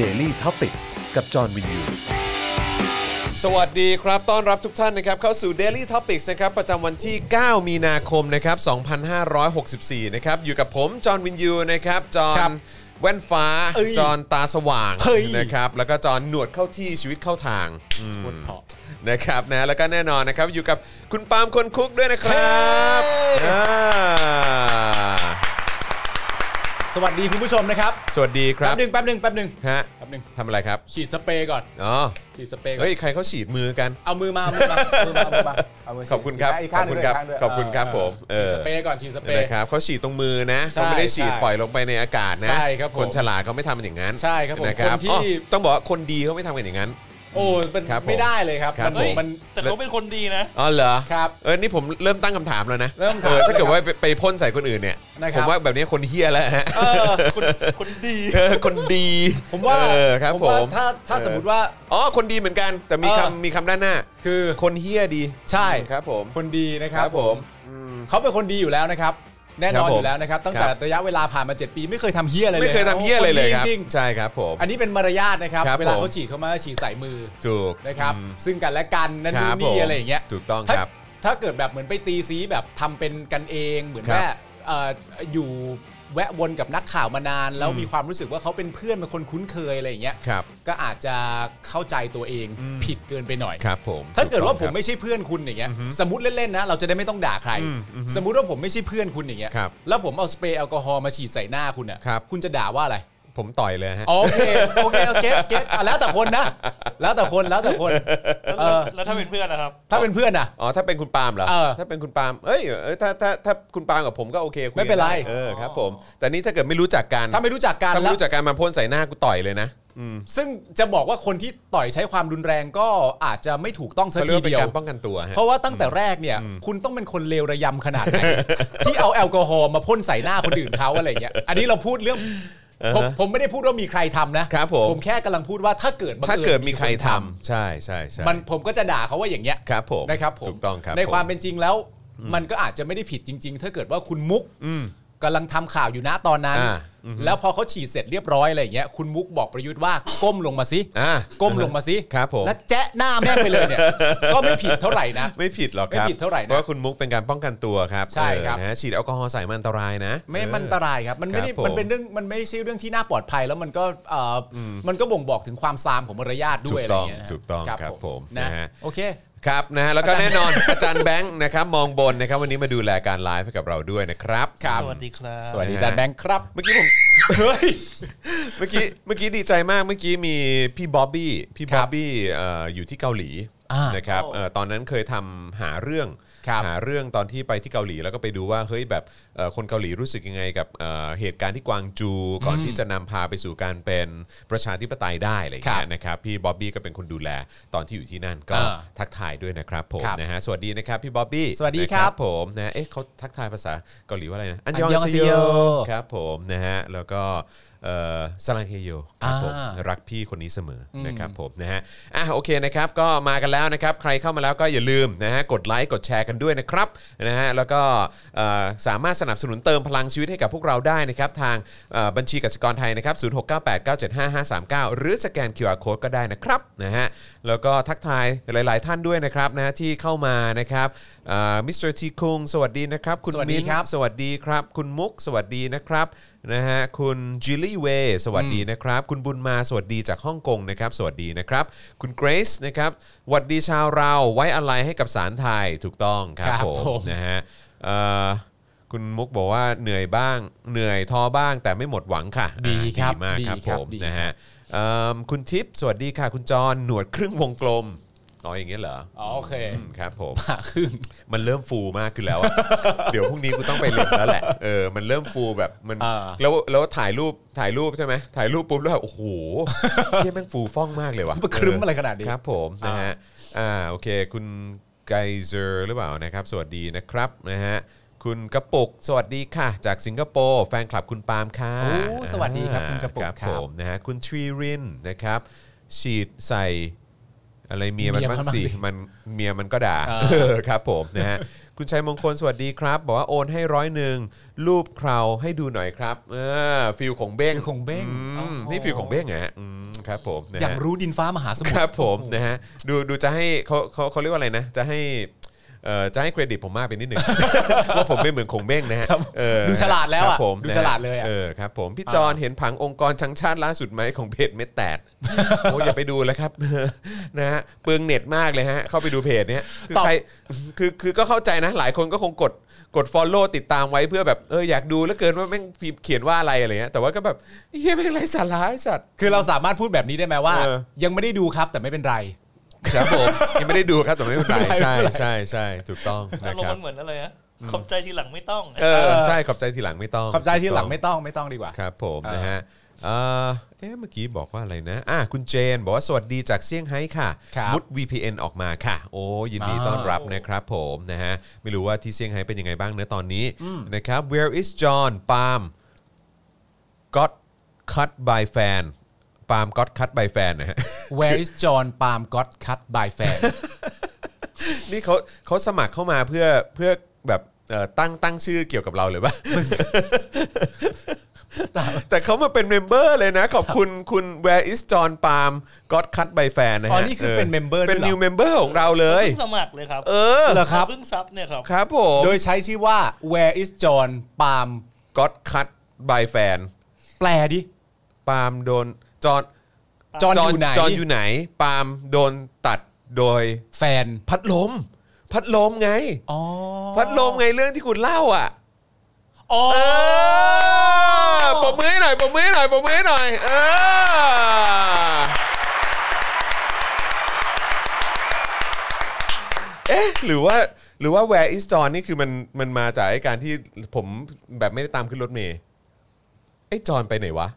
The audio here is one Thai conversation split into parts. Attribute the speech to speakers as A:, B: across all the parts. A: Daily t o p i c กกับจอห์นวินยู
B: สวัสดีครับ ต้อนรับทุกท่านนะครับ เข้าสู่ Daily Topics นะครับ ประจำวันที่ 9 มีนาคมนะครับ 2564 นะครับ อยู่กับผม จอห์นวินยู นะครับ จอห์นแว่นฟ้า
C: เอ้ย
B: จอห์นตาสว่าง
C: เฮ้ย
B: นะครับ แล้วก็จอห์นหนวดเข้าที่ชีวิตเข้าทางอืม
C: คนเพาะ
B: นะครับนะ แล้วก็แน่นอนนะครับ อยู่กับคุณปาล์มคนคุกด้วยนะครับ
C: เฮ้ย
B: อ่า
C: สวัสดีคุณผู้ชมนะครับ
B: สวัสดีครั
C: แป๊
B: บบ
C: หนึ่งแป๊บหนึ่งแป๊บหนึ่ง
B: ฮะ
C: แป๊บหนึ่ง
B: ทำอะไรครับ
C: ฉีดสเปรย์ก่อน
B: อ๋อ
C: ฉีดสเปรย์ก่อ
B: เฮ้ย
C: น
B: ใครเขาฉีดมือกัน
C: เอามือมาเอามือมาเอามือมาเอามือมาเอามือ
B: ขอบคุณครับ
C: ฉีด
B: ขอบคุณครับ
C: ฉีดได้ก
B: ข
C: ข้างด้วยกข้างด้ว
B: อ
C: ย
B: บคุณครับ
C: เ
B: ผมเออ
C: ฉีดสเปรย์ก่อนฉีดสเปรย์
B: นะครับเขาฉีดตรงมือนะ
C: ใช่
B: เขาไม่ได้ฉีด
C: ใช่
B: ปล่อยลงไปในอากาศนะ
C: ใช่ครับผม
B: นฉลาดเขาไม่ทำกันอย่างนั้น
C: ใช่ครับผม
B: นะ
C: คนที่
B: อ้อต้องบอกว่าคนดีเขาไม่ทำกันอย่างนั้น
C: โอ้มัน
B: ครับผม
C: ไม่ได้เลยครับ
B: ครับ
C: มัน
B: ผม
C: มัน
D: แต่เขาเป็นคนดีนะ
B: อ๋อเหรอ
C: ครับ
B: เออนี่ผมเริ่มตั้งคำถามแล้วนะ
C: เริ่มถาม
B: ออถ้าเกิด
C: แล้วครับ
B: ว่าไปไปพ่นใส่คนอื่นเนี่ย
C: นะค
B: ผ
C: รับ
B: มว่าแบบนี้คนเฮี้ยแล้ว ฮะ
C: เออ
D: คนคนดี
B: เออคนดี
C: ผมว่า
B: เออครับผ
C: ผมว่าม ถ้าถ้าสมมติว่า
B: อ๋อคนดีเหมือนกัน แต่มี
C: เออ
B: คำมีคำด้านหน้า
C: คือ
B: คนเฮี้ยดี
C: ใช่
B: ครับผม
C: คนดีนะครับ
B: อืม
C: เขาเป็นคนดีอยู่แล้วนะครับ แน่น
B: ครั
C: อน
B: บผม
C: อยู่แล้วนะครับ ตั้งแต่
B: ครับ
C: ระยะเวลาผ่านมา 7 ปีไม่เคยทำเฮี้ยอะไรเลย
B: ไม่เคยทำเฮี้ยอะไรเลยครับ
C: นดีจริง
B: ใช่ครับผม
C: ๆอันนี้เป็นมารยาทนะครับ
B: ครับ
C: เว
B: ผ
C: ลา
B: ม
C: เขาฉีดเข้ามาฉีดใส่มือ
B: ถูก
C: นะครับ
B: อืม
C: ซึ่งกันและกันนั่น
B: ค
C: นู่
B: รับ
C: นนี่
B: ผม
C: อะไรอย่างเงี้ย
B: ถูกต้อง
C: ถ้า
B: ครับ
C: ถ้าเกิดแบบเหมือนไปตีซีแบบทำเป็นกันเองเหมือน
B: ครับ
C: ว่าเอ่ออยู่แวะวนกับนักข่าวมานาน แล้วมีความรู้สึกว่าเขาเป็นเพื่อนเป็นคนคุ้นเคยอะไรอย่างเงี้ย
B: ครับ
C: ก็อาจจะเข้าใจตัวเอง
B: อืม
C: ผิดเกินไปหน่อย
B: ครับผม
C: ถ้าเกิดว่า
B: ถู
C: ผ
B: ต้อง
C: ม
B: ครับ
C: ไม่ใช่เพื่อนคุณอย่างเงี้ยสมมติเล่นๆนะเราจะได้ไม่ต้องด่าใคร
B: อืมอือฮึ
C: สมมุติว่าผมไม่ใช่เพื่อนคุณอย่างเงี้ย
B: ครับ
C: แล้วผมเอาสเปรย์แอลกอฮอล์มาฉีดใส่หน้าคุณอ่ะ
B: ครับ
C: คุณจะด่าว่าอะไร
B: ผมต่อยเลยฮะ
C: โอเคโอเคโอเคเก็ตอ่ะแล้วแต่คนนะ แล้วแต่คนแล้วแต่คน
D: แล้ว
C: เออ
D: แล้วถ้าเป็นเพื่อนนะครับ
C: ถ้าเป็นเพื่อนอ่ะ
B: อ๋อถ้าเป็นคุณปาล์มเหรอ
C: เออ
B: ถ้าเป็นคุณปาล์มเอ้ยเอ้ยถ้าถ้าถ้าคุณปาล์มกับผมก็โอเคคุยกั
C: ไม่เป็นไร
B: ด้เออครับผมแต่นี่ถ้าเกิดไม่รู้จักกัน
C: ถ้าไม่รู้จักกัน
B: ถ้าไม่
C: แล้ว
B: รู้จักกันมาพ่นใส่หน้ากูต่อยเลยนะอืม
C: ซึ่งจะบอกว่าคนที่ต่อยใช้ความรุนแรงก็อาจจะไม่ถูกต้องสัก
B: เขาเรีย
C: ที
B: กว่าเป็
C: เดีย
B: น
C: ว
B: การป้องกันตัวฮะ
C: เพราะว่าตั้งแต่แรกเนี่ย คุณต้องเป็นคนเลวระยำขนาดไหน ที่เอาแอลกอฮอล์มาพ่นใส่หน้าคนอื่นเขาอะไรเงี้ยอันนี้เราพูดเรื่องผมผมไม่ได้พูดว่ามีใครทำนะครับ
B: ผม
C: แค่กำลังพูดว่าถ้าเกิดบังอิญ
B: ถ้าเกิดมีใครทำ
C: น
B: ใช่ใช่ใช่
C: มันผมก็จะด่าเขาว่าอย่างเงี้ย
B: ครับผม
C: นะครับผม
B: ถูกต้องครับ
C: ในความ
B: ผ
C: เป็นจริงแล้ว มันก็อาจจะไม่ได้ผิดจริง ๆ ถ้าเกิดว่าคุณมุกกำลังทำข่าวอยู่นะตอนนั้น
B: อ่าอือฮึ
C: แล้วพอเขาฉีดเสร็จเรียบร้อยอะไรอย่างเงี้ยคุณมุกบอกประยุทธ์ว่าก้มลงมาสิ
B: อ่ะ
C: ก้มลงมาสิ
B: ครับผม
C: แล้วแจ๊ะหน้าแม่งไปเลย เนี่ย ก็ไม่ผิดเท่าไหร่นะ
B: ไม่ผิดหรอกครับ
C: ไม่ผิดเท่าไหร่นะ
B: เพราะว่าคุณมุกเป็นการป้องกันตัวครับ
C: ใช่ครับ
B: เออนะฉีดแอลกอฮอล์ใส่มันอันตรายนะ
C: ไม่
B: เออ
C: มันอันตรายครับ มันไม่ได้
B: ครับผม
C: มันเป็นเรื่องมันไม่ใช่เรื่องที่น่าปลอดภัยแล้วมันก็เอ่ออมันก็บ่งบอกถึงความซามของมารยาทด้วยอะไรอย่างเงี้ยนะ
B: ถูกต้องถูกต้องครับผม
C: นะ
B: นะฮะ
C: โอเค
B: ครับนะฮะแล้วก็แน่นอน อาจารย์แบงค์นะครับมองบนนะครับวันนี้มาดูแลการไลฟ์ให้กับเราด้วยนะครับ
D: สวัสดีครับ
C: สวัสดีอาจารย์แบงค์ครับ
B: เมื่อกี้ผม เฮ้ย เมื่อกี้เมื่อกี้ดีใจมากเมื่อกี้มีพี่บ๊อบบี้
C: ครับ
B: พี่๊อบบี้เอ่ออยู่ที่เกาหลี
C: อ่า
B: นะครับ
D: โอ้
B: เอ่อตอนนั้นเคยทำหาเรื่อง
C: ครับ
B: หาเรื่องตอนที่ไปที่เกาหลีแล้วก็ไปดูว่าเฮ้ยแบบเอ่อคนเกาหลีรู้สึกยังไงกับเอ่อเหตุการณ์ที่กวางจู ก่อนที่จะนำพาไปสู่การเป็นประชาธิปไตยได้อะไรอย่างเงี้ยนะครับพี่บ๊อบบี้ก็เป็นคนดูแลตอนที่อยู่ที่นั่นก็
C: อ่า
B: ทักทายด้วยนะครับผม
C: ครับ
B: นะฮะสวัสดีนะครับพี่บ๊อบบี้
C: สวัสดี
B: นะครับ ผมนะเอ๊ะเขาทักทายภาษาเกาหลีว่าอะไรนะอัน
C: อันยองอาเซโย
B: ครับผมนะฮะแล้วก็เอ่อสลังเฮโยครับผม
C: อ่า
B: รักพี่คนนี้เสมออนะครับผมนะฮะอ่ะโอเคนะครับก็มากันแล้วนะครับ ใครเข้ามาแล้วก็อย่าลืมนะฮะกดไลค์กดแชร์กันด้วยนะครับนะฮะแล้วก็เอ่อสามารถสนับสนุนเติมพลังชีวิตให้กับพวกเราได้นะครับทางเอ่อบัญชีกสิกรไทยนะครับศูนย์หกเก้าแปดเก้าเจ็ดห้าห้าสามเก้าหรือสแกน QR Code ก็ได้นะครับนะฮะแล้วก็ทักทายหลาย ๆ ท่านด้วยนะครับนะฮะที่เข้ามานะครับมิสเตอร์ทีคุงสวัสดีนะครับคุณ
C: สวัสดี
B: มิ้นท์
C: ครับ
B: สวัสดีครับ คุณมุกสวัสดีนะครับนะฮะคุณจิลลี่เวย์สวัสดีนะครับ คุณบุญมาสวัสดีจากฮ่องกงนะครับ สวัสดีนะครับ คุณเกรซนะครับสวัสดีชาวเราไว้อะไรให้กับสารไทยถูกต้องครับ
C: ครับ
B: ผม
C: ผม
B: นะฮะเอ่อคุณมุกบอกว่าเหนื่อยบ้าง เหนื่อยท้อบ้าง แต่ไม่หมดหวังค่ะ
C: ดีครับ
B: อ่าดีมากครับผ
C: ดีครับ
B: ม
C: ดี
B: นะฮะเอิ่มคุณทิพย์สวัสดีค่ะ คุณจรหนวดครึ่งวงกลมอ๋ออย่างเงี้ยเหรอ
C: อ๋อโอเค
B: อืมครับผม
C: ผ่าค รึ่ง
B: มันเริ่มฟูมากขึ้นแล้วอะ เดี๋ยวพรุ่งนี้กูต้องไปเล่นแล้วแหละ เออ มันเริ่มฟูแบบมัน
C: อ่า
B: แล้วแล้วถ่ายรูปถ่ายรูปใช่ไหมถ่ายรูปปุ๊บแล้วแบบโอ้โห เหี่ยแม่งฟูฟ่องมากเลยว่ะ
C: มันครึ้ม
B: เออ
C: อะไรขนาดนี้
B: ครับผมนะฮะ อ่าโอเค คุณไกเซอร์หรือเปล่านะครับ สวัสดีนะครับนะฮะ คุณกระปุกสวัสดีค่ะ จากสิงคโปร์แฟนคลับคุณปาล์มค่ะ
C: โอ้สวัสดีครับคุณกระปุก
B: อ่า
C: ครับ
B: ผมนะฮะคุณทรีรินนะครับฉีดใส่ อะไรเมียมัน
C: เมียมั
B: บ้านง
C: บ้างสิ
B: สิมันเมียมันก็ด่า
C: อ่า
B: เออ ครับผมนะฮะ คุณชัยมงคลสวัสดีครับ บอกว่าโอนให้ร้อยหนึ่งรูปเคราวให้ดูหน่อยครับเออฟิลของเบ้ง
C: ฟิลของเบ้ง
B: อืม
C: อ๋อ
B: นี่ฟิลของเบ้งเหรอฮะอืม ครับผมนะฮะ
C: อย่างรู้ดินฟ้ามหาสมุท
B: ค
C: ร
B: รับผมนะฮะดูดูจะให้เขาเขาเขาเรียกว่าอะไรนะ จะให้เอ่อจะให้เครดิตผมมากไปนิดห นึ่ง ว่าผมไม่เหมือนคงเบ้งนะฮะ
C: ครับ
B: เออ
C: ดูฉลาดแล้วอะ
B: ครับผม
C: ดูฉลาดเลยอะ
B: เออครับผมพี่จอนเห็นผังองค์กรชังชาติล่าสุดไหมของเพจเม็ดแต ด โอ้อย่าไปดูเลยครับ นะฮะเปลืองเน็ตมากเลยฮะ เข้าไปดูเพจเนี้ยคือใครคือคือก็เข้าใจนะ หลายคนก็คงกดกด follow ติดตามไว้เพื่อแบบเอออยากดูแล้วเกินว่าแม่งพิมพ์เขียนว่าอะไรอะไรเงี้ยแต่ว่าก็แบบเฮียแม่งไรสาระไอ้สัตว์
C: คือเราสามารถพูดแบบนี้ได้ไหมว่า
B: เออ
C: ยังไม่ได้ดูครับแต่ไม่เป็นไร
B: ครับผมยังไม่ได้ดูครับแต่ไม่เป็นไรใช่ใช่ใช่ถูกต้อง
D: อา
B: นะ
D: รม
B: ค
D: ณ์
B: รับ
D: มันเหมือนอะไรนะขอบใจทีหลังไม่ต้อง
B: เออใช่ขอบใจทีหลังไม่ต้อง
C: ขอบใจที่หลังไม่ต้องไม่ต้องดีกว่า
B: ครับผม
C: เออ
B: นะฮะเอ่อเอ๊ะเมื่อกี้บอกว่าอะไรนะอ่ะคุณเจนบอกว่าสวัสดีจากเซี่ยงไฮ้ค่ะ
C: ครับ
B: มุด VPN ออกมาค่ะ โอ้ยินดี
C: อ่า
B: ต้อนรับนะครับผมนะฮะไม่รู้ว่าที่เซี่ยงไฮ้เป็นยังไงบ้างเนื้อะตอนนี้นะครับ where is John ปาล์ม got cut by fan ปาล์ม got cut by fan นะฮะ
C: Where is John Palm got cut by fan
B: นี่เขาเขาสมัครเข้ามาเพื่อเพื่อแบบเอ่อตั้งตั้งชื่อเกี่ยวกับเรา เลยปะ แต่เขามาเป็นเมมเบอร์เลยนะ ขอบคุณคุณ Where is John Palm God Cut by Fan นะฮะ
C: อ๋อนี่คือเป็น member ด้วยเห
B: เป็
C: รอ
B: น new member ของเราเลย
D: เพิ่งสมัครเลยครับ
B: เออ
C: เหรอครับ
D: เพิ่งซับเนี่ยครับ
B: ครับผม
C: โดยใช้ชื่อว่า Where is John Palm
B: God Cut by Fan
C: แปลดิ
B: ปาล์มโดนจอน
C: John
B: จอน
C: อยู่ไหน
B: จอนอยู่ไหน ปาล์มโดนตัดโดย
C: แฟน
B: พัดลม พัดลมไง
C: อ๋อ
B: พัดลมไงเรื่องที่คุณเล่าอ่ะ
C: อ๋อ
B: เออปมมือให้หน่อยปมมือให้หน่อยปมมือให้หน่อยเออเอ๊ะหรือว่าหรือว่า where is John นี่คือมันมันมาจากไอ้การที่ผมแบบไม่ได้ตามขึ้นรถเมย์ไอ้จอนไปไหนวะ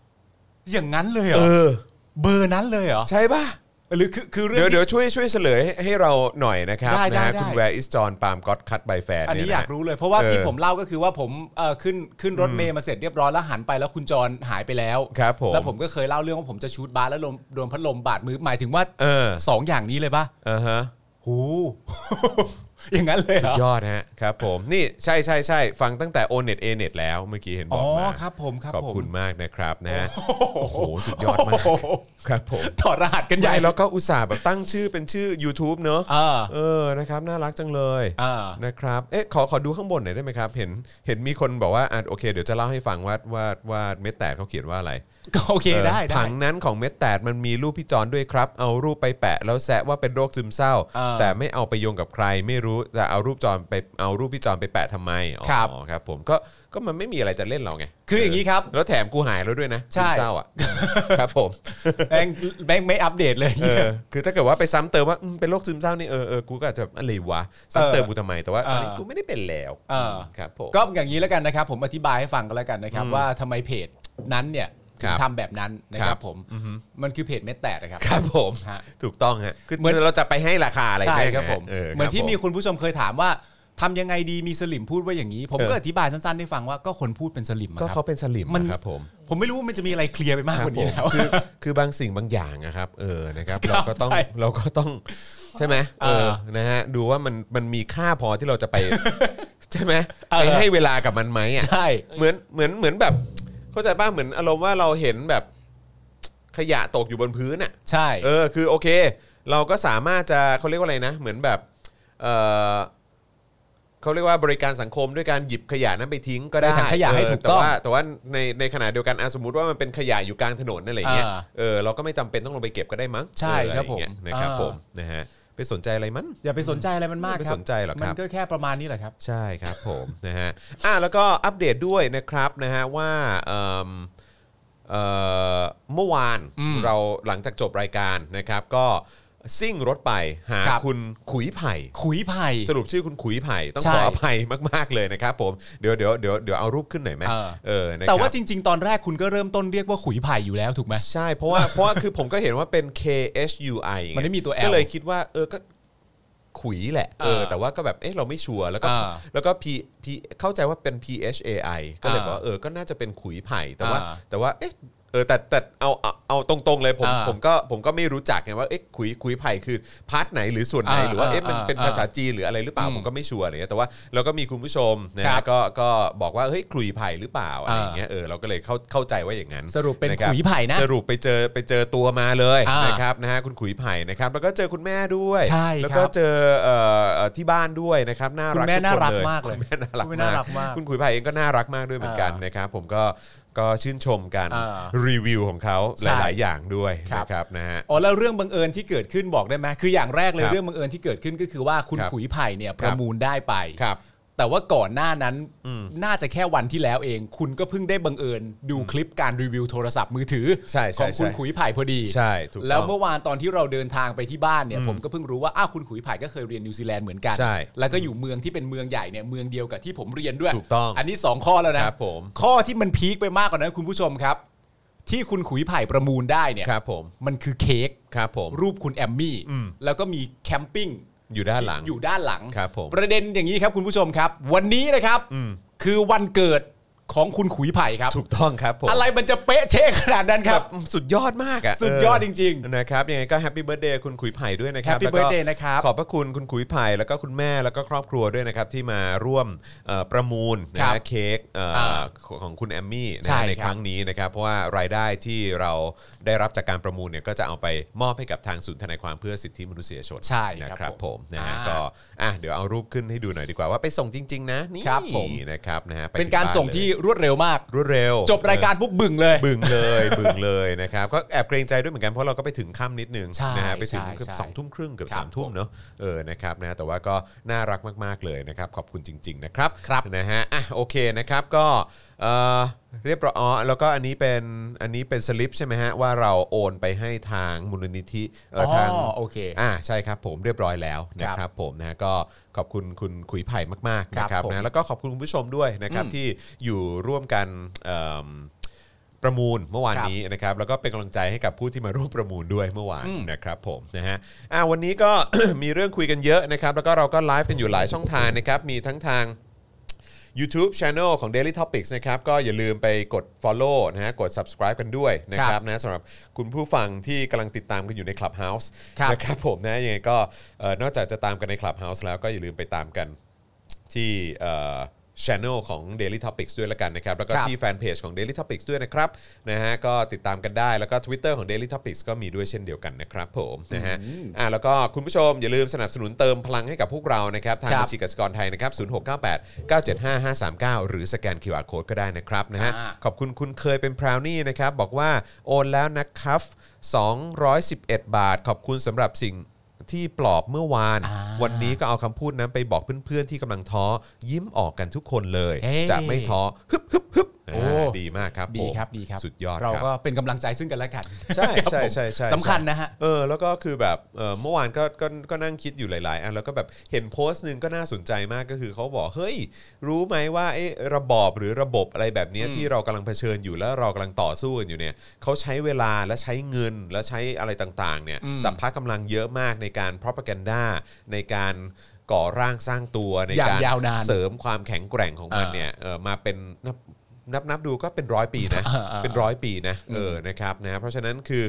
C: อย่างนั้นเลยเหร
B: เอ
C: อ
B: อ
C: เบอร์นั้นเลยเหรอ
B: ใช่ป่ะ
C: หรือคือคือเรื่อ
B: เดี๋ยว
C: ง
B: เดี๋ยวช่
C: ที่
B: วยช่วยเฉลยให้เราหน่อยนะครับ
C: ได้ได้
B: นะฮะ
C: ได้
B: คุณ where is John ปาล์มก็อดคัดใบแฟน
C: อันนี้
B: เยะ
C: อ
B: ฮะ
C: ยากรู้เลย เพราะว่าที่
B: เออ
C: ผมเล่าก็คือว่าผมเอ่อขึ้นขึ้นรถเมย์มาเสร็จเรียบร้อยแล้วหันไปแล้วคุณจรหายไปแล้ว
B: ครับผม
C: แล้วผมก็เคยเล่าเรื่องว่าผมจะชูดบาสแล้วลมโดนพัดลมบาดมือหมายถึงว่า
B: เออ
C: สองอย่างนี้เลยปะ
B: อ่าฮะ
C: หู อย่างนั้นเลยเห
B: สุ
C: ร
B: ด
C: อย
B: อดฮะครับผมนี่ใช่ใช่ใช่ฟังตั้งแต่ o n e t a n e t แล้วเมื่อกี้เห็นบ
C: อ๋
B: อ
C: อก
B: มา
C: ครับผมครับ
B: ขอบ
C: ผม
B: คุณมากนะครับนะฮะโอ้โหสุดย
C: โอ้
B: อดมาก
C: โห
B: ครับผม
C: ถอดรหัสกันให
B: ให
C: ญ่
B: ญ่แล้วก็อุตส่าห์แบบตั้งชื่อเป็นชื่อ YouTube เนอะ
C: เออ
B: เออนะครับน่ารักจังเลย
C: เออ
B: นะครับเอ๊ะขอขอดูข้างบนหน่อยได้ไหมครับ เห็นเห็นมีคนบอกว่าอ่ะโอเค เดี๋ยวจะเล่าให้ฟังว่าว่าว่าเม็ดแตดเขาเขียนว่าอะไร
C: ก็โอเค
B: ออ
C: ได้ได้
B: ผังนั้นของเม็ดแตดมันมีรูปพี่จอนด้วยครับ เอารูปไปแปะแล้วแซะว่าเป็นโรคซึมเศร้า
C: เออ
B: แต่ไม่เอาไปโยงกับใครไม่รู้แต่เอารูปจอนไปเอารูปพี่จอนไปแปะทำไมอ๋อ
C: ครับ
B: ครับผมก็ก็มันไม่มีอะไรจะเล่นเราไง
C: คืออย่างนี้
B: นี้
C: ครับ
B: แล้วแถมกูหายแล้วด้วยนะ
C: ใช่
B: ซึมเศร้า อ่ะ ครับผม
C: แบงค์แบงค์ไม่อัปเดตเลย
B: เออคือถ้าเกิดว่าไปซ้ำเติมว่าอืมเป็นโรคซึมเศร้านี่เออเออกูก็อาจจะอะไรวะซ้ำเติมกูทำไมแต่ว่า
C: เออ
B: อั
C: อั
B: นนี้กูไม่ได้เป็นแล้ว
C: เออ
B: ครับผม
C: ก็อย่างนี้แล้วกันนะครับ ผมอธิบายให้ฟังกันแล้วกันนะครับ ว่าทำไมเพจนั้นเนี่ยถึ
B: ครั
C: ง
B: บ
C: ทำแบบนั้นนะค
B: ครั
C: รับบ ผมมันคือเพจเม็ดแตกนะครับ
B: ครับผม
C: ฮะ
B: ถูกต้องฮะคือ
C: เหมือน
B: เราจะไปให้ราคาอะไร
C: ใช่
B: แง
C: ครับผม
B: เออ
C: เหมือนที่
B: รับ
C: มีคุณผู้ชมเคยถามว่าทำยังไงดีมีสลิมพูดว่าอย่างนี้ ผม
B: เออ
C: ก็อธิบายสั้นๆให้ฟังว่าก็คนพูดเป็นสลิมอะ
B: ก็
C: ครั
B: เขา
C: บ
B: เป็นสลิม
C: มัน
B: นะครับผม
C: ผมไม่รู้ว่ามันจะมีอะไรเคลียร์ไปมากกว่านี้
B: ค
C: แล้
B: รับ
C: ว
B: ผมคือคือบางสิ่งบางอย่างนะครับ เออ นะครับ
C: ครั
B: เรา
C: บ
B: ก็ต้อง
C: ใช่
B: เราก็ต้องใช่ไหมเออ
C: เออ
B: นะฮะดูว่ามันมันมีค่าพอที่เราจะ ไป ใช่ไหม
C: เอ
B: ไป
C: อ
B: ให้เวลากับมันไหมอ่ะ
C: ใช่
B: เหมือนเหมือนเหมือนแบบ เข้าใจป่ะเหมือนอารมณ์ว่าเราเห็นแบบขยะตกอยู่บนพื้นอ่ะ
C: ใช่
B: เออคือโอเค เราก็สามารถจะเขาเรียกว่าอะไรนะ เหมือนแบบเออเขาเรียกว่าบริการสังคมด้วยการหยิบขยะนั้นไปทิ้งก็ได้
C: ในถังขยะให้ถูกต้อง
B: เแต่ว่าแต่ว่าในในขณะเดียวกันอะสมมติว่ามันเป็นขยะอยู่กลางถนนนั่นอะไรเงี้ย
C: อ่า
B: เออเราก็ไม่จำเป็นต้องลงไปเก็บก็ได้มั้ง
C: ใช่
B: เอออะไอย่างเงี้ย
C: ครับผม
B: นะครับ
C: อ่า
B: ผมนะฮะไปสนใจอะไรมัน
C: อย่าไปสนใจอะไรมันมากครับ
B: ไม่สนใจหรอกครับ
C: มันก็แค่ประมาณนี้แหละครับ
B: ใช่ครับผม นะฮะอ่ะแล้วก็อัปเดตด้วยนะครับนะฮะว่าเอิ่มเอ่อเมื่อวาน
C: อืม
B: เราหลังจากจบรายการนะครับ ก็ซิ่งรถไปหา
C: ครับ
B: คุณขุยไผ่
C: ขุยไผ่
B: สรุปชื่อคุณขุยไผ่ต้อง
C: ใช่
B: ขออภัยมาก ๆ เลยนะครับผมเดี๋ยวเดี๋ยวเดี๋ยวเดี๋ยวเอารูปขึ้นหน่อยไหม
C: เออ
B: เออนะครับ
C: แต่ว่าจริง ๆ ตอนแรกคุณก็เริ่มต้นเรียกว่าขุยไผ่อยู่แล้วถูกไหม
B: ใช่เพราะว่า เพราะว่าคือผมก็เห็นว่าเป็น K H U I
C: มันไม่มีตัว L
B: ก็เลยคิดว่า เออก็ขุยแหละเออ
C: อ่า
B: แต่ว่าก็แบบเออเราไม่ชัวร์แล้วก็
C: อ่า
B: แล้วก็ P P เข้าใจว่าเป็น P H A I ก็เลยบอกว่าเออก็น่าจะเป็นขุยไผ่แต่ว่า
C: อ่า
B: แต่ว่าเอ๊ะ เออแต่แต่เอาเอาเอาตรงๆเลยผม
C: อ่า
B: ผมก็ผมก็ไม่รู้จักไงว่าเอ๊ะคุยคุยไผ่คือพาร์ทไหนหรือส่วนไหน
C: อ่า
B: หรือว่าเอ๊ะมัน
C: อ่า
B: เป็นภาษาจีนหรืออะไรหรือเปล่า
C: อืม
B: ผมก็ไม่ชัวร์อะไรเงี้ยแต่ว่าเราก็มีคุณผู้ชมนะ
C: ครั
B: ฮะ
C: บ
B: ก็ก็บอกว่าเฮ้ยคุยไผ่หรือเปล่าอะไร
C: อ่า
B: อย่างเงี้ยเออเราก็เลยเข้าเข้าใจว่าอย่างนั้น
C: สรุปเป็น
B: คบ
C: ขุยไผ่นะ
B: สรุปไปเจอไปเจอตัวมาเลย
C: อ่า
B: นะครับนะฮะคุณขุยไผ่นะครับแล้วก็เจอคุณแม่ด้วย
C: ใช่
B: แล้วก็
C: ครับ
B: เจอเอ่อเอ่อที่บ้านด้วยนะครับน่ารัก
C: คุณแม่
B: ทุ
C: น่ารัก
B: ค
C: มากเลย
B: คุณแม่น่ารัก
C: คุณแม่น่ารั
B: มาม
C: กาก ก
B: คุณขุยไผ่เองก็น่ารักมากด้วยเหมือนกัน
C: อ่าน
B: นะครับผมก็ก็ชื่นชมการ
C: อ่า
B: รีวิวของเขาห
C: ใช่
B: ลาย ๆ อย่างด้วย
C: ครับ
B: นะครับนะฮะ
C: อ๋อแล้วเรื่องบังเอิญที่เกิดขึ้นบอกได้ไหมคืออย่างแรกเล
B: ค
C: ย
B: รับ
C: เรื่องบังเอิญที่เกิดขึ้นก็คือว่าคุณ
B: ครับ
C: ขุยไผ่เนี่ยป
B: ครับ
C: ระมูลได้ไป
B: ครับ
C: แต่ว่าก่อนหน้านั้น
B: อืม
C: น่าจะแค่วันที่แล้วเอง คุณก็เพิ่งได้บังเอิญดูคลิปการรีวิวโทรศัพท์มือถือ
B: ใช่ใช่
C: ของคุณ
B: ใช่
C: ขุยไผ่พอดี
B: ใช่ถูกต้อง
C: แล้วเมื่อวานตอนที่เราเดินทางไปที่บ้านเนี่ยผมก็เพิ่งรู้ว่าอ้าวคุณขุยไผ่ก็เคยเรียนนิวซีแลนด์เหมือนกัน
B: ใช่
C: แล้วก็อยู่เมืองที่เป็นเมืองใหญ่เนี่ยเมืองเดียวกับที่ผมเรียนด้วย
B: ถูกต้อง
C: นนี้สองข้อแล้วนะครับ
B: ผม
C: ข้อที่มันพีคไปมากกว่านั้นคุณผู้ชมครับ ที่คุณขุยไผ่ประมูลได้เนี่ย
B: ครับผม
C: มันคือเค้ก
B: ครับผม
C: รูปคุณแอมมี่
B: อืม
C: แล้วก็มีแคมปิ้ง
B: อยู่ด้านหลัง
C: อยู่ด้านหลัง
B: ครับผม
C: ประเด็นอย่างนี้ครับคุณผู้ชมครับ วันนี้นะครับ
B: อืม
C: คือวันเกิดของคุณขุยไผ่ครับ
B: ถูกต้องครับผม
C: อะไรมันจะเป๊ะเชะขนาดนั้นครับ
B: แสุดยอดมากอะ
C: สุดยอดจริง
B: ๆนะครับยังไงก็แฮปปี้เบิร์ดเดย์คุณขุยไผ่ด้วยนะค
C: แฮ
B: รับ
C: ป
B: แล้
C: ปี้
B: ว
C: เบิ
B: ก็
C: ร์ดเดย์นะครับ
B: ขอบพระคุณคุณขุยไผ่แล้วก็คุณแม่แล้วก็ครอบครัวด้วยนะครับที่มาร่วมเอ่อประมูลนะ
C: ครั
B: ฮะ
C: บ
B: เค้กเอ่อ
C: อ่า
B: ของคุณแอมมี่นะ
C: ใช่
B: ฮะ
C: ครับ
B: ในครั้งนี้นะครับเพราะว่ารายได้ที่เราได้รับจากการประมูลเนี่ยก็จะเอาไปมอบให้กับทางศูนย์ทนายความเพื่อสิทธิมนุษยชน
C: ใช่ครับ
B: นะครับผ
C: ผม ม
B: นะฮะ
C: อ่า
B: ก็อ่ะเดี๋ยวเอารูปขึ้นให้ดูหน่อยดีกว่าว่าไปส่งจริง ๆ นะนี่
C: ครับผม
B: นะครับนะฮะไ
C: เป็นการ
B: บ้
C: ส่ง
B: ลย
C: ที่รวดเร็วมาก
B: รวดเร็ว
C: จบรายการปุ๊บบึ่งเลย
B: บึงเลย บึงเลยนะครับก็แอบเกรงใจด้วยเหมือนกันเพราะเราก็ไปถึงค่ำนิดนึง
C: ใช่
B: นะฮะไปถึงเกือบ
C: ใช่
B: สองทุ่มครึ่งเกือบ
C: ครับ
B: สามทุ่มเนอะเออนะครับนะแต่ว่าก็น่ารักมาก ๆ เลยนะครับ ขอบคุณจริง ๆ นะครับ
C: ครับ
B: นะฮะอ่ะโอเคนะครับก็เอ่อเรียบร้อยอ๋อแล้วก็อันนี้เป็นอันนี้เป็นสลิปใช่ไหมฮะว่าเราโอนไปให้ทางมูลนิธิเอ่ออ
C: อ
B: ทาง
C: โอเค
B: อ่าใช่ครับผมเรียบร้อยแล้วนะค
C: ครั
B: รับบ ผมนะฮะก็ขอบคุณคุณคุยไผ่มากๆนะค
C: ครั
B: รับบ
C: ผม
B: นะแล้วก็ขอบคุณคุณผู้ชมด้วยนะครับที่อยู่ร่วมกันเอิ่ม ประมูลเมื่อวานนี้นะครับแล้วก็เป็นกำลังใจให้กับผู้ที่มาร่วมประมูลด้วยเมื่อวานนะครับผมนะฮะอ่าวันนี้ก็ มีเรื่องคุยกันเยอะนะครับแล้วก็เราก็ไลฟ์กันอยู่หลายช่องทางนะครับมีทั้งทาง YouTube Channel ของ Daily Topics นะครับก็อย่าลืมไปกด Follow นะฮะกด Subscribe กันด้วยนะค
C: ครั
B: รับบ นะสำหรับคุณผู้ฟังที่กำลังติดตามกันอยู่ใน Clubhouse
C: ครับ
B: นะครับผมนะยังไงก็เอ่อนอกจากจะตามกันใน Clubhouse แล้วก็อย่าลืมไปตามกัน ที่ช่องของ Daily Topics ด้วยละกันนะครับ แล้วก็
C: ครับ
B: ที่แฟนเพจของ Daily Topics ด้วยนะครับนะฮะก็ติดตามกันได้แล้วก็ Twitter ของ Daily Topics ก็มีด้วยเช่นเดียวกันนะครับผมนะฮะอ่าแล้วก็คุณผู้ชมอย่าลืมสนับสนุนเติมพลังให้กับพวกเรานะครับ ทาง
C: ครับ
B: บัญชีกสิกรไทยนะครับ 0698 975 539 หรือสแกน QR Code ก็ได้นะครับนะฮะ
C: อ่า
B: ขอบคุณคุณเคยเป็นพราวนี่นะครับ บอกว่าโอนแล้วนะครับ211 บาท ขอบคุณสำหรับสิ่งที่ปลอบเมื่อวาน
C: อ่า
B: วันนี้ ก็เอาคำพูดนั้นไปบอกเพื่อนๆที่กำลังท้อยิ้มออกกันทุกคนเลย
C: เฮ้
B: จะไม่ท้อฮึบฮึบฮึบ
C: โอ้
B: อ่าดีมากครับ
C: ดี
B: ผม
C: ครับดีครับ
B: สุดยอด
C: เรา
B: คบ
C: ก็เป็นกำลังใจซึ่งกันและกัน
B: ใช่
C: ครับ
B: ใช่
C: ผม
B: ใช่ใช่ใช่
C: สำคัญนะฮะ
B: เออแล้วก็คือแบบเออเมื่อวานก็ก็ก็นั่งคิดอยู่หลายๆอันแล้วก็แบบเห็นโพสต์หนึ่งก็น่าสนใจมากก็คือเขาบอกเฮ้ยรู้ไหมว่าไอ้ระบอบหรือระบบอะไรแบบเนี้ยที่เรากำลังเผชิญอยู่แล้วเรากำลังต่อสู้กันอยู่เนี่ยเขาใช้เวลาและใช้เงินและใช้อะไรต่างๆเนี่ย
C: อืม
B: สัมภาระกำลังเยอะมากในการ propaganda ในการก่อร่างสร้างตัวใน
C: อย่าง
B: การ
C: ยาวนาน
B: เสริมความแข็งแกร่งของมัน
C: อ่า
B: เนี่ยเออมาเป็นนับนับนับดูก็เป็นร้อยปีนะ
C: อ่าอ่า
B: เป็น ร้อยปีนะเออนะครับนะเพราะฉะนั้นคือ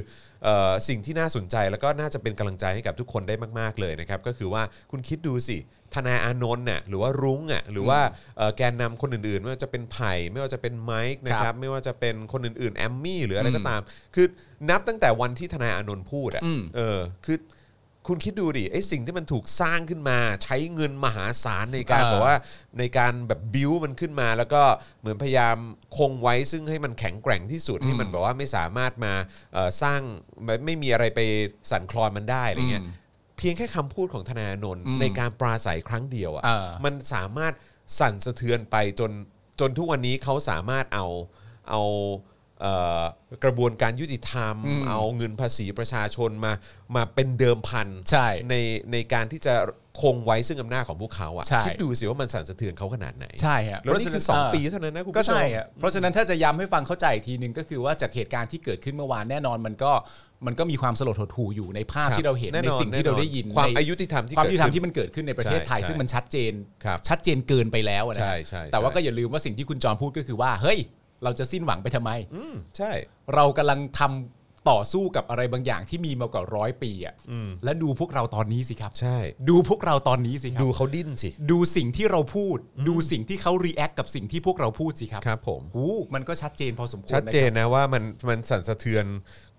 B: เอ่อสิ่งที่น่าสนใจแล้วก็น่าจะเป็นกำลังใจให้กับทุกคนได้มาก ๆ เลยนะครับ ก็คือว่าคุณคิดดูสิธนาอานนท์น่ะหรือว่ารุ้งอ่ะหรือว่าเอ่อแกนนำคนอื่นๆ ไม่ว่าจะเป็นไผ่ไม่ว่าจะเป็นไมค์นะค
C: ครั
B: รับบ ไม่ว่าจะเป็นคนอื่นๆแอมมี่หรืออะไรก็
C: อืม
B: ตาม คือนับตั้งแต่วันที่ธนาอานนท์พูดอ่ะ
C: อืม
B: เออคือคุณคิดดูดิไอ้สิ่งที่มันถูกสร้างขึ้นมา ใช้เงินมหาศาลในการ
C: เออ
B: แบบว่า ว่าในการแบบบิวมันขึ้นมาแล้วก็เหมือนพยายามคงไว้ซึ่งให้มันแข็งแกร่งที่สุดให้มันแบบว่าไม่สามารถมาเอ่อสร้างไม่ไม่มีอะไรไปสั่นคลอนมันได้อะไรเงี้ย
C: อืม
B: เพียงแค่คำพูดของธนาโนนท์
C: อืม
B: ในการปราศัยครั้งเดียว
C: เอ
B: อะ่ะ
C: อ
B: มันสามารถสั่นสะเทือนไปจนจนทุกวันนี้เขาสามารถเอาเอาเอ่อกระบวนการยุติธรรม
C: อืม
B: เอาเงินภาษีประชาชนมามาเป็นเดิมพัน
C: ใช่
B: ในในการที่จะคงไว้ซึ่งอำนาจของพวกเขาอะ
C: ใช่
B: คิดดูสิว่ามันสั่นสะเทือนเขาขนาดไหน
C: ใช่ฮะ
B: แล้วนี่คือสองปีเท่านั้นนะคุณ
C: ก็
B: ผู้ชม
C: ใช่ฮะเพราะฉะนั้นถ้าจะย้ำให้ฟังเข้าใจอีกทีหนึ่งก็คือว่าจากเหตุการณ์ที่เกิดขึ้นเมื่อวานแน่นอนมันก็มันก็มีความสลดหดหู่อยู่ในภาพ
B: ครับ
C: ที่เราเห็น
B: แน่นอน
C: ในสิ่งที่เราได้ยิน
B: ความ
C: ใน
B: อายุติธรรมที่
C: ความยุติธรรม
B: เกิดขึ้น
C: ที่มันเกิดขึ้นในประเทศไทย
B: ใช่
C: ซึ่งมันชัดเจน
B: ครับ
C: ชัดเจนเกินไปแล้วอะนะ
B: ใช่
C: ฮะ
B: ใช่ใช่
C: แต่ว่าก็อย่าลืมว่าสิ่งที่คุณจอมพูดก็คือว่าเฮ้ย เราจะสิ้นหวังไปทำไม
B: อืมใช่
C: เรากำลังทำต่อสู้กับอะไรบางอย่างที่มีมากว่าร้อยปีอ่ะ
B: อืม
C: และดูพวกเราตอนนี้สิครับ
B: ใช่
C: ดูพวกเราตอนนี้สิครับ
B: ดูเขาดิ้นสิ
C: ดูสิ่งที่เราพูด ดูสิ่งที่เขา react กับสิ่งที่พวกเราพูดสิครับ
B: ครับผม
C: หูมันก็ชัดเจนพอสมควร
B: ชัดเจนนะว่ามันมันสั่นสะเทือน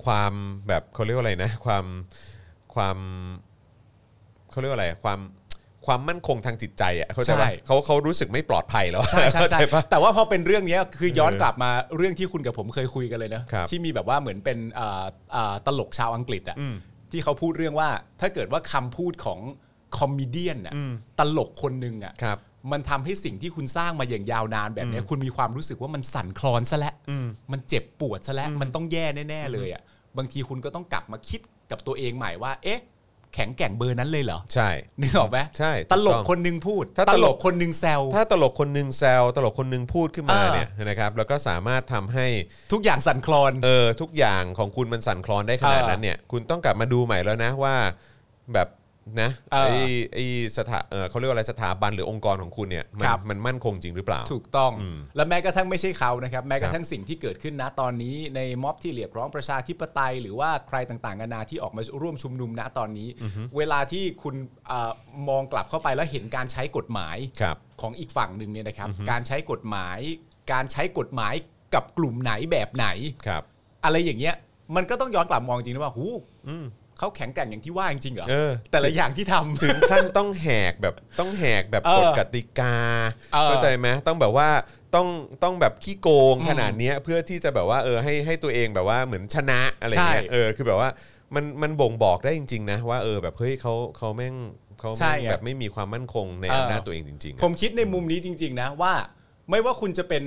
B: ความแบบเขาเรียกว่าอะไรนะ ความความเขาเรียกว่าอะไรความความมั่นคงทางจิตใจอ่ะเขาใจปะเขาเขารู้สึกไม่ปลอดภัยแล้ว
C: ใช่ ใช่
B: เข้า
C: ใช่
B: จปะ
C: แต่ว่าพอเป็นเรื่องเนี้ยคือย้อน
B: เออก
C: ลับมาเรื่องที่คุณกับผมเคยคุยกันเลยนะครับ ที่มีแบบว่าเหมือนเป็นเอ่อเอ่อตลกชาวอังกฤษอ่ะ
B: อืม
C: ที่เขาพูดเรื่องว่าถ้าเกิดว่าคำพูดของคอมมิเดียนน่ะ
B: อืม
C: ตลกคนหนึ่งอ่ะ
B: ครับ
C: มันทำให้สิ่งที่คุณสร้างมาอย่างยาวนานแบบเนี้ย
B: อืม
C: คุณมีความรู้สึกว่ามันสั่นคลอนซะแล้ว
B: อืม
C: มันเจ็บปวดซะแล้วมันต้องแย่แน่ ๆ เลยอ่ะบางทีคุณก็ต้องกลับมาคิดกับตัวเองใหม่ว่า เอ๊ะ แข็งแกร่งเบอร์นั้นเลยเหรอ
B: ใช่
C: นึกออกไหม
B: ใช่ถูก
C: ต
B: ต้อง
C: ลกคนหนึงพูด
B: ถ้าต
C: ต
B: ล
C: ล
B: ก
C: กคนหนึงแซว
B: ถ้าตลกคนหนึ่งแซวตลกคนหนึ่งพูดขึ้นมา
C: อ่า
B: เนี่ยนะครับ แล้วก็สามารถทำให้
C: ทุกอย่างสั่นคลอน
B: เออทุกอย่างของคุณมันสั่นคลอนได้ขนาดนั้นเนี่ย คุณต้องกลับมาดูใหม่แล้วนะว่าแบบนะ
C: เออ
B: ไอ้ไอ้สถาเออเขาเรียกว่าอะไรสถาบันหรือองค์กรของคุณเนี่ยมัน
C: ครับ
B: มันมั่นคงจริงหรือเปล่า
C: ถูกต้อง
B: อืม
C: และแม้กระทั่งไม่ใช่เขานะครับแม้กระทั่งสิ่งที่เกิดขึ้นนะตอนนี้ในม็อบที่เรียกร้องประชาธิปไตย หรือว่าใครต่างๆนานาที่ออกมาร่วมชุมนุมณตอนนี้ เวลาที่คุณเออมองกลับเข้าไปแล้วเห็นการใช้กฎหมาย
B: ครับ
C: ของอีกฝั่งหนึ่งเนี่ยนะครับ การใช้กฎหมาย การใช้กฎหมายกับกลุ่มไหนแบบไหน
B: ครับ
C: อะไรอย่างเงี้ยมันก็ต้องย้อนกลับมองจริงนะว่าหู
B: อืม
C: เขาแข็งแกร่งอย่างที่ว่าจริงๆเหรอ
B: เออ
C: แต่ละอย่างที่ทำ
B: ถึงขั้นต้องแหกแบบต้องแหกแบบ
C: เออก
B: ฎกติกา
C: เออ
B: เข้าใจไหมต้องแบบว่าต้องต้องแบบขี้โกง
C: อืม
B: ขนาดเนี้ยเพื่อที่จะแบบว่าเออให้ให้ตัวเองแบบว่าเหมือนชนะอะไรเงี้ย
C: ใช่
B: เออคือแบบว่ามันมันบ่งบอกได้จริง ๆ นะ ว่าเออแบบเฮ้ยเขาเขาแม่งเขา
C: ใช่
B: แม่ง
C: ไง
B: แบบไม่มีความมั่นคงใน
C: เออ
B: อำนาจตัวเองจริงๆอะ
C: ผมคิดในมุมนี้จริง ๆ นะว่า ไม่ว่าคุณจะเป็น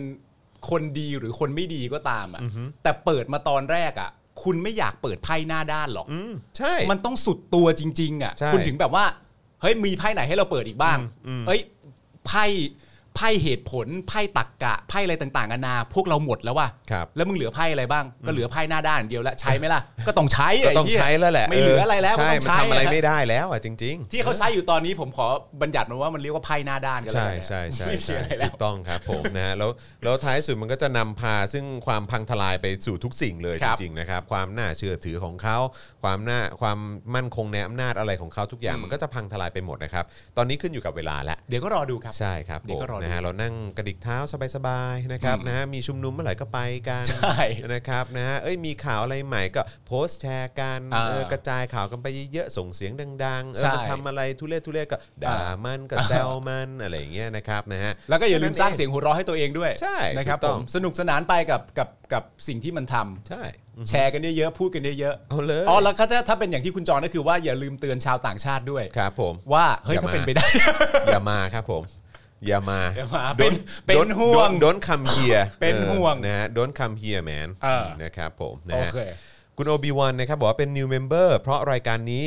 C: คนดีหรือคนไม่ดีก็ตามอ่ะแต่เปิดมาตอนแรกอ่ะ คุณไม่อยากเปิดไพ่หน้าด้านหรอก
B: อืมใช่
C: มันต้องสุดตัวจริง ๆ อ่ะ
B: ใช่
C: คุณถึงแบบว่าเฮ้ยมีไพ่ไหนให้เราเปิดอีกบ้าง
B: อืม
C: เอ้ยไพ่ไพ่เหตุผลไพ่ตักกะไพ่อะไรต่างๆนานาพวกเราหมดแล้วว่ะ
B: ครับ
C: แล้วมึงเหลือไพ่อะไรบ้าง ก็เหลือไพ่หน้าด้านอย่างเดียวละใช้ไหมล่ะ ก็ต้องใช้
B: ก็ต้อง
C: ไเหี้ย
B: ใช้แล้วแหละ
C: ไม่เหลืออะไรแล้วก็
B: ใช่
C: ต้อง
B: มัน
C: ใช้
B: ทำอะไร
C: ฮะ
B: ไม่ได้แล้วอ่ะจริง ๆ
C: ที่เขาใช้อยู่ตอนนี้ผมขอบัญญัติมันว่ามันเรียกว่าไพ่หน้าด้านกันแล้ว
B: ใช่
C: กันนะ
B: ใช่ใช่
C: ไม่มี
B: ใช่
C: อะไรแล้ว
B: ถูกต้องครับผมนะฮะแล้วแล้วท้ายสุดมันก็จะนำพาซึ่งความพังทลายไปสู่ทุกสิ่งเลย
C: ค
B: จ
C: รับ
B: ริงๆนะครับ ความน่าเชื่อถือของเขาความน่าความมั่นคงในอำนาจอะไรของเขาทุกอย่าง
C: อืม
B: มันก็จะพังทลายไปหมดนะครับ ตอนนี้ขึ้นอยู่กับเวลาแล้ว
C: เดี๋ยวก็รอดูครับ
B: ใช่ครับ
C: เดี๋
B: ผ
C: ยว
B: ม
C: ก็รอดู
B: นะฮะเรานั่งกระดิกเท้าสบายๆนะครับ
C: อืม
B: นะฮะมีชุมนุมเมื่อไหร่ก็ไปกัน
C: ใช่
B: นะครับนะฮะเอ้ยมีข่าวอะไรใหม่ก็โพสต์แชร์กัน
C: อ่า
B: เออกระจายข่าวกันไปเยอะๆส่งเสียงดังๆเออ
C: ใช่
B: มันทำอะไรทุเรศทุเรศก็ด่า
C: อ่ามั
B: มันก็แซวมันอะไรอย่างเงี้ยนะครับนะฮะ
C: แล้วก็อย่าลืม
B: นั่นเอง
C: สร้างเสียงหัวเราะให้ตัวเองด้วย
B: ใช่
C: นะครับ
B: ถูกต้
C: ผ
B: อง
C: มสนุกสนานไปกับกับกับสิ่งที่มันทำ
B: ใช่
C: แชร์กันเยอะๆพูดกันเยอะ
B: เอาเลย
C: ๆอ๋อแล้วก็ถ้าถ้าเป็นอย่างที่คุณจอนก็คือว่าอย่าลืมเตือนชาวต่างชาติด้วย
B: ครับผม
C: ว่าเฮ้
B: อ
C: ย
B: ย่า
C: ถ้า
B: มา
C: เป็นไปได้
B: อย่ามาครับผม อย่ามา
C: อย่ามา
B: โด
C: เป็นเป็น
B: โด
C: ห่วง
B: โดนคำเฮีย
C: เป็นห่วง
B: นะฮะโดนคำเฮียแมน
C: เออ
B: นะครับผมนะ
C: โอ
B: ฮะ
C: เค
B: คุณโอบีวันนะครับบอกว่าเป็น new member เพราะรายการนี้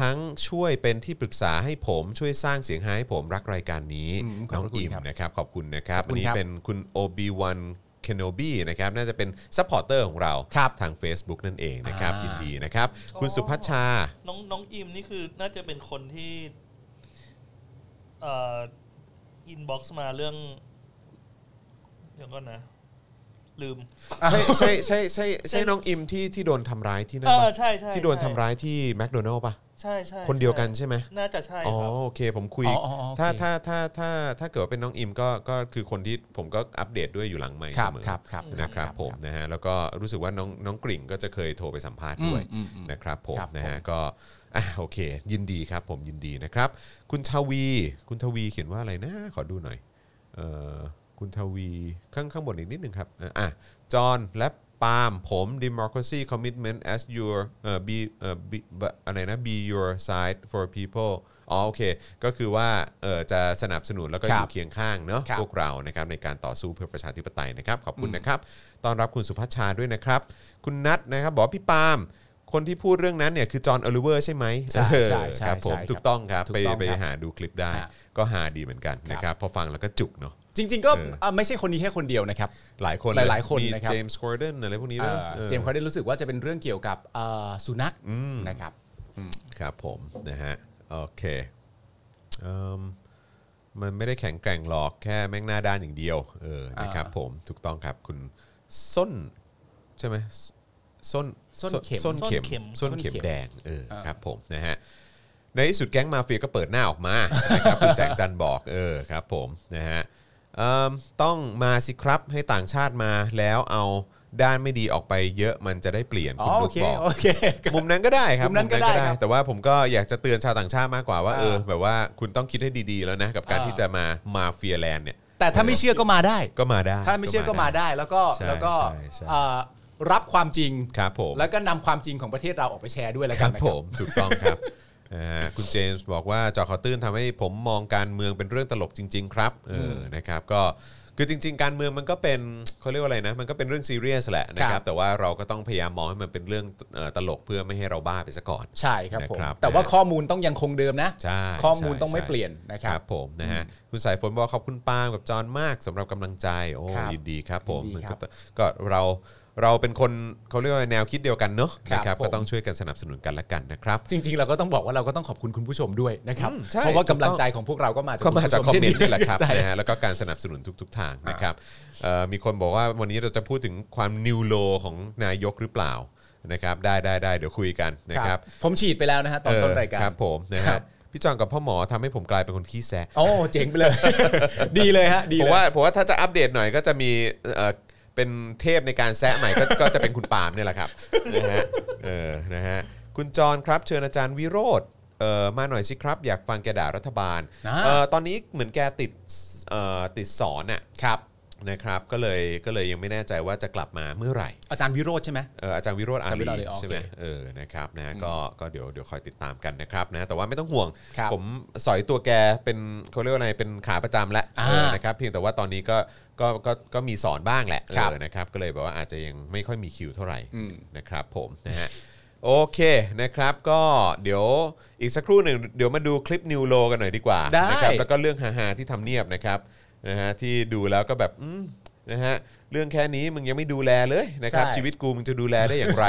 B: ทั้งช่วยเป็นที่ปรึกษาให้ผมช่วยสร้างเสียงหาให้ผมรักรายการนี้
C: อืมข
B: น้
C: อ
B: อบ ง
C: พระคุณ
B: อิ่ม
C: ครับ
B: นะครับขอบคุณนะครับ
C: ขอบ
B: อั
C: คุ
B: น
C: ณ
B: นี้
C: ครับ
B: เป็นคุณ OB 1 Kenobi นะครับน่าจะเป็นซัพพอร์เตอร์ของเรา
C: ครับ
B: ทาง Facebook นั่นเองนะครับ
C: อ่ายิ
B: ยินดีนะครับ คุณสุพัชชา
D: น้องน้องอิมนี่คือน่าจะเป็นคนที่เอ่อินบ็อกซ์มาเรื่อง เดี๋ยวก่อนนะ ลืม
B: ใช่ใช่ใช่ใช่ใช่น้องอิมที่ที่โดนทำร้ายที่นั่
D: เอน อ
B: ปะ
D: ใช่ใช่
B: ที่โดน
D: ใช่
B: ทำร้ายที่แมคโดนัลล์ปะ
D: ใช่ใช่
B: คนเดียวกันใช่ไหม
D: น่าจะใช่
B: อ๋อ
D: ครับ
B: โอเคผมคุย
C: อ๋ออ๋อโอเค
B: ถ้าถ้าถ้าถ้าถ้าเกิดว่าเป็นน้องอิมก็ก็คือคนที่ผมก็อัปเดตด้วยอยู่หลังใหม่
C: ครั
B: เส
C: บ
B: มอ
C: ครับครับ
B: นะครับผมนะฮะแล้วก็รู้สึกว่าน้องน้องกริ่งก็จะเคยโทรไปสัมภาษณ์ด้วย
C: อืมอืมอืม
B: นะครับผม
C: ครับผม
B: นะฮะก็อ่ะโอเค ยินดีครับผมยินดีนะครับ คุณทวี คุณทวีเขียนว่าอะไรนะขอดูหน่อยเอ่อคุณทวีข้างข้างบนอีกนิดหนึ่งครับอ่ะอ่ะจอห์นและปาล์มผม democracy commitment as your เอ่อ be เอ่อ be อะไรนะ be your side for people อ๋อโอเค ก็คือว่าเอ่อจะสนับสนุนแล้วก็
C: ค
B: อ
C: รับ
B: ยู่เคียงข้างเนาะ
C: ครับ
B: พวกเรานะครับในการต่อสู้เพื่อประชาธิปไตยนะครับ ขอบคุณนะครับต้อนรับคุณสุพัชชาด้วยนะครับ คุณนัทนะครับ บอกว่าพี่ปาล์มคนที่พูดเรื่องนั้นเนี่ยคือจอห์นอลิเวอร์ใช่ไหม
C: ใช่ใช่ใช่
B: ครับผม
C: ใช่ครับ
B: ถูกต้องครับ
C: ถูก
B: ไป
C: ต้อง
B: ไป
C: ครับ
B: หาดูคลิปได้
C: ฮะ
B: ก็หาดีเหมือนกันนะครับ พอฟังแล้วก็จุกเนาะ
C: จริง ๆ ก็
B: เออ
C: เอ่อไม่ใช่คนนี้แค่คนเดียวนะครับ
B: หลายคน
C: หลายๆคน
B: มี
C: นะครับ
B: เจมส์คอร์เดนอะไรพวกนี้ด้วย
C: เอ่
B: นะ
C: อ
B: ออ
C: เจมส์เขาได้รู้สึกว่าจะเป็นเรื่องเกี่ยวกับเอ่อสุนัขนะครับ
B: ครับผมนะฮะโอเคเอิ่มมันไม่ได้แข็งแกร่งหรอกแค่แม่งหน้าด้านอย่างเดียวเออนะครับผมถูกต้องครับคุณ ส้นใช่ไหมส้น
C: ส้นเข็ม
B: ส้นเข็ม
D: ส้
B: ส้น
D: นเข็ม
B: เข็มแดงเออครับผมนะฮะในที่สุดแก๊งมาเฟียก็เปิดหน้าออกมานะครับคุณแสงจันทร์บอกเออครับผมนะฮะเอิ่มต้องมาสิครับให้ต่างชาติมาแล้วเอาด้านไม่ดีออกไปเยอะมันจะได้เปลี่ยน
C: อ๋
B: คุ
C: อ
B: ณ
C: โอ
B: ลูก
C: เค
B: บอก
C: โอเค
B: มุมนั้นก็ได้ครับ
C: มุมนั้นก็ได้ครับ
B: แต่ว่าผมก็อยากจะเตือนชาวต่างชาติมากกว่าว่า
C: อ่า
B: เออแบบว่าคุณต้องคิดให้ดีๆแล้วนะกับการ
C: อ่า
B: ที่จะมามาเฟียแลนด์เนี่ย
C: แต่ถ้าไม่เชื่อก็มาได้
B: ก็มาได้
C: ถ้าไม่เชื่อก็มา
B: ได้
C: ได้แล้วก็
B: ใช่
C: แล้วก็
B: ใช่ใช่
C: เอ่อรับความจริง
B: ครับผม
C: แล้วก็นำความจริงของประเทศเราออกไปแชร์ด้วยแล้ว
B: ค
C: กั
B: รั
C: น
B: บ
C: นะค
B: ผ
C: รับ
B: มถูกต้องครับ อ่าคุณเจมส์บอกว่าจอคอตื้นทำให้ผมมองการเมืองเป็นเรื่องตลกจริง ๆ ครับเอออนะครับก็คือจริง ๆ การเมืองมันก็เป็นเขาเรียกว่าอะไรนะ มันก็เป็นเรื่องซีเรียสแหละนะค
C: ค
B: รั
C: รั
B: บ
C: บ
B: แต่ว่าเราก็ต้องพยายามมองให้มันเป็นเรื่องเอ่อตลกเพื่อไม่ให้เราบ้าไปซะก่อน
C: ใช่ครับผม
B: นะครับ
C: แต่ว่า
B: นะ
C: ข้อมูลต้องยังคงเดิมนะ
B: ใช่
C: ข้อมูลต้อง
B: ใช่
C: ไม่
B: ใช่
C: เปลี่ยนนะค
B: ค
C: รั
B: รับ บผมนะฮะคุณสายฝนบอกขอบคุณปาล์มกับจอห์นมากสำหรับกำลังใจโอ้
C: ครับ
B: ยินดีครับผม
C: ยินดีครับ
B: ก็เราเราเป็นคนเขาเรียกว่าแนวคิดเดียวกันเนอะ
C: ครับ
B: นะครับ
C: ผม
B: ก็ต้องช่วยกันสนับสนุนกันละกันนะครับ
C: จริง ๆ เราก็ต้องบอกว่าเราก็ต้องขอบคุณคุณผู้ชมด้วยนะครับ
B: อืมใช่
C: เพราะว่ากำลังใจของพวกเราก็มาจาก
B: ก็มาจากคอมเมนต์
C: ช่
B: นี่แหละครับ
C: ใช่
B: นะฮะแล้วก็การสนับสนุนทุก ๆ ทางนะครับเอ่อมีคนบอกว่าวันนี้เราจะพูดถึงความนิวโลของนายกหรือเปล่านะครับได้ได้ได้เดี๋ยวคุยกันนะครับ
C: ผมฉีดไปแล้วนะฮะตอนต้นรายการ
B: เออครับผมนะ
C: ครั
B: ฮะ
C: บ
B: พี่จองกับพ่อหมอทำให้ผมกลายเป็นคนขี้แซะ
C: โอ้เจ๋งไปเลย ดีเลยฮะดี
B: ผ
C: เล
B: ม
C: ย
B: ว่าผมว่าถ้าจะอัปเดตหน่อยก็จะมีเอ่อเป็นเทพในการแซะใหม่ก็ ก็จะเป็นคุณปาล์มเนี่ยแหละ ครับนะฮะเออนะฮะคุณจรครับเชิญอาจารย์วิโรธเออมาหน่อยสิครับ อยากฟังแกด่ารัฐบาล
C: อ่า
B: เออตอนนี้เหมือนแกติดเอ่อติดสอนน่ะ
C: ครับ
B: นะครับก็เลยก็เลยยังไม่แน่ใจว่าจะกลับมาเมื่อไหร่
C: อาจารย์วิโรจน์ใช่ไหม
B: เอออาจารย์วิโรธอา
C: อาจารย์วิ
B: รี
C: โรจน์เลยอ๋อ
B: ใช่ไหม
C: โอเค
B: เออนะครับนะฮะก็ก็เดี๋ยวเดี๋ยวคอยติดตามกันนะครับนะแต่ว่าไม่ต้องห่วง
C: ครับ
B: ผมสอยตัวแกเป็นเขาเรียกว่าอะไรเป็นขาประจำแล้ว
C: อ่า
B: เออนะ นะครับเพียงแต่ว่าตอนนี้ก็ก็ก็ก็มีสอนบ้างแหละ
C: ครับ
B: เออนะครับก็เลยแบบว่าอาจจะยังไม่ค่อยมีคิวเท่าไหร่
C: อืม
B: นะครับผมนะฮะโอเคนะครับก็เดี๋ยวอีกสักครู่หนึ่งเดี๋ยวมาดูคลิปนิวโลกันหน่อยดีกว่า
C: ได้
B: นะครับแล้วก็เรื่องฮาๆที่ทำเนียบนะครับนะฮะที่ดูแล้วก็แบบอืมนะฮะเรื่องแค่นี้มึงยังไม่ดูแลเลยนะครับ
C: ใช่
B: ชีวิตกูมึงจะดูแลได้ อย่างไร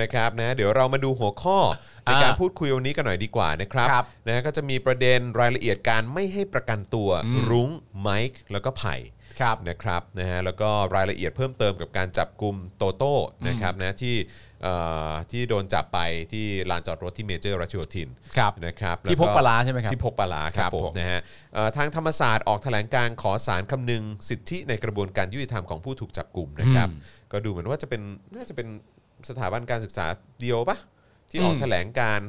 B: นะครับนะเดี๋ยวเรามาดูหัวข้อในการ
C: อ่า
B: พูดคุยวันนี้กันหน่อยดีกว่านะครับ
C: ครับ
B: นะฮะก็จะมีประเด็นรายละเอียดการไม่ให้ประกันตัว
C: อืม
B: รุ้งไมค์แล้วก็ไผ่
C: ครับ
B: นะครับนะฮะแล้วก็รายละเอียดเพิ่มเติมกับการจับกลุ่มโตโต้นะครับนะที่เอ่อที่โดนจับไปที่ลานจอดรถที่เมเจอร์รัชโยธิน
C: ครับ
B: นะครับ
C: ที่พกปลาร้าใช่ไหมครับ
B: ที่พกปลาร้าครั
C: ครับ บ
B: ผม
C: ผม
B: นะฮะเอ่อทางธรรมศาสตร์ออกแถลงการณ์ขอสารคำนึงสิทธิในกระบวนการยุติธรรมของผู้ถูกจับกลุ่มนะครับ
C: อืม
B: ก็ดูเหมือนว่าจะเป็นน่าจะเป็นสถาบันการศึกษาเดียวปะที่
C: อืม
B: ออกแถลงการณ์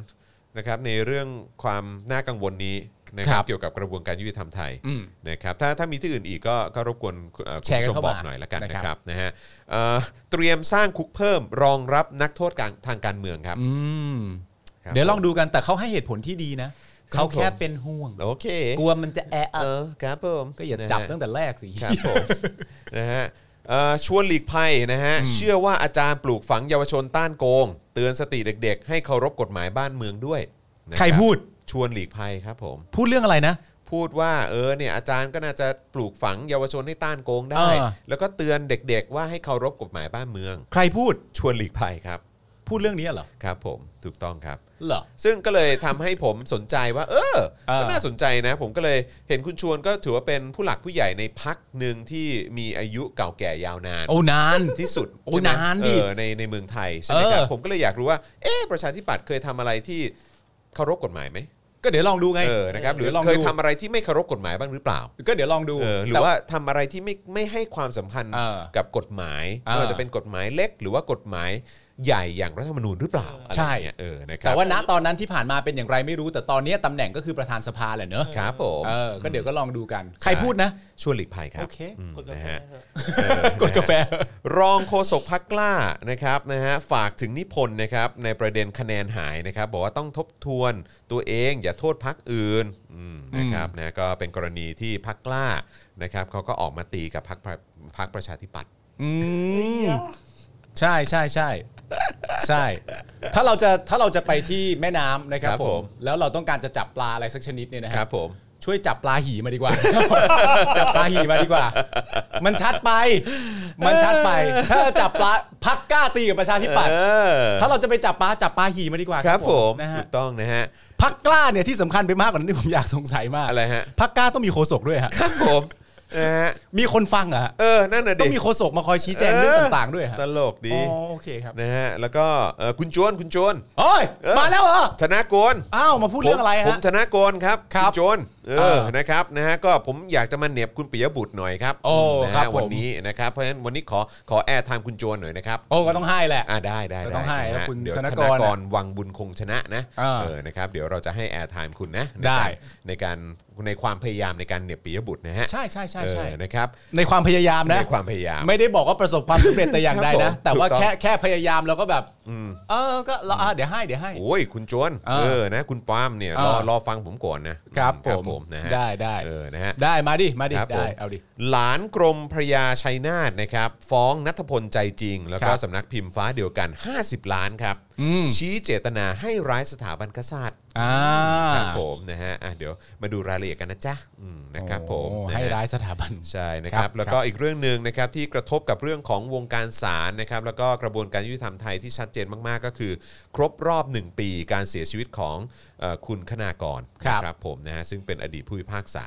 B: นะครับในเรื่องความน่ากังวลนี้นะครับ
C: ครับ
B: เกี่ยวกับกระบวนการยุติธรรมไทย
C: อืม
B: นะครับถ้าถ้ามีที่อื่นอีกก็ก็รบกวนคุณเอ่อคุณ
C: แชร์กัน
B: ผู้ชม
C: เข้า
B: บ
C: มา
B: อกหน่อยละกันนะ
C: นะ
B: ค
C: ครั
B: รับบ นะฮะเอ่อเตรียมสร้างคุกเพิ่มรองรับนักโทษการทางการเมืองครับ
C: อืม
B: ครับ
C: เดี๋ยวลองดูกันแต่เขาให้เหตุผลที่ดีนะ
B: ครับ
C: เขาแค่เป็นห่วง
B: โอเค
C: กลัวมันจะแออัด
B: เออครับผม
C: ก็อย่าจับ
B: นะฮะ
C: ตั้งแต่แรกสิ
B: ครับผม นะฮะเอ่อชวนหลีกภัยนะฮะเชื่อว่าอาจารย์ปลูกฝังเยาวชนต้านโกง เตือนสติเด็กๆ ให้เคารพกฎหมายบ้านเมืองด้วยนะบ
C: ใครพูด
B: ชวนหลีกภัยครับผม
C: พูดเรื่องอะไรนะ
B: พูดว่าเออเนี่ยอาจารย์ก็น่าจะปลูกฝังเยาวชนให้ต้านโกงได้
C: อ่า
B: แล้วก็เตือนเด็กๆ ว่าให้เคารพกฎหมายบ้านเมือง
C: ใครพูด
B: ชวนหลีกภัยครับ
C: พูดเรื่องนี้เหรอ
B: ครับผมถูกต้องครับ
C: เหรอ
B: ซึ่งก็เลยทำให้ผมสนใจว่า เออ
C: เออ
B: ก็น่าสนใจนะ ผมก็เลยเห็นคุณชวนก็ถือว่าเป็นผู้หลักผู้ใหญ่ในพักหนึ่งที่มีอายุเก่าแก่ยาวนาน
C: โอ้นาน
B: ที่สุด
C: โอ้
B: ใช่ไหม
C: นานดิ
B: เออในในเมืองไทยใช่ไหมครับ
C: เออ
B: ผมก็เลยอยากรู้ว่าเออประชาธิปัตย์เคยทำอะไรที่เคารพกฎหมายไหม
C: ก็เดี๋ยวลองดูไง
B: เออนะครับหรือ
C: ดี๋วลอง
B: เคย
C: ดู
B: ทำอะไรที่ไม่เคารพกฎหมายบ้างหรือเปล่า
C: ก็เดี๋ยวลองดู
B: เออหรือว่าทำอะไรที่ไม่ไม่ให้ความสำคัญ
C: เออ
B: กับกฎหมาย
C: เออ
B: ไม่ว่าจะเป็นกฎหมายเล็ก หรือว่ากฎหมายใหญ่อย่างรัฐธรรมนูญหรือเปล่า
C: ใช่
B: อะไรเงี้ยเออนะครั
C: แต่ว่าณตอนนั้นที่ผ่านมาเป็นอย่างไรไม่รู้ แต่ตอนนี้ตำแหน่งก็คือประธานสภาแหละเนอะ
B: ครับผม
C: เออก็เดี๋ยวก็ลองดูกัน ใครพูดนะ
B: ชวนหลีกภัยครับ
C: โอเค
B: ม
D: กดกา
B: นะ
D: แฟ
B: ฮะ
D: เถอะ
B: เออ
C: กดกาแฟ
B: รองโฆษกพักกล้านะครับนะฮะฝากถึงนิพนธ์นะครับในประเด็นคะแนนหายนะครับ บอกว่าต้องทบทวนตัวเองอย่าโทษพักอื่นอืมนะครับนะก็เป็นกรณีที่พักกล้านะครับเขาก็ออกมาตีกับพักพักประชาธิปัตย์
C: อืมใช่ใช่ใช่ใช่ ถ้าเราจะถ้าเราจะไปที่แม่น้ำนะครับผม แล้วเราต้องการจะจับปลาอะไรสักชนิดเนี่ยนะ
B: ค
C: ค
B: รั
C: รั
B: บบ ผม
C: ช่วยจับปลาหีมาดีกว่า จับปลาหีมาดีกว่า มันชัดไป มันชัดไป ถ้าจับปลาพักกล้าตีกับประชาธิปัตย์
B: เออ
C: ถ้าเราจะไปจับปลาจับปลาหีมาดีกว่า
B: ครับผม
C: นะฮะ
B: ถูกต้องนะฮะ
C: พักกล้าเนี่ยที่สำคัญไปมากกว่านั้นที่ผมอยากสงสัยมาก
B: อะไรฮะ
C: พักกล้าต้องมีโฆษกด้วยฮะ
B: ครับผม นะฮะ
C: มีคนฟังเหรอ่ะ
B: เออนั่นน่ะดิ
C: ต้องมีโฆษกมาคอยชี้แจงเรื่อง
B: เออ
C: ต่างๆด้วยฮะ
B: ตลกดี
C: อ๋อโอเคครับ
B: นะฮะแล้วก็เอ่อคุณจวนคุณจวน
C: โอ้ย
B: เออ
C: มาแล้วเหรอ
B: ธนากร
C: อ้าวมาพูดเรื่องอะไร
B: ผมผม
C: ฮะ
B: ธนากรครับ
C: ครับ
B: ณโจนเอ
C: เอ
B: อ
C: อ
B: นะครับนะฮะก็ผมอยากจะมาเหน็บคุณปิยบุตรหน่อยครับ
C: โอ้
B: นะฮะ
C: ครับผม
B: วันนี้นะครับเพราะฉะนั้นวันนี้ขอขอแอร์ไทม์คุณโจนหน่อยนะครับ
C: โอ้ก็ต้องให้แหละ
B: อ่าได้ได้ได้
C: ต้องให้
B: นะ
C: แล้ว
B: ฮะ
C: คุณ
B: เดี๋ยวธ
C: ธน
B: นาก
C: ก
B: ร
C: ร
B: วังบุญคงชนะนะ
C: อ่า
B: เออนะครับเดี๋ยวเราจะให้แอร์ไทม์คุณนะใน
C: ได้
B: การในการในความพยายามในการเหน็บปิยบุตรนะฮะ
C: ใช่ใช่ใช่
B: เอ
C: ใช่
B: อนะครับ
C: ในความพยายามนะ
B: ในความพยายาม
C: ไม่ได้บอกว่าประสบความสำเร็จแต่อย่างใด
B: ครับผม
C: นะ แต่ว่า
B: ถูกต้อง
C: แค่แค่พยายามแล้วก็แบบเออก็เราอ่ะเดี๋ยวให้เดี๋ยวให้
B: โอ้ยคุณโจวน
C: อ่า
B: เออนะคุณปาล์มเนี่ยรอ
C: อ่าร ร
B: อฟังผมก่อนนะครับ อื
C: ผม
B: นะฮะ
C: ได้ได้
B: เออนะฮะ
C: ได้มาดิมาดิ
B: ครับผม
C: ได้เอาดิ
B: หลานกรมพระยาชัยนาทนะครับ ฟ้องนัทพลใจจริง แล้วก็
C: ครับ
B: สำนักพิมพ์ฟ้าเดียวกัน 50 ล้านครับ
C: อืม
B: ชี้เจตนาให้ร้ายสถาบันกษัตริย์
C: อ่า
B: ครับผมนะฮะอ่ะเดี๋ยวมาดูรายละเอียดกันนะจ๊ะอืมนะครับผม
C: โอ้
B: นะฮะ
C: ให้ร้ายสถาบัน
B: ใช่นะค
C: ครั
B: รับบ แล้ว
C: ครับ
B: ก็อีกเรื่องหนึ่งนะครับที่กระทบกับเรื่องของวงการศาลนะครับแล้วก็กระบวนการยุติธรรมไทยที่ชัดเจนมากๆ ก็คือ ครบรอบ 1 ปีการเสียชีวิตของเอ่อคุณคณากร
C: ครับ
B: นะครับผมนะฮะซึ่งเป็นอดีตผู้พิพากษา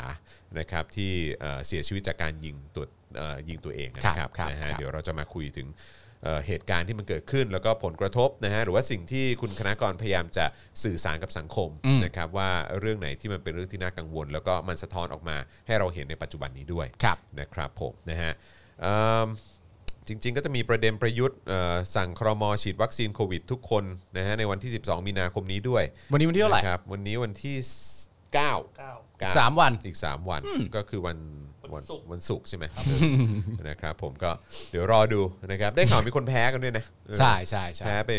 B: นะครับที่เอ่อเสียชีวิตจากการยิงตัวเอ่อยิงตัวเองนะค
C: ครั
B: รับบ
C: ครับ
B: นะฮะ
C: ครับ
B: เดี๋ยวเราจะมาคุยถึงเอ่อเหตุการณ์ที่มันเกิดขึ้น แล้วก็ผลกระทบนะฮะหรือว่าสิ่งที่คุณคณากรพยายามจะสื่อสารกับสังคมนะครับว่าเรื่องไหนที่มันเป็นเรื่องที่น่ากังวล แล้วก็มันสะท้อนออกมาให้เราเห็นในปัจจุบันนี้ด้วย
C: ครับ
B: นะครับผมนะฮะเอิ่มจริง ๆ ก็จะมีประเด็นประยุทธ์เอ่อสั่งครมฉีดวัคซีนโควิดทุกคนนะฮะในวันที่ 12 มีนาคมนี้ด้วย
C: วันนี้วันที่เท่าไหร่
B: นะครับวันนี้วันที่ 9 9
D: เก้า
C: สามวัน
B: อีก 3 วันก็คือวัน
D: วันศุกร์
B: วันศุกร์ใช่ไหมเออ นะครับผมก็เดี๋ยวรอดูนะครับได้ข่าวมีคนแพ้กันด้วยนะเออ
C: ใช่ใช่ใช่
B: แพ้ไป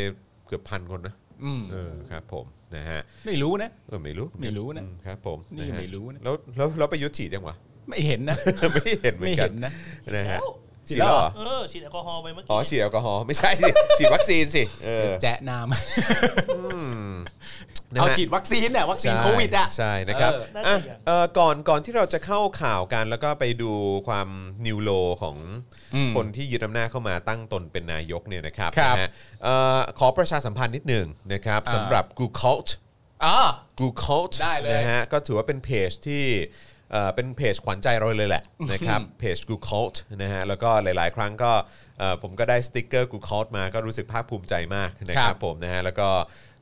B: เกือบพันคนนะ
C: อืม
B: เออครับผมนะฮะ
C: ไม่รู้นะ
B: เออไม่รู้
C: ไม่รู้นะ
B: อืมครับผม
C: นี่
B: ะฮะ
C: ไม่รู้นะ
B: แล้วแล้วแล้วประยุทธ์ฉีดยัง วะ
C: ไม่เห็นนะ
B: ไม่เห็นเหมือ
C: ไม่
B: นกั
C: เห็
B: น
C: นนะ
B: นะฮะ
C: ฉีดแล้วเหรอ
D: เออฉีดแอลกอฮอล์ไปเมื่อ
B: อ๋อ
D: กี้
B: ฉีดแอลกอฮอล์ไม่ใช่สิ ฉีดวัคซีนสิเออ
C: แจะนาม
B: นะฮะ
C: เอาฉีดวัคซีนเนี่ยวัคซีนโควิดอ่ะ
B: ใช่นะครับ
C: เออ
D: น่า
B: อ่ะ
D: จะอย่าง
B: เอ่อก่อนก่อนที่เราจะเข้าข่าวกัน แล้วก็ไปดูความนิวโลของคนที่ยึดอำนาจเข้ามาตั้งตนเป็นนายกเนี่ยนะครับ
C: ครับ
B: นะฮะเอ่อขอประชาสัมพันธ์นิดหนึ่งนะครับ
C: อ่า
B: สำหรับ Google
C: อ๋อ
B: กูเคิล
C: ได้เลย
B: นะฮะก็ถือว่าเป็นเพจที่เอ่อเป็นเพจขวัญใจเราเลยแหละนะครับเพจ Google นะฮะแล้วก็หลาย ๆ ครั้งก็เอ่อผมก็ได้สติกเกอร์ Google มาก็รู้สึกภาคภูมิใจมากนะค
C: ครั
B: รับบ ผมนะฮะแล้วก็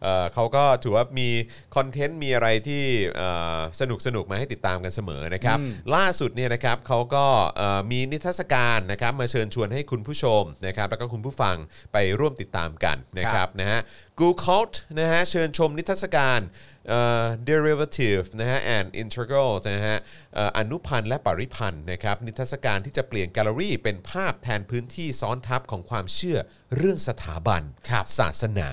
B: เอ่อเขาก็ถือว่ามีคอนเทนต์มีอะไรที่เอ่อสนุกสนุกๆมาให้ติดตามกันเสมอนะครับ ล่าสุดเนี่ยนะครับเขาก็เอ่อมีนิทรรศการนะครับมาเชิญชวนให้คุณผู้ชมนะครับแล้วก็คุณผู้ฟังไปร่วมติดตามกันนะค
C: ครั
B: รับ บ ครับนะฮะ Google นะฮะเชิญชมนิทรรศการเอ่อ derivative นะฮะ and integral นะฮะเอ่ออนุพันธ์และปริพันธ์นะครับนิทรรศการที่จะเปลี่ยนแกลเลอรี่เป็นภาพแทนพื้นที่ซ้อนทับของความเชื่อเรื่องสถาบัน
C: ครับ
B: ศาสนา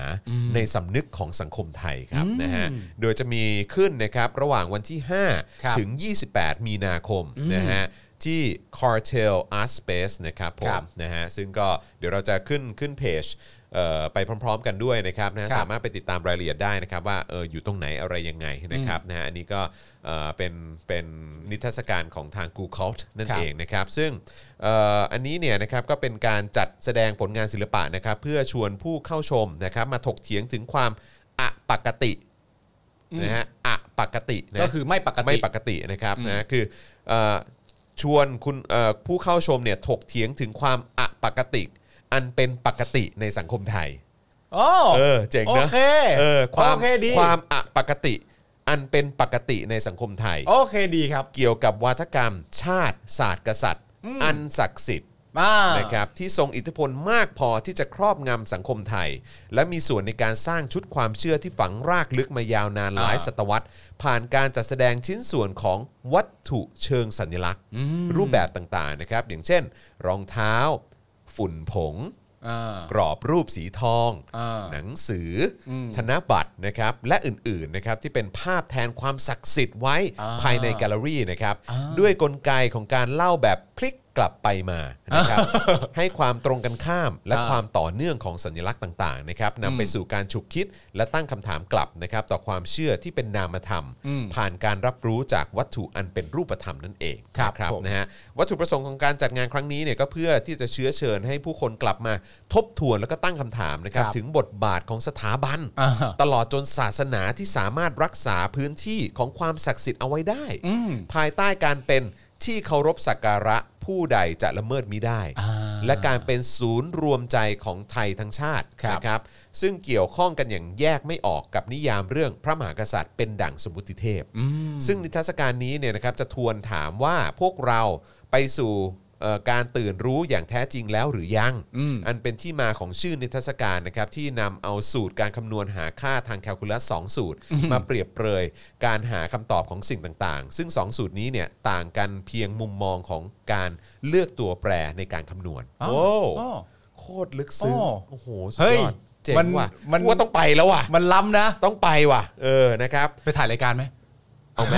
B: ในสำนึกของสังคมไทยครับนะฮะโดยจะมีขึ้นนะครับระหว่างวันที่
C: ครับ
B: 5 ถึง 28 มีนาคมนะฮะที่ Cartel Art Space นะครับผ
C: ครั
B: ม
C: บ
B: นะฮะซึ่งก็เดี๋ยวเราจะขึ้นขึ้นเพจเอ่อไปพร้อม ๆ กันด้วยนะครับนะฮะ
C: ครับ
B: สามารถไปติดตามรายละเอียดได้นะครับว่าเอออยู่ตรงไหนอะไรยังไงนะครับนะฮะอันนี้ก็เอ่อเป็นเป็นนิทรรศการของทาง Google นั่น
C: ครับ
B: เองนะครับซึ่งเอ่ออันนี้เนี่ยนะครับก็เป็นการจัดแสดงผลงานศิลปะนะครับเพื่อชวนผู้เข้าชมนะครับมาถกเถียงถึงความอปกติ
C: อืม
B: นะฮะอปกตินะ
C: ก็คือไม่ปกติ
B: ไม่ปกตินะครับนะคือเอ่อชวนคุณเอ่อผู้เข้าชมเนี่ยถกเถียงถึงความอปกติ อันเป็นปกติในสังคมไทย
C: โอ้
B: เออเจ๋ง
C: โอ
B: นะ
C: เค
B: เออความ
C: โอเคดี
B: ความอปกติ อันเป็นปกติในสังคมไทย
C: โอเคดีครับ
B: เกี่ยวกับวาทกรรม ชาติ ศาสตร์กษัตริย์ อันศักดิ์สิทธิ์
C: อ่า
B: นะครับที่ทรงอิทธิพลมากพอที่จะครอบงำสังคมไทย และมีส่วนในการสร้างชุดความเชื่อที่ฝังรากลึกมายาวนานหลายศตวรรษ ผ่านการจัดแสดงชิ้นส่วนของวัตถุเชิงสัญลักษณ์ รูปแบบต่างๆนะครับ อย่างเช่น รองเท้า ฝุ่นผง
C: อ่า
B: กรอบรูปสีทอง
C: อ่า
B: หนังสืออธนบัตรนะครับและอื่นๆนะครับที่เป็นภาพแทนความศักดิ์สิทธิ์ไว้
C: อ่า
B: ภายในแกลเลอรี่นะครับด้วยกลไกของการเล่าแบบพลิกกลับไปมานะครับ ให้ความตรงกันข้ามและ
C: อ่า
B: ความต่อเนื่องของสัญลักษณ์ต่างๆนะครับนำไปสู่การฉุกคิดและตั้งคำถามกลับนะครับต่อความเชื่อที่เป็นนามธรรม
C: อืม
B: ผ่านการรับรู้จากวัตถุอันเป็นรูปธรรมนั่นเอง
C: ครับ
B: นะ
C: ผม
B: นะฮะวัตถุประสงค์ของการจัดงานครั้งนี้เนี่ยก็เพื่อที่จะเชื้อเชิญให้ผู้คนกลับมาทบทวนแล้วก็ตั้งคำถามนะครับ
C: ครับ
B: ถึงบทบาทของสถาบัน
C: อ่า
B: ตลอดจนศาสนาที่สามารถรักษาพื้นที่ของความศักดิ์สิทธิ์เอาไว้ได้ ภายใต้การเป็น ที่เคารพสักการะผู้ใดจะละเมิดมิได้
C: อ่า
B: และการเป็นศูนย์รวมใจของไทยทั้งชาติ
C: ครับ
B: นะครับ ซึ่งเกี่ยวข้องกันอย่างแยกไม่ออกกับนิยามเรื่องพระมหากษัตริย์เป็นดั่งสมมุติเทพ
C: อืม
B: ซึ่งนิทรรศการนี้เนี่ยนะครับจะทวนถามว่าพวกเราไปสู่เอ่อการตื่นรู้อย่างแท้จริงแล้วหรือยัง
C: อืม
B: นเป็นที่มาของชื่อนิทรรศการนะครับที่นำเอาสูตรการคำนวณหาค่าทางแคลคูลัส 2 สูตร มาเปรียบเปรยการหาคำตอบของสิ่งต่างๆ ซึ่ง 2 สูตรนี้เนี่ยต่างกันเพียงมุมมองของการเลือกตัวแปรในการคำนวณ
C: อ้าว
B: โอ้
C: อ้อ
B: โคตรลึกซึ้ง
C: อ้อ
B: โอ้โหสุด
C: เฮ้ย
B: ยอดเจ๋ง
C: มัน
B: ว่ะ
C: มัน
B: กูว่าต้องไปแล้วว่ะ
C: มันล้ำนะ
B: ต้องไปว่ะ เออนะครับ
C: ไปถ่ายรายการไหม
B: เอาไหม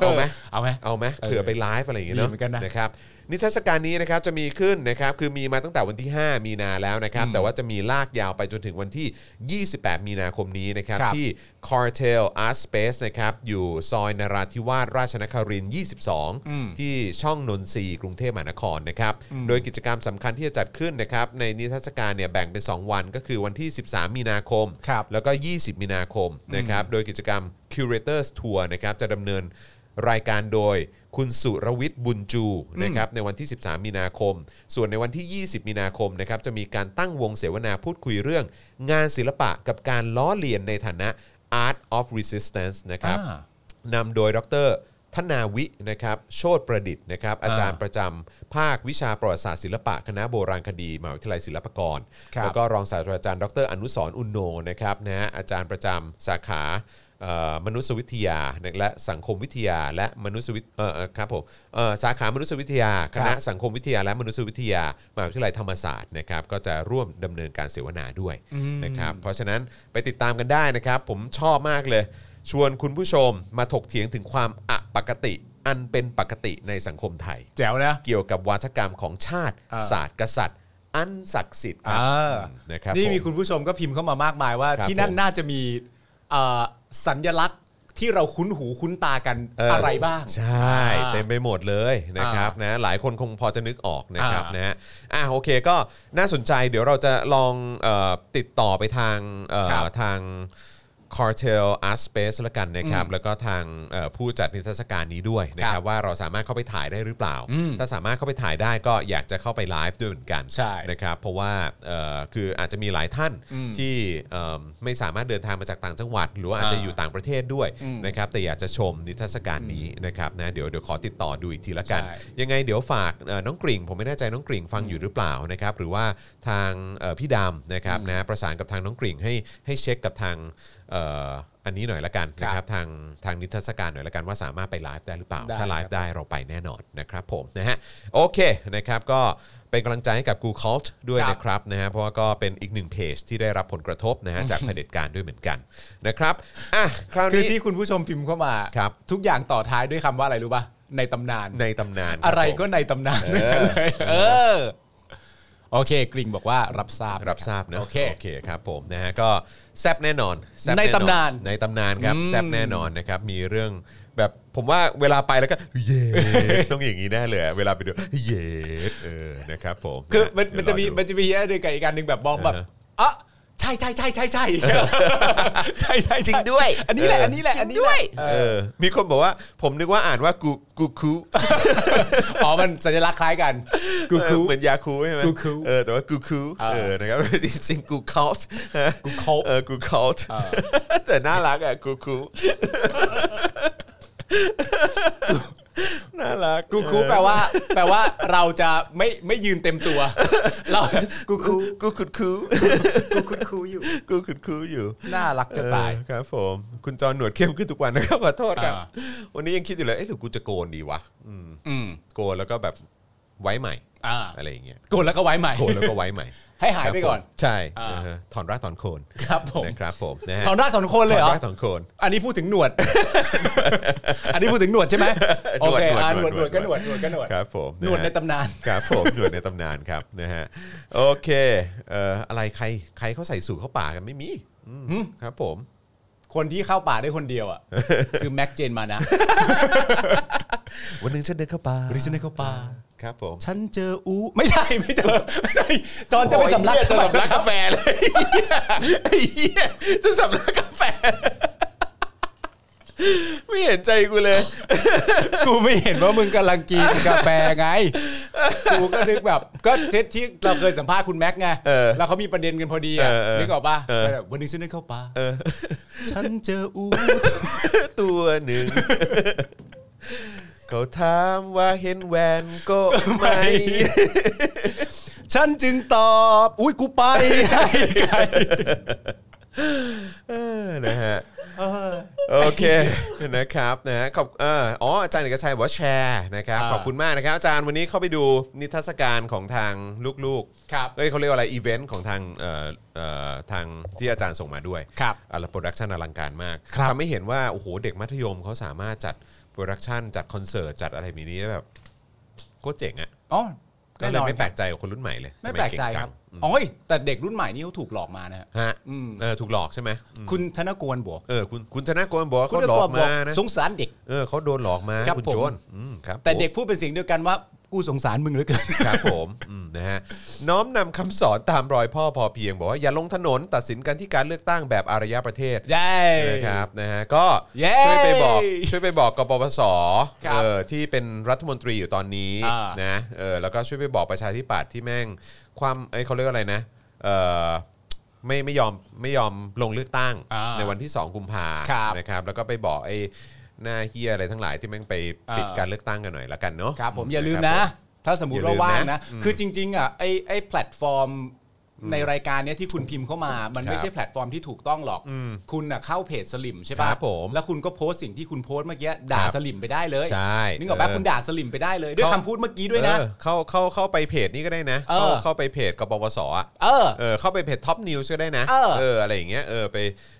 B: เอาไหม
C: เอาไหม
B: เอาไหม
C: เออ
B: เผื่อไปไลฟ์อะไรอย่างเงี้ยเนาะ
C: ดีเหมือนกันนะ
B: ครับนิทรรศการนี้นะครับจะมีขึ้นนะครับคือมีมาตั้งแต่วันที่ 5 มีนาแล้วนะครับ
C: อืม
B: แต่ว่าจะมีลากยาวไปจนถึงวันที่ 28 มีนาคมนี้นะครับ
C: ครับ
B: ที่ Cartel Art Space นะครับอยู่ซอยนราธิวาสราชนครินทร์
C: อืม
B: 22 ที่ช่องนนทรีย์กรุงเทพมหานครนะครับโดยกิจกรรมสำคัญที่จะจัดขึ้นนะครับในนิทรรศการเนี่ยแบ่งเป็น 2 วันก็คือวันที่ 13 มีนาคม
C: ครับ
B: แล้วก็ 20 มีนาคมนะครับ โดยกิจกรรม Curators Tour นะครับ จะดำเนินรายการโดยคุณสุรวิทย์บุญจูนะครับในวันที่ 13 มีนาคม ส่วนในวันที่ 20 มีนาคมนะครับ จะมีการตั้งวงเสวนาพูดคุยเรื่อง งานศิลปะกับการล้อเลียนในฐานะ Art of Resistance นะครับ
C: อ่า
B: นำโดยดรธนาวินะครับโชตประดิษฐ์นะครับอาจารย์ประจำภาควิชาประวัติศาสตร์ศิลปะคณะโบราณคดีมหาวิทยาลัยศิลปากร
C: ครับ
B: แล้วก็รองศาสตราจารย์ดรอนุสรณ์อุนโนนะครับนะฮะอาจารย์ประจำสาขาเอ่อมนุษยวิทยาและสังคมวิทยา และมนุษยวิทเอ่อเอ่อครับผมเอ่อสาขามนุษยวิทยาคณะสังคมวิทยาและมนุษยวิทยามหาวิทยาลัยธรรมศาสตร์นะครับก็จะร่วมดำเนินการเสวนาด้วย
C: อืม
B: นะครับ เพราะฉะนั้นไปติดตามกันได้นะครับ ผมชอบมากเลย ชวนคุณผู้ชมมาถกเถียงถึงความอะปกติ อันเป็นปกติในสังคมไทย
C: แจ๋วนะ
B: เกี่ยวกับวาทกรรมของชาติ
C: เออ
B: ศาสตร์กษัตริย์ อันศักดิ์สิทธิ์ครั
C: อ่า
B: นะครับ
C: นี่มี
B: ผ
C: คุณผู้ชมก็พิมพ์เข้ามามากมายว่า
B: ครับ
C: ที่นั่น
B: ผม
C: น่าจะมีเอ่อสัญลักษณ์ที่เราคุ้นหูคุ้นตากัน
B: เอออ
C: อะไรบ้าง
B: ใช่
C: อ่า
B: เต็มไปหมดเลยนะครับนะหลายคนคงพอจะนึกออกนะครับนะฮะอ่ะโอเคก็น่าสนใจเดี๋ยวเราจะลองเออติดต่อไปทางเอ่อ
C: ครับ
B: ทาง Cartel Art Space ละกันนะครับ แล้วก็ทางเอ่อผู้จัดนิทรรศการนี้ด้วยนะค
C: ค
B: รั
C: รั
B: บบ ว่าเราสามารถเข้าไปถ่ายได้หรือเปล่า
C: อืม
B: ถ้าสามารถเข้าไปถ่ายได้ก็อยากจะเข้าไปไลฟ์ด้วยเหมือนกัน
C: ใช่
B: นะครับเพราะว่าเอ่อคืออาจจะมีหลายท่านที่เอิ่มไม่สามารถเดินทางมาจากต่างจังหวัด หรือว่าอาจจะ
C: อ่า
B: อยู่ ต่างประเทศด้วยนะครับแต่อยากจะชมนิทรรศการนี้นะครับนะเดี๋ยวเดี๋ยวขอติดต่อดูอีกทีละกัน
C: ใช่
B: ยังไงเดี๋ยวฝากเอ่อน้องกริ่ง ผมไม่แน่ใจน้องกริ่งฟังอยู่หรือเปล่านะครับหรือว่าทางเอ่อพี่ดำนะครับนะประสานกับทางน้องกริ่งให้ให้เช็คกับทางเอ่ออันนี้หน่อยละกัน
C: ครับ
B: นะครับทางทางนิทรรศการหน่อยละกันว่าสามารถไปไลฟ์ได้หรือเปล่า
C: ได้
B: ถ้าไล
C: ครั
B: ฟ์
C: บ
B: ได้เราไปแน่นอนนะครับผมนะฮะโอเคนะครับก็เป็นกำลังใจให้กับ g o o g l e ด้วย
C: ค
B: นะครั
C: รับ
B: บนะฮะเพราะว่าก็เป็นอีกหนึ่งเพจที่ได้รับผลกระทบนะฮะจากเผด็จการด้วยเหมือนกันนะครับอ่ะคราว
C: คือ
B: นี้
C: ที่คุณผู้ชมพิมพ์เข้ามา
B: ครับ
C: ทุกอย่างต่อท้ายด้วยคำว่าอะไรรู้ป่ะ ในตำนาน
B: ในตำนานคบ
C: อะไรก็
B: ผม
C: ในตำนานทั้งนั้นเลยเออ โอเค กริ่งบอกว่ารับทราบ
B: รับทราบนะ
C: โอเค
B: ครับผมนะฮะก็แซบแน่นอนแซ่บ
C: ใน
B: แอ
C: ตำนาน
B: ในตำนานครับ
C: อืม
B: แซบแน่นอนนะครับมีเรื่องแบบผมว่าเวลาไปแล้วก็เย่ ต้องอย่างนี้แน่เลยอะเวลาไปดูเย่เออนะครับผม
C: คือมัน
B: เดี๋
C: มัน
B: ยว
C: จะมี
B: รอดู
C: มันจะมีอันหนึ่งกับอีกอันหนึ่งแบบมองแบบ
B: อ่าฮะ
C: อ่ะใช่ใช่ใช่ใช่ใช่ ใช่ใช่
B: จริงด้วย
C: อันนี้แหละอันนี้แหละอันนี้ด้วย
B: เออมีคนบอกว่าผมนึกว่าอ่านว่ากูกูคู
C: อ๋อมันสัญลักษณ์คล้ายกันกู
B: เอ
C: คู
B: อเหมือนยาคูใช่ไหม
C: กูคู
B: เออแต่ว่ากูคู
C: เออ
B: เออนะครับ จริงๆกูคอล
C: กูคบ
B: เออกูคอล
C: เออ
B: แต่น่ารักอ่ะกูคู น่ารัก
C: กูคูแปลว่า แปลว่าเราจะไม่ไม่ยืนเต็มตัว เรากูคู
B: กูคุดคู
C: กูคูคูอยู่
B: กูคุดคูอยู่
C: น่ารักจะตาย
B: เออครับผมคุณจอหนวดเข้มขึ้นทุกวันนะครับขอโทษครับ
C: อ่า
B: วันนี้ยังคิดอยู่เลยเอ๊ะหรือกูจะโกนดีวะอืม
C: อืม
B: โกนแล้วก็แบบไว้ใหม่
C: อ่า
B: อะไรอย่างเงี้ย
C: โกนแล้วก็ไว้ใหม่
B: โกนแล้วก็ไว้ใหม่
C: ให้หายไปก่อน
B: ครับผมใช่
C: อ่า
B: อ่าฮะถอนรากถอนโคน
C: ครับผม
B: นะครับผมนะฮะ
C: ถอนรากถอนโคนเลยเหร
B: ถ
C: อ
B: รากถอนโคน
C: อันนี้พูดถึงหนวด อันนี้พูดถึงหนวดใช่ไหม
B: ห
C: โอน
B: วด
C: เค
B: หนวด
C: อ่า
B: หนวดหนวด
C: หนวดหนวดก็หนวดหนวดก็หนวด
B: ครับผม
C: หนวดในะ
B: ฮะ
C: ตำนาน
B: ครับผมหนวดในตำนานครับนะฮะโอเคเอ่ออะไรใครใครเขาใส่สูตรเข้าป่ากันไม่มีอืม
C: หืม
B: ครับผม
C: คนที่เข้าป่าได้คนเดียวอ่ะ คือแม็กเจนมานะ
B: วันหนึงฉันเดินเข้าป่า
C: ริฉันได้เข้าป่า
B: ครับผม
C: ฉันเจออูไม่ใช่ไม่เจอไม่ใช่จอนจะไปสำลัก
B: โอ้ยเหี้ยจะสำลักกาแฟ
C: เลย
B: ไอ้เหี้ยจะสำลักกาแฟ ไม่เห็นใจกูเลย
C: กูไม่เห็นว่ามึงกำลังกินกาแฟไง กูก็นึกแบบ ก็เทปที่เราเคยสัมภาษณ์คุณแม็กซ์ไง
B: เออ
C: แล้วเขามีประเด็นกันพอดีอะ
B: เออเออ
C: นึกออกป่ะ
B: เออ
C: แบบวันหนึงฉันนึกเข้าป่าฉันเจออู
B: ตัวห นึ่ง เขาถามว่าเห็นแหวนก็ไหม
C: ฉันจึงตอบ อุ้ยกูไปไกล
B: เออ นะฮะ
C: เออ
B: โอเคนะครับนะฮะขอบเอ่ออ๋ออาจารย์เอกชัยบอกว่าแชร์นะครับ
C: อ่า
B: ขอบคุณมากนะครับอาจารย์วันนี้เข้าไปดูนิทรรศการของทางลูก
C: ครับ
B: ๆเอ้ยเขาเรียกว่าอะไรอีเวนต์ของทางเอ่อเอ่อทางที่อาจารย์ส่งมาด้วย
C: ครับ
B: อ่ะแล้วโปรดักชันอลังการมาก
C: ครับ
B: ทำให้เห็นว่าโอ้โหเด็กมัธยมเขาสามารถจัดโปรดักชันจัดคอนเสิร์ตจัดอะไรแบบนี้ได้แบบโคตรเจ๋งอ่ะ
C: อ๋อ
B: ก็
C: แน่
B: เล
C: น
B: ย
C: อน
B: ไม่แปลกใจกับคนรุ่นใหม่เลย
C: ไม่แปลกใจครับอ๋อเฮ้ยแต่เด็กรุ่นใหม่นี่เขาถูกหลอกมานะฮะ
B: ฮะ
C: อืม
B: เออถูกหลอกใช่ไหมอืม
C: คุณธนกรบอก
B: เออคุณคุณธนากรบอกว่า
C: คุณ
B: เขา
C: ธ
B: หล
C: น
B: อก
C: ร
B: ก
C: บอ
B: มาก นะ
C: สงสารเด็ก
B: เออเขาโดนหลอกมา
C: ครับ
B: คุณ
C: ผม
B: โจนอืมครับ
C: แต่
B: ผม
C: เด็กพูดเป็นเสียงเดียวกันว่ากูสงสารมึงเหลือเกิน
B: ครับผม อืมนะฮะน้อมนำคำสอนตามรอยพ่อพอเพียง บอกว่าอย่าลงถนนตัดสินกันที่การเลือกตั้งแบบอารยประเทศ
C: เย้
B: นะครับนะฮะก็
C: เย้
B: ช่วยไปบอกช่วยไปบอกกปปส
C: ครับ
B: เออที่เป็นรัฐมนตรีอยู่ตอนนี้
C: อ่าน
B: นะเออแล้วก็ช่วยไปบอกประชาธิปัตย์ที่แม่งความเอ้ยเขาเรียกว่าอะไรนะเออไม่ไม่ยอมไม่ยอมลงเลือกตั้ง
C: อ่า
B: ในวันที่ 2 กุมภา
C: ครับ
B: นะครับแล้วก็ไปบอกไอ้หน้าเฮียอะไรทั้งหลายที่แม่งไปปิด
C: อ่า
B: การเลือกตั้งกันหน่อยละกันเนาะ
C: ครับผมอย่าลืมนะ
B: ครับผ
C: ถ้าสมมติ
B: อ
C: ว่า
B: ย่าลืมนะ
C: ว่างนะ
B: อืม
C: คือจริงๆอ่ะไอไอแพลตฟอร์มในรายการเนี้ยที่คุณพิมพ์เข้ามา มัน
B: ค
C: ไม่
B: รับ
C: ใช่แพลตฟอร์มที่ถูกต้องหรอก
B: อืม
C: คุณอ่ะเข้าเพจสลิมใช่
B: ค
C: ป่ะ
B: รับผม
C: แล้วคุณก็โพสต์สิ่งที่คุณโพสต์เมื่อกี้ด่า
B: ครับ
C: สลิมไปได้เลย
B: ใช่
C: นึกออกป่ะ
B: เออ
C: คุณด่าสลิมไปได้เลยด้วยคำพูดเมื่อกี้ด้วยนะ
B: เออเข้าเข้าเข้าไปเพจนี้ก็ได้นะ
C: เออ
B: เข้าเข้าไปเพจกปปสอ่ะ
C: เออ
B: เออเข้าไปเพจท็อปนิวส์ก็ได้นะ
C: เออ
B: อะไรอย่างเงี้ยเออไป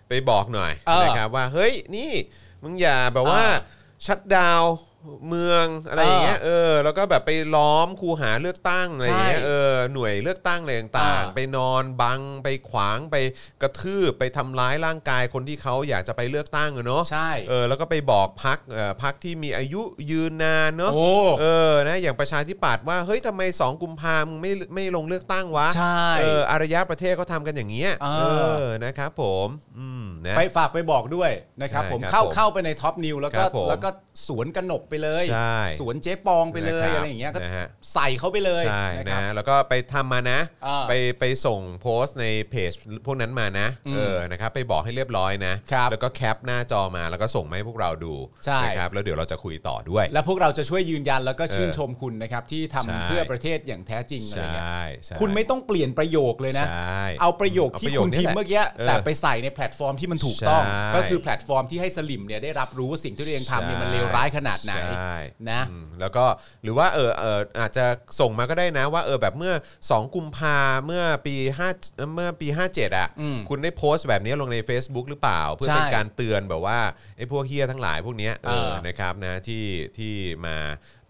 B: ไปบอกหน่อย
C: เออ
B: นะครับว่าเฮ้ยนี่มึงอย่าแบบว่า
C: เออ
B: ชัดดาวน์เมืองอะไรอย่างเงี้ยเออแล้วก็แบบไปล้อมคูหาเลือกตั้งอะไรอย่างเงี้ย
C: ใช่
B: เออหน่วยเลือกตั้งอะไรต่าง
C: เอ
B: ๆ
C: อ
B: ไปนอนบังไปขวางไปกระทืบไปทำร้ายร่างกายคนที่เขาอยากจะไปเลือกตั้งอะเนาะ
C: ใช่
B: เออแล้วก็ไปบอกพักเอ่อพักที่มีอายุยืนนานเนาะ
C: โอ้
B: เออ นะ อย่างประชาธิปัตย์ว่า เฮ้ยทำไม 2 กุมภามึงไม่ไม่ลงเลือกตั้งวะ
C: ใช่
B: เออ อารยะประเทศเขาทำกันอย่างเงี้ย
C: เอ
B: เอ
C: อ
B: อ นะครับผม อืม นะ
C: ไปฝากไปบอกด้วยนะครับ
B: ใช่
C: ผม
B: ครับ
C: เข้า
B: ผม
C: เข้าไปในท็อปนิวแล้ว
B: ค
C: ก็
B: รับผม
C: แล้วก็สวนกนกไปเลย
B: ใช่
C: สวนเจ๊ปองไปเลย
B: นคบ
C: อะไรอย่างเงี้ยก็
B: นะฮะ
C: ใส่เขาไปเลย
B: ใช่
C: นะค
B: นะ
C: รับ
B: แล้วก็ไปทำมานะ
C: เออ
B: ไป ไปส่งโพสต์ในเพจพวกนั้นมานะ
C: อืม
B: เออ นะครับ ไปบอกให้เรียบร้อยนะ
C: ครับ
B: แล้วก็แคปหน้าจอมา แล้วก็ส่งมาให้พวกเราดู
C: ใช่
B: นะครับ แล้วเดี๋ยวเราจะคุยต่อด้วย
C: และพวกเราจะช่วยยืนยันแล้วก็ชื่น
B: เออ
C: ชมคุณนะครับ ที่
B: ใช่
C: ทำเพื่อประเทศอย่างแท้จริงอะไร
B: ใช
C: เงี้ย่
B: ใช่
C: คุณไม่ต้องเปลี่ยนประโยคเลยนะ
B: ใช่
C: เอาประโยคที่
B: า
C: คุณ
B: นี่
C: พิม
B: แหละ
C: พ์เมื่อ
B: อ
C: กี้
B: อ
C: แต่ไปใส่ในแพลตฟอร์มที่มันถูกต้อง
B: ใช่
C: ก็คือแพลตฟอร์มที่ให้สลิมเนี่ยได้รับรู้ว่าสิ่งที่ตัวเองทำเนี่ยมันเลวร้ายขนาดไหน
B: ใช่
C: นะ
B: อืมแล้วก็หรือว่าเออเอออาจจะส่งมาก็ได้นะว่าเออแบบเมื่อ 2 กุมภาเมื่อปี5เมื่อปี 57 อ่ะ
C: อืม
B: คุณได้โพสต์แบบนี้ลงใน Facebook หรือเปล่า เพื่อ
C: ใช่
B: เป็นการเตือนแบบว่าไอ้พวกเฮียทั้งหลายพวกเนี้ยเออ
C: เออ
B: นะครับนะที่ที่มา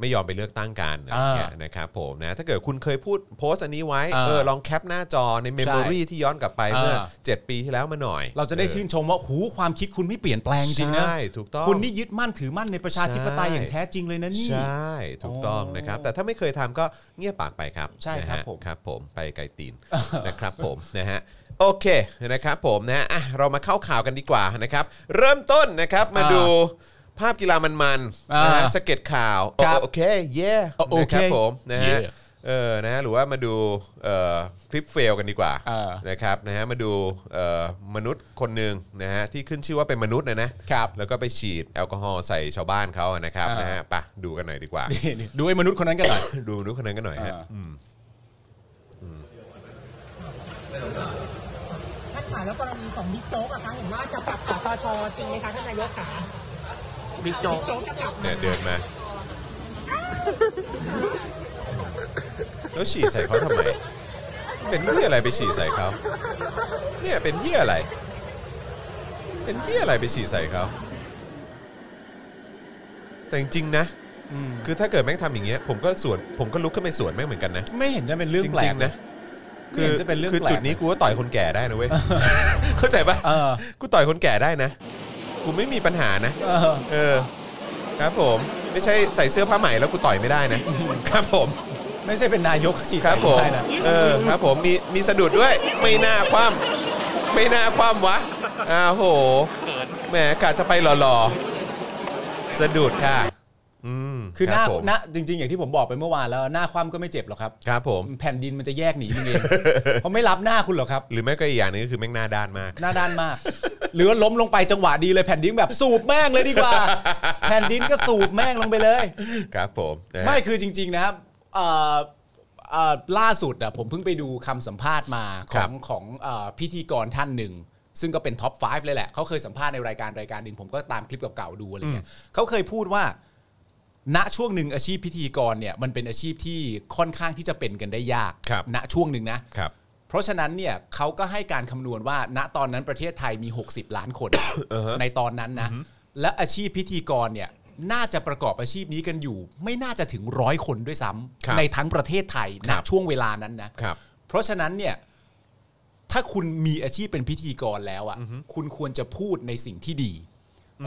B: ไม่ยอมไปเลือกตั้งกันอะไร
C: เออ
B: เงี้ยนะครับผมนะถ้าเกิดคุณเคยพูดโพสต์อันนี้ไว้
C: เออ
B: เออลองแคปหน้าจอในเมมโมรีที่ย้อนกลับไป
C: เออ
B: เมื่อ 7 ปีที่แล้วมาหน่อย
C: เราจะได้
B: เออ
C: ชื่นชมว่าหูความคิดคุณไม่เปลี่ยนแปลงจริงนะ
B: ใช่ถูกต้อง
C: คุณนี่ยึดมั่นถือมั่นในประชาธิปไตยอย่างแท้จริงเลยนะนี่
B: ใช่ ถูกต้องนะครับ แต่ถ้าไม่เคยทำก็เงียบปากไปครับ
C: ใช่ครับ
B: นะฮะ
C: ผม
B: ครับผมไปไกลตีน นะครับผมนะฮะโอเคนะครับผมนะอ่ะเรามาเข้าข่าวกันดีกว่านะครับ เริ่มต้นนะครับมา
C: อ่า
B: ดูภาพกีฬามันๆนะฮะ
C: อ่า
B: สเก็ตข่าว
C: ครับ
B: โอเคเย่
C: โอโอ
B: นะ
C: เค
B: ครับผมนะฮะ
C: Yeah
B: เออนะฮะหรือว่ามาดูเอ่อคลิปเฟลกันดีกว่า
C: อ่าน
B: นะครับนะฮะมาดูเอ่อมนุษย์คนหนึ่งนะฮะที่ขึ้นชื่อว่าเป็นมนุษย์นะนะ
C: ครับ
B: แล้วก็ไปฉีดแอลกอฮอล์ใส่ชาวบ้านเขาอะนะครับ
C: อ่าน
B: นะฮะไปะดูกันหน่อยดีกว่า
C: นี่ๆดูไอ้มนุษย์คนนั้นกันหน่อย
B: ดูดูคนนั้นกันหน่อยฮะ
C: อ่า
B: อืม
E: ท่านค่ะแล้วกรณีของบิ๊กโจ๊กอะคะเห็นว่าจะปรับสตชจริงไหมคะท่านนายกค่ะบิ๊กโจ๊กจะปรับไหม
B: เนี่ยเดินมาแล้วฉีดใส่เขาทำไมเป็นเหี้ยอะไรไปฉีดใส่เขาเนี่ยเป็นเหี้ยอะไร เป็นเหี้ยอะไรไปฉีดใส่เขาแต่จริงๆนะ
C: อืม
B: คือถ้าเกิดแม่งทำอย่างเงี้ยผมก็สวนผมก็ลุกขึ้นไปสวนแม่งเหมือนกันนะ
C: ไม่เห็นจะเป็นเรื่อง
B: จ
C: แปล
B: ริ
C: ก
B: งๆนะ
C: ไม่เห็นจะเป็นเรื่อง
B: คือ
C: แปลก
B: จุดนี้กูก็ต่อยคนแก่ได้นะเว้ย เข้าใจปะ
C: เออ
B: กูต่อยคนแก่ได้นะ กูไม่มีปัญหานะ
C: เออ
B: เออ ครับผม ไม่ใช่ใส่เสื้อผ้าใหม่แล้วกูต่อยไม่ได้นะ ครับผม
C: ไม่ใช่เป็นนายกฉีด
B: ครั
C: ใส่
B: บผม
C: ได้นะ
B: เออ ครับผม มีมีสะดุดด้วย ไม่น่าคว่ำไม่น่าคว่ำวะอ้าวโห แหมกะจะไปหล่อ สะดุดค่ะ อืม
C: คือหน้า
B: รับผม
C: หน้าจริง ๆ อย่างที่ผมบอกไปเมื่อวานแล้วหน้าคว่ำก็ไม่เจ็บหรอกครับ
B: ครับผม
C: แผ่นดินมันจะแยกหนีมึงเองเพราะไม่รับหน้าคุณหรอกครับ
B: หรือไม่ก็อีกอย่างหนึงก็คือแม่งหน้าด้านมาก
C: หน้าด้านมาก หรือว่าล้มลงไปจังหวะดีเลยแผ่นดินแบบสูบแม่งเลยดีกว่า แผ่นดินก็สูบแม่งลงไปเลย
B: ครับผมนะฮะ
C: ไม่คือจริง ๆ นะครับเอ่อเอ่อล่าสุดอะผมเพิ่งไปดูคำสัมภาษณ์มาข
B: ครั
C: อบ งของเอ่อพิธีกรท่านหนึ่ง ซึ่งก็เป็นท็อป 5 เลยแหละ เขาเคยสัมภาษณ์ในรายการรายการหนึ่งผมก็ตามคลิปเก่าๆดูอะไรเงี้ยเขาเคยพูดว่า ณช่วงหนึ่งอาชีพพิธีกรเนี่ยมันเป็นอาชีพที่ค่อนข้างที่จะเป็นกันได้ยาก
B: ครับ
C: ณช่วงหนึ่งนะ
B: ครับ
C: เพราะฉะนั้นเนี่ยเขาก็ให้การคำนวณว่า ณตอนนั้นประเทศไทยมี 60 ล้านคน ในตอนนั้นนะ และอาชีพพิธีกรเนี่ยน่าจะประกอบอาชีพนี้กันอยู่ ไม่น่าจะถึงร้อยคนด้วยซ้
B: ครั
C: ำ
B: บ
C: ในทั้งประเทศไทย
B: ค
C: ณ
B: รับ
C: ช่วงเวลานั้นนะ
B: ครับ
C: เพราะฉะนั้นเนี่ยถ้าคุณมีอาชีพเป็นพิธีกรแล้วอะ่ะคุณควรจะพูดในสิ่งที่ดี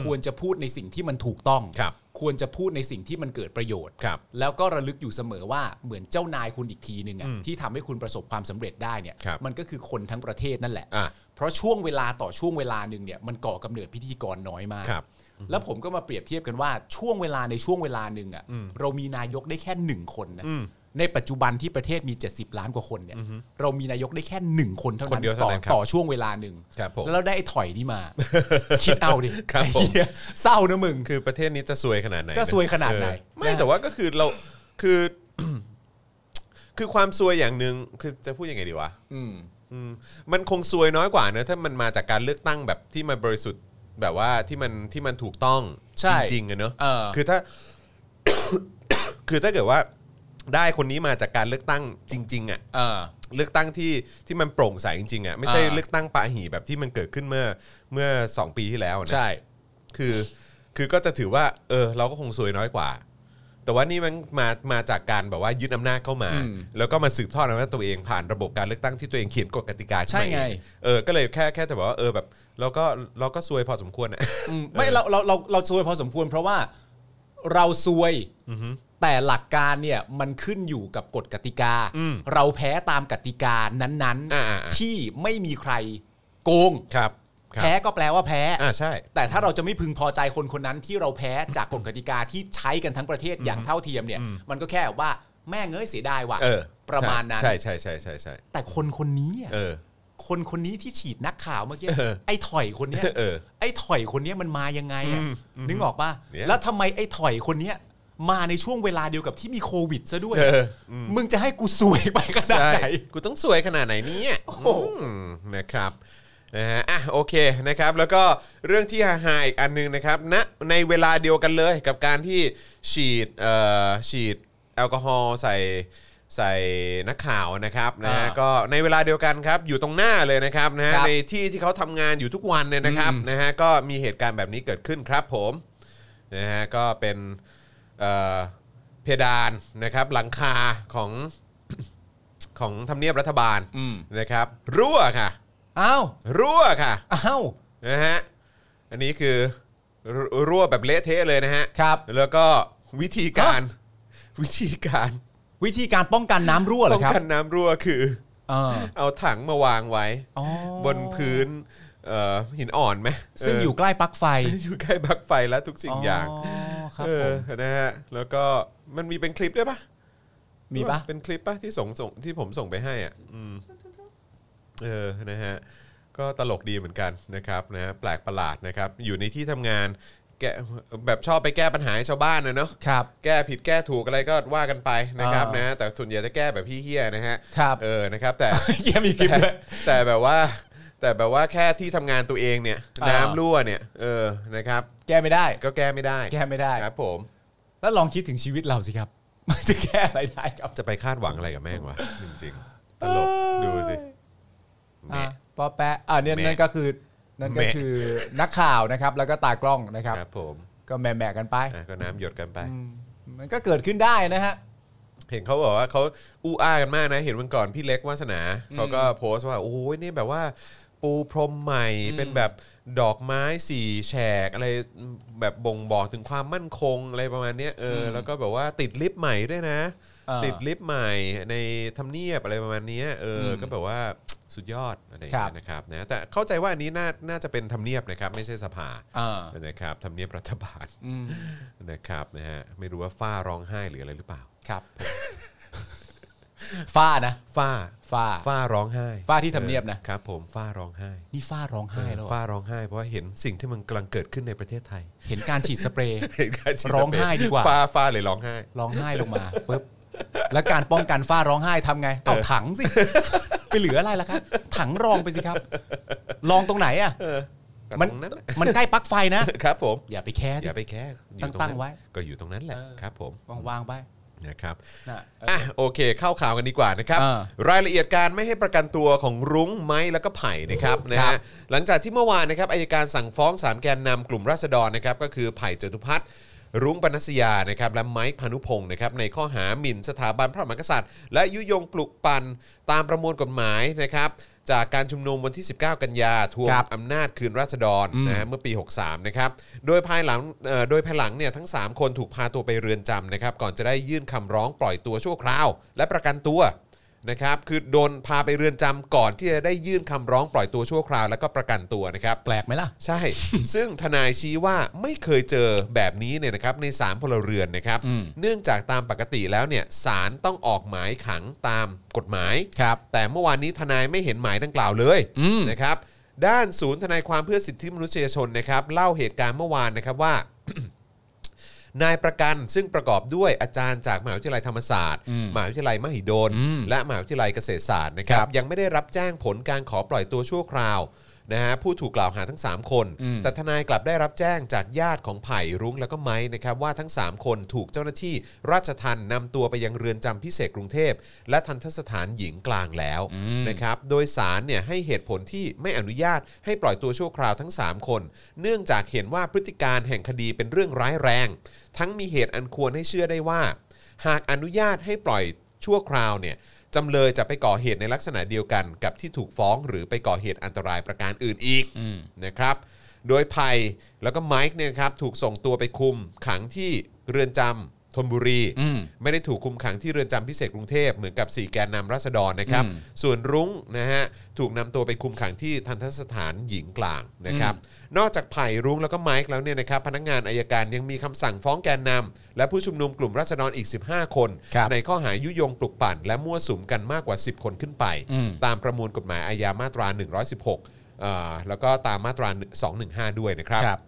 C: ควรจะพูดในสิ่งที่มันถูกต้อง
B: ครับ
C: ควรจะพูดในสิ่งที่มันเกิดประโยชน์
B: ครับ
C: แล้วก็ระลึกอยู่เสมอว่าเหมือนเจ้านายคุณอีกทีหนึ่งอะที่ทำให้คุณประสบความสำเร็จได้เนี่ย
B: ครับ
C: มันก็คือคนทั้งประเทศนั่นแหละ
B: อ่ะ
C: เพราะช่วงเวลาต่อช่วงเวลาหนึ่งเนี่ยมันก่อกำเนิดพิธีกรน้อยมาก
B: ครับ
C: แล้วผมก็มาเปรียบเทียบกันว่าช่วงเวลาในช่วงเวลาหนึ่งอะ่ะเรามีนายกได้แค่หนึ่งคนนะ
B: อืม
C: ในปัจจุบันที่ประเทศมี 70 ล้านกว่าคนเนี่ยเรามีนายกได้แค่หนึ่งคนเท่า
B: คน
C: นั้น
B: เดียวเท่า
C: ต่อ
B: นั้นครับ
C: ต่อช่วงเวลาหนึ่ง
B: ครับผม
C: แล้วเราได้ไอ้ถอยนี่มา คิดเอาดิ
B: ครับผม
C: ไอ้เหี้ยเศร้านะมึง
B: คือประเทศนี้จะซวยขนาดไหน
C: จะซวยขนาดไหน
B: เออไม่
C: นะ
B: แต่ว่าก็คือเราคือ คือความซวยอย่างหนึ่งคือจะพูดยังไงดีวะ
C: อืม
B: อืมมันคงซวยน้อยกว่านะถ้ามันมาจากการเลือกตั้งแบบที่มันบริสุทธิ์แบบว่าที่มันที่มันถูกต้อง
C: ใช่
B: จริงๆอะเนอะ
C: เออ
B: คือถ้า คือถ้าเกิดว่าได้คนนี้มาจากการเลือกตั้งจริง ๆอะ
C: เออ
B: เลือกตั้งที่ที่มันโปร่งใสจริงๆอะไม่ใช่
C: อ่า
B: เลือกตั้งปาหีแบบที่มันเกิดขึ้นเมื่อเมื่อสองปีที่แล้วนะ
C: ใช่
B: คือ คือก็จะถือว่า เออ เราก็คงซวยน้อยกว่า แต่ว่านี่มันมามาจากการแบบว่ายึดอำนาจเข้ามา
C: อืม
B: แล้วก็มาสืบทอดอำนาจตัวเองผ่านระบบการเลือกตั้งที่ตัวเองเขียนกฎกติกาขึ้นมา
C: ใช่ไง
B: เอเออก็เลยแค่แค่จะบอกว่าเออแบบเราก็เราก็ซวยพอสมควรนะ
C: อืมไม่เราเราเราเราซวยพอสมควร เพราะว่าเราซวยแต่หลักการเนี่ยมันขึ้นอยู่กับกฎกติกา
B: อืม
C: เราแพ้ตามกติกานั้น
B: อ่าอ่าอ่า
C: ๆ ที่ไม่มีใครโกง
B: ครับครับ
C: แพ้ก็แปลว่าแพ้
B: อ่าใช่
C: แต่ถ้าเราจะไม่พึงพอใจคนคนนั้นที่เราแพ้จากกฎกติกาที่ใช้กันทั้งประเทศอย่างเท่าเทียมเนี่ย มันก็แค่ว่าแม่งเอ้ยเสียดายว่ะ
B: เออ
C: ประมาณนั้น
B: ใช่ใช่ใช่ใช่ใช่
C: แต่คนคนนี้อะ
B: เออ
C: คนคนนี้ที่ฉีดนักข่าวเมื่อกี้
B: เออ
C: ไอ้ถอยคนเนี้ย
B: เออ
C: ไอ้ถอยคนเนี้ยมันมายังไงอะ
B: อืมอืม
C: นึกออกปะ
B: เนี่ย
C: แล้วทำไมไอ้ถอยคนเนี้ยมาในช่วงเวลาเดียวกับที่มีโควิดซะด้วย
B: เออ
C: มึงจะให้กูสวยไปขนาด
B: ใช่
C: ไหน
B: กูต้องซวยขนาดไหนเนี่ย
C: โอ้
B: อืมนะครับนะฮะอ่ะโอเคนะครับ แล้วก็เรื่องที่ฮาๆอีกอันหนึงนะครับณในเวลาเดียวกันเลยกับการที่ฉีดเอ่อฉีดแอลกอฮอล์ใส่ใส่นักข่าวนะครับนะฮะ
C: อ่า
B: ก็ในเวลาเดียวกันครับอยู่ตรงหน้าเลยนะครับนะฮะ
C: ครับ
B: ในที่ที่เขาทำงานอยู่ทุกวันเนี่ยนะครับ
C: อืม
B: นะฮะก็มีเหตุการณ์แบบนี้เกิดขึ้นครับผมนะฮะก็เป็นเอ่อเพดานนะครับหลังคาของ ของทำเนียบรัฐบาล
C: อืม
B: นะครับ รั่วค่ะ
C: อ้าว
B: รั่วค่ะ
C: อ้าว
B: นะฮะอันนี้คือรรั่วแบบเละเทะเลยนะฮะ
C: ครับ
B: แล้วก็วิธีการวิธีการ
C: วิธีการป้องกันน้ำรั่วเหร
B: ป้
C: อ
B: อง
C: ครับ
B: กันน้ำรั่วคือ
C: เออ
B: เอาถังมาวางไว้
C: อ๋อบ
B: นพื้นเอ่อหินอ่อนไหม
C: ซึ่งอยู่ใกล้ปลั๊กไฟ
B: เอออยู่ใกล้บักไฟแล้วทุกสิ่งอย่าง
C: ครับ
B: เอ
C: ผ
B: อ
C: ม
B: นะฮะแล้วก็มันมีเป็นคลิปด้วยปะ
C: มีปะ
B: เป็นคลิปปะที่ส่งส่งที่ผมส่งไปให้อ่ะอืมเออนะฮะก็ตลกดีเหมือนกันนะครับนะฮะแปลกประหลาดนะครับ อยู่ในที่ทำงานแกแบบชอบไปแก้ปัญหาให้ชาวบ้านนะเนาะ
C: ครับ
B: แก้ผิดแก้ถูกอะไรก็ว่ากันไปนะครับ
C: อ่าน
B: นะฮะแต่ส่วนใหญ่จะแก้แบบพี่เฮียนะฮะ
C: ครับ
B: เออนะครับ แต่
C: เยี่ยมีคลิปด้วย
B: แต่แบบว่า แต่แบบว่าแค่ที่ทำงานตัวเองเนี่ย
C: อ่า
B: น้ำรั่วเนี่ยเออนะครับ
C: แก้ไม่ได้
B: ก็แก้ไม่ได้
C: แก้ไม่ได้
B: ครับผม
C: แล้วลองคิดถึงชีวิตเราสิครับ มันจะแก้อะไรได้ครับ
B: จะไปคาดหวังอะไรกับแม่งวะจริงๆตลกดูสิแหม่
C: อ่ะปอแปะอ่าเนี่ย
B: แม่
C: นั่นก็คือนั่นก็
B: แม่
C: คือนักข่าวนะครับ แล้วก็ตากล้องนะครับ
B: ครับผม
C: ก็แหม่ๆกันไป
B: อ่ะก็น้ำหยดกันไป
C: อืมมันก็เกิดขึ้นได้นะฮะ
B: เห็นเขาบอกว่าเขาอู้อ้ากันมากนะ เห็นวันก่อนพี่เล็กวาสนาเขาก็โพสต์ว่า โอ้ยนี่แบบว่า ปูพรมใหม่เป็นแบบดอกไม้สี่แฉก อะไรแบบบ่งบอกถึงความมั่นคงอะไรประมาณเนี้ยเอออ
C: ม
B: แล้วก็แบบว่าติดลิฟต์ใหม่ด้วยนะ
C: อ่า
B: ติดลิฟต์ใหม่ในทำเนียบอะไรประมาณเนี้ยเอออ
C: ม
B: ก็แบบว่า สุดยอดอะไรอย่างเงี้ยนะครับนะแต่เข้าใจว่าอันนี้น่าน่าจะเป็นทำเนียบนะครับไม่ใช่สภา
C: อ่า
B: นะครับทำเนียบรัฐบาล
C: อืม
B: นะครับนะฮะไม่รู้ว่าฝ้าร้องไห้หรืออะไรหรือเปล่า
C: ครับ ฝ้านะ
B: ฝ้า
C: ฝ้า
B: ฝ้าร้องไห้
C: ฝ้าที่ทำเนียบนะ
B: ออครับผมฝ้าร้องไห้
C: นี่ฝ้าร้องไห้แล้วอะ
B: ฝ้าร้องไห้ เพราะว่าเห็นสิ่งที่มันกำลังเกิดขึ้นในประเทศไท ย
C: เห็นการฉีดสเปรย์
B: เห็นการฉีดสเป
C: ร้องไห้ดีกว่า
B: ฟ้าฟ้าเลยร้องไห้
C: ร้องไห้ลงมาปุ๊บแล้วการป้องกันฝ้าร้องไห้ทำไงเอาถังสิ ไปเหลืออะไรล่ะครับถังรองไปสิครับ รองตรงไหนอ่ะ
B: มั
C: มัน น
B: นั้นแหละ
C: มันใกล้ปลั๊กไฟนะ
B: ครับผม
C: อย่าไปแคร์
B: อ
C: สิ
B: ย่าไปแค่อยู่ร
C: ตั้งๆ
B: นั้น
C: ไว้
B: ก็อยู่ตรงนั้นแหละ
C: เออ
B: ครับผม
C: ว่างๆไป
B: นะครับ
C: นะ
B: อ่ะโอเคเข้าข่าวกันดีกว่านะครับ
C: เออ
B: รายละเอียดการไม่ให้ประกันตัวของรุ้งไม้แล้วก็ไผ่นะครับนะ
C: ครั
B: ฮะ
C: บ
B: หลังจากที่เมื่อวานนะครับอายการสั่งฟ้องสามแกนนำกลุ่มราษฎรนะครับก็คือไผ่จตุพัฒน์รุ้งปนัสยานะครับและไม้พานุพงศ์นะครับในข้อหาหมิ่นสถาบันพระมหากษัตริย์ และยุยงปลุกปั่นตามประมวลกฎหมายนะครับจากการชุมนุมวันที่ 19 กันยาทวง
C: ครับ
B: อำนาจคืนราษฎร
C: อืม
B: นะฮะเมื่อปี 63 นะครับ โดยภายหลังเอ่อโดยภายหลังเนี่ยทั้ง 3 คนถูกพาตัวไปเรือนจำนะครับ ก่อนจะได้ยื่นคำร้องปล่อยตัวชั่วคราว และประกันตัวนะครับ คือโดนพาไปเรือนจำก่อนที่จะได้ยื่นคำร้องปล่อยตัวชั่วคราว และก็ประกันตัวนะครับ
C: แปลกไหมล่ะ
B: ใช่ ซึ่งทนายชี้ว่าไม่เคยเจอแบบนี้เนี่ยนะครับในสามพลเรือนนะครับ
C: อืม
B: เนื่องจากตามปกติแล้วเนี่ยศาลต้องออกหมายขังตามกฎหมาย
C: ครับ
B: แต่เมื่อวานนี้ทนายไม่เห็นหมายดังกล่าวเลย
C: อืม
B: นะครับ ด้านศูนย์ทนายความเพื่อสิทธิมนุษยชนนะครับ เล่าเหตุการณ์เมื่อวานนะครับว่า นายประกันซึ่งประกอบด้วยอาจารย์จากมหาวิทยาลัยธรรมศาสตร์มหาวิทยาลัยมหิดล
C: อืม
B: และมหาวิทยาลัยเกษตรศาสตร์นะครับ
C: ครับ
B: ยังไม่ได้รับแจ้งผลการขอปล่อยตัวชั่วคราวนะฮะผู้ถูกกล่าวหาทั้ง 3 คน
C: อืม
B: แต่ทนายกลับได้รับแจ้งจากญาติของไผ่รุ้งแล้วก็ไม้นะครับว่าทั้ง 3 คนถูกเจ้าหน้าที่ราชทันนำตัวไปยังเรือนจำพิเศษกรุงเทพ และทันทสถานหญิงกลางแล้วนะครับโดยสารเนี่ยให้เหตุผลที่ไม่อนุญาตให้ปล่อยตัวชั่วคราวทั้ง 3 คน เนื่องจากเห็นว่าพฤติการแห่งคดีเป็นเรื่องร้ายแรง ทั้งมีเหตุอันควรให้เชื่อได้ว่า หากอนุญาตให้ปล่อยชั่วคราวเนี่ยจำเลยจะไปก่อเหตุในลักษณะเดียวกันกับที่ถูกฟ้องหรือไปก่อเหตุอันตรายประการอื่นอีก นะครับ โดยไผ่แล้วก็ไมค์เนี่ยนะครับถูกส่งตัวไปคุมขังที่เรือนจำธนบุรี
C: อืม
B: ไม่ได้ถูกคุมขังที่เรือนจำพิเศษกรุงเทพเหมือนกับ 4 แกนนำราษฎรนะครับ
C: อืม
B: ส่วนรุ้งนะฮะถูกนำตัวไปคุมขังที่ทันทสถานหญิงกลางนะครับ นอกจากไผ่รุ้งแล้วก็ไมค์แล้วเนี่ยนะครับพนักงานอายการยังมีคำสั่งฟ้องแกนนำและผู้ชุมนุมกลุ่มราษฎรอีก 15 คน
C: ครับ
B: ในข้อหายุยงปลุกปั่น และมั่วสุมกันมากกว่า 10 คนขึ้นไป
C: อืม
B: ตามประมวลกฎหมายอาญามาตรา 116เอ่อแล้วก็ตามมาตรา 215 ด้วยนะครับ
C: ครับ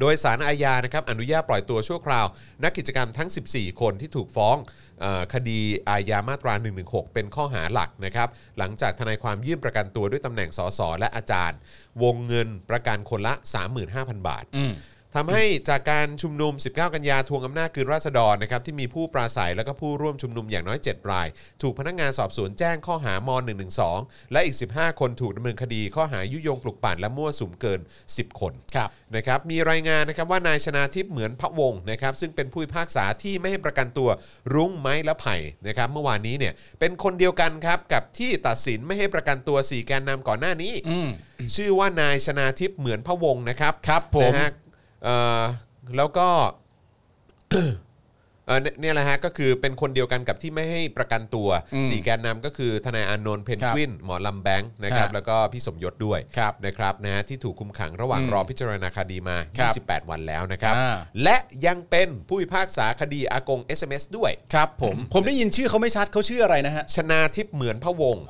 B: โดยสารอาญานะครับอนุญาตปล่อยตัวชั่วคราว นักกิจกรรมทั้ง 14 คนที่ถูกฟ้องเออคดีอาญามาตรา 116 เป็นข้อหาหลักนะครับ หลังจากทนายความยื่นประกันตัวด้วยตำแหน่งสสและอาจารย์ วงเงินประกันคนละ 35,000 บาท
C: อืม
B: ทำให้จากการชุมนุม 19 กันยาทวงอำนาจคืนราษฎรนะครับที่มีผู้ปราศัยและก็ผู้ร่วมชุมนุมอย่างน้อย 7 ราย ถูกพนักงานสอบสวนแจ้งข้อหาม .112 และอีก 15 คนถูกดำเนินคดี ข้อหายุยงปลุกปั่นและมั่วสุมเกิน 10 คน
C: ครับ
B: นะครับมีรายงานนะครับว่านายชนาทิพย์เหมือนพระวงศ์นะครับซึ่งเป็นผู้พิพากษาที่ไม่ให้ประกันตัวรุ้งไม้และไผ่นะครับเมื่อวานนี้เนี่ยเป็นคนเดียวกันครับกับที่ตัดสินไม่ให้ประกันตัวสี่แกนนำก่อนหน้านี้
C: อืม
B: ชื่อว่านายชนาทิพย์เหมือนพะวงศ์นะครับ
C: ครับผม
B: นะฮะเอ่อแล้วก็ เอ่อเนี่ยเนี่ยแหละฮะก็คือเป็นคนเดียวกันกับที่ไม่ให้ประกันตัว
C: อืม
B: สี่แกนนำก็คือทนายอานนท์เพนกวินหมอลำแบงค์นะครับ
C: ครับ
B: แล้วก็พี่สมยศด้วย
C: ครับ
B: นะครับนะฮะที่ถูกคุมขังระหว่าง
C: อืม
B: รอพิจารณาคดีมา
C: ครับ
B: 28 วันแล้วนะครับ
C: อ่า
B: และยังเป็นผู้พิพากษาคดีอากง SMS ด้วย
C: ครับผม ผมได้ยินชื่อเขาไม่ชัดเขาชื่ออะไรนะฮะ
B: ชนาทิพย์เหมือนพะวงศ์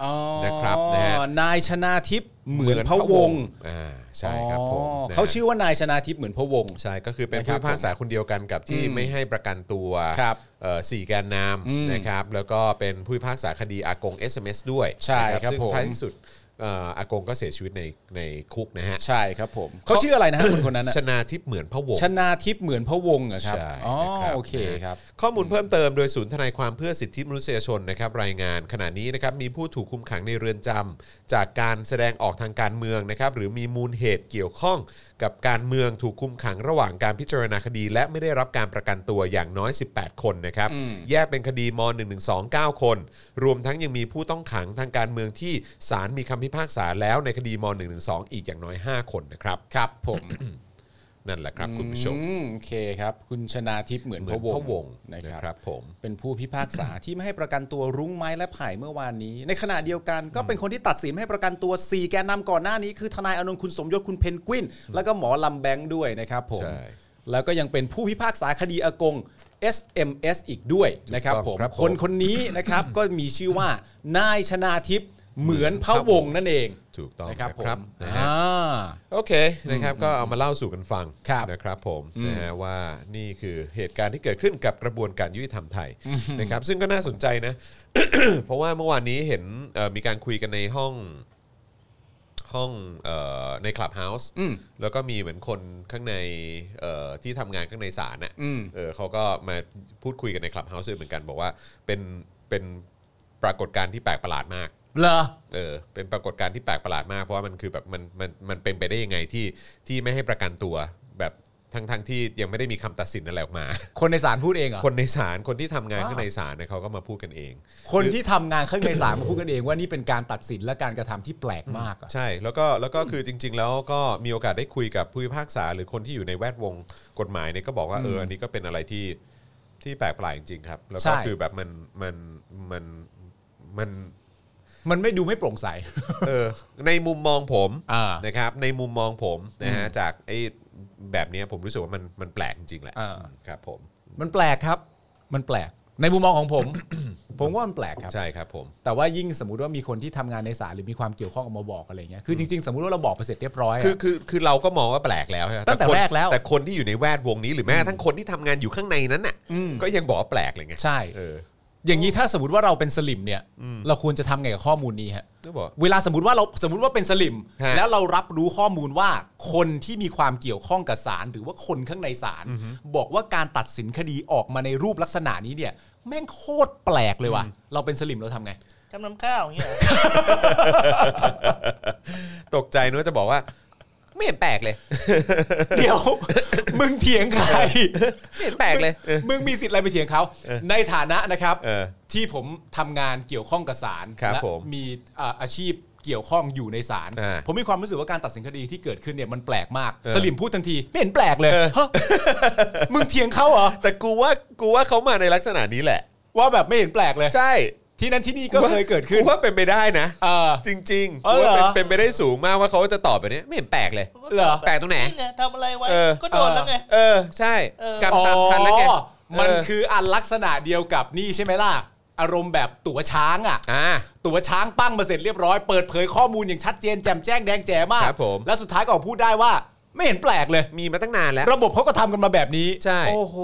B: นะครับนะฮะ
C: นายชนาทิพย์เหมือนพระวงศ์
B: อ่าใช่ครับผม
C: อ๋อ
B: นะฮะ
C: เขาชื่อว่านายชนาทิพย์เหมือนพระวงศ์
B: ใช่ก็คือเป็น
C: นะครั
B: ผู้
C: บ
B: พิพากษาคนเดียวกันกับที่
C: อืม
B: ไม่ให้ประกันตัว
C: ครับ
B: เอ่อสี่แกนน
C: อืม
B: ำนะครับแล้วก็เป็นผู้พิพากษาคดีอากง SMS ด้วย
C: ใช่
B: นะครับ ซึ่ง
C: ผม
B: ท้ายที่สุดเอ่ออากงก็เสียชีวิตในในคุกนะฮะ
C: ใช่ครับผมเขาชื่ออะไรนะฮะคนคนนั้นนะ
B: ชนาทิพย์เหมือนพะวงศ์
C: ชนาทิพย์เหมือนพระวงศ์เหรอครับ
B: ใช่
C: อ๋อ
B: นะรับ
C: โอเค
B: นะครับ ข้อมูลเพิ่มเติมโดยศูนย์ทนายความเพื่อสิทธิมนุษยชนนะครับรายงานขณะนี้นะครับมีผู้ถูกคุมขังในเรือนจำจากการแสดงออกทางการเมืองนะครับหรือมีมูลเหตุเกี่ยวข้องกับการเมืองถูกคุมขังระหว่างการพิจารณาคดี และไม่ได้รับการประกันตัวอย่างน้อย 18 คนนะครับ
C: อืม
B: แยกเป็นคดีม .112 9 คน รวมทั้งยังมีผู้ต้องขังทางการเมืองที่ศาลมีคำพิพากษาแล้วในคดีม .112 อีกอย่างน้อย 5 คนนะครับ
C: ครับผม
B: นั่นแหละครับคุณผู้ชม
C: อืมโอเคครับ คุณชนาทิพย์เหมือน
B: เหมื
C: พ
B: อน
C: ระวง
B: พะวง
C: ศ์นะ
B: นะ
C: ค
B: ครั
C: รับ
B: บผม
C: เป็นผู้พิพากษา ที่ไม่ให้ประกันตัวรุ้งไม้และไผ่เมื่อวานนี้ ในขณะเดียวกันก็เป็นคนที่ตัดสินให้ประกันตัว 4 แกนนำก่อนหน้านี้คือทนายอานนท์คุณสมยศคุณเพนกวิน แล้วก็หมอลำแบงค์ด้วยนะครับผม
B: ใช่
C: แล้วก็ยังเป็นผู้พิพากษาคดีอากง SMS อีกด้วยนะครับผม
B: ครับผม
C: คนคนนี้นะครับ ก็มีชื่อว่านายชนาทิพย์เหมือนพระวงศ์นั่นเอง
B: ถูกต้อง
C: นะครับผม
B: นะฮะ
C: อ่า
B: โอเคนะครับก็เอามาเล่าสู่กันฟัง
C: ครับ
B: นะครับผมนะฮะว่านี่คือเหตุการณ์ที่เกิดขึ้นกับกระบวนการยุติธรรมไทยนะครับซึ่งก็น่าสนใจนะ เพราะว่าเมื่อวานนี้เห็นเอ่อมีการคุยกันในห้องห้องเอ่อในคลับเฮาส์
C: อืม
B: แล้วก็มีเหมือนคนข้างในเอ่อที่ทำงานข้างในศาลน่ะ
C: อืม
B: เออเขาก็มาพูดคุยกันในคลับเฮาส์ด้วยเหมือนกัน บอกว่าเป็นเป็นปรากฏการณ์ที่แปลกประหลาดมาก
C: เหรอ
B: เออเป็นปรากฏการณ์ที่แปลกประหลาดมาก เพราะว่ามันคือแบบมันมันมันเป็นไปได้ยังไงที่ที่ไม่ให้ประกันตัวแบบทั้งทั้งที่ยังไม่ได้มีคำตัดสินอะไรออกมา
C: คนในศาลพูดเองเหรอ
B: คนในศาลคนที่ทำงาน
C: ว้าว
B: ข้างในศาลเนี่ยเขาก็มาพูดกันเอง
C: คนที่ทำงานข้างในศาลมาพูดกันเองว่านี่เป็นการตัดสินและการกระทำที่แปลกมากอะ
B: ใช่แล้วก็แล้วก็คือจริง ๆ แล้วก็มีโอกาสได้คุยกับผู้พิพากษาหรือคนที่อยู่ในแวดวงกฎหมายเนี่ยก็บอกว่าเอออันนี้ก็เป็นอะไรที่ที่แปลกประหลาดจริงๆครับแล้ว
C: ใช่
B: ก็คือแบบมันมันมันมัน
C: มันไม่ดูไม่โปร่งใส
B: เออในมุมมองผม
C: อ่า
B: นะครับในมุมมองผมนะฮะจากไอ้แบบเนี้ยผมรู้สึกว่ามันมันแปลกจริงๆแหละ
C: อ่า
B: ครับผม
C: มันแปลกครับ มันแปลก ในมุมมองของ ผม ผมว่ามันแปลกครับ
B: ใช่ครับผม
C: แต่ว่ายิ่งสมมติว่ามีคนที่ทำงานในศาลหรือมีความเกี่ยวข้องออกมาบอกอะไรเงี้ย คือจริงๆ สมมติว่าเราบอกไปเสร็จเรียบร้อยอะ
B: คือคือคือเราก็มองว่าแปลกแล้วใช่ไหม
C: ตั้งแต่
B: คน
C: แรกแล้ว
B: แต่คนที่อยู่ในแวดวงนี้หรือแม้กระทั้งคนที่ทำงานอยู่ข้างในนั้นน่ะก็ยังบอกว่าแปลกเลยไง
C: ใช่
B: เออ
C: อย่างนี้ถ้าสมมติว่าเราเป็นสลิมเนี่ย เราควรจะทำไงกับข้อมูลนี้ฮะ
B: ก็บอก
C: เวลาสมมติว่าเราสมมติว่าเป็นสลิม
B: ฮะ
C: แล้วเรารับรู้ข้อมูลว่าคนที่มีความเกี่ยวข้องกับศาลหรือว่าคนข้างในศาลบอกว่าการตัดสินคดีออกมาในรูปลักษณะนี้เนี่ย แม่งโคตรแปลกเลยว่ะเราเป็นสลิมเราทำไง
D: จำนำข้าวอย่างเงี้ยเหรอ
B: ตกใจนึกว่าจะบอกว่า ไม่เห็นแปลกเลย
C: เดี๋ยว มึงเถียงใคร
B: ไม่เห็นแปลกเลยเออ
C: มึงมีสิทธิ์อะไรไปเถียงเขาในฐานะนะครับ
B: เออ
C: ที่ผมทำงานเกี่ยวข้องกับศาล
B: ครับ
C: และ
B: ผม
C: มีอ่าอาชีพเกี่ยวข้องอยู่ในศาล
B: อ่า
C: ผมมีความรู้สึกว่าการตัดสินคดีที่เกิดขึ้นเนี่ยมันแปลกมาก
B: เออ
C: สลิมพูดทันที ไม่เห็นแปลกเลยฮะมึงเถียงเขาเหรอ
B: แต่กูว่ากูว่าเขามาในลักษณะนี้แหละ
C: ว่าแบบไม่เห็นแปลกเลย
B: ใช่
C: ที่นั้นที่นี่ก็เคยเกิดขึ้น
B: กูว่าเป็นไปได้นะ
C: เออ
B: จริงๆ
C: อ๋อ
B: กูว่า
C: เหรอ
B: เป็นเป็นไปได้สูงมากว่าเขาจะตอบแบบนี้ไม่เห็นแปลกเลย
C: เหรอ
B: แปลกตรงไหน
D: นี่ไงทำอะไรไว้
B: เออ
D: ก็โดนแล้วไง
B: เออ ใช่
D: เออ
B: กำตามทันแล้วไง
C: อ๋อมัน
B: เ
C: คืออันลักษณะเดียวกับนี่ใช่ไหมล่ะ อารมณ์แบบตั๋วช้างอ่ะ
B: อ่า
C: ตั๋วช้างปั้งมาเสร็จเรียบร้อยเปิดเผยข้อมูลอย่างชัดเจนแจ่มแจ้งแดงแจ๋มาก
B: ครับผม
C: และสุดท้ายก็ออกพูดได้ว่า ไม่เห็นแปลกเลย
B: มีมาตั้งนานแล้ว
C: ระบบเขาก็ทำกันมาแบบนี้
B: ใช่
C: โอ้โห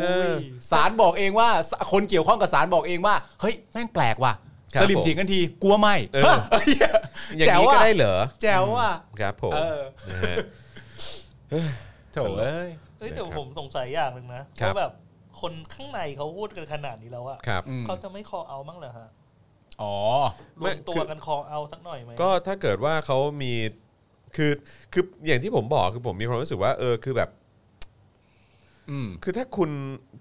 B: เออ
C: สารบอกเองว่าสคนเกี่ยวข้องกับสารบอกเองว่า เฮ้ยแม่งแปลกว่ะ
B: ครับ
C: สลิม
B: ผม
C: เถียงกันทีกลัวไหม
B: เออ
C: ฮะเหี้ย
B: อย่าง
C: แจ๋ว
B: นี้ก็
C: ว่ะ
B: ได้เหรอ
C: แจ๋วว่ะ
B: ครับผม
C: เออ
B: นะฮะ
C: โถเอ้ย
D: เอ้ยแต่
B: นะครับ
D: ผมสงสัยอย่างหนึ่งนะครับ ว่าแบบคนข้างในเขาพูดกันขนาดนี้แล้วอะ
B: ครับ
C: อืม
D: เขาจะไม่คอเอามั้งเหรอฮะ
C: อ๋อ
D: ร
B: ไม่
D: วมตั
B: คื
D: ว
B: อ
D: กันคอเอาสักหน่อยไหม
B: ก็ถ้าเกิดว่าเขามีคือคืออย่างที่ผมบอกคือผมมีความรู้สึกว่า เออคือแบบ
C: อืม
B: คือถ้าคุณ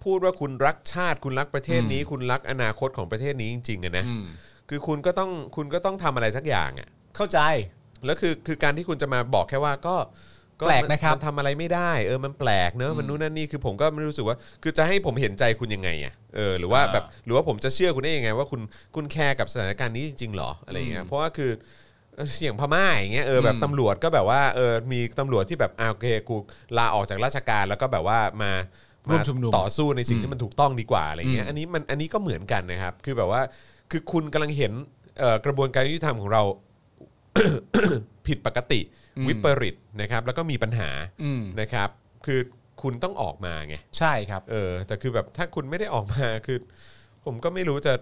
B: พูดว่าคุณรักชาติ คุณรักประเทศนี้
C: อืม
B: คุณรักอนาคตของประเทศนี้จริงๆอะนะ
C: อืม
B: คือคุณก็ต้องคุณก็ต้องทำอะไรสักอย่างอะ
C: เข้าใจ
B: แล้วคือคือการที่คุณจะมาบอกแค่ว่าก็
C: แปลกนะครับ
B: มัทำอะไรไม่ได้เออมันแปลกเนอะมันนู่นนั่นนี่คือผมก็ไม่รู้สึกว่า คือจะให้ผมเห็นใจคุณยังไงอ่ะเออหรือว่าแบบหรือว่าผมจะเชื่อคุณได้ยังไง ว่าคุณคุณแคร์กับสถานการณ์นี้จริงๆหรออะไรอย่างเงี้ยเพราะว่าคือเอ่ออย่างพม่าอย่างเงี้ยเออแบบตำรวจก็แบบว่าเออมีตำรวจที่แบบอ่าโอเคกูลาออกจากราชการแล้วก็แบบว่ามา
C: ร่วมา ชุมนุม
B: ต่อสู้ในสิ่งที่มันถูกต้องดีกว่าอะไรเงี้ยอันนี้มันอันนี้ก็เหมือนกันนะครับ คือแบบว่าคือคุณกำลังเห็นเอ่อกระบวนการยุติธรรมของเรา ผิดปกติวิปริตนะครับแล้วก็มีปัญหา
C: อืม
B: นะครับ คือคุณต้องออกมาไง
C: ใช่ครับ
B: เออแต่คือแบบถ้าคุณไม่ได้ออกมาคือ ผมก็ไม่รู้จะ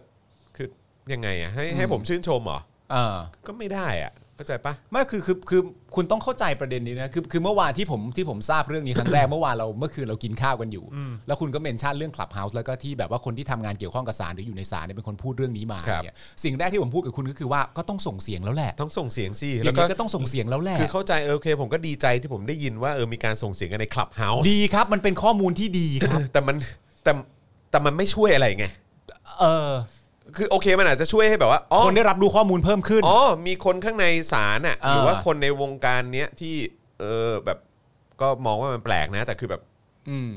B: คือยังไงอ่ะให้ให้ผมชื่นชมเหรอ
C: เออ
B: ก็ไม่ได้อ่ะเข้าใจปะ
C: ไม่คือคือคือคุณต้องเข้าใจประเด็นนี้นะคือคือเมื่อวานที่ผมที่ผมทราบเรื่องนี้ครั้งแรก เมื่อวานเราเมื่อคืนเรากินข้าวกันอยู่ แล้วคุณก็เมนชั่นเรื่องคลับเฮาส์แล้วก็ที่แบบว่าคนที่ทำงานเกี่ยวข้องกับสารหรืออยู่ในสารเนี่ยเป็นคนพูดเรื่องนี้มา
B: ครับ
C: เนี่ยสิ่งแรกที่ผมพูดกับคุณก็คือว่าก็ต้องส่งเสียงแล้วแหละ
B: ต้องส่งเสียงสิ
C: อ
B: แล้
C: ย่าว ง
B: ก็
C: นี้ก็ต้องส่งเสียงแล้วแหละ
B: คือเข้าใจเออโอเค ผมก็ดีใจที่ผมได้ยินว่าเออมีการส่งเสียงกันในคลับเฮาส์
C: ดีครับมันเป็นข้อมูลที่ดีครับ
B: แต่มันแต่แต่มันไม่ช่วยอะไรไง
C: เออ
B: คือโอเคมันอาจจะช่วยให้แบบว่าอ๋อ
C: คนได้รับรู้ข้อมูลเพิ่มขึ้น
B: อ๋อ มีคนข้างในศาลน่ะห
C: อ่า
B: รือว่าคนในวงการเนี้ยที่ เออแบบ ก็มองว่ามันแปลกนะ แต่คือแบบ
C: อืม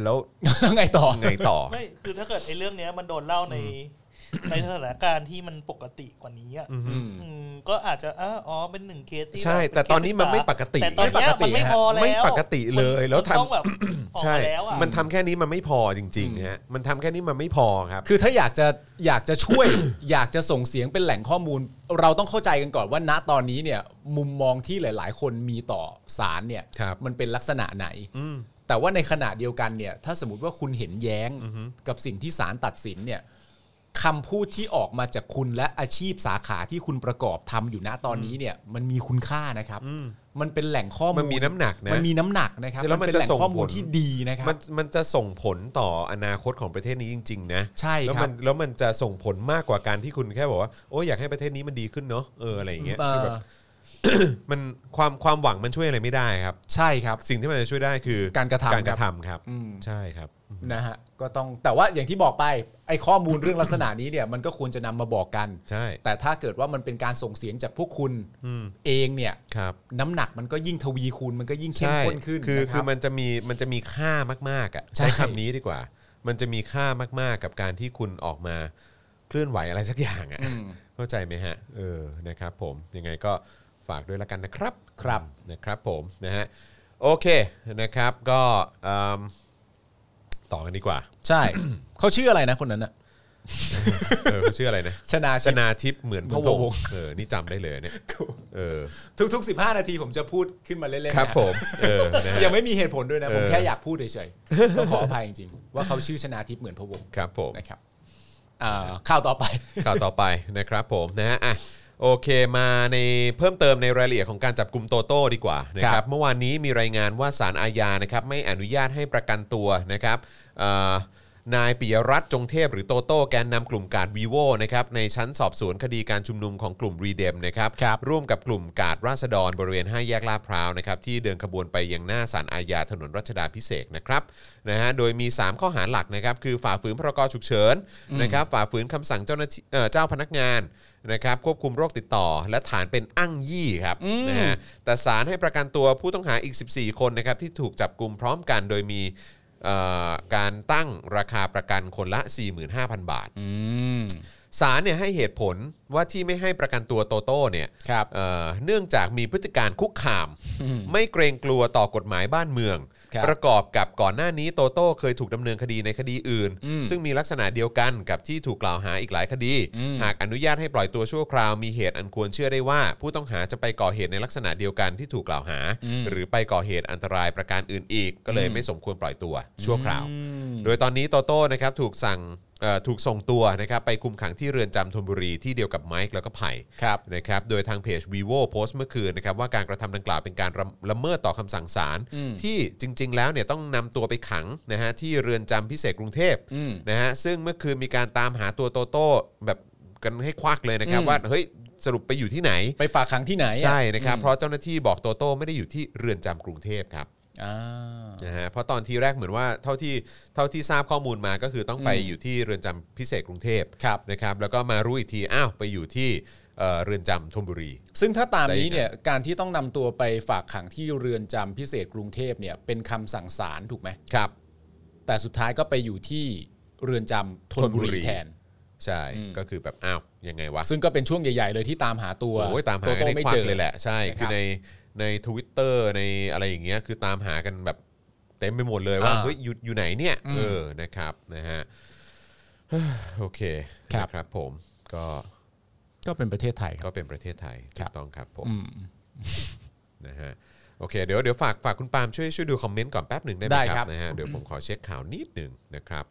B: แล้ว
C: แล้วไงต่อ
B: ไงต่อ
D: ไม่คือถ้าเกิดไอ้เรื่องเนี้ยมันโดนเล่าในในสถานการณ์ที่มันปกติกว่านี้อ่ะ
C: อืม
D: อืมก็อาจจะอ้าอ๋อเป็นหนึ่งเคสที่
B: ใช่
D: บบเป็
B: แต่ตอนนี้มัน
D: เคส
B: ไม่
D: ศึษา
B: ปกติ
D: แต่ตอนเนี้ย
C: ไม่ปกติ
D: มันไม่
C: ฮะ
D: พอแล้ว
B: ไม่ปกติเลยแล้ว
D: มัน
B: ทำ
D: ต้องแบบออก
B: ใช่
D: มาแล้วอ่ะ
B: มันทำแค่นี้มันไม่พอจริงๆฮะมันทำแค่นี้มันไม่พอครับ
C: คือถ้าอยากจะอยากจะช่วย อยากจะส่งเสียงเป็นแหล่งข้อมูล เราต้องเข้าใจกันก่อนว่าณตอนนี้เนี่ย มุมมองที่หลาย ๆ คนมีต่อสารเนี่ย
B: ครับ
C: มันเป็นลักษณะไหน
B: อืม
C: แต่ว่าในขณะเดียวกันเนี่ย ถ้าสมมติว่าคุณเห็นแย้ง
B: อือฮึ
C: กับสิ่งที่ศาลตัดสินเนี่ยคำพูดที่ออกมาจากคุณและอาชีพสาขาที่คุณประกอบทำอยู่ณตอนนี้เนี่ย มันมีคุณค่านะครับ
B: อืม
C: มันเป็นแหล่งข้อมูล
B: มันมีน้ำหนักนะ
C: มันมีน้ำหนักนะครับ
B: แล้วมัน
C: เป็น
B: จะ
C: แหล่ง
B: ส่ง
C: ข้อมูล
B: ผล
C: ที่ดีนะครับ
B: มันมันจะส่งผลต่ออนาคตของประเทศนี้จริง ๆ นะ
C: ใช่
B: แล้ว
C: ครั
B: มั
C: บ
B: นแล้วมันจะส่งผลมากกว่าการที่คุณแค่บอกว่าโอ้ยอยากให้ประเทศนี้มันดีขึ้นเนาะเอออะไรอย่างเงี้ย
C: เอ่
B: คือ
C: อ
B: แบบมันความความหวังมันช่วยอะไรไม่ได้ครับ
C: ใช่ครับ
B: สิ่งที่มันจะช่วยได้คือ
C: การกระทำ
B: การกระทำครับ
C: อืม
B: ใช่ครับ
C: นะฮะก็ต้องแต่ว่าอย่างที่บอกไปไอ้ข้อมูลเรื่องลักษณะนี้เนี่ยมันก็ควรจะนำมาบอกกัน
B: ใช่
C: แต่ถ้าเกิดว่ามันเป็นการส่งเสียงจากพวกคุณ
B: อืม
C: เองเนี่ย
B: ครับ
C: น้ำหนักมันก็ยิ่งทวีคูณมันก็ยิ่งเข้ม
B: ใช่
C: ข้นขึ้น
B: คือ
C: นะ
B: คื
C: รั
B: อบ มันจะมีมันจะมีค่ามากๆอ่ะ
C: ใช่
B: ใช้คำนี้ดีกว่า มันจะมีค่ามากๆกับการที่คุณออกมาเคลื่อนไหวอะไรสักอย่างอ่ะ
C: อืม
B: เข้าใจไหมฮะเออนะครับผมยังไงก็ฝากด้วยละกันนะครับ
C: ครับ
B: นะครับผมนะฮะโอเคนะครับก็เอิ่มต่อกันดีกว่า
C: ใช่ เขาชื่ออะไรนะคนนั้นอะ
B: เออเขาชื่ออะไรนะ
C: ชนา
B: ช
C: ชนะ
B: นาทิพย์เหมือนพะวง
C: พะวง
B: เออนี่จำได้เลยเนี่ยเออ
C: ทุก ๆ 15 นาทีผมจะพูดขึ้นมาเล่นๆ
B: ครับ
C: นะ
B: ผมเออนะฮะ
C: ยังไม่มีเหตุผลด้วยนะ ผม
B: เออ
C: แค่อยากพูดเฉยๆต้องขออภัยจริงๆ ว่าเขาชื่อชนาทิพย์เหมือนพะวง
B: ครับผม
C: นะครับอ่าข่าวต่อไป
B: ข่าวต่อไปนะครับผมนะฮะอ่ะโอเคมาในเพิ่มเติมในรายละเอียดของการจับกลุ่มโตโต้ดีกว่านะค
C: ครั
B: รับบ เมื่อวานนี้มีรายงานว่าสารอาญานะครับไม่อนุญาตให้ประกันตัวนะครับเอ่อนายปิยรัตน์จงเทพหรือโตโต้แกนนำกลุ่มการวีโวนะครับในชั้นสอบสวนคดีการชุมนุมของกลุ่มรีเดมนะครับ
C: ครับ
B: ร่วมกับกลุ่มกาดราษฎรบริเวณ 5 แยกลาดพร้าวนะครับที่เดินขบวนไปยังหน้าศาลอาญาถนนรัชดาพิเศษกนะครับนะฮะโดยมี 3 ข้อหาหลักนะครับคือฝ่าฝืนพรกฉุกเฉินนะครับฝ่าฝืนคำสั่งเจ้าหน้าที่เอ่อเจ้าพนักงานนะครับควบคุมโรคติดต่อ และฐานเป็นอ้างยี่ครับนะฮะแต่ศาลให้ประกันตัวผู้ต้องหาอีก 14 คนนะครับที่ถูกจับกลุ่มพร้อมกันโดยมีเอ่อการตั้งราคาประกันคนละ 45,000 บาท
C: อืม
B: ศาลเนี่ยให้เหตุผลว่าที่ไม่ให้ประกันตัวโตโต้เนี่ย
C: ครับ
B: เอ่อเนื่องจากมีพฤติการคุกคาม
C: อืม
B: ไม่เกรงกลัวต่อกฎหมายบ้านเมือง
C: ครับ
B: ประกอบกับก่อนหน้านี้โตโต้เคยถูกดำเนินคดีในคดีอื่น
C: อืม
B: ซึ่งมีลักษณะเดียวกันกับที่ถูกกล่าวหาอีกหลายคดี
C: อืม
B: หากอนุญาตให้ปล่อยตัวชั่วคราวมีเหตุอันควรเชื่อได้ว่า ผู้ต้องหาจะไปก่อเหตุในลักษณะเดียวกันที่ถูกกล่าวหา หรือไปก่อเหตุอันตรายประการอื่นอีก ก็เลยไม่สมควรปล่อยตัวชั่วคราว
C: อืม
B: โดยตอนนี้โตโต้นะครับถูกสั่งเอ่อถูกส่งตัวนะครับไปคุมขังที่เรือนจำธนบุรีที่เดียวกับไมค์แล้วก็ไผ่
C: ครับ
B: นะครับโดยทางเพจ vivo โพสต์เมื่อคืนนะครับว่าการกระทำดังกล่าวเป็นการละละเมิดต่อคำสั่งศาล
C: อืม
B: ที่จริง ๆ แล้วเนี่ยต้องนำตัวไปขังนะฮะที่เรือนจำพิเศษกรุงเทพ
C: อืม
B: นะฮะซึ่งเมื่อคืนมีการตามหาตัวโตโต้แบบกันให้ควักเลยนะครับ
C: อืม
B: ว่าเฮ้ยสรุปไปอยู่ที่ไหน
C: ไปฝากขังที่ไหนอะ
B: ใช่นะครับ
C: อืม
B: เพราะเจ้าหน้าที่บอกโตโต้ไม่ได้อยู่ที่เรือนจำกรุงเทพครับ
C: อ่า
B: นะฮะเพราะตอนทีแรกเหมือนว่าเท่าที่เท่าที่ทราบข้อมูลมาก็คือต้องไป
C: อืม
B: อยู่ที่เรือนจำพิเศษกรุงเทพ
C: ครับ
B: นะครับแล้วก็มารู้อีกทีอ้าวไปอยู่ที่เอ่อเรือนจำธนบุรี
C: ซึ่งถ้าตาม
B: ใช่ค
C: นี้
B: รับ
C: เนี่ยการที่ต้องนำตัวไปฝากขังที่เรือนจำพิเศษกรุงเทพเนี่ยเป็นคำสั่งศาลถูกไหม
B: ครับ
C: แต่สุดท้ายก็ไปอยู่ที่เรือนจำธน
B: ธน
C: บุ
B: บุรี
C: รีแทน
B: ใช่
C: อืม
B: ก็คือแบบอ้าวยังไงวะ
C: ซึ่งก็เป็นช่วงใหญ่ ๆ เลยที่ตามหาตัว
B: โอ้ยตามหา
C: โต
B: กัน
C: โต้
B: ใน
C: ไม่
B: ควั
C: เจ
B: ก
C: อ
B: เลยแหละใช่คือ
C: นะครับ
B: ในในทวิตเตอร์ในอะไรอย่างเงี้ยคือตามหากันแบบเต็มไปหมดเลยว่า
C: อ่า
B: เฮ้ยอยู่อยู่ไหนเนี่ย
C: อืม
B: เออนะครับนะฮะ โอเค
C: ครับ
B: นะครับผมก็
C: ก็เป็นประเทศไทยค
B: ก็
C: รับ
B: เป็นประเทศไทย
C: ค
B: ถู
C: รับ
B: กต้องครับผม
C: อืม
B: นะฮะโอเคเดี๋ยวเดี๋ยวฝากฝากคุณปาล์มช่วยช่วยดูคอมเมนต์ก่อนแป๊บหนึ่งได้ไหม
C: ได้
B: ค
C: ครั
B: รับบ นะฮะเดี๋ยวผมขอเช็คข่าวนิดหนึ่ง นะครับ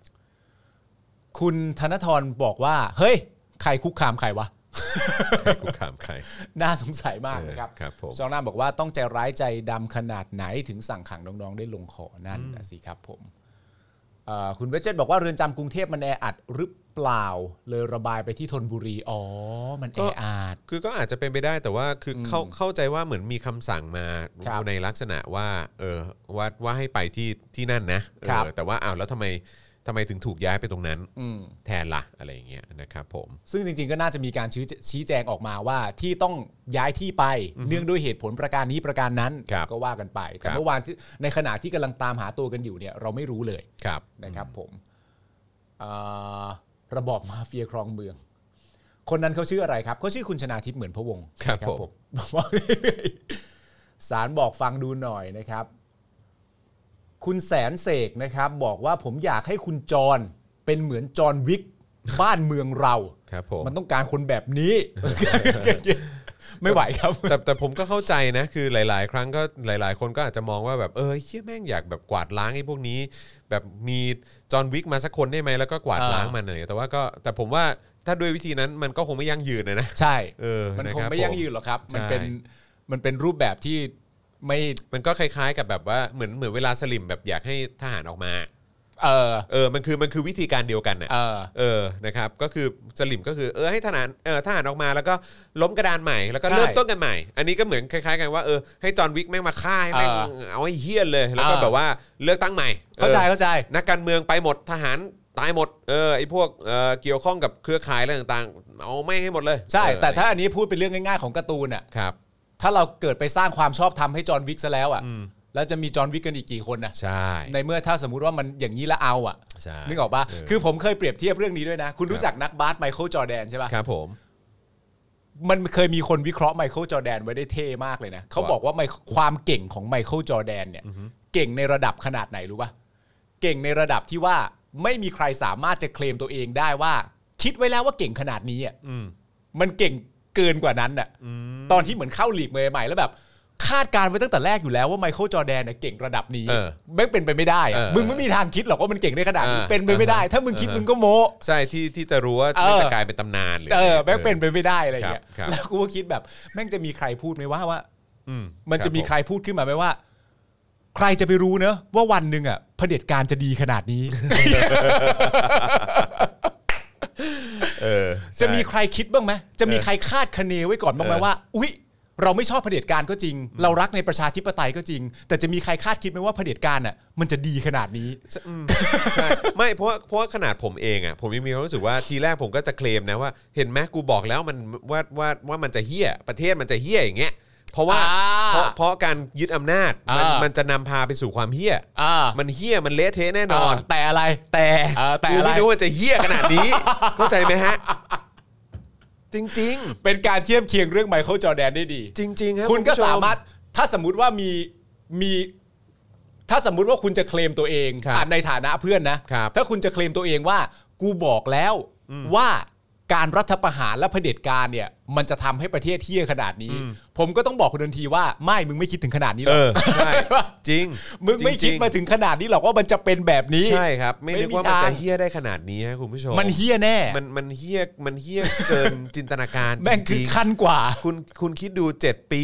C: คุณธนทรบอกว่า เฮ้ย ใครคุกคามใครวะ
B: ใครคุกคามใคร
C: น่าสงสัยมากนะครับ
B: เออครับผม
C: จองหน้าบอกว่าต้องใจร้ายใจดำขนาดไหนถึงสั่งขังน้องๆได้ลงคอนั่นนะสิครับผมเอ่อคุณเวจเจตบอกว่าเรือนจำกรุงเทพมันแออัดหรือเปล่า เลยระบายไปที่ธนบุรี อ๋อ มันแออัด
B: คือก็อาจจะเป็นไปได้แต่ว่าคืออ
C: ม
B: เข้าเข้าใจว่าเหมือนมีคำสั่งมา
C: ครับ
B: ในลักษณะว่าเออว่าว่าให้ไปที่ที่นั่นนะเออ
C: ครับ
B: แต่ว่าอ้าวแล้วทำไมท ทำไมถึงถูกย้ายไปตรงนั้น
C: อืม
B: แทนละ่ะอะไรอย่างเงี้ยนะครับผม
C: ซึ่งจริงๆก็น่าจะมีการชี้ชี้แจงออกมาว่าที่ต้องย้ายที่ไป เนื่องด้วยเหตุผลประการนี้ประการนั้น
B: ครับ
C: ก็ว่ากันไป
B: ครั
C: แต่
B: บ
C: เมื่อวานที่ในขณะที่กำลังตามหาตัวกันอยู่เนี่ยเราไม่รู้เลย
B: ครับ
C: นะครับผมอ่าระบอบมาเฟียครองเมือง คนนั้นเขาชื่ออะไรครับเขาชื่อคุณชนาทิพย์เหมือนพะวงศ์
B: ครับ
C: นะ
B: ผม
C: บอก สารบอกฟังดูหน่อยนะครับ คุณแสนเสกนะครับ บอกว่าผมอยากให้คุณจรเป็นเหมือนจรวิกบ้านเมืองเรา
B: ครับผม
C: มันต้องการคนแบบ นี้ ไม่ไหวครับ
B: แต่แต่ผมก็เข้าใจนะคือหลาย ๆ ครั้งก็หลาย ๆ คนก็อาจจะมองว่าแบบเออเฮียแม่งอยากแบบกวาดล้างไอ้พวกนี้ แบบมีจอห์นวิกมาสักคนได้ไหมแล้วก็กวาด
C: อ่า
B: ล้างมันหน่อยแต่ว่าก็แต่ผมว่าถ้าด้วยวิธีนั้นมันก็คงไม่ยั่งยืนนะนะ
C: ใช่
B: เออ
C: มัน
B: นะ
C: คง
B: รับ
C: ไม่
B: ผ
C: ยั่งยืนหรอกครับ มันเป็น
B: ใช่
C: มันเป็นรูปแบบที่ไม่
B: มันก็คล้ายๆ กับแบบว่าเหมือนเหมือนเวลาสลิมแบบอยากให้ทหารออกมา
C: เออ
B: เออมันคือมันคือวิธีการเดียวกันน่ะ
C: เออ
B: เออ นะครับ ก็คือสลิมก็คือเออให้ทหารเออทหารออกมาแล้วก็ล้มกระดานใหม่แล้วก็
C: ใช่
B: เริ่มต้นกันใหม่ อันนี้ก็เหมือนคล้ายๆกันว่าเออให้จอห์นวิกแม่งมาฆ่าให้แม่ง
C: เออ
B: เอาให้เฮี้ยนเลย แล้วก็
C: เออ
B: แบบว่าเลือกตั้งใหม่
C: เข้าใจ
B: ออ
C: เข้าใจ
B: นักการเมืองไปหมดทหารตายหมดเออไอ้พวกเออเกี่ยวข้องกับเครือข่ายอะไรต่างๆ เอาแม่งให้หมดเลย
C: ใช่
B: เออ
C: แต่ถ้าอันนี้พูดเป็นเรื่องง่ายๆของการ์ตูนอ่ะ
B: ครับ
C: ถ้าเราเกิดไปสร้างความชอบธรรมให้จอห์นวิกซะแล้วอ่ะ
B: อืม
C: แล้วจะมีจอห์นวิกกันอีกกี่คนนะ
B: ใช่
C: ในเมื่อถ้าสมมุติว่ามันอย่างนี้ละเอาอ่ะ
B: ใช่
C: นึกออกปะ
B: เ
C: คือผมเคยเปรียบเทียบเรื่องนี้ด้วยนะ คุณรู้จักนักบาสไมเคิลจอร์แดนใช่ปะ
B: ครับผม
C: มันเคยมีคนวิเคราะห์ไมเคิลจอร์แดนไว้ได้เท่มากเลยนะ เขาบอกว่าไมความเก่งของไมเคิลจอร์แดนเนี่ย เก่งในระดับขนาดไหนรู้ป่ะ เก่งในระดับที่ว่าไม่มีใครสามารถจะเคลมตัวเองได้ว่า คิดไว้แล้วว่าเก่งขนาดนี้อ่ะ
B: อืม
C: มันเก่งเกินกว่านั้นอ่ะ
B: อืม
C: ตอนที่เหมือนเข้าลีกใหม่ๆแล้วแบบ คาดการณ์ไว้ตั้งแต่แรกอยู่แล้วว่าไมเคิลจอร์แดนเนี่ยเก่งระดับนี้
B: เออ
C: แม่งเป็นไปไม่ได้อะ
B: เออ
C: มึงไม่มีทางคิดหรอกว่ามันเก่งได้ขนาดนี้
B: เออ
C: เป็นไปไม่ได้ ถ้ามึงคิด
B: เออ
C: มึงก็โม
B: ใช่ที่ที่จะรู้ว่า
C: เออ
B: จะกลายเป็นตำนานหรือ
C: เออ
B: อะไร
C: แม่งเป็นไปไม่ได้อะไรอย่างเงี้ย
B: ครับครับ
C: แล้วกูก็คิดแบบแม่งจะมีใครพูดไหมว่าว่า
B: อื
C: มันจะมี
B: บผ
C: ใครพูดขึ้นมาไหมว่า ใครจะไปรู้เนอะว่าวันหนึ่งอ่ะเผด็จการจะดีขนาด นี้
B: เออใช่
C: จะมีใครคิดบ้างไหมจะมีใครคาดคะเนไว้ก่อนบ้างไหม
B: เออ
C: ว่า อุ๊ย เราไม่ชอบเผด็จการก็จริง เรารักในประชาธิปไตยก็จริง แต่จะมีใครคาดคิดไหมว่าเผด็จการอ่ะ มันจะดีขนาดนี้
B: อืมใช่ไม่เพราะว่าเพราะว่าขนาดผมเองอ่ะผมยังมีความรู้สึกว่าทีแรกผมก็จะเคลมนะว่าเห็นไหมกูบอกแล้วมันว่าว่าว่ามันจะเฮี้ยประเทศมันจะเฮี้ยอย่างเงี้ยเพราะว่า
C: อ่า
B: เพราะเพราะการยึดอำนาจมัน
C: อ่ามั
B: มันจะนำพาไปสู่ความเฮี้ย
C: อ่า
B: มันเฮี้ยมันเละเทะแน่น
C: น
B: อ
C: อน นแต่อะไรแต่เออแต่
B: กู
C: อะไร
B: ไม่รู้ว่าจะเฮี้ยขนาดนี้ เข้าใจไหมฮะ จริง
C: เป็นการเทียบเคียงเรื่องไมเคิลจอร์แดนได้ดี
B: ๆ จริง ๆ ครับ
C: คุณก็
B: ผู้ช
C: สามารถถ้าสมมุติว่ามีมี ถ้าสมมุติว่าคุณจะเคลมตัวเอง
B: ครับ
C: อ่ะในฐานะเพื่อนนะครับถ้าคุณจะเคลมตัวเองว่า กูบอกแล้วว่าการรัฐประหารและเผด็จการเนี่ย มันจะทำให้ประเทศเที่ยขนาดนี้ ผมก็ต้องบอกคุณทันทีว่าไม่มึงไม่คิดถึงขนาดนี้หร
B: เอ
C: อก
B: อใช่ จริง
C: มึงไม่
B: จ
C: คิ
B: ริ
C: ด
B: ๆ
C: มาถึงขนาดนี้หรอกว่ามันจะเป็นแบบนี้
B: ใช่ครับ ไม่นึก
C: ไม่มี
B: ว่ามัน
C: ทา
B: จะ
C: ง
B: เฮี้ยได้ขนาดนี้ฮะคุณผู้ชม
C: มันเฮี้ยแน่
B: มันมันเฮี้ยมันเฮี้ยเกิน จินตนาการ
C: แม่งคือ
B: จริๆ
C: ขั้นกว่า
B: คุณคุณคิดดู 7 ปี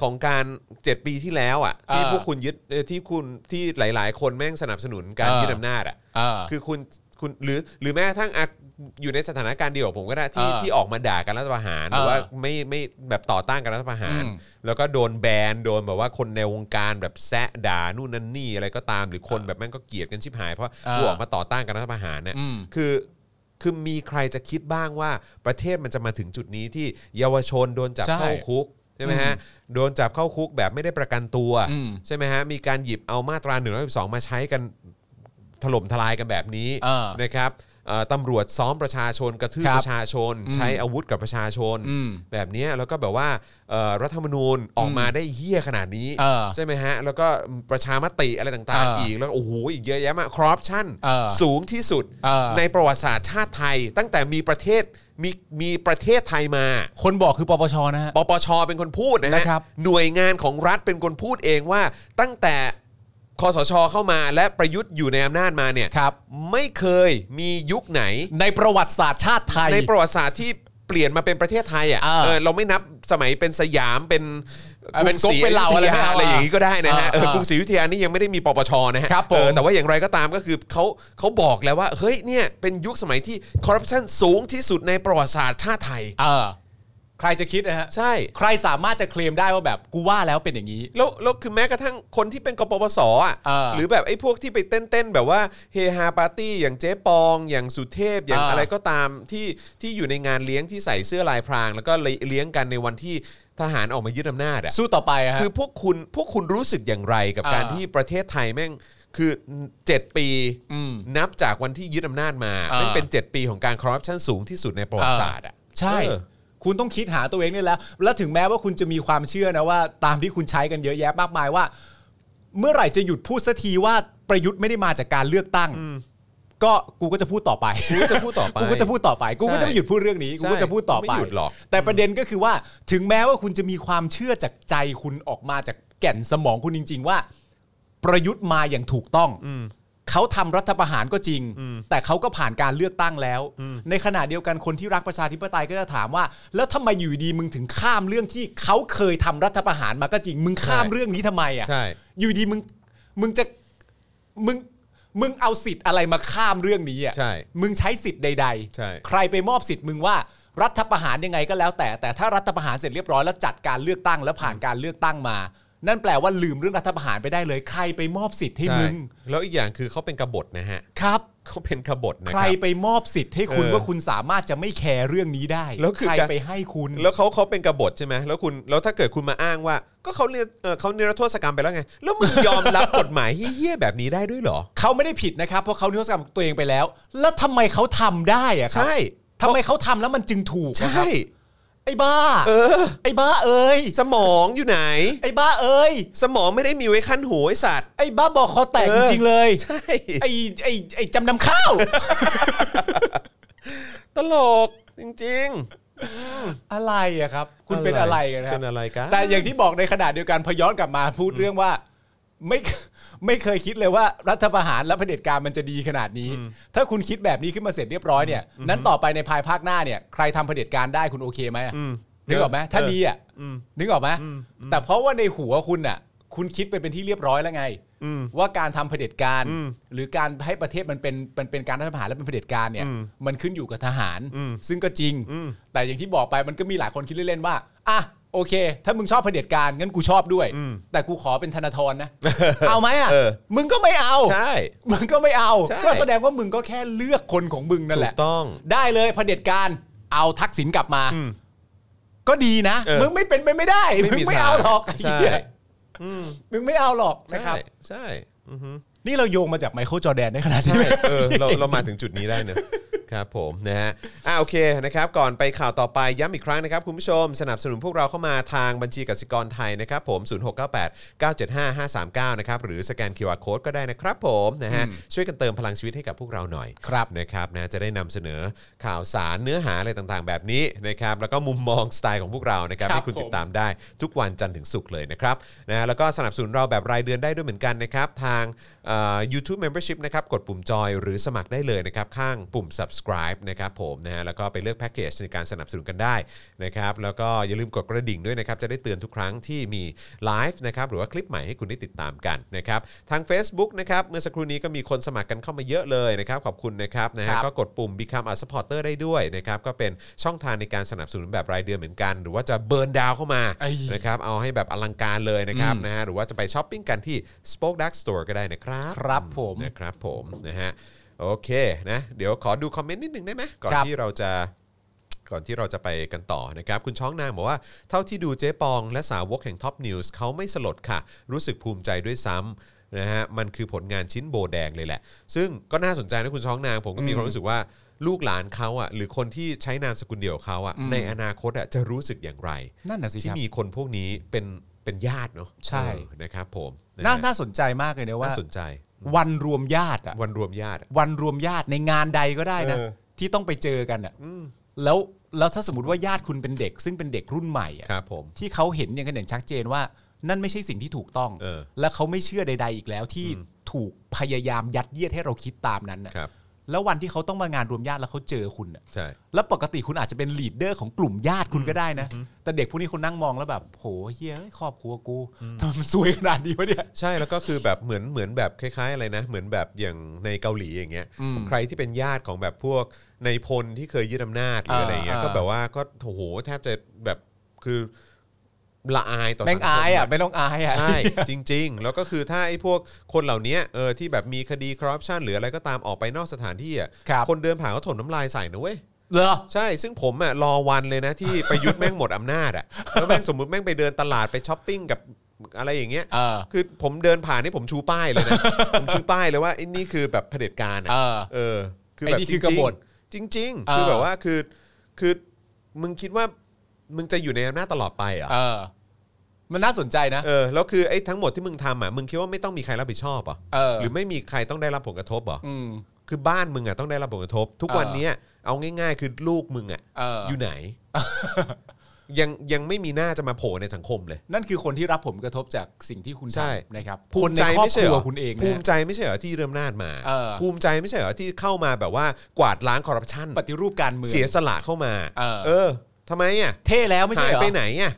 B: ของการ 7 ปีที่แล้วอ่ะที่
C: เออ
B: พวกคุณยึดเอ่อที่คุณที่หลาย ๆ คนแม่งสนับสนุนการ
C: เออ
B: ยึดอำนาจอ่ะ
C: อ่า
B: คือคุณคุณหรือหรือแม้กระทั่งอ่ะอยู่ในสถานการณ์เดียวกับผมก็ได้ที่
C: เออ
B: ที่ออกมาด่าการรัฐประหารหรือว่า
C: เออ
B: ไม่ไม่แบบต่อต้านการรัฐประหาร
C: อืม
B: แล้วก็โดนแบนโดนแบบว่าคนในวงการแบบแซะด่านู่นนั่นนี่อะไรก็ตามหรือคนแบบแม่งก็เกลียดกันชิบหายเพราะ
C: เออ
B: กูออกมาต่อต้านการรัฐประหารเนี่ย
C: อืม
B: คือคือมีใครจะคิดบ้างว่าประเทศมันจะมาถึงจุดนี้ที่เยาวชนโดนจับ
C: ใช่
B: เข้าคุกใช่ไหมฮะโดนจับเข้าคุกแบบไม่ได้ประกันตัว
C: อืม
B: ใช่ไหมฮะมีการหยิบเอามาตรา1นึมาใช้กันถล่มทลายกันแบบนี้
C: เออ
B: นะครับเอ่อตำรวจซ้อมประชาชนกระทืบ
C: ครับ
B: ประชาชน
C: อืม
B: ใช้อาวุธกับประชาชน
C: อืม
B: แบบเนี้ยแล้วก็แบบว่าเอ่อรัฐธรรมนูญออกมาได้เหี้ยขนาดนี้
C: เออ
B: ใช่ไหมฮะแล้วก็ประชามติอะไรต่างๆ
C: เอออี
B: อีกแล้วก็โอ้โหอีกเยอะแยะมากคอร์รัปชัน
C: เออ
B: สูงที่สุด
C: เออ
B: ในประวัติศาสตร์ชาติไทย ตั้งแต่มีประเทศมีมีประเทศไทยมา
C: คนบอกคือปปชนะฮะ
B: ปปชเป็นคนพูดนะฮะ
C: นะครับ
B: หน่วยงานของรัฐเป็นคนพูดเองว่าตั้งแต่คอสชเข้ามาและประยุทธ์อยู่ในอำนาจมาเนี่ย
C: ครับ
B: ไม่เคยมียุคไหน
C: ในประวัติศาสตร์ชาติไทย
B: ในประวัติศาสตร์ที่เปลี่ยนมาเป็นประเทศไทยอ่ะ
C: เออ
B: เออเราไม่นับสมัยเป็นสยามเป็น
C: เออเป็น
B: รุงศ
C: ก๊กเป็นเหล่า
B: ยุธย
C: อะไรไม่เอา
B: อะไรอย่างนี้ก็ได้นะฮะ
C: เออ
B: เออกรุงศรีอยุธยานี่ยังไม่ได้มีปปชนะฮะ
C: ครับผม
B: เออแต่ว่าอย่างไรก็ตามก็คือเขาเขาบอกแล้วว่าเฮ้ยเนี่ยเป็นยุคสมัยที่คอร์รัปชันสูงที่สุดในประวัติศาสตร์ชาติไทย
C: เออ ใครจะคิดนะฮะ
B: ใช่
C: ใครสามารถจะเคลมได้ว่าแบบกูว่าแล้วเป็นอย่างนี้
B: แล้วแล้วคือแม้กระทั่งคนที่เป็นกปปสอ่ะ
C: เออ
B: หรือแบบไอ้พวกที่ไปเต้นเต้นๆแบบว่าเฮฮาปาร์ตี้อย่างเจ๊ปอง อย่างสุเทพอย่าง
C: เอออ
B: อะไรก็ตามที่ที่อยู่ในงานเลี้ยงที่ใส่เสื้อลายพราง แล้วก็เลี้ยงกันในวันที่ทหารออกมายึดอำนาจอ่ะ
C: สู้ต่อไปฮะ
B: คือพวกคุณพวกคุณรู้สึกอย่างไรกับ
C: อ่า
B: การที่ประเทศไทยแม่งคือ 7 ปี
C: อืม
B: นับจากวันที่ยึดอำนาจมา
C: อ่า
B: แม่งเป็น 7 ปีของการคอร์รัปชันสูงที่สุดในประวัติศาสตร์อ่ะ
C: ใช่
B: เออ
C: คุณต้องคิดหาตัวเองนี่แหล้ว แล้วถึงแม้ว่าคุณจะมีความเชื่อนะว่า ตามที่คุณใช้กันเยอะแยะมากมายว่า เมื่อไหร่จะหยุดพูดสักทีว่าประยุทธ์ไม่ได้มาจากการเลือกตั้ง ก็กูก็จะพูดต่อไป
B: กูก็จะพูดต่อไป
C: กูก็จะพูดต่อไป กูก็จะไม่หยุดพูดเรื่องนี้
B: ใช่
C: กูก็จะพูดต่อไป
B: ไม่หยุดหรอก
C: แต่ประเด็นก็คือว่า ถึงแม้ว่าคุณจะมีความเชื่อจากใจคุณออกมาจากแก่นสมองคุณจริง ๆ ว่า ประยุทธ์มาอย่างถูกต้อง เขาทำรัฐประหารก็จริง แต่เขาก็ผ่านการเลือกตั้งแล้ว ในขณะเดียวกันคนที่รักประชาธิปไตยก็จะถามว่า แล้วทำไมอยู่ดีมึงถึงข้ามเรื่องที่เขาเคยทำรัฐประหารมาก็จริง มึงข้าม
B: ใช่
C: เรื่องนี้ทำไมอ่ะ
B: ใช่
C: อยู่ดีมึงมึงจะมึงมึงเอาสิทธิ์อะไรมาข้ามเรื่องนี้อ่ะ
B: ใช่
C: มึงใช้สิทธิ์ใดๆ
B: ใช่
C: ใครไปมอบสิทธิ์มึงว่ารัฐประหารยังไงก็แล้วแต่ แต่ถ้ารัฐประหารเสร็จเรียบร้อยแล้วจัดการเลือกตั้งแล้วผ่านการเลือกตั้งมา นั่นแปลว่าลืมเรื่องรัฐประหารไปได้เลย ใครไปมอบสิทธิ์ให้
B: ใช่
C: มึง
B: แล้วอีกอย่างคือเขาเป็นกบฏนะฮะ
C: ครับ
B: เขาเป็นกบฏนะ
C: ใค
B: ค
C: ร
B: รับ
C: ไปมอบสิทธิ์ให้คุณ
B: เออ
C: ว่าคุณสามารถจะไม่แคร์เรื่องนี้ได้
B: แล้วคือ
C: ใคร
B: การ
C: ไปให้คุณ
B: แล้วเขาเขาเป็นกบฏใช่ไหมแล้วคุณแล้วถ้าเกิดคุณมาอ้างว่า ก็เขาเรียนเอ่อเขาเนรโทษกรรมไปแล้วไง แล้วมึงยอมรับ กฎหมายเฮี้ยๆแบบนี้ได้ด้วยเหรอ
C: เขาไม่ได้ผิดนะครับเพราะเขานิรโทษกรรมตัวเองไปแล้ว แล้วทำไมเขาทำได้อะครับ
B: ใช่
C: ทำไมเขาทำแล้วมันจึงถูกนะครับ
B: ใช่
C: ไอ้บ้า
B: เออ
C: ไอ้บ้าเอ้ย
B: สมองอยู่ไหน
C: ไอ้บ้าเอ้ย
B: สมองไม่ได้มีไว้ขั้นหูไอสัตว์
C: ไอ้บ้าบอกคอแตก
B: เอ
C: จ
B: อ
C: ริงๆเลย
B: ใช่
C: ไอ้ไอ้ไอ้จำนำข้าว
B: ตลกจริงๆ
C: อะไรอะครับ คุณเป็นอะไรกันครั
B: เป็นอะไรกัน
C: แต่อย่างที่บอกในขณะเดียวกันพอย้อนกลับมาพูดเรื่องว่าไม่ไม่เคยคิดเลยว่ารัฐประหารและเผด็จการมันจะดีขนาดนี้ ถ้าคุณคิดแบบนี้ขึ้นมาเสร็จเรียบร้อยเนี่ย นั้นต่อไปในภายภาคหน้าเนี่ยใครทำเผด็จการได้คุณโอเคไหมอะ
B: อืม
C: นึกออกไหมถ้าดีอ่ะนึกออกไหมแต่เพราะว่าในหัวคุณอ่ะ คุณคิดไปเป็นที่เรียบร้อยแล้วไง ว่าการทำเผด็จการ หรือการให้ประเทศมันเป็นมันเป็นการรัฐประหารและเป็นเผด็จการเนี่ย มันขึ้นอยู่กับทหาร ซึ่งก็จริง แต่อย่างที่บอกไปมันก็มีหลายคนคิดเล่นๆว่าอ่ะโอเค ถ้ามึงชอบเผด็จการงั้นกูชอบด้วย แต่กูขอเป็นธนาธรนะ เอาไหมอ่ะ
B: เออ
C: มึงก็ไม่เอา
B: ใช่
C: มึงก็ไม่เอา
B: ใช่
C: ก็แสดงว่ามึงก็แค่เลือกคนของมึงนั่น
B: ถู
C: แหละ
B: กต้อง
C: ได้เลยเผด็จการเอาทักษิณกลับมา
B: อืม
C: ก็ดีนะ
B: เออ
C: มึงไม่เป็นไปไม่ได้
B: ไม่
C: มึ
B: มี
C: งไม่
B: ทาง
C: เอาหรอก
B: ใช่
C: ไอ้เหี้ย
B: อืม
C: มึงไม่เอาหรอกนะครับ
B: ใช่ใช่อือฮึ
C: นี่เราโยงมาจากไมเคิลจอร์แดนในขณะที่
B: ใช่เออเราเรามาถึงจุดนี้ได้เนอะครับผมนะฮะอ่าโอเคนะครับ ก่อนไปข่าวต่อไปย้ำอีกครั้งนะครับ คุณผู้ชมสนับสนุนพวกเราเข้ามาทางบัญชีกสิกรไทยนะครับผม 0698975539 นะครับ หรือสแกน QR Code ก็ได้นะครับผมนะฮะช่วยกันเติมพลังชีวิตให้กับพวกเราหน่อย
C: ครับ
B: นะครับนะจะได้นำเสนอข่าวสารเนื้อหาอะไรต่างๆ แบบนี้นะครับแล้วก็มุมมองสไตล์ของพวกเรานะครับ
C: ครับ
B: ให้คุณ
C: ผม
B: ติดตามได้ทุกวันจันทร์ถึงศุกร์เลยนะครับนะแล้วก็สนับสนุนเราแบบรายเดือนได้ด้วยเหมือนกันนะครับ ทางเอ่อ YouTube Membership นะครับกดปุ่มจอยหรือสมัครได้เลยนะครับ ข้างปุ่ม subscribe นะครับผมนะฮะแล้วก็ไปเลือกแพ็กเกจในการสนับสนุนกันได้นะครับแล้วก็อย่าลืมกดกระดิ่งด้วยนะครับจะได้เตือนทุกครั้งที่มีไลฟ์นะครับหรือว่าคลิปใหม่ให้คุณได้ติดตามกันนะครับทาง Facebook นะครับเมื่อสักครู่นี้ก็มีคนสมัครกันเข้ามาเยอะเลยนะครับขอบคุณนะครับนะ
C: ค
B: ฮะ
C: รับ
B: ก็ ก็กดปุ่ม Become a supporter ได้ด้วยนะครับ ก็เป็นช่องทางในการสนับสนุนแบบรายเดือนเหมือนกัน หรือว่าจะเบิร์นดาวเข้ามา
C: ไอ้
B: นะครับ เอาให้แบบอลังการเลยนะครับ
C: อืม
B: นะฮะหรือว่าจะไปช้อปปิ้งกันที่ Spoke Dark Store ก็ได้นะครับ
C: ครับผม
B: นะครับผมนะฮะโอเคนะเดี๋ยวขอดูคอมเมนต์นิดหนึ่งได้ไหมก่อน
C: ครับ
B: ที่เราจะ ก่อนที่เราจะไปกันต่อนะครับ คุณช้องนางบอกว่าเท่าที่ดูเจ๊ปองและสาวกแห่งท็อปนิวส์เขาไม่สลดค่ะ รู้สึกภูมิใจด้วยซ้ำนะฮะมันคือผลงานชิ้นโบแดงเลยแหละ ซึ่งก็น่าสนใจนะคุณช้องนาง ผมก็มีความรู้สึกว่าลูกหลานเขาอ่ะหรือคนที่ใช้นามสกุลเดียวกับเขาอ่ะในอนาคตอ่ะจะรู้สึกอย่างไร
C: นั่นน่ะสิ
B: ที่
C: ครับ
B: มีคนพวกนี้เป็นเป็นญาติเนาะเ
C: ใช่
B: ออนะครับผมะฮะ
C: น่าน่าสนใจมากเลยนะว่า
B: น่าสนใจ
C: วันรวมญาติอะ
B: วันรวมญาติอะ
C: วันรวมญาติในงานใดก็ได้นะ
B: เออ
C: ที่ต้องไปเจอกันอะแล้วแล้วถ้าสมมติว่าญาติคุณเป็นเด็ก ซึ่งเป็นเด็กรุ่นใหม่อะ
B: ครับผม
C: ที่เขาเห็นอย่างกันอย่างชัดเจนว่า นั่นไม่ใช่สิ่งที่ถูกต้อง
B: เออ
C: และเขาไม่เชื่อใด ๆ อีกแล้วที่ถูกพยายามยัดเยียดให้เราคิดตามนั้นน่ะ
B: ครับ
C: แล้ววันที่เขาต้องมางานรวมญาติแล้วเขาเจอคุณอะ
B: ใช่
C: แล้วปกติคุณอาจจะเป็นลีดเดอร์ของกลุ่มญาติคุณก็ได้นะ แต่เด็กพวกนี้คุณนั่งมองแล้วแบบโหเฮียเอ้ยครอบครัวกูทำไมมันซวยขนาดนี้วะเนี่ย
B: ใช่แล้วก็คือแบบเหมือนเหมือนแบบคล้ายๆอะไรนะ เหมือนแบบอย่างในเกาหลีอย่างเงี้ย
C: อืม
B: ใครที่เป็นญาติของแบบพวกในพลที่เคยยึดอำนาจหรืออะไรเงี้ย
C: อ่า
B: ก็แบบว่าก็โอ้โหแทบจะแบบคือละอายต่อ
C: แม่ง
B: สัค
C: อายอ่ะ
B: ะ
C: ไม่ต้องอายอ่ะ
B: ใช่ จริง ๆ แล้วก็คือถ้าไอ้พวกคนเหล่านี้เออที่แบบมีคดีคอร์รัปชันหรืออะไรก็ตามออกไปนอกสถานที่อ่ะ
C: ครับ
B: นเดินผ่านเขาถมน้ำลายใส่นะเว้ย
C: เหรอ
B: ใช่ซึ่งผมอ่ะรอวันเลยนะ ที่ประยุทธ์แม่งหมดอำนาจอ่ะแล้วแม่งสมมติแม่งไปเดินตลาดไปช้อปปิ้งกับอะไรอย่างเงี้ย
C: เออ
B: คือผมเดินผ่านนี่ผมชูป้ายเลยนะ ผมชูป้ายเลยว่าไอ้นี่คือแบบเผด็จการ
C: เอ
B: อ่ะ
C: อ
B: เออ คือ
C: ไอ้
B: แบบ
C: นี่
B: จ
C: คื
B: ริ
C: อง กบฏ
B: ๆจริงจริง ๆ
C: เออ
B: คือแบบว่าคือคือมึงคิดว่ามึงจะอยู่ในอำนาจตลอดไปเหรอ่ะ
C: เออ มันน่าสนใจนะ
B: เออแล้วคือไอ้ทั้งหมดที่มึงทำอ่ะมึงคิดว่าไม่ต้องมีใครรับผิดชอบเหรอ่ะ
C: เออ
B: หรือไม่มีใครต้องได้รับผลกระทบเหรอ่ะ
C: อืม
B: คือบ้านมึงอ่ะต้องได้รับผลกระทบ ทุก
C: เออ
B: วันเนี้ยเอาง่าย ๆ คือลูกมึงอ่ะ
C: เออ
B: อยู่ไหน ยังยังไม่มีหน้าจะมาโผล่ในสังคมเลย
C: นั่นคือคนที่รับผลกระทบจากสิ่งที่คุณ
B: ใช่
C: ทำนะครับ
B: ภู
C: คน
B: มิ
C: ใน
B: ใจ
C: ครอบ
B: ไม่
C: ค
B: ใช่
C: รั
B: เหร
C: ว
B: อ
C: คุณเองนะ
B: ภูมิใจไม่ใช่เหรอที่เริ่มนาจมา
C: เออ
B: ภูมิใจไม่ใช่เหรอที่เข้ามาแบบว่ากวาดล้างคอร์รัปชัน
C: ปฏิรูปการเมือง
B: เสียสละเข้ามา
C: เอ
B: อ
C: อ
B: ทำไมอ่ะ
C: เท่แล้วไม่
B: หา
C: ใช่
B: ย
C: เหรอ
B: ไปไหนอ่ะ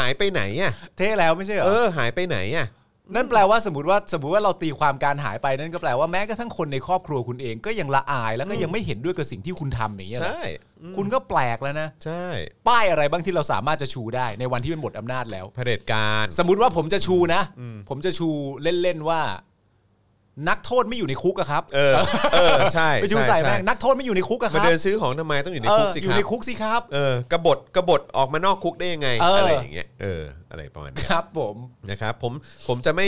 B: หายไปไหนอ่ะ
C: เท่แล้วไม่ใช่เหรอ
B: เออ หายไปไหนอ่ะ
C: นั่นแปลว่าสมมติว่าสมมติว่าเราตีความการหายไปนั่นก็แปลว่าแม้กระทั่งคนในครอบครัวคุณเองก็ยังละอายแล้วก็ยังไม่เห็นด้วยกับสิ่งที่คุณทำอย่างเงี้ยเหรอ
B: ใช่อืม
C: คุณก็แปลกแล้วนะ
B: ใช่
C: ป้ายอะไรบ้างที่เราสามารถจะชูได้ในวันที่มันหมดอำนาจแล้ว
B: เผด็จการ
C: สมมติว่าผมจะชูนะ
B: อืม
C: ผมจะชูเล่นๆว่า นักโทษไม่อยู่ในคุกอะครับ
B: เออ เออ ใช่
C: ไปชูใส่แม่ง
B: ช่
C: นักโทษไม่อยู่ในคุกอะค
B: มา
C: รับ
B: เดินซื้อของทำไมต้องอยู่ใน
C: เอ
B: คุก
C: อ
B: สิ
C: อ
B: ค
C: ยู่
B: รั
C: ใน
B: บ
C: คุกสิครับ
B: เออกบฏกบฏออกมานอกคุกได้ยังไง
C: เอออ
B: ไรอย่างเงี้ย เออ อะไรประมาณเนี้ย
C: ครับ ผม
B: นะครับ ผม ผมจะไม่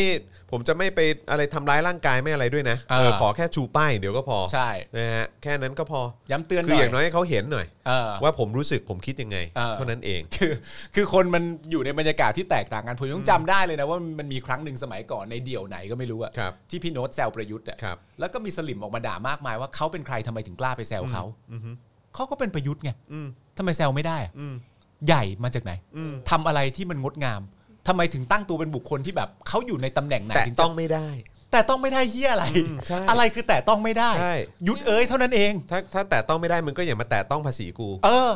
B: ผมจะไม่ไปอะไรทำร้ายร่างกายไม่อะไรด้วยนะ
C: เออ
B: เออ ขอแค่ชูป้ายเดี๋ยวก็พอ
C: ใช่
B: นะฮะ แค่นั้นก็พอ
C: ย้ำเตือนห
B: คือ
C: น่อ
B: อย่าย งน้อยให้เขาเห็นหน่อย
C: เออ
B: ว่าผมรู้สึกผมคิดยังไง
C: เออ
B: เท่านั้นเอง
C: คือคือคนมันอยู่ในบรรยากาศที่แตกต่างกันผมยังจำได้เลยนะว่ามันมีครั้งหนึ่งสมัยก่อนในเดี่ยวไหนก็ไม่รู้อะ
B: ครับ
C: ที่พี่โน้ตแซวประยุทธ์อะ
B: ครับ
C: แล้วก็มีสลิมออกมาด่ามากมายว่าเขาเป็นใครทำไมถึงกล้าไปแซวเขา
B: อืมอืม
C: เขาก็เป็นประยุทธ์ไง
B: อืม
C: ทำไมแซวไม่ได้อะ
B: อืม
C: ใหญ่มาจากไหน
B: อืม
C: ทำอะไรที่มันงดงามทำไมถึงตั้งตัวเป็นบุคคลที่แบบเขาอยู่ในตำแหน่งไหน
B: แต่
C: ถึงจะ
B: ต้องไม่ได้
C: แต่ต้องไม่ได้เฮียอะไร
B: อืมใช่
C: อะไรคือแต่ต้องไม่ได้
B: ใช่
C: ยุดเอ้ยเท่านั้นเอง
B: ถ้า ถ้าแต่ต้องไม่ได้มึงก็อย่ามาแต่ต้องภาษีกู
C: เออ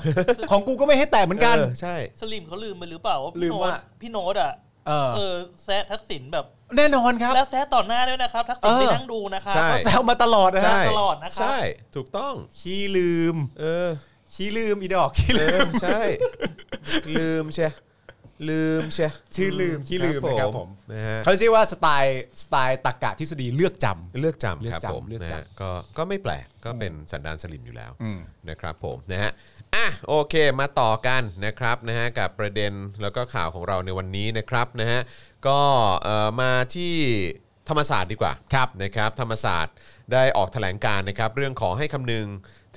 C: ของกูก็ไม่ให้แต่เหมือนกัน
B: เออใช่
D: สลิมเขาลืมไปหรือเปล่าว่า
C: ลื
D: พี่
C: ม
D: โน้ต
C: ว่า
D: พี่โน้ตอ่ะ
C: เออ
D: เออแซะทักษิณแบบ
C: แน่นอนครับ
D: และแซะต่อหน้าด้วยนะครับ ทักษิณ
C: เออ
D: ไปนั่งดูนะครับ
B: ใช่
C: แซวมาตลอดนะ
B: ใช่
C: ฮะ
D: ตลอดนะครับ
B: ใช่ ถูกต้อง
C: ขี้ลืม
B: เออ
C: ขี้ลืมอีดอกขี้ลื
B: ลืม
C: ม
B: ใช่ ลืมเชียลืมเชีย
C: ชื่อลืมขี้ลืมนะครับผม
B: นะฮะ
C: เขาเรียกว่าสไตล์สไตล์ตรกกะทฤษฎีเลือกจำ
B: เลือกจำ
C: เลือก
B: ครับ
C: จำ
B: ผม
C: เลือก
B: นะ
C: จำ
B: ฮะก็ก็ไม่แปลกก็เป็นสันดานสลิมอยู่แล้ว
C: อืม
B: นะครับผมนะฮะอ่ะโอเคมาต่อกันนะครับนะฮะกับประเด็นแล้วก็ข่าวของเราในวันนี้นะครับนะฮะก็เอ่อมาที่ธรรมศาสตร์ดีกว่า
C: ครับ
B: นะครับธรรมศาสตร์ได้ออกแถลงการณ์นะครับ เรื่องขอให้คำนึง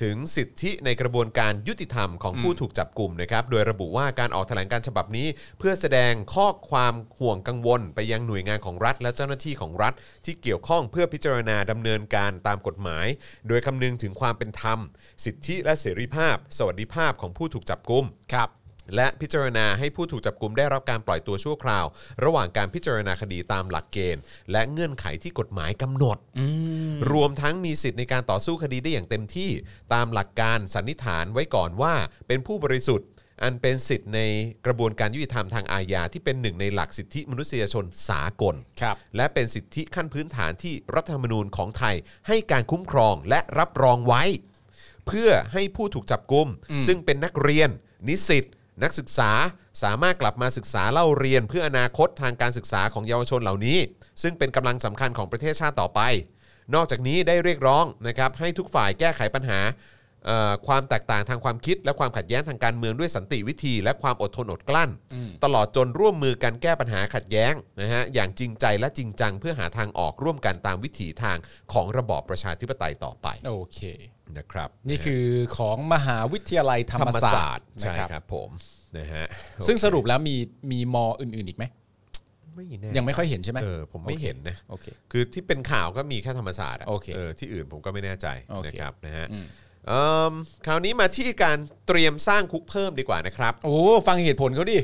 B: ถึงสิทธิในกระบวนการยุติธรรมของผู้ถูกจับกลุ่มนะครับ โดยระบุว่าการออกแถลงการฉบับนี้ เพื่อแสดงข้อความห่วงกังวล ไปยังหน่วยงานของรัฐ และเจ้าหน้าที่ของรัฐ ที่เกี่ยวข้องเพื่อพิจารณาดำเนินการตามกฎหมาย โดยคำนึงถึงความเป็นธรรม สิทธิและเสรีภาพ สวัสดิภาพของผู้ถูกจับกลุ่ม
C: ครับ
B: และพิจารณาให้ผู้ถูกจับกลุมได้รับการปล่อยตัวชั่วคราว ระหว่างการพิจารณาคดีตามหลักเกณฑ์ และเงื่อนไขที่กฎหมายกำหนด รวมทั้งมีสิทธิ์ในการต่อสู้คดีได้อย่างเต็มที่ ตามหลักการสันนิษฐานไว้ก่อนว่าเป็นผู้บริสุทธิ์ อันเป็นสิทธิ์ในกระบวนการยุติธรรมทางอาญาที่เป็นหนึ่งในหลักสิทธิมนุษยชนสากล
C: ครับ
B: และเป็นสิทธิขั้นพื้นฐานที่รัฐธรรมนูญของไทยให้การคุ้มครองและรับรองไว้ เพื่อให้ผู้ถูกจับกุม ซึ่งเป็นนักเรียน นิสิตนักศึกษาสามารถกลับมาศึกษาเล่าเรียน เพื่ออนาคตทางการศึกษาของเยาวชนเหล่านี้ ซึ่งเป็นกำลังสำคัญของประเทศชาติต่อไป นอกจากนี้ได้เรียกร้องนะครับให้ทุกฝ่ายแก้ไขปัญหาเอ่อความแตกต่างทางความคิด และความขัดแย้งทางการเมืองด้วยสันติวิธี และความอดทนอดกลั้น ตลอดจนร่วมมือกันแก้ปัญหาขัดแย้งนะฮะอย่างจริงใจและจริงจังเพื่อหาทางออกร่วมกันตามวิถีทางของระบอบประชาธิปไตยต่อไป
C: โอเค
B: นะครับ
C: นี่คือของมหาวิทยาลัยธรรมศาสตร์นะ
B: ใช่
C: ครับ
B: ครับผมนะฮะ
C: ซึ่ง
B: โอ
C: สรุปแล้วมีมีมออื่นๆอีกไหม
B: เคไม่แน่
C: ยังไม่ค่อยเห็นใช่ไหม
B: เออผมไม่เห็นนะ
C: โอเค
B: คือที่เป็นข่าวก็มีแค่ธรรมศาสตร์ะ
C: โอเค
B: เออที่อื่นผมก็ไม่แน่ใจ
C: โอเค
B: นะครับนะฮะ
C: อืม
B: เอิ่มคราวนี้มาที่การเตรียมสร้างคุกเพิ่มดีกว่านะครับ
C: โอ้ฟังเหตุผลเขาดิ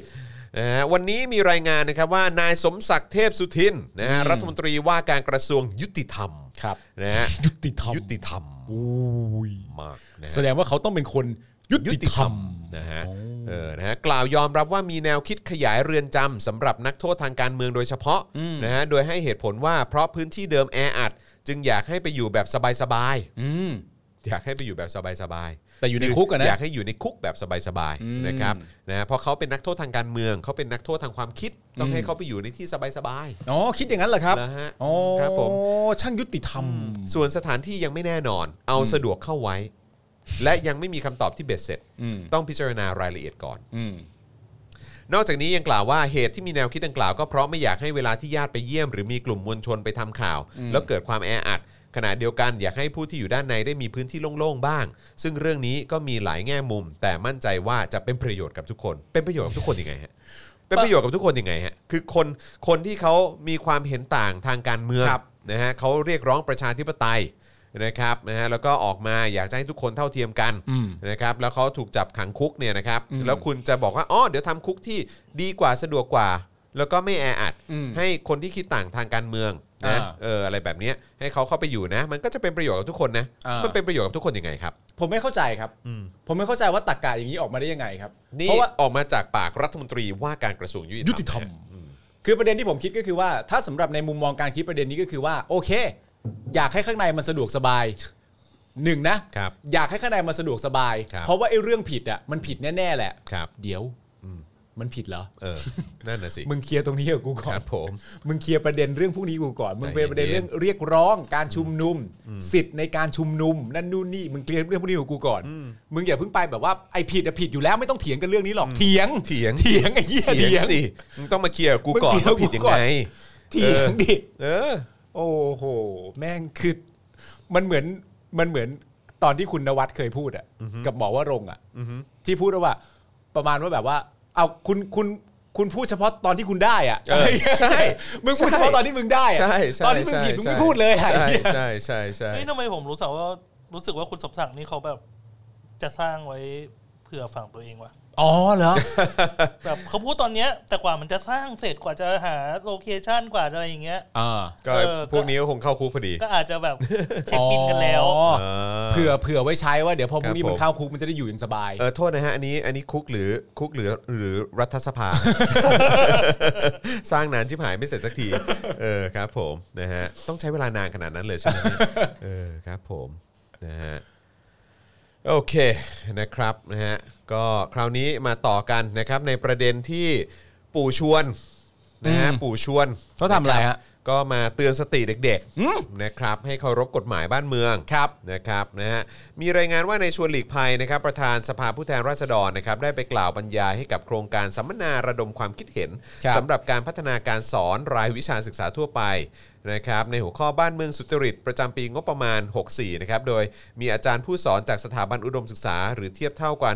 B: นะฮะวันนี้มีรายงานนะครับว่านายสมศักดิ์เทพสุทินนะฮะ
C: อืม
B: รัฐมนตรีว่าการกระทรวงยุติธรรม
C: ครับ
B: นะฮะ
C: ยุติธรรม
B: ยุติธรรม
C: โอ้ย
B: มากนะฮะ
C: แสดงว่าเขาต้องเป็นคนยุ
B: ยุ
C: ติ
B: ติ
C: ธ
B: ธ
C: ร
B: ร
C: ร
B: ร
C: ม
B: มนะฮะ
C: โอ้
B: เออนะฮะกล่าวยอมรับว่ามีแนวคิดขยายเรือนจำสำหรับนักโทษทางการเมืองโดยเฉพาะนะฮะโดยให้เหตุผลว่าเพราะพื้นที่เดิมแออัด จึงอยากให้ไปอยู่แบบสบาย
C: อืม
B: ๆอยากให้ไปอยู่แบบสบายๆ
C: แต่อยู่ในคุกอะนะ
B: อยากให้อยู่ในคุกแบบสบาย
C: อืม
B: ๆนะครับนะฮะเพราะเขาเป็นนักโทษทางการเมืองเขาเป็นนักโทษทางความคิด ต้อง
C: อืม
B: ให้เขาไปอยู่ในที่สบาย
C: อ๋อคิดอย่างนั้นเหรอครับ
B: ๆนะฮะ
C: อ๋อ
B: ครับผม
C: ช่างยุติธรรม
B: ส่วนสถานที่ยังไม่แน่นอน เอาสะดวกเข้าไว้ และยังไม่มีคำตอบที่เบ็ดเสร็จ
C: อืม
B: ต้องพิจารณารายละเอียดก่อน
C: อืม
B: นอกจากนี้ยังกล่าวว่าเหตุที่มีแนวคิดดังกล่าวก็เพราะไม่อยากให้เวลาที่ญาติไปเยี่ยม หรือมีกลุ่มมวลชนไปทำข่าว แล้วเกิดความแออัด ขณะเดียวกันอยากให้ผู้ที่อยู่ด้านในได้มีพื้นที่โล่งๆบ้าง ซึ่งเรื่องนี้ก็มีหลายแง่มุม แต่มั่นใจว่าจะเป็นประโยชน์กับทุกคน เป็นประโยชน์กับทุกคนยังไงฮะเป็นประโยชน์กับทุกคนยังไงฮะคือคนคนที่เขามีความเห็นต่างทางการเมือง
C: ครับ
B: นะฮะเขาเรียกร้องประชาธิปไตยนะครับนะฮะแล้วก็ออกมาอยากจะให้ทุกคนเท่าเทียมกัน
C: อืม
B: นะครับแล้วเขาถูกจับขังคุกเนี่ยนะครับ
C: อืม
B: แล้วคุณจะบอกว่าอ๋อเดี๋ยวทำคุกที่ดีกว่าสะดวกกว่า แล้วก็ไม่แออัด
C: อืม
B: ให้คนที่คิดต่างทางการเมืองนะ
C: อ่า
B: เอออะไรแบบเนี้ยให้เขาเข้าไปอยู่นะ มันก็จะเป็นประโยชน์กับทุกคนนะ
C: อ่ามั
B: มันเป็นประโยชน์กับทุกคนยังไงครับ
C: ผมไม่เข้าใจครับ
B: อืม
C: ผมไม่เข้าใจว่าตรกกะอย่างนี้ออกมาได้ยังไงครับ
B: นี่
C: เพราะว่า
B: ออกมาจากปากรัฐมนตรีว่าการกระทรวง
C: ยุ
B: ยุ
C: ติธรรม
B: นะ
C: คือประเด็นที่ผมคิดก็คือว่า ถ้าสำหรับในมุมมองการคิดประเด็นนี้ก็คือว่า โอเค อยากให้ข้างในมันสะดวกสบายหนึ่งนะครับอยากให้ข้างในมันสะดวกสบาย
B: ครับ
C: เพราะว่าไอ้เรื่องผิดอ่ะมันผิดแน่ๆแหละ
B: ครับ
C: เดี๋ยว
B: อืม
C: มันผิดเหรอ
B: เออนั่นน่ะสิ
C: มึงเคลียร์ตรงนี้กับกูก่
B: ค
C: อ
B: น รับผม
C: มึงเคลียร์ประเด็นเรื่องพวกนี้กูก่อน มึงเป็น
B: ใจเย็นๆ
C: ประเด็นเรื่องเรียกร้องการชุมนุม สิทธิ์ในการชุมนุม นั่นนู่นนี่ มึงเคลียร์เรื่องพวกนี้กับกูก่อน มึงอย่าเพิ่งไปแบบว่าไอ้ผิดอะผิดอยู่แล้วไม่ต้องเถียงกันเรื่องนี้หรอก เถียง
B: เถียง
C: เถียงไอ้เหี้ย
B: เถี
C: เถี
B: ย
C: ย
B: ง
C: ง
B: สิมึงต้องมาเคลียร์กับกู
C: มึง
B: ก่อน
C: เคลียร์
B: ว่าผิด
C: กู
B: ยัง
C: ก่อน
B: ไง
C: เถียงดิ
B: เออ
C: โอ้โห แม่งคือมันเหมือนมันเหมือนตอนที่คุณนวัดเคยพูดอะกับหมอว่ารงค์อะ
B: อือฮึ
C: ที่พูดว่า ประมาณว่าแบบว่า เอาคุณคุณคุณพูดเฉพาะตอนที่คุณได้อะ
B: เออใช่
C: มึงพูดเฉพาะตอนที่มึงได้อะ
B: ใช่ใช่
C: ตอนที่มึงผิด
B: ใช่
C: มึง
B: ใช่
C: ไม่พูดเลยอะ
B: ใช่ใช่ใช่ใช่
D: เฮ้ยทำไมผมรู้สึกว่ารู้สึกว่าคุณสมศักดิ์นี่เขาแบบจะสร้างไว้เผื่อฝั่งตัวเองวะ
C: อ๋อเหรอ
D: แบบเขาพูดตอนเนี้ย แต่กว่ามันจะสร้างเสร็จกว่าจะหาโลเคชันกว่าจะอะไรอย่างเงี้ย
C: อ่า
B: ก็
D: เออ
B: พวกนี้ก็คงเข้าคุกพอดี
D: ก็อาจจะ แบบ เช็คบินกันแล้ว
C: อ๋อา เผื่อเผื่อไว้ใช้ว่าเดี๋ยวพอพรุ่งนี้
B: ครับ
C: มันเข้าคุกมันจะได้อยู่อย่างสบาย
B: เออโทษนะฮะ อันนี้อันนี้คุกหรือคุกหรือหรือรัฐสภา สร้างนานชิบหายไม่เสร็จสักที เออครับผมนะฮะต้องใช้เวลานานขนาดนั้นเลยใช่ไหมเนี่ยเออครับผมนะฮะโอเคนะครับนะฮะก็คราวนี้มาต่อกันนะครับในประเด็นที่ปู่ชวนนะฮะ
C: อืม
B: ปู่ชวน
C: เขาทำอะไรฮะ
B: ก็มาเตือนสติเด็กๆนะครับให้เคารพกฎหมายบ้านเมืองครับนะครับนะฮะมีรายงานว่าในชวนหลีกภัยนะครับ ประธานสภาผู้แทนราษฎรนะครับได้ไปกล่าวบรรยายให้กับโครงการสัมมนาระดมความคิดเห็น
C: ครับ
B: สำหรับการพัฒนาการสอนรายวิชาศึกษาทั่วไปนะครับในหัวข้อบ้านเมืองสุจริต ประจำปีงบประมาณ 64นะครับโดยมีอาจารย์ผู้สอนจากสถาบันอุดมศึกษา หรือเทียบเท่ากว่า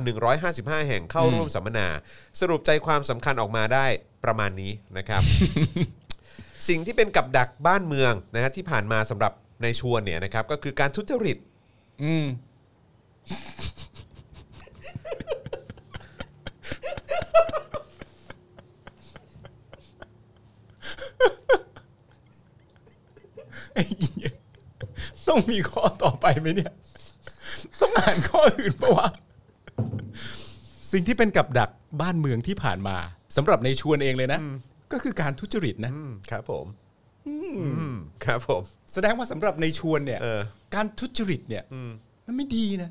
B: 155 แห่งเข้าร่วมสัมมนา สรุปใจความสำคัญออกมาได้ประมาณนี้นะครับ สิ่งที่เป็นกับดักบ้านเมืองนะฮะที่ผ่านมาสำหรับในชวนเนี่ยนะครับก็คือการทุจริต
C: อืมไอ้เหี้ยต้องมีข้อต่อไปไหมเนี่ย ต้องอ่านข้ออื่นปะวะ สิ่งที่เป็นกับดักบ้านเมืองที่ผ่านมาสำหรับในชวนเองเลยนะ ก็คือการทุจริตนะ
B: ครับผมอืมครับผม
C: แสดงว่าสำหรับในชวนเนี่ย
B: เออ
C: การทุจริตเนี่ย
B: อืม
C: มันไม่ดีนะ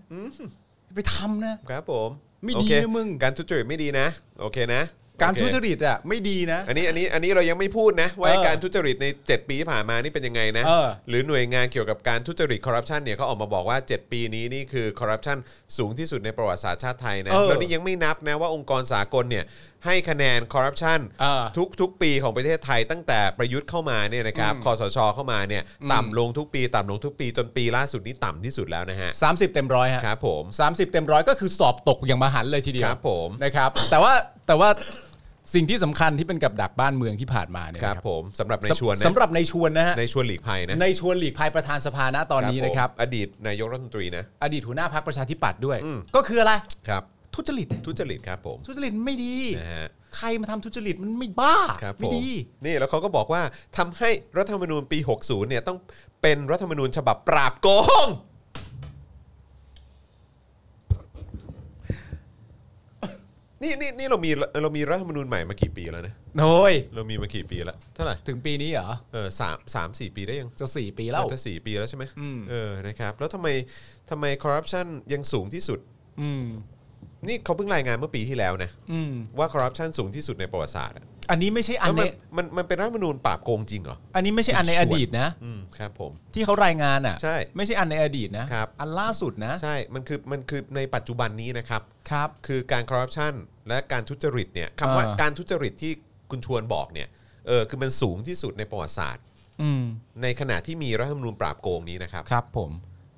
C: ไปทำนะ
B: ครับผม
C: ไม่
B: โอ
C: ดี
B: เค
C: นะมึง
B: การทุจริตไม่ดีนะ โอเคนะ
C: การ
B: โอเค
C: ทุจริตอ่ะไม่ดีนะ
B: อันนี้อันนี้อันนี้เรายังไม่พูดนะ ว่า
C: เออ
B: การทุจริตใน 7 ปีที่ผ่านมานี่เป็นยังไงนะ
C: เออ
B: หรือหน่วยงานเกี่ยวกับการทุจริตคอร์รัปชันเนี่ยเขาออกมาบอกว่า 7 ปีนี้นี่คือคอร์รัปชันสูงที่สุดในประวัติศาสตร์ชาติไทยนะ
C: เออ
B: แล้วนี่ยังไม่นับนะว่าองค์กรสากลเนี่ยให้คะแนนคอร์รัปชัน
C: อ่า
B: ทุกทุกปีของประเทศไทยตั้งแต่ประยุทธ์เข้ามาเนี่ยนะครับคอสชเข้ามาเนี่ย
C: อืม
B: ต่ำลงทุกปี ต่ำลงทุกปีจนปีล่าสุดนี้ต่ำที่สุดแล้วนะฮะ
C: สามสิบเต็มร้อยฮะ
B: ครับผม
C: สามสิบเต็มร้อยก็คือสอบตกอย่างมหันต์เลยทีเดีย
B: คว รับผม
C: นะครับ แต่ว่าแต่ว่าสิ่งที่สำคัญที่เป็นกับดักบ้านเมืองที่ผ่านมาเนี่ย
B: ครับ
C: นะ
B: ผมสำหรับใน
C: สำ
B: ชวนนะ
C: สำหรับในชวนนะฮะ
B: ในชวนหลีกภัยนะ
C: ในชวนหลีกภัยประธานสภาณตอนนี้นะครับ
B: ผมอดีตนายกรัฐมนตรีนะ
C: อดีตหัวหน้าพรรคประชาธิปัตย์ด้วย
B: อืม
C: ก็คืออะไร
B: ครับ
C: ทุจริตเนี่ย
B: ทุจริตครับผม
C: ทุจริตไม่ดี
B: นะฮะ
C: ใครมาทำทุจริตมันไม่บ้า
B: ครับผ
C: ไม่
B: ม
C: ดี
B: นี่แล้วเขาก็บอกว่าทำให้รัฐธรรมนูญปี 60 เนี่ยต้องเป็นรัฐธรรมนูญฉบับปราบโกง นี่นี่นี่เรามีเรามีรัฐธรรมนูญใหม่มากี่ปีแล้วนะ
C: โอ้ย
B: เรามีมากี่ปีแล้วเท่าไหร่
C: ถึงปีนี้เหรอ
B: เออสามสามสี่ปีได้ยัง
C: จะสี่ปีแล้ว
B: จะสี่ปีแล้วใช่ไหม
C: อืม
B: เออนะครับ แล้วทำไมทำไมคอร์รัปชันยังสูงที่สุด
C: อืม
B: นี่เขาเพิ่งรายงานเมื่อปีที่แล้วนะ
C: อืม
B: ว่าคอร์รัปชันสูงที่สุดในประวัติศาสตร์อะ
C: อันนี้ไม่ใช่อั
B: แล้
C: น
B: ว
C: ใน
B: มันมันมันเป็นรัฐธรรมนูญปราบโกงจริงเหรอ
C: อันนี้ไม่ใช่อันในอดีตนะ
B: อืมครับผม
C: ที่เขารายงานอ่ะ
B: ใช่
C: ไม่ใช่อันในอดีตนะครับ อันล่าสุดนะ
B: ใช่ มันคือ มันคือในปัจจุบันนี้นะครับ
C: ครับ
B: คือการคอร์รัปชันและการทุจริตเนี่ยคำว่า
C: เออ
B: การทุจริตที่คุณชวนบอกเนี่ย เออ คือมันสูงที่สุดในประวัติศาสตร์
C: อืม
B: ในขณะที่มีรัฐธรรมนูญปราบโกงนี้นะครับ
C: ครับผม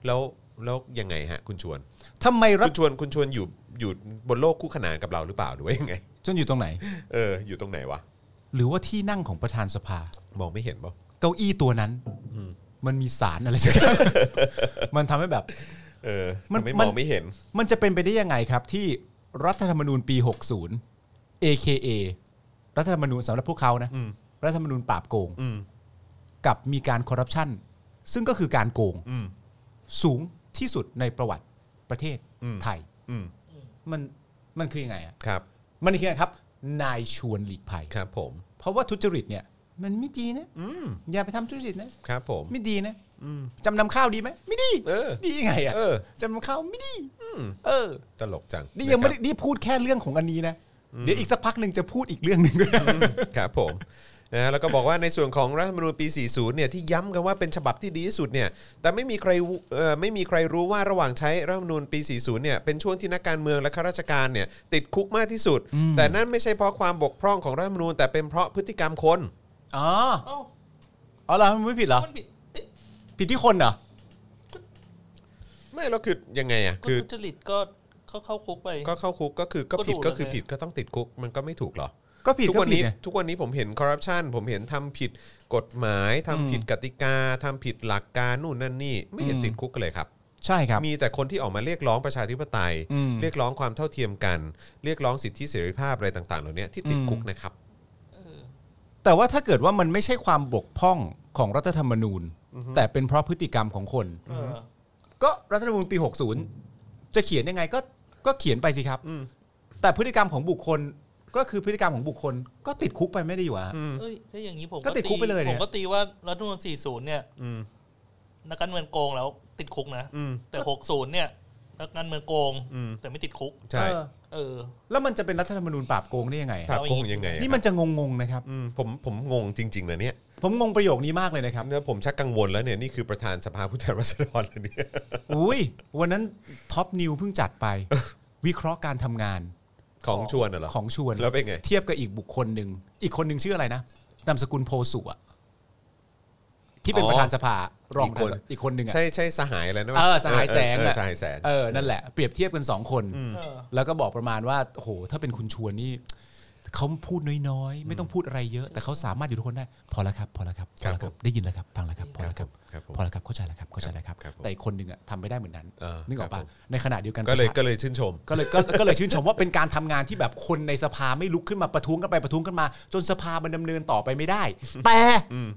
B: แล้ว แล้วยังไงฮะคุณชวน
C: ทำไมรั
B: คุ
C: ฐ
B: ณชวน คุณชวนอยู่ อยู่บนโลกคู่ขนานกับเราหรือเปล่า หรือว่ายังไง
C: จนอยู่ตรงไหน
B: เออ อยู่ตรงไหนวะ
C: หรือว่าที่นั่งของประธานสภา
B: มองไม่เห็นป่ะ
C: เก้าอี้ตัวนั้น
B: อืม
C: มันมีสารอะไรสักอย่าง มันทำให้แบบ
B: เออ
C: มัน
B: ทำไม่
C: มั
B: ม
C: น
B: องไม่เห็น
C: มันจะเป็นไปได้ยังไงครับ ที่รัฐธรรมนูญปี 60 AKA รัฐธรรมนูญสำหรับพวกเขานะ
B: อืม
C: รัฐธรรมนูญปราบโกง
B: อืม
C: กับมีการคอร์รัปชันซึ่งก็คือการโกง
B: อืม
C: สูงที่สุดในประวัติประเทศ
B: อืม
C: ไทย
B: อืม
C: มันมันคือยังไงอ่ะ
B: ครับ
C: มันคือยังไงครับ นายชวนหลีกภัย
B: ครับผม
C: เพราะว่าทุจริตเนี่ย มันไม่ดีนะ
B: อืม
C: อย่าไปทำทุจริตนะครับ
B: ผม
C: ไม่ดีนะ
B: อืม
C: จำนำข้าวดีไหมไม่ดี
B: เออ
C: ดียังไงอ่ะ
B: เออ
C: จำนำข้าวไม่ดี
B: อืม
C: เออ
B: ตลกจัง
C: นี่
B: ะค
C: ยัง
B: รับ
C: ไม่ได้นี่พูดแค่เรื่องของอันนี้นะ เดี๋ยวอีกสักพักหนึ่งจะพูดอีกเรื่องหนึ่ งด้วย
B: ครับผมนะแล้วก็บอกว่าในส่วนของรัฐธรรมนูญปี 40 เนี่ยที่ย้ำกันว่าเป็นฉบับที่ดีที่สุดเนี่ยแต่ไม่มีใครเอ่อไม่มีใครรู้ว่าระหว่างใช้รัฐธรรมนูญปี 40 เนี่ยเป็นช่วงที่นักการเมืองและข้าราชการเนี่ยติดคุกมากที่สุด แต่นั่นไม่ใช่เพราะความบกพร่องของรัฐธรรมนูญแต่เป็นเพราะพฤติกรรมคน
C: อ๋อ
D: เอ้า
C: อ๋อเหรอมันไม่ผิดเหรอ
D: มันผิดเอ๊ะ
C: ผิดที่คนเหรอ
B: ไม่แล้วคือยังไงอ่ะ
D: ก็
B: คือ
D: ทุจริตก็เข้าเข้าคุกไป
B: ก็เข้าคุกก็คือก็ผิดก็
D: ก็ถูกแล้ว
B: คือ
D: ไง
B: ผิดก็ต้องติดคุกมันก็ไม่ถูกเหรอ
C: ก็ผิด
B: ทุก
C: ก็
B: วัน
C: ผิด
B: นี้
C: ไง
B: ทุกวันนี้ผมเห็นคอร์รัปชันผมเห็นทำผิดกฎหมายทำ
C: อืม
B: ผิดกติกาทำผิดหลักการนู่นนั่นนี่ไม่เห็น
C: อืม
B: ติดคุกกันเลยครับ
C: ใช่ครับ
B: มีแต่คนที่ออกมาเรียกร้องประชาธิปไตย
C: อืม
B: เรียกร้องความเท่าเทียมกัน เรียกร้องสิทธิเสรีภาพอะไรต่างๆเหล่านี้ที่ติด
C: อืม
B: คุกนะครับ
C: แต่ว่าถ้าเกิดว่ามันไม่ใช่ความบกพร่องของรัฐธรรมนูญ แต่เป็นเพราะพฤติกรรมของคน
D: เออ
C: ก็รัฐธรรมนูญปี 60 จะเขียนยังไงก็ก็เขียนไปสิครับ
B: อืม
C: แต่พฤติกรรมของบุคคลก็คือพฤติกรรมของบุคคล ก็ติดคุกไปไม่ได้อยู่อะ
B: อืม
D: เอ้ยถ้าอย่างนี้ผม
C: ก็ติดคุกไปเลยเนี่
D: ผ
C: ย
D: มก็ตีว่ารัฐธรรมนูญ40 เนี่ย
B: อืม
D: นักการเมืองโกงแล้วติดคุกนะ
B: อืม
D: แต่ 60 เนี่ย นักการเมืองโกง
B: อืม
D: แต่ไม่ติดคุก
B: ใช่
C: เออ
D: เออ
C: แล้วมันจะเป็นรัฐธรรมนูญปราบโกงได้ยังไงอะ
B: ผับโกงยังไงอะ
C: นี่มันจะงงๆนะครับ
B: อืมผมผมงงจริงๆนะเนี่ย
C: ผมงงประโยคนี้มากเลยนะครับ
B: เนี่ยผมชักกังวลแล้วเนี่ยนี่คือประธานสภาผู้แทนราษฎรแล้วเนี่ย
C: อุ้ยวันนั้นท็อปนิวเพิ่งจัดไป วิเคราะห์การทำงาน
B: ของชวนน่ะเหรอ
C: ของชวน
B: แล้วเป็นไง
C: เทียบกับอีกบุคคลหนึ่งอีกคนหนึ่งชื่ออะไรนะนามสกุลโพสุอะที่เป็น
B: อ๋อ
C: ประธานสภารอง
B: อีก
C: ประ
B: คน
C: ธานสภาอีกคนหนึ่งอะ
B: ใช่ใช่สหายอะไรนะ
C: เออสหายแสง
B: เออ
C: น่ะ
B: สหายแสง
C: เออนั่นแหละเปรียบเทียบกันสองคน
D: เออ
C: แล้วก็บอกประมาณว่าโอ้โหถ้าเป็นคุณชวนนี่เขาพูดน้อยๆ ไม่ต้องพูดอะไรเยอะ แต่เขาสามารถอยู่ทุกคนได้ พอแล้วครับ พอแล้วครับพอแล้วครับได้ยินแล้วครับฟังแล้วครับพอแล้วครับ
B: ครับผม
C: พอแล้วครับเข้าใจแล้วครับเข้าใจแล้วครับ
B: ครับผม
C: แต่อีกคนหนึ่งอะทำไม่ได้เหมือนนั้น
B: เออ
C: นึกออก
B: ครับ
C: ปะ
B: ผม
C: ในขณะเดียวกัน
B: ก็เลย
C: ประชา
B: ก็เลยชื่นชม
C: ก็เลยก็ก็เลยชื่นชมว่าเป็นการทำงานที่แบบคนในสภาไม่ลุกขึ้นมาประท้วงกันไปประท้วงกันมา จนสภามันดำเนินต่อไปไม่ได้ แต่
B: อืม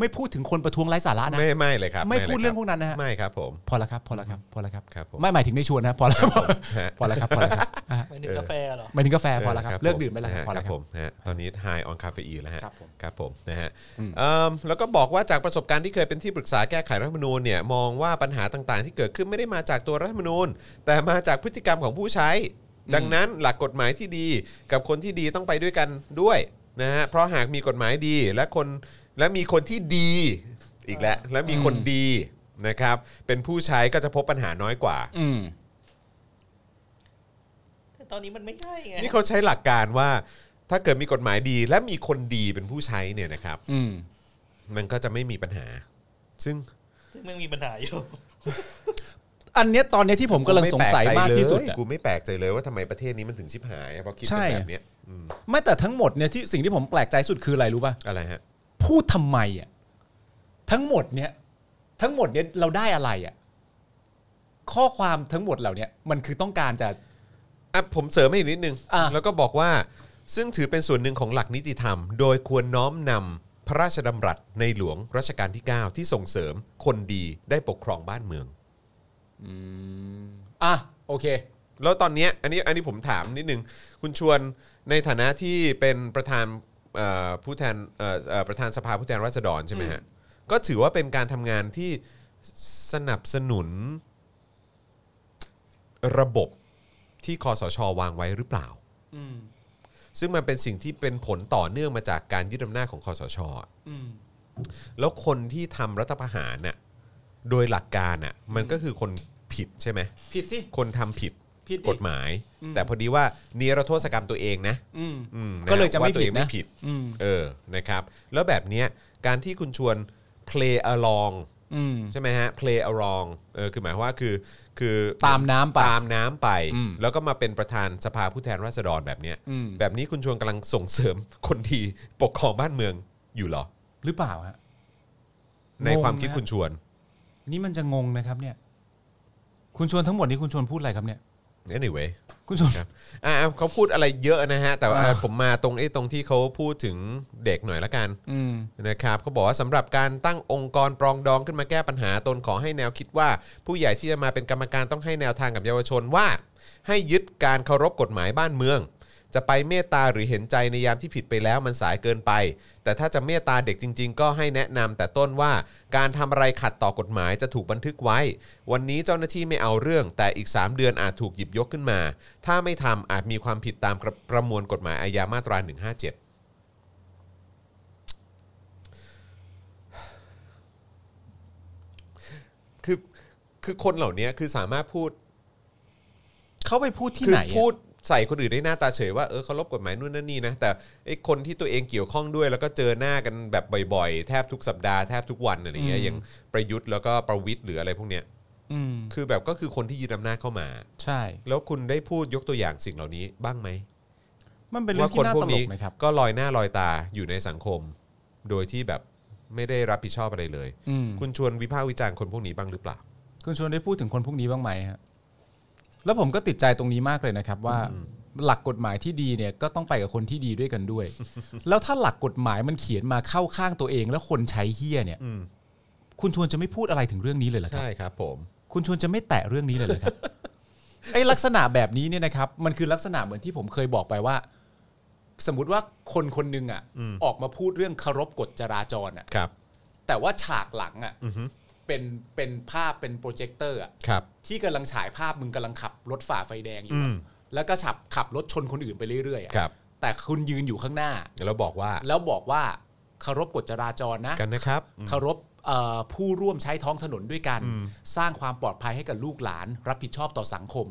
C: ไม่พูดถึงคนประท้วงไร้สาระนะ
B: ไม่ไม่เลยครับ
C: ไม่
B: ลย
C: พู
B: ค
C: ด
B: บ
C: เรื่องพวกนั้นนะฮะ
B: ไม่ครับผม
C: พอแล้วครับ พอแล้วครับ พอแล้วครับ
B: ครับผม
C: ไม่หมายถึงในชวนนะพอแล้วครับ
B: ฮะ
C: พอแล้วครับพอแล้วครับอ่ะ
D: หมายถึงกาแฟเหรอ
C: หมายถึงกาแฟพอแล้วครับ
B: ผ
C: เลิกดื่มไปแล้วค
B: นะ
C: รับ
B: ฮะครั
C: พอแล้ว
B: บผม
C: ครับ
B: นะฮะตอนนี้ high on caffeine แล้วฮะ
C: ครับผม
B: ครับผมนะฮะ
C: อืม
B: เอิ่มแล้วก็บอกว่าจากประสบการณ์ที่เคยเป็นที่ปรึกษาแก้ไขรัฐธรรมนูญเนี่ยมองว่าปัญหาต่างๆ ที่เกิดขึ้นไม่ได้มาจากตัวรัฐธรรมนูญ แต่มาจากพฤติกรรมของผู้ใช้ ดังนั้นหลักกฎหมายที่ดีกับคนที่ดีต้องไปด้วยกันด้วยนะฮะเพราะหากมีกฎหมายดีและคนและมีคนที่ดีอีกแล้วและมีคนดีนะครับเป็นผู้ใช้ก็จะพบปัญหาน้อยกว่า
C: อืม
D: แต่ตอนนี้มันไม่ใช่ไง
B: นี่เขาใช้หลักการว่าถ้าเกิดมีกฎหมายดีและมีคนดีเป็นผู้ใช้เนี่ยนะครับ
C: อืม
B: มันก็จะไม่มีปัญหา ซึ่ง
D: ซึ่งแม่งมีปัญหาอยู่
C: อันเนี้ยตอนเนี้ยที่ผมกำลังสงสัยมากที่สุดอะ
B: กูไม่แปลกใจเลยว่าทำไมประเทศนี้มันถึงชิบหายอะเพราะคิด
C: ใช่
B: เป็นแบบเนี้ยอืม
C: ไม่แต่ทั้งหมดเนี่ยที่สิ่งที่ผมแปลกใจสุดคืออะไรรู้ป่ะ
B: อะไรฮะ
C: พูดทำไมอ่ะทั้งหมดเนี้ยทั้งหมดเนี้ยเราได้อะไรอ่ะข้อความทั้งหมดเหล่าเนี้ยมันคือต้องการจะ
B: อ่ะผมเสริมให้อีกนิดนึง
C: อ่ะ
B: แล้วก็บอกว่า ซึ่งถือเป็นส่วนหนึ่งของหลักนิติธรรม โดยควรน้อมนำพระราชดำรัสในหลวงรัชกาลที่ 9 ที่ส่งเสริมคนดีได้ปกครองบ้านเมือง
C: อ่ะโอเค
B: แล้วตอนเนี้ยอันนี้อันนี้ผมถามนิดนึง คุณชวนในฐานะที่เป็นประธานเอ่อผู้แทนเอ่อเอ่อประธานสภาผู้แทนราษฎรใช่ไหมฮะก็ถือว่าเป็นการทำงานที่สนับสนุนระบบที่คอสชวางไว้หรือเปล่า
C: อืม
B: ซึ่งมันเป็นสิ่งที่เป็นผลต่อเนื่องมาจากการยึดอำนาจของคอสชอะ
C: อืม
B: แล้วคนที่ทำรัฐประหารน่ะโดยหลักการน่ะมันก็คือคนผิดใช่ไหม
C: ผิดสิ
B: คนทำผิด
C: ผิดดิ
B: กฎหมาย
C: อืม
B: แต่พอดีว่าเนรโทษกรรมตัวเองนะ
C: อืม
B: อืมน
C: ก็เลยจะไม่
B: ว่าตัวอง
C: ผิดนะ
B: ไม่ผิด
C: อืม
B: เออนะครับ แล้วแบบเนี้ยการที่คุณชวน play along
C: อืม
B: ใช่ไหมฮะ play along เออคือหมายความว่าคือคือ
C: ตามน้ำไป
B: ตามน้ำไป
C: อืม
B: แล้วก็มาเป็นประธานสภาผู้แทนราษฎรแบบเนี้ย
C: อืม
B: แบบนี้คุณชวนกำลังส่งเสริมคนดีปกครองบ้านเมืองอยู่เหรอ
C: หรือเปล่าฮะ
B: ในความคิด
C: งงนะ
B: คุณชวน
C: นี่มันจะงงนะครับ เนี่ย คุณชวนทั้งหมดนี้คุณชวนพูดอะไรครับเนี่ย
B: นี่นี่เว้ย
C: คุณชวน
B: ครับอ่าเขาพูดอะไรเยอะนะฮะ แต่ว่า
C: อ่า
B: ผมมาตรงไอ้ตรงที่เขาพูดถึงเด็กหน่อยละกัน
C: อืม
B: นะครับเขาบอกว่าสำหรับการตั้งองค์กรปรองดองขึ้นมาแก้ปัญหาตนขอให้แนวคิดว่า ผู้ใหญ่ที่จะมาเป็นกรรมการต้องให้แนวทางกับเยาวชนว่า ให้ยึดการเคารพกฎหมายบ้านเมือง จะไปเมตตาหรือเห็นใจในยามที่ผิดไปแล้วมันสายเกินไป แต่ถ้าจะเมตตาเด็กจริง ๆ ก็ให้แนะนำแต่ต้นว่าการทำอะไรขัดต่อกฎหมายจะถูกบันทึกไว้ วันนี้เจ้าหน้าที่ไม่เอาเรื่อง แต่อีก 3 เดือนอาจถูกหยิบยกขึ้นมา ถ้าไม่ทำอาจมีความผิดตามประมวลกฎหมายอาญามาตรา 157 คือคือคนเหล่านี้คือสามารถพูด
C: เขาไปพูดที่
B: คื
C: ไหนอะ
B: พูดใส่คนอื่นได้หน้าตาเฉยว่าเออเคารพกฎหมายนู่นนั่นนี่นะแต่ไอ้คนที่ตัวเองเกี่ยวข้องด้วยแล้วก็เจอหน้ากันแบบบ่อยๆ แทบทุกสัปดาห์แทบทุกวันอะไรเงี้ยอย่างประยุทธ์แล้วก็ประวิทย์หรืออะไรพวกเนี้ย
C: อืม
B: คือแบบก็คือคนที่ยึดอำนาจเข้ามา
C: ใช่
B: แล้วคุณได้พูดยกตัวอย่างสิ่งเหล่านี้บ้างไหม
C: มันเป็นเรื่อ
B: ว่าง ค
C: ที่
B: น
C: น่า
B: พว
C: ต
B: ก
C: ล
B: นี้
C: กนะครับ
B: ก็ลอยหน้าลอยตาอยู่ในสังคม โดยที่แบบไม่ได้รับผิดชอบอะไรเลย
C: อืม
B: คุณชวนวิพากษ์วิจารณ์คนพวกนี้บ้างหรือเปล่า
C: คุณชวนได้พูดถึงคนพวกนี้บ้างไหมฮะ แล้วผมก็ติดใจตรงนี้มากเลยนะครับ ว่าหลักกฎหมายที่ดีเนี่ยก็ต้องไปกับคนที่ดีด้วยกันด้วย แล้วถ้าหลักกฎหมายมันเขียนมาเข้าข้างตัวเอง แล้วคนใช้เฮี้ยเนี่ย
B: อืม
C: คุณชวนจะไม่พูดอะไรถึงเรื่องนี้เลยเหรอครับ
B: ใช่ครับผม
C: คุณชวนจะไม่แตะเรื่องนี้เลยเหรอ ครับ ไอ้ลักษณะแบบนี้เนี่ยนะครับ มันคือลักษณะเหมือนที่ผมเคยบอกไปว่า สมมติว่าคนคนหนึ่งอ่ะ
B: อืม
C: ออกมาพูดเรื่องเคารพกฎจราจรอ่ะ
B: ครับ
C: แต่ว่าฉากหลังอ่ะ
B: อือฮึ
C: เป็นเป็นภาพเป็นโปรเจคเตอร์อ่ะ
B: ครับ
C: ที่กำลังฉายภาพมึงกำลังขับรถฝ่าไฟแดงอยู่
B: อื
C: อะ
B: ม
C: แล้วก็ขับขับรถชนคนอื่นไปเรื่อยๆอะ
B: ครับ
C: แต่คุณยืนอยู่ข้างหน้า
B: แล้วบอกว่า
C: แล้วบอกว่าเคารพกฎจราจรนะ
B: กันนะครับอืม
C: เคารพเอ่อผู้ร่วมใช้ท้องถนนด้วยกัน
B: อืม
C: สร้างความปลอดภัยให้กับลูกหลาน รับผิดชอบต่อสังคม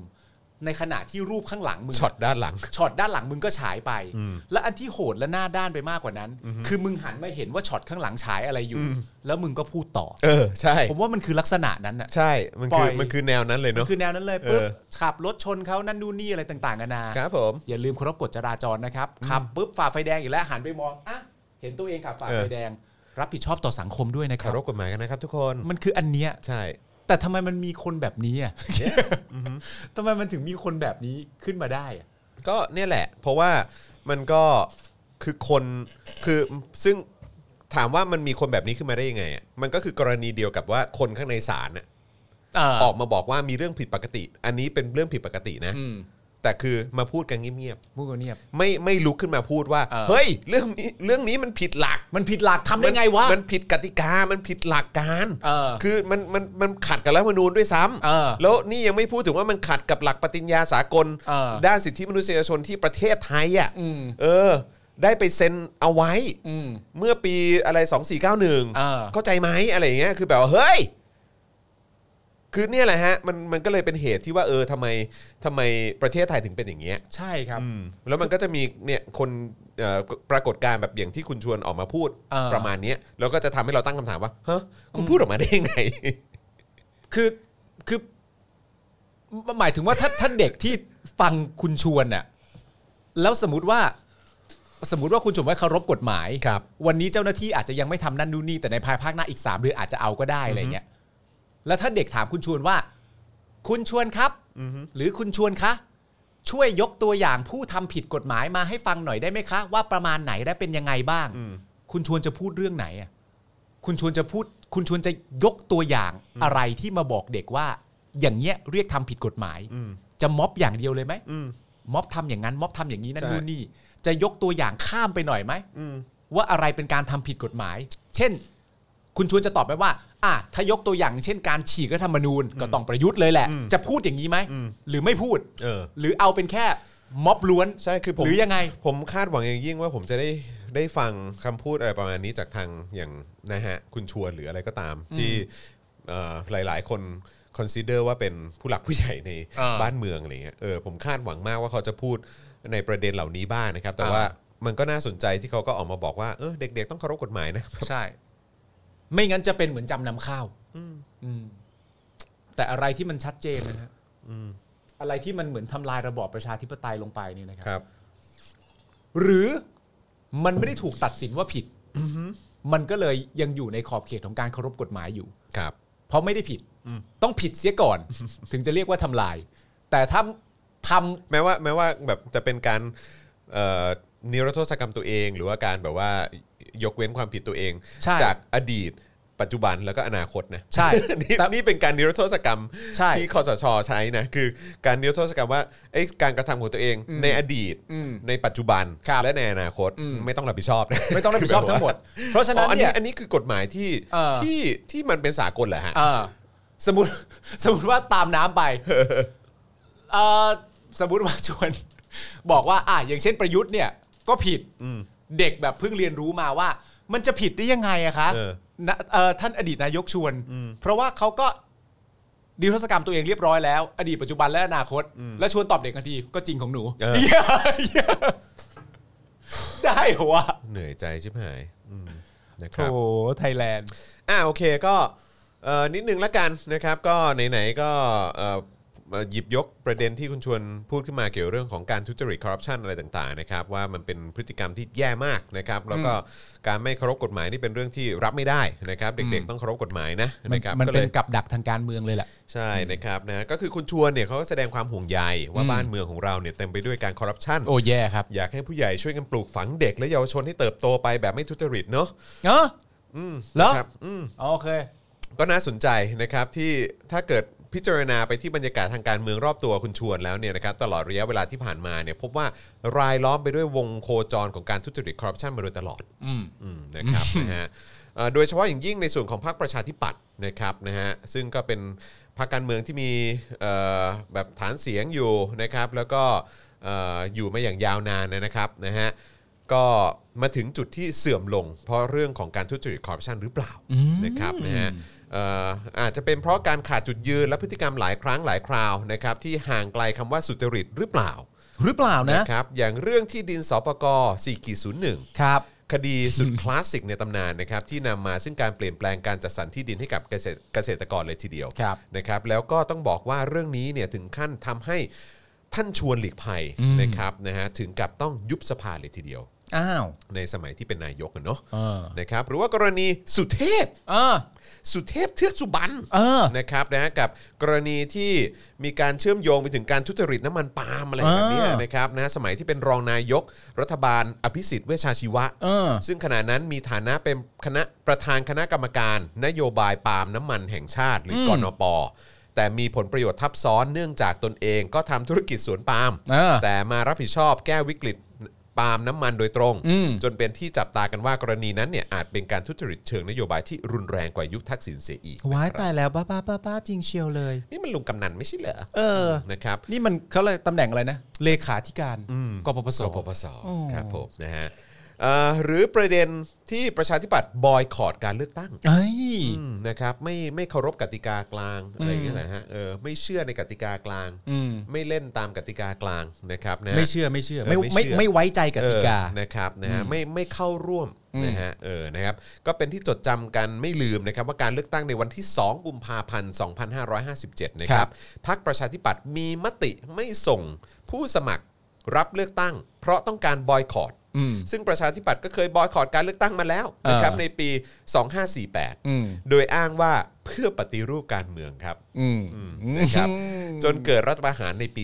C: ในขณะที่รูปข้างหลังมึง
B: ช็อตด้านหลัง
C: ช็อตด้านหลังมึงก็ฉายไป
B: อืม
C: และอันที่โหดและหน้าด้านไปมากกว่านั้น คือมึงหันมาเห็นว่าช็อตข้างหลังฉายอะไรอยู่
B: อืม
C: แล้วมึงก็พูดต่อ
B: เออ ใช่
C: ผมว่ามันคือลักษณะนั้นน่ะ
B: ใช่มันคือ
C: ปล่อย
B: มันคือแนวนั้นเลยเนาะ
C: คือแนวนั้นเลยปุ๊บ
B: เออ
C: ขับรถชนเขานั่นนู่นนี่อะไรต่างๆกันานา
B: ครับผม
C: อย่าลืมเคารพกฎจราจรนะครับขับปุ๊บฝ่าไฟแดงอีกแล้วหันไปมองอ่ะเห็นตัวเองขับฝ่า
B: เออ
C: ไฟแดง รับผิดชอบต่อสังคมด้วยนะครั
B: เคา
C: บ
B: รพกฎหมายกันนะครับทุกคน
C: มันคืออันเนี้ย
B: ใช่
C: แต่ทำไมมันมีคนแบบนี้อ่ะ ทำไมมันถึงมีคนแบบนี้ขึ้นมาได้อ่ะ
B: ก็เนี่ยแหละ เพราะว่ามันก็คือคนคือซึ่งถามว่ามันมีคนแบบนี้ขึ้นมาได้ยังไงอ่ะมันก็คือกรณีเดียวกับว่าคนข้างในศาลน่ะ
C: เ
B: ออกมาบอกว่ามีเรื่องผิดปกติ อันนี้เป็นเรื่องผิดปกตินะ
C: อืม
B: แต่คือมาพูดกันเงียบ
C: พูดกันเงียบ
B: ๆไม่ไม่ลุกขึ้นมาพูดว่า
C: เออ
B: เฮ้ย เรื่องนี้เรื่องนี้มันผิดหลัก
C: มันผิดหลักทำได้ไงวะ
B: มันผิดกติกา มันผิดหลักการ
C: เออ
B: คือมันมันมันขัดกับรัฐธรรมนูญด้วยซ้ำ
C: เออ
B: แล้วนี่ยังไม่พูดถึงว่ามันขัดกับหลักปฏิญญาสากล
C: เออ
B: ด้านสิทธิมนุษยชนที่ประเทศไทยอ่ะ
C: อืม
B: เออ ได้ไปเซ็นเอาไว้
C: อืม
B: เมื่อปีอะไร
C: เออ
B: 2491 เข้าใจไหมอะไรอย่างเงี้ย คือแบบว่าเฮ้ย คือเนี่ยแหละฮะ มันมันก็เลยเป็นเหตุที่ว่าเออทำไมทำไมประเทศไทยถึงเป็นอย่างเงี้ย
C: ใช่ครับ
B: อืมแล้วมันก็จะมีเนี่ยคนเอ่อปรากฏการณ์แบบอย่างที่คุณชวนออกมาพูด
C: เออ
B: ประมาณเนี้ยแล้วก็จะทำให้เราตั้งคำถามว่าฮะคุณพูดออกมาได้ยังไง
C: คือคือหมายถึงว่าถ้าถ้าเด็กที่ฟังคุณชวนน่ะแล้วสมมติว่า สมมติว่าคุณชวนว่าเคารพกฎหมาย
B: ครับ
C: วันนี้เจ้าหน้าที่อาจจะยังไม่ทำนั่นนู่นนี่แต่ในภายภาคหน้าอีกสามเดือนอาจจะเอาก็ได้อะไรเงี้ยแล้วถ้าเด็กถามคุณชวนว่า คุณชวนครับ หรือคุณชวนคะ ช่วยยกตัวอย่างผู้ทำผิดกฎหมายมาให้ฟังหน่อยได้ไหมคะ ว่าประมาณไหนและเป็นยังไงบ้าง
B: อืม
C: คุณชวนจะพูดเรื่องไหนอ่ะคุณชวนจะพูด คุณชวนจะยกตัวอย่างอะไรที่มาบอกเด็กว่า อย่างเงี้ยเรียกทำผิดกฎหมาย
B: อืม
C: จะม็อบอย่างเดียวเลยไหม
B: อืม
C: ม็อบทำอย่างนั้น ม็อบทำอย่างนี้นั่น
B: ใช่
C: นู่นนี่ จะยกตัวอย่างข้ามไปหน่อยไหม
B: อืม
C: ว่าอะไรเป็นการทำผิดกฎหมาย เช่น คุณชวนจะตอบไหมว่า อ่ะถ้ายกตัวอย่าง เช่นการฉีกรัฐธรรมนูญก็ต้องประยุทธ์เลยแหละ
B: อืม
C: จะพูดอย่างนี้ไหม
B: อืม
C: หรือไม่พูด
B: เออ
C: หรือเอาเป็นแค่ม็อบล้วน
B: ใช่คือผม
C: หรือยังไง
B: ผมคาดหวังอย่างยิ่งว่าผมจะได้ได้ฟังคำพูดอะไรประมาณนี้จากทางอย่างนะฮะคุณชวนหรืออะไรก็ตาม ที่เอ่อหลาย ๆ คน consider ว่าเป็นผู้หลักผู้ใหญ่ใน
C: อ่า
B: บ้านเมืองอะไรเงี้ยเออผมคาดหวังมากว่าเขาจะพูดในประเด็นเหล่านี้บ้างนะครับ แต่
C: อ่า
B: ว่ามันก็น่าสนใจที่เขาก็ออกมาบอกว่าเออเด็ก ๆ ต้องเคารพกฎหมายนะ
C: ใช่ ไม่งั้นจะเป็นเหมือนจำนำข้าวอืมแต่อะไรที่มันชัดเจนนะฮะอะไรที่มันเหมือนทำลายระบอบประชาธิปไตยลงไปเนี่ยนะครั
B: ครับ
C: หรือมันไม่ได้ถูกตัดสินว่าผิด มันก็เลยยังอยู่ในขอบเขตของการเคารพกฎหมายอยู่
B: ครับ
C: เพราะไม่ได้ผิด
B: อืม
C: ต้องผิดเสียก่อน ถึงจะเรียกว่าทำลาย แต่ถ้าท
B: แม้ว่าแม้ว่าแบบจะเป็นการเอ่อนิรโทษกรรมตัวเอง หรือว่าการแบบว่ายกเว้นความผิดตัวเอง
C: ำใช่
B: จากอดีตปัจจุบันแล้วก็อนาคตนะ
C: ใช่
B: นี่
C: แต่
B: นี่เป็นการนิรโทษกรรม
C: ใช่
B: ที่คอสชใช้นะคือการนิรโทษกรรมว่าเอ้ยการกระทำของตัวเอง
C: อืม
B: ในอดีต
C: อืม
B: ในปัจจุบัน
C: ครับ
B: และในอนาคต
C: อืม
B: ไม่ต้องรับผิดชอบนะ
C: ไม่ต้องรับผิดชอบ
B: คื
C: ทั้งหมด
B: แบบว่
C: เพราะฉะ
B: อ๋
C: นั้น
B: ออัน
C: เนี่
B: นี้
C: ย
B: อันนี้คือกฎหมายที่
C: เออ
B: ที่ที่มันเป็นสากลเหรอฮะ
C: เออสมมติ สมมติว่าตามน้ำไปเออสมมติว่าชวน บอกว่า อ่ะอย่างเช่นประยุทธ์เนี่ยก็ผิด
B: อืม
C: เด็กแบบเพิ่งเรียนรู้มาว่า มันจะผิดได้ยังไงอะคะ
B: เออ
C: นะเอ่อท่านอดีตนายกชวน
B: อืม
C: เพราะว่าเขาก็ดีทศกรรมตัวเองเรียบร้อยแล้ว อดีตปัจจุบันและอนาคต และชวนตอบเด็กทันทีก็จริงของหนู
B: เออ
C: เหี้ย เหี้ยได้เหรอวะ
B: เหนื่อยใจชิบหายอืมนะค
C: โถ
B: รับ
C: ไทยแลนด์
B: อ่าโอเคก็เอ่อนิดนึงละกันนะครับก็ไหนๆก็เอ่อหยิบยกประเด็นที่คุณชวนพูดขึ้นมาเกี่ยวเรื่องของการทุจริตคอร์รัปชันอะไรต่างๆนะครับว่ามันเป็นพฤติกรรมที่แย่มากนะครับแล้วก็การไม่เคารพกฎหมายนี่เป็นเรื่องที่รับไม่ได้นะครับเด็ก
C: อืม
B: ๆต้องเคารพกฎหมายนะ
C: มั
B: นะครับ
C: มัน
B: ก็ล
C: เป็
B: ย
C: นกับดักทางการเมืองเลยแหละ
B: ใช่นะครับนะก็คือคุณชวนเนี่ยเขาก็แสดงความห่วงใยว่า
C: อืม
B: บ้านเมืองของเราเนี่ยเต็มไปด้วยการคอร์รัปชัน
C: โอ้แย่ครับ
B: อยากให้ผู้ใหญ่ช่วยกันปลูกฝังเด็กและเยาวชนให้เติบโตไปแบบไม่ทุจริตเนาะ
C: เออ
B: อืม
C: เหรอ
B: ครับอืม
C: โอเค
B: ก็น่าสนใจนะครับที่ถ้าเกิดพิจารณาไปที่บรรยากาศทางการเมืองรอบตัวคุณชวนแล้วเนี่ยนะครับตลอดระยะเวลาที่ผ่านมาเนี่ยพบว่ารายล้อมไปด้วยวงโคจรของการทุจริตคอร์รัปชันมาโดยตลอด
C: อืม
B: อืมนะครับนะฮะเอ่อโดยเฉพาะอย่างยิ่งในส่วนของพรรคประชาธิปัตย์นะครับนะฮะซึ่งก็เป็นพรรคการเมืองที่มีเอ่อแบบฐานเสียงอยู่นะครับแล้วก็เอ่ออยู่มาอย่างยาวนานนะครับนะฮะก็มาถึงจุดที่เสื่อมลง เพราะเรื่องของการทุจริตคอร์รัปชันหรือเปล่านะครับนะฮะเอ่ออาจจะเป็นเพราะการขาดจุดยืนและพฤติกรรมหลายครั้งหลายคราวนะครับที่ห่างไกลคำว่าสุจริตหรือเปล่า
C: หรือเปล่านะ
B: นะครับอย่างเรื่องที่ดินสปก4.01
C: ครับ
B: คดีสุดคลาสสิกในตำนานนะครับที่นำมาซึ่งการเปลี่ยนแปลงการจัดสรรที่ดินให้กับเกษตรเกษตรกรเลยทีเดียว
C: ครับ
B: นะครับแล้วก็ต้องบอกว่าเรื่องนี้เนี่ยถึงขั้นทำให้ท่านชวนหลีกภัย
C: อืม
B: นะครับนะฮะถึงกับต้องยุบสภาเลยทีเดียว
C: อ้าว
B: ในสมัยที่เป็นนายกอะเนาะ
C: เออ
B: นะครับหรือว่ากรณีสุเทพ
C: เออ
B: สุเทพเทือกสุบรรณ
C: เออ
B: นะครับนะฮะกับกรณีที่มีการเชื่อมโยงไปถึงการทุจริตน้ำมันปาล์มอะไรแบบเนี้ย
C: อ่าน
B: นะครับนะสมัยที่เป็นรองนายกรัฐบาลอภิสิทธิ์เวชชาชีวะ
C: เออ
B: ซึ่งขณะนั้นมีฐานะเป็นคณะประธานคณะกรรมการ นโยบายปาล์มน้ำมันแห่งชาติ หรือ
C: ม
B: กอนปแต่มีผลประโยชน์ทับซ้อนเนื่องจากตนเองก็ทำธุรกิจสวนปาล์ม
C: เออ
B: แต่มารับผิดชอบแก้วิกฤตปาล์มน้ำมันโดยตรง
C: อืม
B: จนเป็นที่จับตากันว่ากรณีนั้นเนี่ยอาจเป็นการทุจริตเชิงนโยบายที่รุนแรงกว่ายุคทักษิณเสียอีก
C: ว้าย
B: นะครับ
C: ตายแล้วบ้าบ้าบ้าบ้าจริงเชียวเลย
B: นี่มันลุงกำนันไม่ใช่เหรอ
C: เออ
B: นะครับ
C: นี่มันเขาเลยตำแหน่งอะไรนะ เลขาธิการ
B: อืม
C: กปปส
B: กปปส
C: อ๋อ
B: ครับผมนะฮะเอ่อหรือประเด็นที่ประชาธิปัตย์บอยคอรดการเลือกตั้ง
C: เอ้ย
B: อืมนะครับไม่ไม่เคารพกติกากลางอะไรอย่างเงี้ยแหละฮะเออไม่เชื่อในกติกากลาง
C: อืม
B: ไม่เล่นตามกติกากลางนะครับนะ
C: ไม่เชื่อไม่เชื่อ ไม่
B: เออไม่
C: ไม่
B: เชื่อ
C: ไม่ไว้ใจกติกา
B: เออนะครับนะฮะไม่ไม่เข้าร่วม
C: อืม
B: นะฮะเออนะครับก็เป็นที่จดจำกันไม่ลืมนะครับว่าการเลือกตั้งในวันที่ 2 กุมภาพันธ์ 2557 นะค
C: ครั
B: รับบ พรรคประชาธิปัตย์มีมติไม่ส่งผู้สมัครรับเลือกตั้ง เพราะต้องการบอยคอรด
C: อืม
B: ซึ่งประชาธิปัตย์ก็เคยบอยคอรดการเลือกตั้งมาแล้วนะครับ
C: อ่า
B: ในปี 2548
C: อืม
B: โดยอ้างว่าเพื่อปฏิรูปการเมืองครับ
C: อืม
B: อืมนะครับจนเกิดรัฐประหารในปี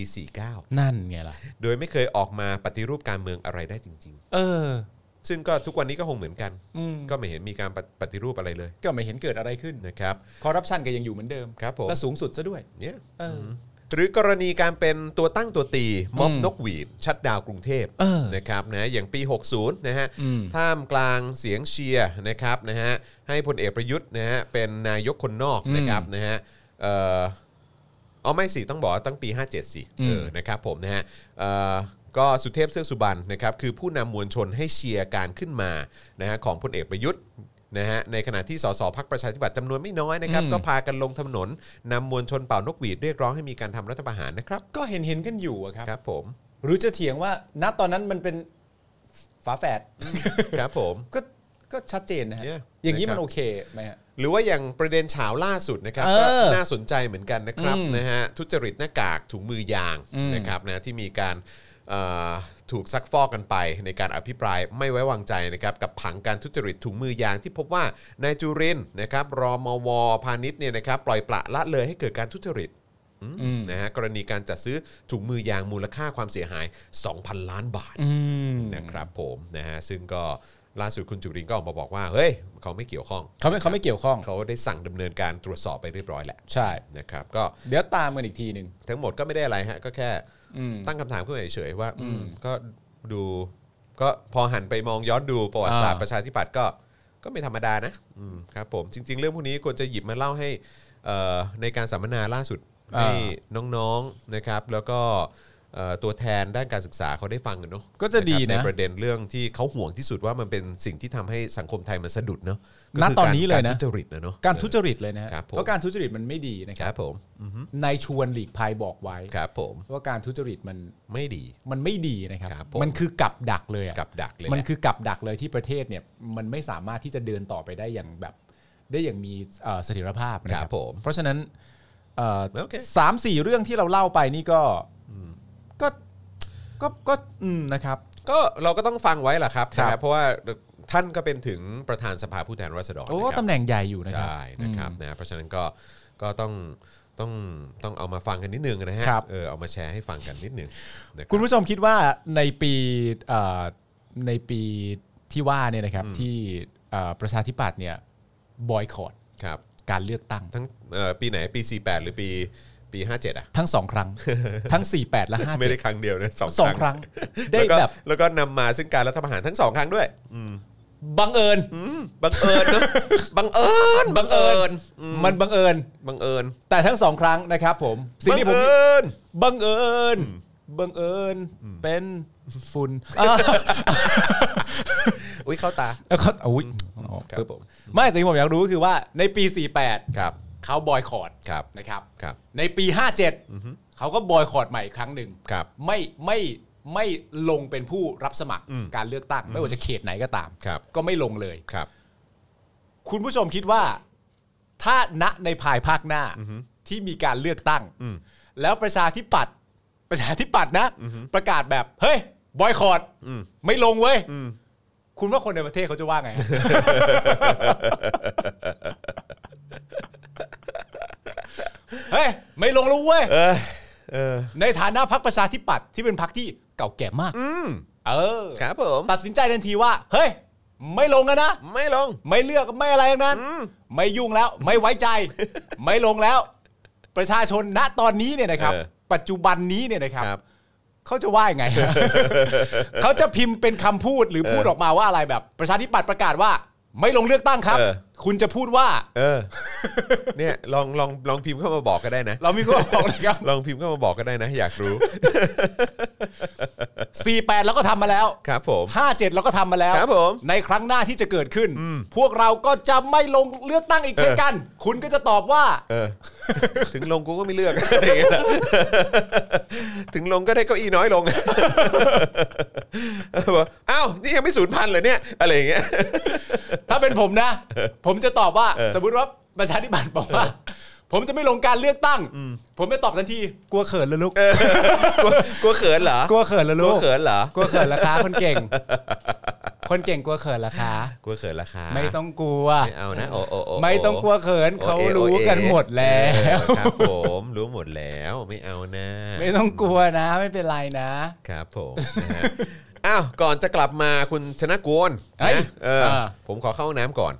C: นั่นไงล่ะ
B: 49 โดยไม่เคยออกมาปฏิรูปการเมืองอะไรได้จริง
C: เออ
B: ๆ ซึ่งก็ทุกวันนี้ก็คงเหมือนกัน
C: อืม
B: ก็ไม่เห็นมีการปฏิปฏิรูปอะไรเลย
C: ก็ไม่เห็นเกิดอะไรขึ้น
B: นะครับ
C: คอร์รัปชันก็ยังอยู่เหมือนเดิม
B: ครับผม
C: และสูงสุดซะด้วย
B: เนี่ย
C: เอออื
B: มหรือกรณีการเป็นตัวตั้งตัวตีม็อบนกหวีด ชัดดาวน์กรุงเทพ
C: เออ
B: นะครับนะอย่างปี 60 นะฮะ
C: อืม
B: ท่ามกลางเสียงเชียร์นะครับนะฮะให้พลเอกประยุทธ์นะฮะเป็นนายกคนนอกนะครับนะฮะเอ่อเอาไม่สิต้องบอกว่าตั้งปี 57 สิเออนะครับผมนะฮะเอ่อก็สุเทพเสื้อกสุบรรณนะครับคือผู้นำมวลชนให้เชียร์การขึ้นมานะฮะของพลเอกประยุทธ์นะฮะในขณะที่สสพักประชาธิปัตย์จำนวนไม่น้อยนะครับก็ พากันลงถนนนำมวลชนเป่านกหวีดเรียกร้องให้มีการทำรัฐประหารนะครับ
C: ก็เห็นเห็นๆกันอยู่อะครับ
B: ครับผม
C: หรือจะเถียงว่าณตอนนั้นมันเป็นฝาแฝด
B: ครับผม
C: ก็ก็ชัดเจนนะฮะ
B: Yeah
C: อย่างนี้มัน
B: นะครับ
C: โอเคไหมฮะ
B: หรือว่าอย่างประเด็นเฉาวล่าสุดนะครับ
C: เออ
B: ก็น่าสนใจเหมือนกันนะครับ
C: อืม
B: นะฮะทุจริตหน้ากากถุงมือยาง
C: อืม
B: นะครับนะที่มีการเอ่อถูกซักฟอกกันไป ในการอภิปรายไม่ไว้วางใจนะครับกับผังการทุจริตถุงมือยางที่พบว่านายจุรินทร์นะครับรมวพาณิชย์เนี่ยนะครับปล่อยปละละเลยให้เกิดการทุจริตอืม
C: อืม
B: นะฮะกรณีการจัดซื้อถุงมือยางมูลค่าความเสียหาย 2,000 ล้านบาท
C: อืม
B: นะครับผมนะฮะซึ่งก็ล่าสุดคุณจุรินทร์ก็ออกมาบอกว่า เฮ้ย เขาไม่เกี่ยวข้อง
C: เขาไม่เขาไม่เกี่ยวข้อง
B: เขาได้สั่งดำเนินการตรวจสอบไปเรียบร้อยแหละ
C: ใช่
B: นะครับก็
C: เดี๋ยวตามกันอีกทีหนึ่ง
B: ทั้งหมดก็ไม่ได้อะไรฮะ ก็แค่
C: อืม
B: ตั้งคำถามขึ้นมาเฉยๆว่าอืมก็ดูก็พอหันไปมองย้อนดูประวัติศาสตร์
C: อ่า
B: ประชาธิปัตย์ก็ก็ไม่ธรรมดานะอืมครับผมจริง ๆ เรื่องพวกนี้ควรจะหยิบมาเล่าให้เอ่อในการสัมมนาล่าสุดให้น้องๆนะครับแล้วก็เอ่อตัวแทนด้านการศึกษาเขาได้ฟังกันเนาะ
C: ก็จะดี
B: ครับ
C: นะ
B: ในประเด็นเรื่องที่เขาห่วงที่สุดว่ามันเป็นสิ่งที่ทำให้สังคมไทยมันสะดุดเนาะ
C: ณ
B: ก็คื
C: ตอนนี้เลย
B: การ
C: นะ
B: ทุจริตนะเนาะ
C: การทุจริตเลยนะฮะ
B: ครับผม
C: เพราะการทุจริตมันไม่ดีนะค
B: ค
C: รั
B: รั
C: บบ
B: ผมอือฮึ
C: นายชวนหลีกภัยบอกไว้
B: ครับผม
C: ว่าการทุจริตมัน
B: ไม่ดี
C: มันไม่ดีนะครับ
B: ครับผม
C: มันคือกับดักเลยอะ
B: กับดักเลย
C: มัน
B: แหละ
C: คือกับดักเลยที่ประเทศเนี่ยมันไม่สามารถที่จะเดินต่อไปได้อย่างแบบได้อย่างมีเอ่อเสถียรภาพนะ
B: ค
C: ค
B: รั
C: รั
B: บบ ผม
C: เพราะฉะนั้นเอ่อ
B: โอเค
C: สามสี่เรื่องที่เราเล่าไปนี่ก็ก็ก็ก็อืมนะครับ
B: ก็เราก็ต้องฟังไว้แหละครับ
C: ครับ
B: นะครับเพราะว่าท่านก็เป็นถึงประธานสภาผู้แทนราษฎร
C: โอ้
B: นะครั
C: ตำแหน่งใหญ่อยู่นะครับ
B: ใช่นะครับนะเพราะฉะนั้นก็ก็ต้องต้องต้องเอามาฟังกันนิดนึงนะฮะ
C: ครับ
B: เออเอามาแชร์ให้ฟังกันนิดนึงนะรับ
C: คุณผู้ชมคิดว่าในปีเอ่อในปีที่ว่าเนี่ยนะครับ
B: อืม
C: ที่เอ่อประชาธิปัตย์เนี่ยบอยคอต
B: ครับ
C: การเลือกตั้ง
B: ทั้งเอ่อปีไหนปี 48 หรือปีปี 57 อ่ะ
C: ทั้งสองค รั้ง ทั้ง 48 และ
B: ไม่ได้ครั้งเดียวนะสอง
C: 57สองครั้ง ได้
B: แล้วก็
C: แบบ
B: แล้วก็นำมาซึ่งการรัฐประหารทั้งสองครั้งด้วย
C: บังเอิญ
B: บังเอิญนะ บังเอิญ บังเอิญ
C: มันบังเอิญ
B: บังเอิญ
C: แต่ทั้งสองครั้งนะครับผมสิ่งที่ผม
B: บังเอิญ
C: บังเอิญบังเอิญเป็นฝุ่น
B: อุ้ยเข้าตา
C: แล้วเขาอุ้ ย
B: ครับผม
C: ไม่สิ่งที่ผมอยากรู้ก็คือว่าในปี 48
B: ครับ
C: เขาบอยคอรด
B: ครับ
C: นะครับ
B: ครับ
C: ในปี 57 เขาก็บอยคอรดใหม่อีกครั้งหนึ่ง
B: ครับ
C: ไม่ไม่ไม่ลงเป็นผู้รับสมัคร
B: อืม
C: การเลือกตั้ง ไม่ว่าจะเขตไหนก็ตาม
B: ครับ
C: ก็ไม่ลงเลย
B: ครับ
C: คุณผู้ชมคิดว่า ถ้าณในภายภาคหน้า
B: อือฮึ
C: ที่มีการเลือกตั้ง
B: อืม
C: แล้วประชาธิปัตย์ประชาธิปัตย์นะ
B: อือฮึ
C: ประกาศแบบ เฮ้ย บอยคอรด
B: อืม
C: ไม่ลงเว้ย
B: อืม
C: คุณว่าคนในประเทศเขาจะว่าไง ฮะ เฮ้ย ไม่ลงแล้วเว้ย
B: เออเออ
C: ในฐานะพักประชาธิปัตย์ที่เป็นพักที่เก่าแก่มาก
B: อืม
C: เออ
B: ครับผม
C: ตัดสินใจทันทีว่า เฮ้ย ไม่ลงกันนะ
B: ไม่ลง
C: ไม่เลือกไม่อะไรทั้งนั้น
B: อืม
C: ไม่ยุ่งแล้ว ไม่ไว้ ใจ ไม่ลงแล้ว ประชาชนณตอนนี้เนี่ยนะครับ
B: เออ
C: ปัจจุบันนี้เนี่ยนะครับ
B: ครับ
C: เขาจะว่ายั งไง เขาจะพิมพ์เป็นคำพูดหรือพูด
B: เออ
C: ออกมาว่าอะไรแบบ ประชาธิปัตย์ประกาศว่า ไม่ลงเลือกตั้งครับ
B: เออ
C: คุณจะพูดว่า
B: เอ อ เนี่ยลองลองลองพิมพ์เข้ามาบอกก็ได้นะ
C: เรามีข้อบอกเลยครับ
B: ลองพิมพ์เข้ามาบอกก็ได้นะ อยากรู้
C: 48 แล้วก็ทำมาแล้ว
B: ครับผม
C: 57 แล้วก็ทำมาแล้ว
B: ครับผม
C: ในครั้งหน้าที่จะเกิดขึ้น พวกเราก็จะไม่ลงเลือกตั้งอีกเช่น
B: เออ
C: กัน คุณก็จะตอบว่า
B: เออ ถึงลงกูก็ไม่เลือก อะไรอย่างเงี้ยนะถึงลงก็ได้เก้าอี้น้อยลง เออบอกอ้าวนี่ยังไม่ศูนย์พันเลยเนี่ย อะไรอย่างเงี้ย
C: ถ้าเป็นผมนะ ผมจะตอบว่า
B: เออ
C: สมมติว่าประชาธิปัตย์บอกว่า ผมจะไม่ลงการเลือกตั้ง ผมไม่ตอบทันทีกลัวเขินเลยลูก
B: กลัวกลัวเขินเหรอก
C: ลัวเขินเลย
B: กลั
C: ลู
B: ว
C: ก
B: เขินเหรอก
C: ลัวเขินละคะคนเก่ง คนเก่งกลัวเขินละคะ
B: กลัวเขินราคา
C: ไม่ต้องกลัว
B: ไม่เอานะโอโอโอโ
C: ไม่ต้องกลัวเขินเขา
B: โออโออ
C: รู้กันหมดแล้ว
B: เออครับผมรู้หมดแล้วไม่เอานะ
C: ไม่ต้องกลัวนะ ไม่เป็นไรนะ
B: ครับผมนะฮะ อ้าวก่อนจะกลับมาคุณชนะกวน
C: เอ้ย
B: นะเออ
C: เออ
B: ผมขอเข้าห้องน้ำก่อน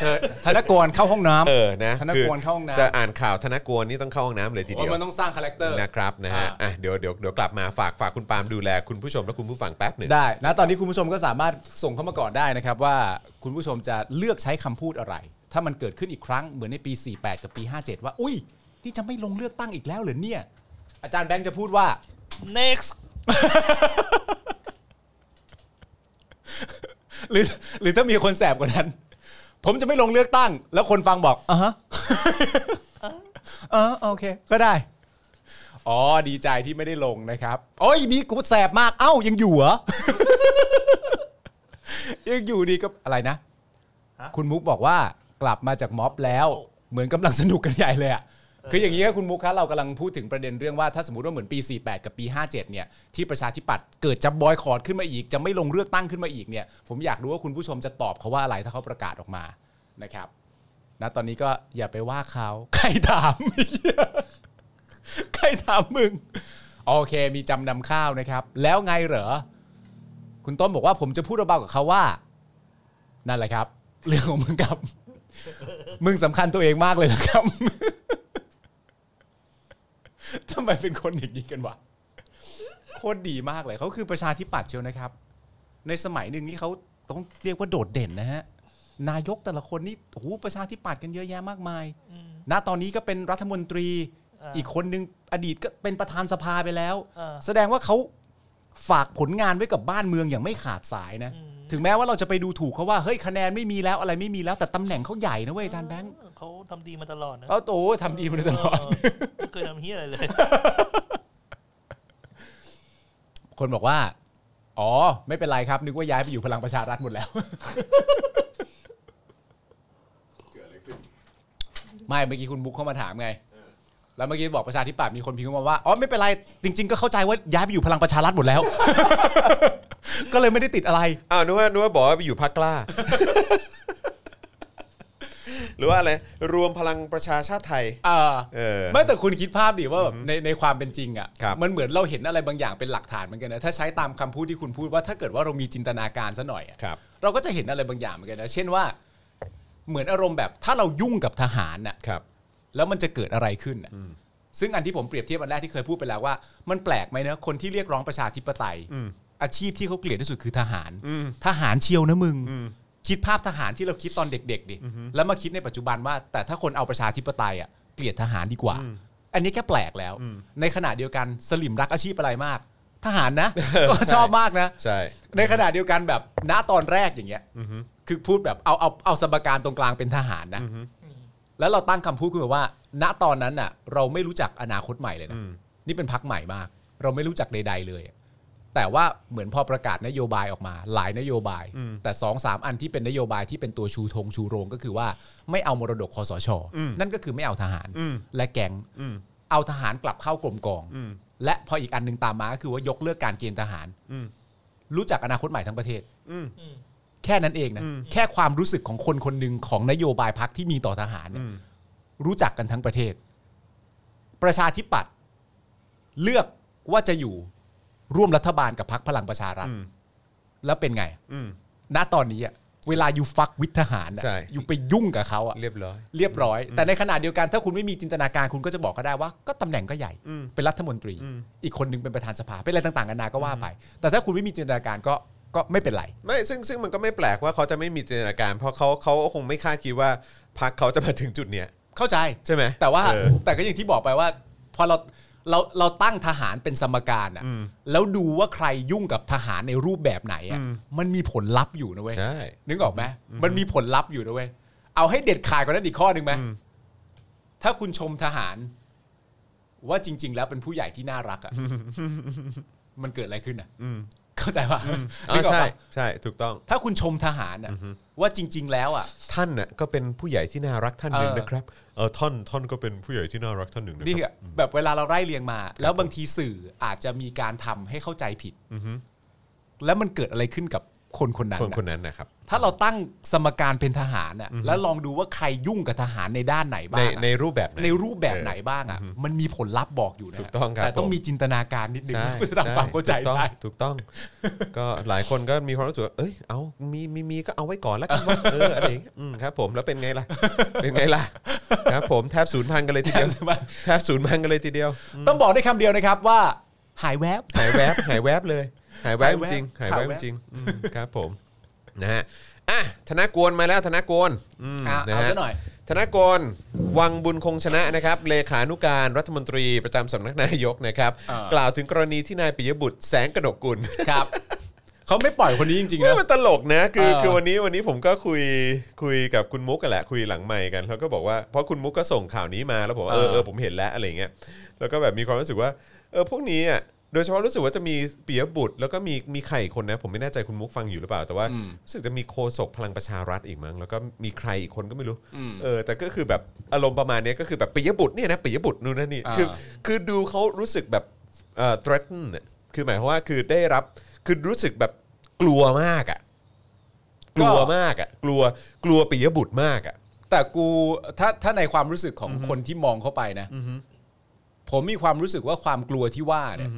C: เธอธนกรเข้าห้องน้ำ
B: เออนะ
C: ธนกรเข้าห้องน้ำ
B: จะอ่านข่าวธนกรนี่ต้องเข้าห้องน้ำเลยทีเดี
C: ว่า
B: ยว
C: มันต้องสร้างคาแรคเตอร์
B: นะครับนะฮะ
C: อ่า
B: อ่ะเดี๋ยวเดี๋ยวเดี๋ยวกลับมาฝากฝากคุณปาล์มดูแลคุณผู้ชมและคุณผู้ฟังแป๊บหนึ่ง
C: ได้นะตอนนี้คุณผู้ชมก็สามารถส่งเข้ามาก่อนได้นะครับ ว่าคุณผู้ชมจะเลือกใช้คำพูดอะไร ถ้ามันเกิดขึ้นอีกครั้งเหมือนในปี 48 กับปี 57 ว่า อุ้ยนี่จะไม่ลงเลือกตั้งอีกแล้วเหรอเนี่ย อาจารย์แบงค์จะพูดว่า
D: next
C: หรือหรือถ้ามีคนแสบกว่านั้น ผมจะไม่ลงเลือกตั้ง แล้วคนฟังบอกอ่ะฮ ะเออโอเค ก็ได้ อ๋อ ดีใจที่ไม่ได้ลงนะครับ โอ้ยมีกูแสบมากเอ้า ยังอยู่เหรอ ยังอยู่ดีก็อะไรนะ
D: ฮะ
C: คุณมุกบอกว่ากลับมาจากม็อบแล้ว เหมือนกำลังสนุกกันใหญ่เลยอะคืออย่างนี้ครับคุณมุกครับเรากำลังพูดถึงประเด็นเรื่องว่าถ้าสมมติว่าเหมือนปี 48 กับปี 57 เนี่ยที่ประชาธิปัตย์เกิดจะบอยคอรดขึ้นมาอีก จะไม่ลงเลือกตั้งขึ้นมาอีกเนี่ย ผมอยากรู้ว่าคุณผู้ชมจะตอบเขาว่าอะไรถ้าเขาประกาศออกมานะครับณตอนนี้ก็อย่าไปว่าเขา ใครถาม ใครถามมึง โอเค มีจำนำข้าวนะครับ แล้วไงเหรอ คุณต้นบอกว่าผมจะพูดเบาๆกับเขาว่า นั่นแหละครับ เรื่องของมึงครับ มึงสำคัญตัวเองมากเลยนะครับ ทำไมเป็นคนอย่างนี้กันวะโคตรดีมากเลยเขาคือประชาธิปัตย์เชียวนะครับ ในสมัยหนึ่งนี่เขาต้องเรียกว่าโดดเด่นนะฮะนายกแต่ละคนนี่โอ้โหประชาธิปัตย์กันเยอะแยะมากมาย
D: อืม
C: ณตอนนี้ก็เป็นรัฐมนตรี
D: อ่า
C: อีกคนนึงอดีตก็เป็นประธานสภาไปแล้ว
D: อ่า
C: แสดงว่าเขาฝากผลงานไว้กับบ้านเมืองอย่างไม่ขาดสายนะ
D: อืม
C: ถึงแม้ว่าเราจะไปดูถูกเขาว่าเฮ้ยคะแนนไม่มีแล้วอะไรไม่มีแล้วแต่ตำแหน่งเขาใหญ่นะเว้ยอาจารย์แบงค์
D: เขาทำดีมาตลอดนะ
C: เขาโอ้ทำดีมาโดยตลอด
D: เไม่เคยทำเฮียอะไรเลย
C: คนบอกว่า อ๋อ ไม่เป็นไรครับ นึกว่าย้ายไปอยู่พลังประชารัฐหมดแล้ว ไม่เมื่อกี้คุณบุ๊กเข้ามาถามไง แล้วเมื่อกี้บอกประชาธิปัตย์มีคนพิมพ์เข้ามาว่า อ๋อ ไม่เป็นไร จริง ๆ ก็เข้าใจว่าย้ายไปอยู่พลังประชารัฐหมดแล้ว ก็เลยไม่ได้ติดอะไร
B: อ้าวนึกว่านึกว่าบอกว่าไปอยู่พัก กล้า หรือว่าอะไรรวมพลังประชาชาติไทย
C: เออ
B: เออ
C: ไม่แต่คุณคิดภาพดิว่าแบบในในความเป็นจริง
B: ครั
C: อะ่ะ
B: บ
C: มันเหมือนเราเห็นอะไรบางอย่างเป็นหลักฐานเหมือนกันนะถ้าใช้ตามคำพูดที่คุณพูดว่าถ้าเกิดว่าเรามีจินตนาการซะหน่อยอะ
B: ครับ
C: เราก็จะเห็นอะไรบางอย่างเหมือนกันนะ เช่นว่า เหมือนอารมณ์แบบถ้าเรายุ่งกับทหารน่ะ
B: ครับ
C: แล้วมันจะเกิดอะไรขึ้นน่ะซึ่งอันที่ผมเปรียบเทียบอันแรกที่เคยพูดไปแล้วว่า มันแปลกไหมนะคนที่เรียกร้องประชาธิปไตย อาชีพที่เขาเกลียดที่สุดคือทหาร ทหารเชียวนะมึง คิดภาพทหารที่เราคิดตอนเด็ก ๆดิ แล้วมาคิดในปัจจุบันว่า แต่ถ้าคนเอาประชาธิปไตยอ่ะเกลียดทหารดีกว่า อันนี้แค่แปลกแล้ว ในขณะเดียวกันสลิมรักอาชีพอะไรมาก ทหารนะ ก็ชอบมากนะ
B: ใช่
C: ในขณะเดียวกันแบบณตอนแรกอย่างเงี้ยคือพูดแบบเอาเอาเอาสมการตรงกลางเป็นทหารนะแล้วเราตั้งคำพูดขึ้นมาว่า ณตอนนั้นน่ะ เราไม่รู้จักอนาคตใหม่เลยนะนี่เป็นพักใหม่มาก เราไม่รู้จักใด ๆ เลยอะแต่ว่าเหมือนพอประกาศนโยบายออกมา หลายนโยบาย แต่สองสามอันที่เป็นนโยบายที่เป็นตัวชูธงชูโรงก็คือว่าไม่เอามรดกคอสช นั่นก็คือไม่เอาทหาร และแกงเอาทหารกลับเข้ากรมกอง และพออีกอันหนึ่งตามมาก็คือว่ายกเลิกการเกณฑ์ทหาร รู้จักอนาคตใหม่ทั้งประเทศ
D: อืม
C: แค่นั้นเองนะแค่ความรู้สึกของคนคนหนึ่งของนโยบายพักที่มีต่อทหารเนี่ยรู้จักกันทั้งประเทศ ประชาธิปัตย์เลือกว่าจะอยู่ร่วมรัฐบาลกับพักพลังประชารัฐ แล้วเป็นไงณตอนนี้อะเวลาอยู่ฟักวิททหารอะ
B: ใช่
C: อยู่ไปยุ่งกับเขาอะ
B: เรียบร้อย
C: เรียบร้อย แต่ในขณะเดียวกันถ้าคุณไม่มีจินตนาการคุณก็จะบอกก็ได้ว่า ก็ตำแหน่งก็ใหญ่ เป็นรัฐมนตรี อีกคนนึงเป็นประธานสภาเป็นอะไรต่างๆกันานาก็ว่าไป แต่ถ้าคุณไม่มีจินตนาการก็ก็ไม่เป็นไร
B: ไม่ซึ่งซึ่งมันก็ไม่แปลกว่าเขาจะไม่มีจินตนาการ เพราะเขาเขาคงไม่คาดคิดว่าพักเขาจะมาถึงจุดเนี้ย
C: เข้าใจ
B: ใช่ไหม
C: แต่ว่า
B: เออ
C: แต่ก็อย่างที่บอกไปว่า พอเราเราเราตั้งทหารเป็นสมการอ่ะแล้วดูว่าใครยุ่งกับทหารในรูปแบบไหนอ่ะมันมีผลลัพธ์อยู่นะเว้ย
B: ใช่
C: นึกออกไหมมันมีผลลัพธ์อยู่นะเว้ย เอาให้เด็ดขาดกว่านั้นอีกข้อหนึ่งไหม ถ้าคุณชมทหาร ว่าจริง ๆ แล้วเป็นผู้ใหญ่ที่น่ารักอะ่ะ มันเกิดอะไรขึ้นอ่ะ เข้าใจป่ะ
B: อ๋
C: นึ
B: อก
C: ออก
B: ใช่
C: ปะ
B: ใช่ถูกต้อง
C: ถ้าคุณชมทหารอ่ะว่าจริง ๆ แล้วอ่ะ
B: ท่านน่ะก็เป็นผู้ใหญ่ที่น่ารักท่านหนึ่ง
C: เออ
B: นะครับเออท่านท่านก็เป็นผู้ใหญ่ที่น่ารักท่านหนึ่งนะ
C: นี่
B: ครั
C: อะแบบเวลาเราไล่เรียงมา แล้วบางทีสื่ออาจจะมีการทำให้เข้าใจผิด
B: อือฮึ
C: แล้วมันเกิดอะไรขึ้นกับคนคนนั้น
B: คนคน
C: อะ
B: นั้นนะครับ
C: ถ้าเราตั้งสมการเป็นทหารอ่ะแล้วลองดูว่าใครยุ่งกับทหารในด้านไหน
B: ใน
C: บ้างอะ
B: ในรูปแบบไหน
C: ในรูปแบบไหนบ้างอ่ะ มันมีผลลัพธ์บอกอยู่นะ
B: ถูกต้องครับ
C: แต่ต้อ
B: ผ
C: ง
B: ม
C: มีจินตนาการนิดนึง
B: ใช่
C: เพื่อจะทำความ เข้าใจ
B: ถูกต้อง
C: ได้
B: ถูกต้อง ก็หลายคนก็มีความรู้สึกว่าเอ้ยเอามีมีมีก็เอาไว้ก่อนแล้วกัน วะเอออะไรอย่างเงี้ยอืมครับ ผมแล้วเป็นไงล่ะ เป็นไงล่ะครับ ผมแทบศูนย์พันกันเลยทีเดียว
C: แทบศูนย์พัน
B: แทบศูนย์พันกันเลยทีเดียว
C: ต้องบอกได้คำเดียวนะครับว่า หายแวบ
B: หายแวบหายแวบเลย หายแวบ
C: หาย
B: จ
C: แวบ
B: ริงหายแว
C: หาย
B: บ
C: แวบ
B: จริงอืมครับ ผมนะฮะอ่ะธนากรมาแล้วธนากรอืม
C: อ่ะ
B: นะ
C: เอา
B: ฮะ
C: ซะหน่อย
B: ธนกรวังบุญคงชนะนะครับเลขานุการรัฐมนตรีประจำสำนักนายกนะครับ
C: อ่าก ก
B: ล่าวถึงกรณีที่นายปิยบุตรแสงกนกกุล
C: ครับ เขาไม่ปล่อยคนนี้จริงๆ
B: ไม่
C: นะ
B: มันตลกนะคือ
C: เออ
B: คือวันนี้วันนี้ผมก็คุยคุยกับคุณมุกกันแหละคุยหลังใหม่กันแล้วก็บอกว่าเพราะคุณมุกก็ส่งข่าวนี้มาแล้วผมว่าเออ
C: เออ
B: เออผมเห็นแล้วอะไรเงี้ยแล้วก็แบบมีความรู้สึกว่าเออพวกนี้อ่ะโดยเฉพาะรู้สึกว่าจะมีปิยบุตร แล้วก็มีมีใครอีกคนนะ ผมไม่แน่ใจคุณมุกฟังอยู่หรือเปล่าแต่ว่ารู้สึกจะมีโคศกพลังประชารัฐอีกมั้งแล้วก็มีใครอีกคนก็ไม่รู้
C: ม
B: เออแต่ก็คือแบบอารมณ์ประมาณเนี้ยก็คือแบบปิยบุตรเนี่ยนะปิยบุตรนู่นนั่นนี่
C: อ่า
B: คือคือดูเขารู้สึกแบบเอ่อ threaten น่ะคือหมายความว่าคือได้รับคือรู้สึกแบบกลัวมากอะกลัวมากอะกลัวกลัวปิยบุตรมากอะ
C: แต่กูถ้าถ้าในความรู้สึกของคนที่มองเข้าไปนะผมมีความรู้สึกว่าความกลัวที่ว่าเนี่ย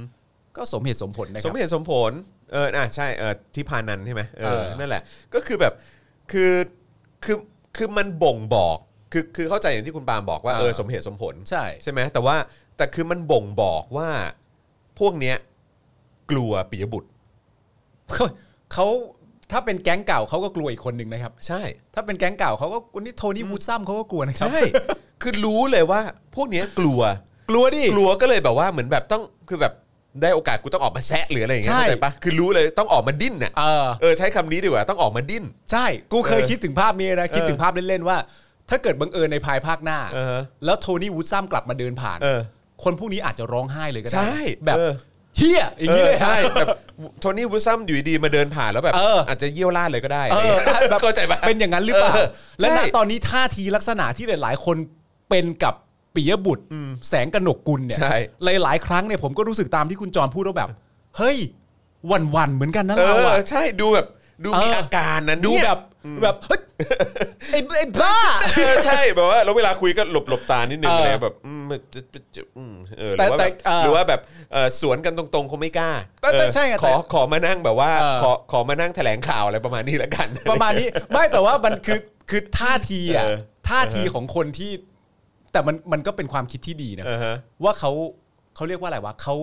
C: ก็สมเหตุสมผลนะค
B: ส
C: รั
B: ม
C: บ
B: เหตุสมผลเอออ่ะใช่เออที่พานันใช่ไหมเออ
C: เออ
B: นั่นแหละ ก็คือแบบคือคือคือมันบ่งบอกคือคือเข้าใจอย่างที่คุณปาล์มบอกว่าเออสมเหตุสมผล
C: ใช่
B: ใช่ไหมแต่ว่าแต่คือมันบ่งบอกว่าพวกเนี้ยกลัวปิยบุตร
C: เขาเขาถ้าเป็นแก๊งเก่าเขาก็กลัวอีกคนหนึ่งนะครับ
B: ใช่
C: ถ้าเป็นแก๊งเก่าเขาก็คนนี้โทนี่วูดซัมเขาก็กลัวนะครับ
B: ใช่คือรู้เลยว่า พวกเนี้ยกลัว
C: กลัวดิ
B: กลัวก็เลยแบบว่าเหมือนแบบต้องคือแบบได้โอกาสกูต้องออกมาแซะหรืออะไรอย่างเงี้ย
C: ใช่
B: เข้าใจปะคือรู้เลยต้องออกมาดิ้นน่ะ
C: เออ
B: เออใช้คำนี้ดีกว่าต้องออกมาดิ้น
C: ใช่ กูเคย
B: เออ
C: คิดถึงภาพนี้นะ คิดถึงภาพเล่นๆว่า ถ้าเกิดบังเอิญในภายภาคหน้า
B: เออฮะ
C: แล้วโทนี่วูดซัมกลับมาเดินผ่าน
B: เออ
C: คนพวกนี้อาจจะร้องไห้เลยก็ได้
B: ใช่
C: แบบ
B: เออ
C: เฮียอย่างนี้เลย
B: ใช่แบบโทนี่วูดซัมอยู่ดีๆมาเดินผ่านแล้วแบบ
C: เอออ
B: อาจจะเยี่ยวลาดเลยก็ได้
C: เออแบบ
B: เข้าใจปะ
C: เป็นอย่างนั้นหรือเปล่า
B: เออ
C: และณ
B: ใช่
C: ตอนนี้ท่าทีลักษณะที่หลาย ๆ คนเป็นกับปิยบุตรแสงกนกกุลเนี่ย
B: ใช่
C: หลาย ๆ ครั้งเนี่ยผมก็รู้สึกตามที่คุณจรพูดว่าแบบ เฮ้ยหวัน ๆ เหมือนกันนะ
B: เอ
C: เราอะ
B: อใช่ดูแบบดูมี
C: เอออ
B: อาการนะ
C: ดู
B: เนี่ย
C: แบบแบบเฮ้ยไอ้ไอ้บ้า
B: เออใช่แบบว่าแล้วเวลาคุยก็หลบหลบตานิดนึง
C: เอออ
B: อะไรแบบอืมจะจะจะอืมเออห
C: แต่
B: รือว่า
C: แต่
B: แบบ
C: เออ
B: หรือว่าแบบเอ่อสวนกันตรงๆคงไม่กล้า
C: แต่แต่
B: เออ
C: ใช่ไงแต่
B: ขอขอมานั่งแบบว่า
C: เออ
B: ขอขอมานั่งแถลงข่าวอะไรประมาณนี้ละกัน
C: ประมาณนี้ ไม่แต่ว่ามันคือคือท่าทีอะ
B: เออ
C: ท่าทีของคนที่ แต่มันมันก็เป็นความคิดที่ดีนะ
B: เออฮะ
C: ว่าเขาเขาเรียกว่าอะไรวะเขา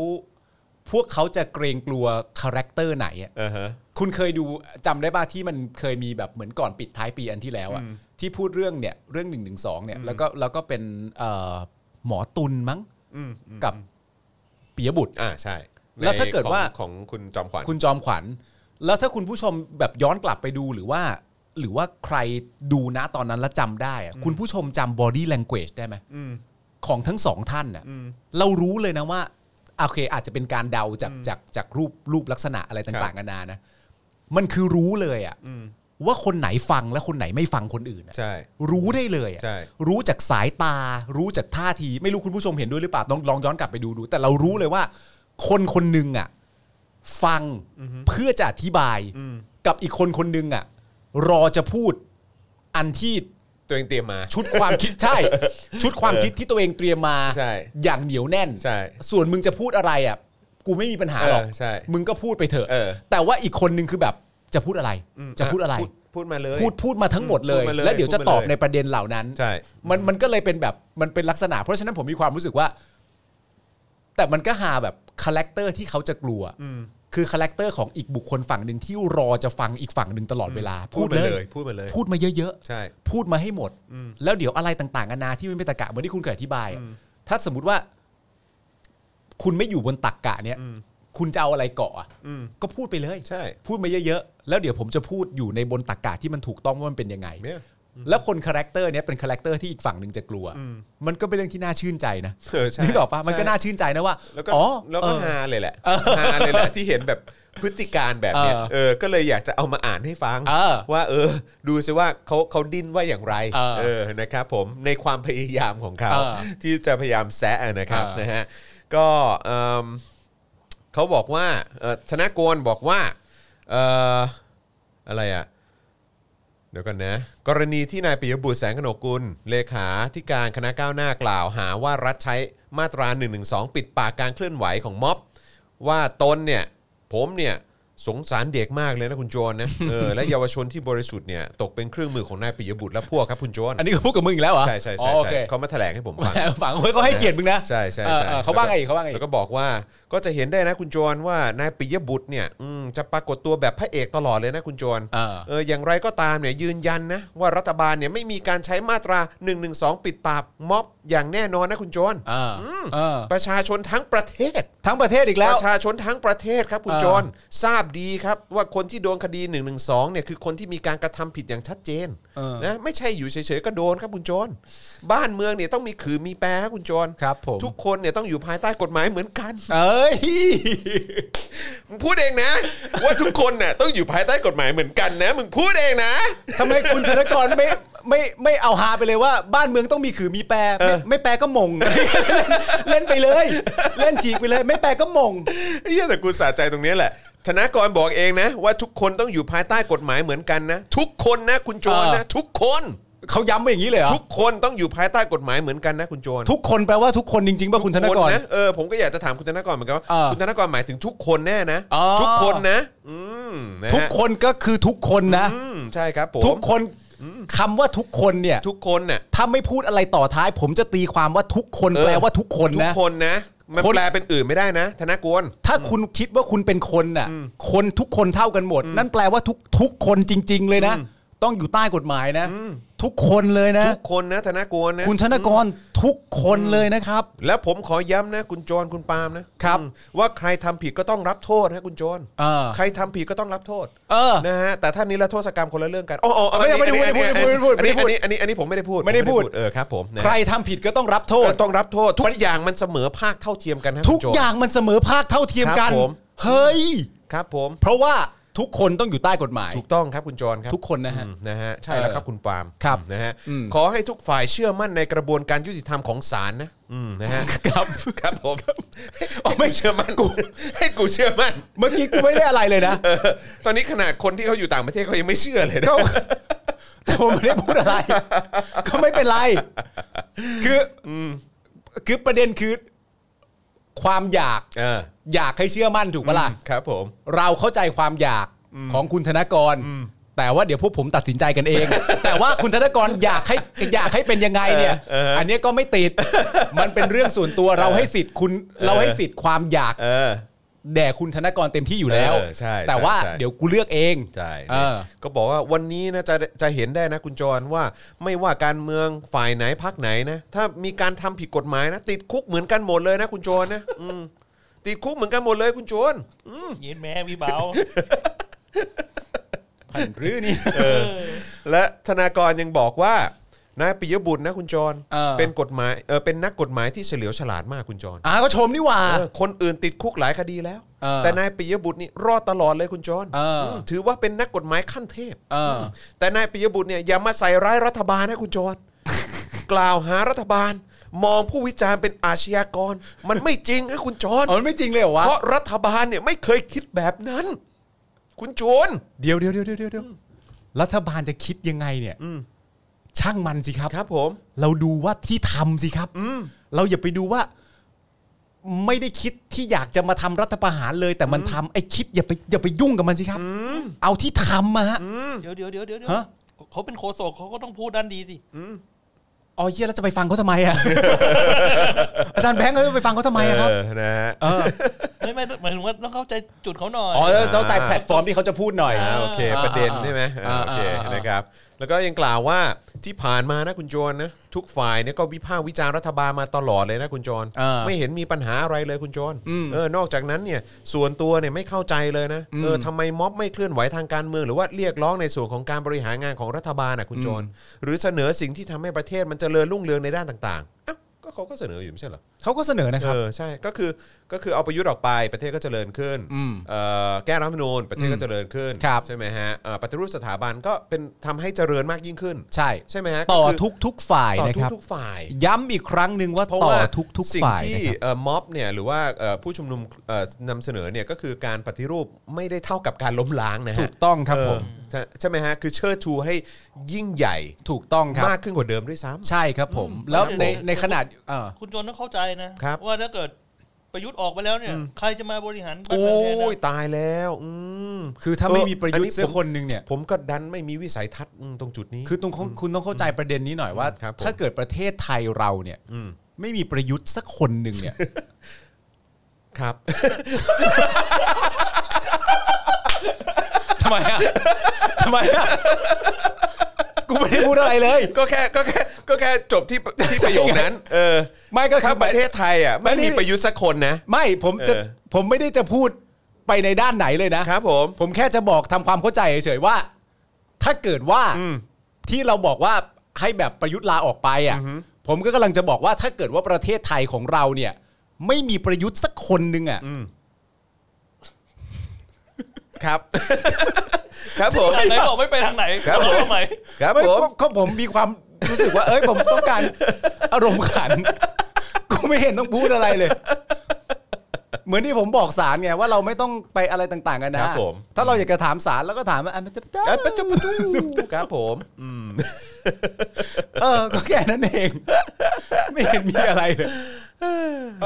C: พวกเขาจะเกรงกลัวคาแรคเตอร์ไหนอะ
B: เออฮะ
C: คุณเคยดูจำได้ป่ะที่มันเคยมีแบบเหมือนก่อนปิดท้ายปีอันที่แล้วอะที่พูดเรื่องเนี่ยเรื่องหนึ่งหนึ่งสองเนี่ยแล้วก็แล้วก็เป็นเอ่อหมอตุลมั้ง
B: อืมอืม
C: กับปิยบุตร
B: อ่าใช่
C: แล้วถ้า
B: ใน
C: เกิด
B: ของ
C: ว่า
B: ของคุณจอมขวัญ
C: คุณจอมขวัญ แล้วถ้าคุณผู้ชมแบบย้อนกลับไปดูหรือว่า หรือว่าใครดูนะตอนนั้นแล้วจำได้อะคุณผู้ชมจำ body language ได้ไหมของทั้งสองท่านน่ะเรารู้เลยนะว่าโอเค อาจจะเป็นการเดาจากจากจากรูปรูปลักษณะอะไร
B: ครั
C: ต่าง
B: บ
C: ๆนานานะ มันคือรู้เลยอะว่าคนไหนฟังและคนไหนไม่ฟังคนอื่นอะ
B: ใช่
C: รู้ได้เลยอะ
B: ใช่
C: รู้จากสายตา รู้จากท่าที ไม่รู้คุณผู้ชมเห็นด้วยหรือเปล่าลองลองย้อนกลับไปดูดู แต่เรารู้เลยว่า คนคนหนึ่งอ่ะ ฟังเพื่อจะอธิบายกับอีกคนคนหนึงอ่ะ รอจะพูดอันที่
B: ตัวเองเตรียมมา
C: ชุดความคิด ใช่ ชุดความคิดที่ตัวเองเตรียมมา
B: ใช่
C: อย่างเหนียวแน่น
B: ใช่
C: ส่วนมึงจะพูดอะไรอ่ะ กูไม่มีปัญหาหรอก
B: เออใช่
C: มึงก็พูดไปเถอะ
B: เออ
C: แต่ว่าอีกคนหนึงคือแบบจะพูดอะไร จะพูดอะไร
B: พูดมาเลย
C: พูดพูดมาทั้งหมดเลย
B: พูดมาเลย
C: แล้วเดี๋ยวจะตอบ
B: พูดมาเลย
C: ในประเด็นเหล่านั้น
B: ใช่
C: มันมันก็เลยเป็นแบบมันเป็นลักษณะ เพราะฉะนั้นผมมีความรู้สึกว่า แต่มันก็หาแบบคาแรคเตอร์ที่เขาจะกลัว คือคาแรคเตอร์ของอีกบุคคลฝั่งหนึ่งที่รอจะฟังอีกฝั่งหนึ่งตลอดเวลา
B: พูดมาเลย พูดมาเลย
C: พูดมาเยอะ
B: ใช่
C: ๆ พูดมาให้หมด แล้วเดี๋ยวอะไรต่างๆนานาที่ไม่เป็นตะกะเหมือนที่คุณเคยอธิบายอะถ้าสมมติว่า คุณไม่อยู่บนตักกะเนี่ย คุณจะเอาอะไรเกาะอะ
B: อืม
C: ก็พูดไปเลย
B: ใช่
C: พูดมาเยอะๆ แล้วเดี๋ยวผมจะพูดอยู่ในบนตากาที่มันถูกต้องว่ามันเป็นยังไง
B: เนี่ย
C: แล้วคนคาแรคเตอร์เนี้ยเป็นคาแรคเตอร์ที่อีกฝั่งหนึ่งจะกลัว มันก็เป็นเรื่องที่น่าชื่นใจนะ
B: เออใช่
C: นึกออกปะ
B: ใช่
C: มันก็น่าชื่นใจนะว่า
B: แล้วก็
C: อ๋อ
B: แล้วก็
C: เออ
B: ฮาเลยแหละฮาเลยแหละที่เห็นแบบ พฤติการแบบเนี้ย
C: เออ
B: เออก็เลยอยากจะเอามาอ่านให้ฟัง
C: เออ
B: ว่า เออ ดูสิว่าเขาเขาดิ้นว่าอย่างไร
C: เออ
B: นะครับผมในความพยายามของเขา
C: เออ
B: ที่จะพยายามแซะนะครับ
C: เออ
B: นะฮะก็เอิ่มเขาบอกว่าเอ่อธนากรบอกว่าเอ่ออะไรอ่ะ เดี๋ยวกันนะกรณีที่นายปิยบุตรแสงกนกกุล เลขาธิการคณะก้าวหน้ากล่าวหาว่ารัฐใช้มาตรา1นึปิดปากการเคลื่อนไหวของม็อบ ว่าตนเนี่ย ผมเนี่ย สงสารเด็กมากเลยนะคุณโจรนะ เออและเยาวชนที่บริสุทธิ์เนี่ย ตกเป็นเครื่องมือของนายปิยบุตรและพวกครับคุณโจร
C: อันนี้ก็พูดกับมึงอีกแล้วเหรอ
B: ใช่ใช่
C: อ๋
B: ใช่
C: อโอ
B: ใช่
C: เค
B: เขามาแถลงให้ผมฟัง
C: ฝังเฮ้ยเขาให้เกียรติมึงนะ
B: ใช่ใช่
C: เออ
B: ใช่
C: เออเขาว่าไงอีกเขาว่าไงอี
B: แล้
C: ก
B: วก็บอกว่าก็จะเห็นได้นะคุณโจรว่านายปิยบุตรเนี่ยอืมจะปรากฏตัวแบบพระเอกตลอดเลยนะคุณโจร
C: เออ
B: เอออย่างไรก็ตามเนี่ยยืนยันนะว่ารัฐบาลเนี่ยไม่มีการใช้มาตรา1นึปิดปราบม็อบอย่างแน่นอนนะคุณโจร
C: เออเออ
B: ประชาชนทั้งประเทศ
C: ทั้งประเทศอีกแล้ว
B: ประชาชนทั้งประเทศครับคุณ
C: เออ
B: โจรทราบดีครับว่าคนที่โดนคดี1นึเนี่ยคือคนที่มีการกระทำผิดอย่างชัดเจน
C: เออ
B: นะไม่ใช่อยู่เฉยๆก็โดนครับคุณโจรบ้านเมืองเนี่ยต้องมีขือมีแปรครับคุณโจร
C: ครับผม
B: ทุกคนเนี่ยต้องอยู่ภายใต้กฎหมายเหมือนกัน
C: เอ้ย
B: มึงพูดเองนะ ว่าทุกคนน่ะต้องอยู่ภายใต้กฎหมายเหมือนกันนะ มึงพูดเองนะ
C: ทำไมคุณธนกรไม่ไม่ไม่เอาฮาไปเลยว่าบ้านเมืองต้องมีขือมีแปร
B: เอ
C: ไม่
B: อ
C: ไม่แปรก็มง เล่นไปเลย เล่นฉีกไปเลย ไม่แปรก็มง
B: ไอ้เหี้ยแต่กูสะใจตรงนี้แหละธนากรบอกเองนะ ว่าทุกคนต้องอยู่ภายใต้กฎหมายเหมือนกันนะ ทุกคนนะคุณโจรนะ
C: เออ
B: ทุกคน
C: เขาย้ำไปอย่างนี้เลยเหรอ
B: ทุกคนต้องอยู่ภายใต้กฎหมายเหมือนกันนะคุณโจร
C: ทุกคนแปลว่าทุกคนจริงๆป่ะคุณธนกร
B: นะเออผมก็อยากจะถามคุณธนากรเหมือนกันว่า
C: เออ
B: คุณธนากรหมายถึงทุกคนแน่นะ
C: อ๋อ
B: ทุกคนนะ อืมะฮะ
C: ทุกคนก็คือทุกคนนะ
B: อืมใช่ครับผม
C: ทุกคนคำว่าทุกคนเนี่ย
B: ทุกคนน่ะ
C: ถ้าไม่พูดอะไรต่อท้าย ผมจะตีความว่าทุกคน
B: เออ
C: แปลว่าทุกคน
B: ทุก
C: นะ
B: คนนะมัน
C: คน
B: แปลเป็นอื่นไม่ได้นะ ธนากร
C: ถ้าคุณคิดว่าคุณเป็นคนน่ะ คนทุกคนเท่ากันหมด นั่นแปลว่าทุกทุกคนจริง ๆ เลยนะ ต้องอยู่ใต้กฎหมายนะ ทุกคนเลยนะ
B: ทุกคนนะธนากรนะ
C: คุณธนกรทุกคนเลยนะครับ
B: และผมขอย้ำนะ คุณโจรคุณปาล์มนะครับ อืมว่าใครทำผิดก็ต้องรับโทษนะคุณโจร
C: เออ
B: ใครทำผิดก็ต้องรับโทษ
C: เออ
B: นะฮะแต่ท่านนี้ละโทษกรรมคนละเรื่องกันอ๋ออ๋อ
C: ไม่ได้ไม่ได้
B: อันนี้
C: ไม่ได้พูด
B: อัน
C: ไม่
B: นี้
C: ได้พูด
B: อันนี้อันนี้อันนี้ผมไม่ได้พูด
C: ไม่ได้พูด
B: เออครับผมนะ
C: ใครทำผิดก็ต้องรับโท
B: เอ
C: ษ
B: อต้องรับโทษทุกอย่างมันเสมอภาคเท่าเทียมกันนะ
C: ทุก
B: คุณโจร
C: อย่างมันเสมอภาคเท่าเทียมกัน
B: ครับผม
C: เฮ้ย
B: ครับผม
C: เพราะว่าทุกคนต้องอยู่ใต้กฎหมาย
B: ถูกต้องครับคุณโจรครับ
C: ทุกคนนะฮะ
B: อืมนะฮะใช่แล้วครับคุณปาล์ม
C: ครับ
B: นะฮะ
C: อืม
B: ขอให้ทุกฝ่ายเชื่อมั่นในกระบวนการยุติธรรมของศาลนะอืมนะฮะ
C: ครับ
B: ครับผมไม่เชื่อมั่นกู ให้กูเชื่อมั่น
C: เมื่อกี้กูไม่ได้อะไรเลยนะ
B: เออตอนนี้ขนาดคนที่เขาอยู่ต่างประเทศเขายังไม่เชื่อเลยนะ
C: แต่ผมไม่ได้พูดอะไร ก็ไม่เป็นไร คืออคือประเด็นคือ ความอยาก
B: เออ
C: อยากให้เชื่อมั่นถูกปะล่ะ
B: ครับผม
C: เราเข้าใจความอยากของคุณธนกร แต่ว่าเดี๋ยวพวกผมตัดสินใจกันเอง แต่ว่าคุณธนกรอยากให้อยากให้เป็นยังไงเนี่ย
B: เออเอออั
C: อันเนี้ยก็ไม่ติด มันเป็นเรื่องส่วนตัวเราให้สิทธิ์คุณเราให้สิทธิ์ความอยาก
B: เออ
C: แด่คุณธนกรเต็มที่อยู่แล้ว
B: เออใช่
C: แต่ว่า
B: ใช่
C: เดี๋ยวกูเลือกเอง
B: ใช่
C: เออ
B: ก็บอกว่าวันนี้นะจะจะเห็นได้นะคุณจรว่าไม่ว่าการเมืองฝ่ายไหนพักไหนนะถ้ามีการทำผิดกฎหมายนะติดคุกเหมือนกันหมดเลยนะคุณจรนะอืมติดคุกเหมือนกันหมดเลยคุณจร
D: ยืนแม่พี่เบา
C: ผันรื้อนี่
B: และธนากรยังบอกว่านายปิยบุตรนะคุณจร
C: เออ
B: นกฎหมายเออเป็นนักกฎหมายที่เฉลียวฉลาดมากคุณจร
C: อ่าก็ชมนี่หว่า
B: เออคนอื่นติดคุกหลายคดีแล้ว
C: เออ
B: แต่นายปิยบุตรนี่รอดตลอดเลยคุณจร
C: เอออื
B: มถือว่าเป็นนักกฎหมายขั้นเทพ
C: เอออื
B: มแต่นายปิยบุตรเนี่ยอย่ามาใส่ร้ายรัฐบาลนะคุณจ ร กล่าวหารัฐบาล มองผู้วิจารณ์เป็นอาชญากร มันไม่จริงนะคุณจร
C: เอามันไม่จริงเลยเหรอวะ
B: เพราะรัฐบาลเนี่ยไม่เคยคิดแบบนั้น คุณจร
C: เดี๋ยวเดี๋ยวเดี๋ยวเดี๋ยวเดี๋ยวรัฐบาลจะคิดยังไงเนี่ย
B: อืม
C: ช่างมันสิครับ
B: ครับผม
C: เราดูว่าที่ทำสิครับ
B: อืม
C: เราอย่าไปดูว่า ไม่ได้คิดที่อยากจะมาทำรัฐประหารเลย แต่มันทำไอ้คิดอย่าไปอย่าไปยุ่งกับมันสิครับ เอาที่ทำมาฮะ
D: เดี๋ยวเดี๋ยวเดี๋ยวเดี๋ยว
C: ฮะ
D: เขาเป็นโคโซกเขาก็ต้องพูดด้านดีสิ
C: อ๋อเยี่ยแล้วจะไปฟังเขาทำไม อ่ะ อาจารย์แบงค์เออไปฟังเขาทำไมอะครับ
B: เออนะฮะ
C: เออ
D: ไม่ไม่หมายถึงว่าต้องเข้าใจจุดเขาหน่อย
C: อ๋อแล้วเข้าใจแพลตฟอร์มที่เขาจะพูดหน่อย
B: อ่าโอเค
C: อ่า
B: ประเด็นใช่ไหมอ่า
C: อ่า
B: โอเค
C: อ่าน
B: นะครับแล้วก็ยังกล่าวว่าที่ผ่านมานะคุณโจรนะทุกฝ่ายเนี่ยก็วิพากษ์วิจารณ์รัฐบาลมาตลอดเลยนะคุณโจรไม่เห็นมีปัญหาอะไรเลยคุณโจรเออนอกจากนั้นเนี่ยส่วนตัวเนี่ยไม่เข้าใจเลยนะเออทำไมม็อบไม่เคลื่อนไหวทางการเมือง หรือว่าเรียกร้องในส่วนของการบริหารงานของรัฐบาลนะคุณโจรหรือเสนอสิ่งที่ทำให้ประเทศมันเจริญรุ่งเรืองในด้านต่างๆอ้าวก็เขาก็เสนออยู่ไม่ใช่เหรอ
C: เขาก็เสนอนะครับ
B: เออใช่ก็คือก็คือเอาประยุทธ์ออกไปประเทศก็เจริญขึ้น
C: อืม
B: เอ่อแก้รัฐธรรมนูญประเทศก็
C: อืม
B: เจริญขึ้น
C: ครับ
B: ใช่ไหมฮะเอ่อปฏิรูปสถาบันก็เป็นทำให้เจริญมากยิ่งขึ้น
C: ใช่
B: ใช่ไหมฮะ
C: ต่อ
B: คือ
C: ทุกทุกๆฝ่าย
B: ต่อ
C: นะ
B: ทุก
C: ครับ
B: ทุกฝ่าย
C: ย้ำอีกครั้งหนึ่งว่า
B: เพราะ
C: ต่อ
B: ว่า
C: ทุกทุกๆ
B: สิ่ง
C: ฝ่าย
B: ที่
C: นะครับ
B: เอ่อม็อบเนี่ยหรือว่าเอ่อผู้ชุมนุมเอ่อนำเสนอเนี่ยก็คือการปฏิรูปไม่ได้เท่ากับการล้มล้างนะฮะ
C: ถูกต้องครับ
B: เ
C: ผม
B: ใช่ใช่ไหมฮะคือเชิดชูให้ยิ่งใหญ่
C: ถูกต้องครับ
B: มากขึ้นกว่าเดิมด้วยซ้ำ
C: ใช่ครับผม
D: อืม
C: แล้วใน
D: ครับผม
C: ในขนาดเออ
D: คุณโจนต้องเข้าใจนะ
B: ครับ
D: ว่าถ้าเกิดประยุทธ์ออกไปแล้วเนี่ย ใครจะมาบริหารบ้าน
B: โอ้
D: เมืองแทน
B: ย
D: นะ
B: ตายแล้วอืม
C: คือถ้าไม่มีประยุ
B: เออ
C: ท
B: อันนี้
C: ธ์เสีย
B: ผม
C: คนหนึ่งเนี่ย
B: ผมก็ดันไม่มีวิสัยทัศน์อืมตรงจุดนี้
C: คือตรงของคุณต้องเข้าใจประเด็นนี้หน่อยว่า
B: ครับผม
C: ถ้าเกิดประเทศไทยเราเนี่ย
B: ม
C: ไม่มีประยุทธ์สักคนหนึ่งเนี่ย
B: ครับ
C: ทำไมอ่ะ ทำไมอ่ะกูไม่ได้พูดอะไรเลย
B: ก็แค่ก็แค่ก็แค่จบที่ที่ประโยคนั้น เออ
C: ไม่ก็ค
B: ถ้า
C: รับ
B: ประเทศไทยอ่ะไม่
C: ไม่ได้
B: มีประยุทธ์สักคนนะ
C: ไม่ผมจะ
B: เออ
C: ผมไม่ได้จะพูดไปในด้านไหนเลยนะ
B: ครับผม
C: ผมแค่จะบอกทำความเข้าใจเฉยๆว่า ถ้าเกิดว่า
B: อืม
C: ที่เราบอกว่าให้แบบประยุทธ์ลาออกไปอ่ะ
B: อือฮึ
C: ผมก็กำลังจะบอกว่าถ้าเกิดว่าประเทศไทยของเราเนี่ย ไม่มีประยุทธ์สักคนหนึ่งอ่ะ
B: อืมครับ ครับผม
D: ไหนบอกไม่ไปทางไหน
B: ครับผม
D: ทำไม
B: ครับ
C: ไม่
B: ผม
C: ก็ผมมีความรู้สึกว่า เอ้ยผมต้องการอารมณ์ขันกูไม่เห็นต้องพูดอะไรเลย เหมือนที่ผมบอกสารไงว่าเราไม่ต้องไปอะไรต่างๆกันนะครับ
B: ผม
C: ถ้าเราอยากจะถามสารแล้วก็ถามว่าอ่ะมันจะ
B: เอ้ยประจุประจุครับผมอืม
C: เออก็แค่นั้นเอง ไม่เห็นมีอะไรเลย
B: เ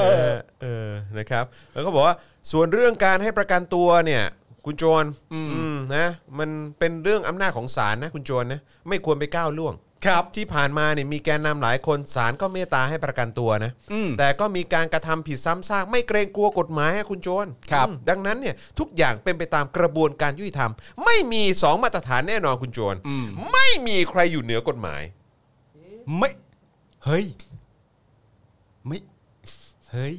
B: ออเออนะครับ แล้วก็บอกว่าส่วนเรื่องการให้ประกันตัวเนี่ย คุณโจรอืมนะ มันเป็นเรื่องอำนาจของศาลนะ คุณโจรนะไม่ควรไปก้าวล่วง ครับที่ผ่านมาเนี่ยมีแกนนำหลายคนศาลก็เมตตาให้ประกันตัวนะ
C: อืม
B: แต่ก็มีการกระทำผิดซ้ำซากไม่เกรงกลัวกฎหมายอะคุณโจร
C: ครับ
B: อืมดังนั้นเนี่ยทุกอย่างเป็นไปตามกระบวนการยุติธรรม ไม่มีสองมาตรฐานแน่นอนคุณโจรไม่มีใครอยู่เหนือกฎหมาย
C: ไม่ เฮ้ย ไม่ เฮ้ย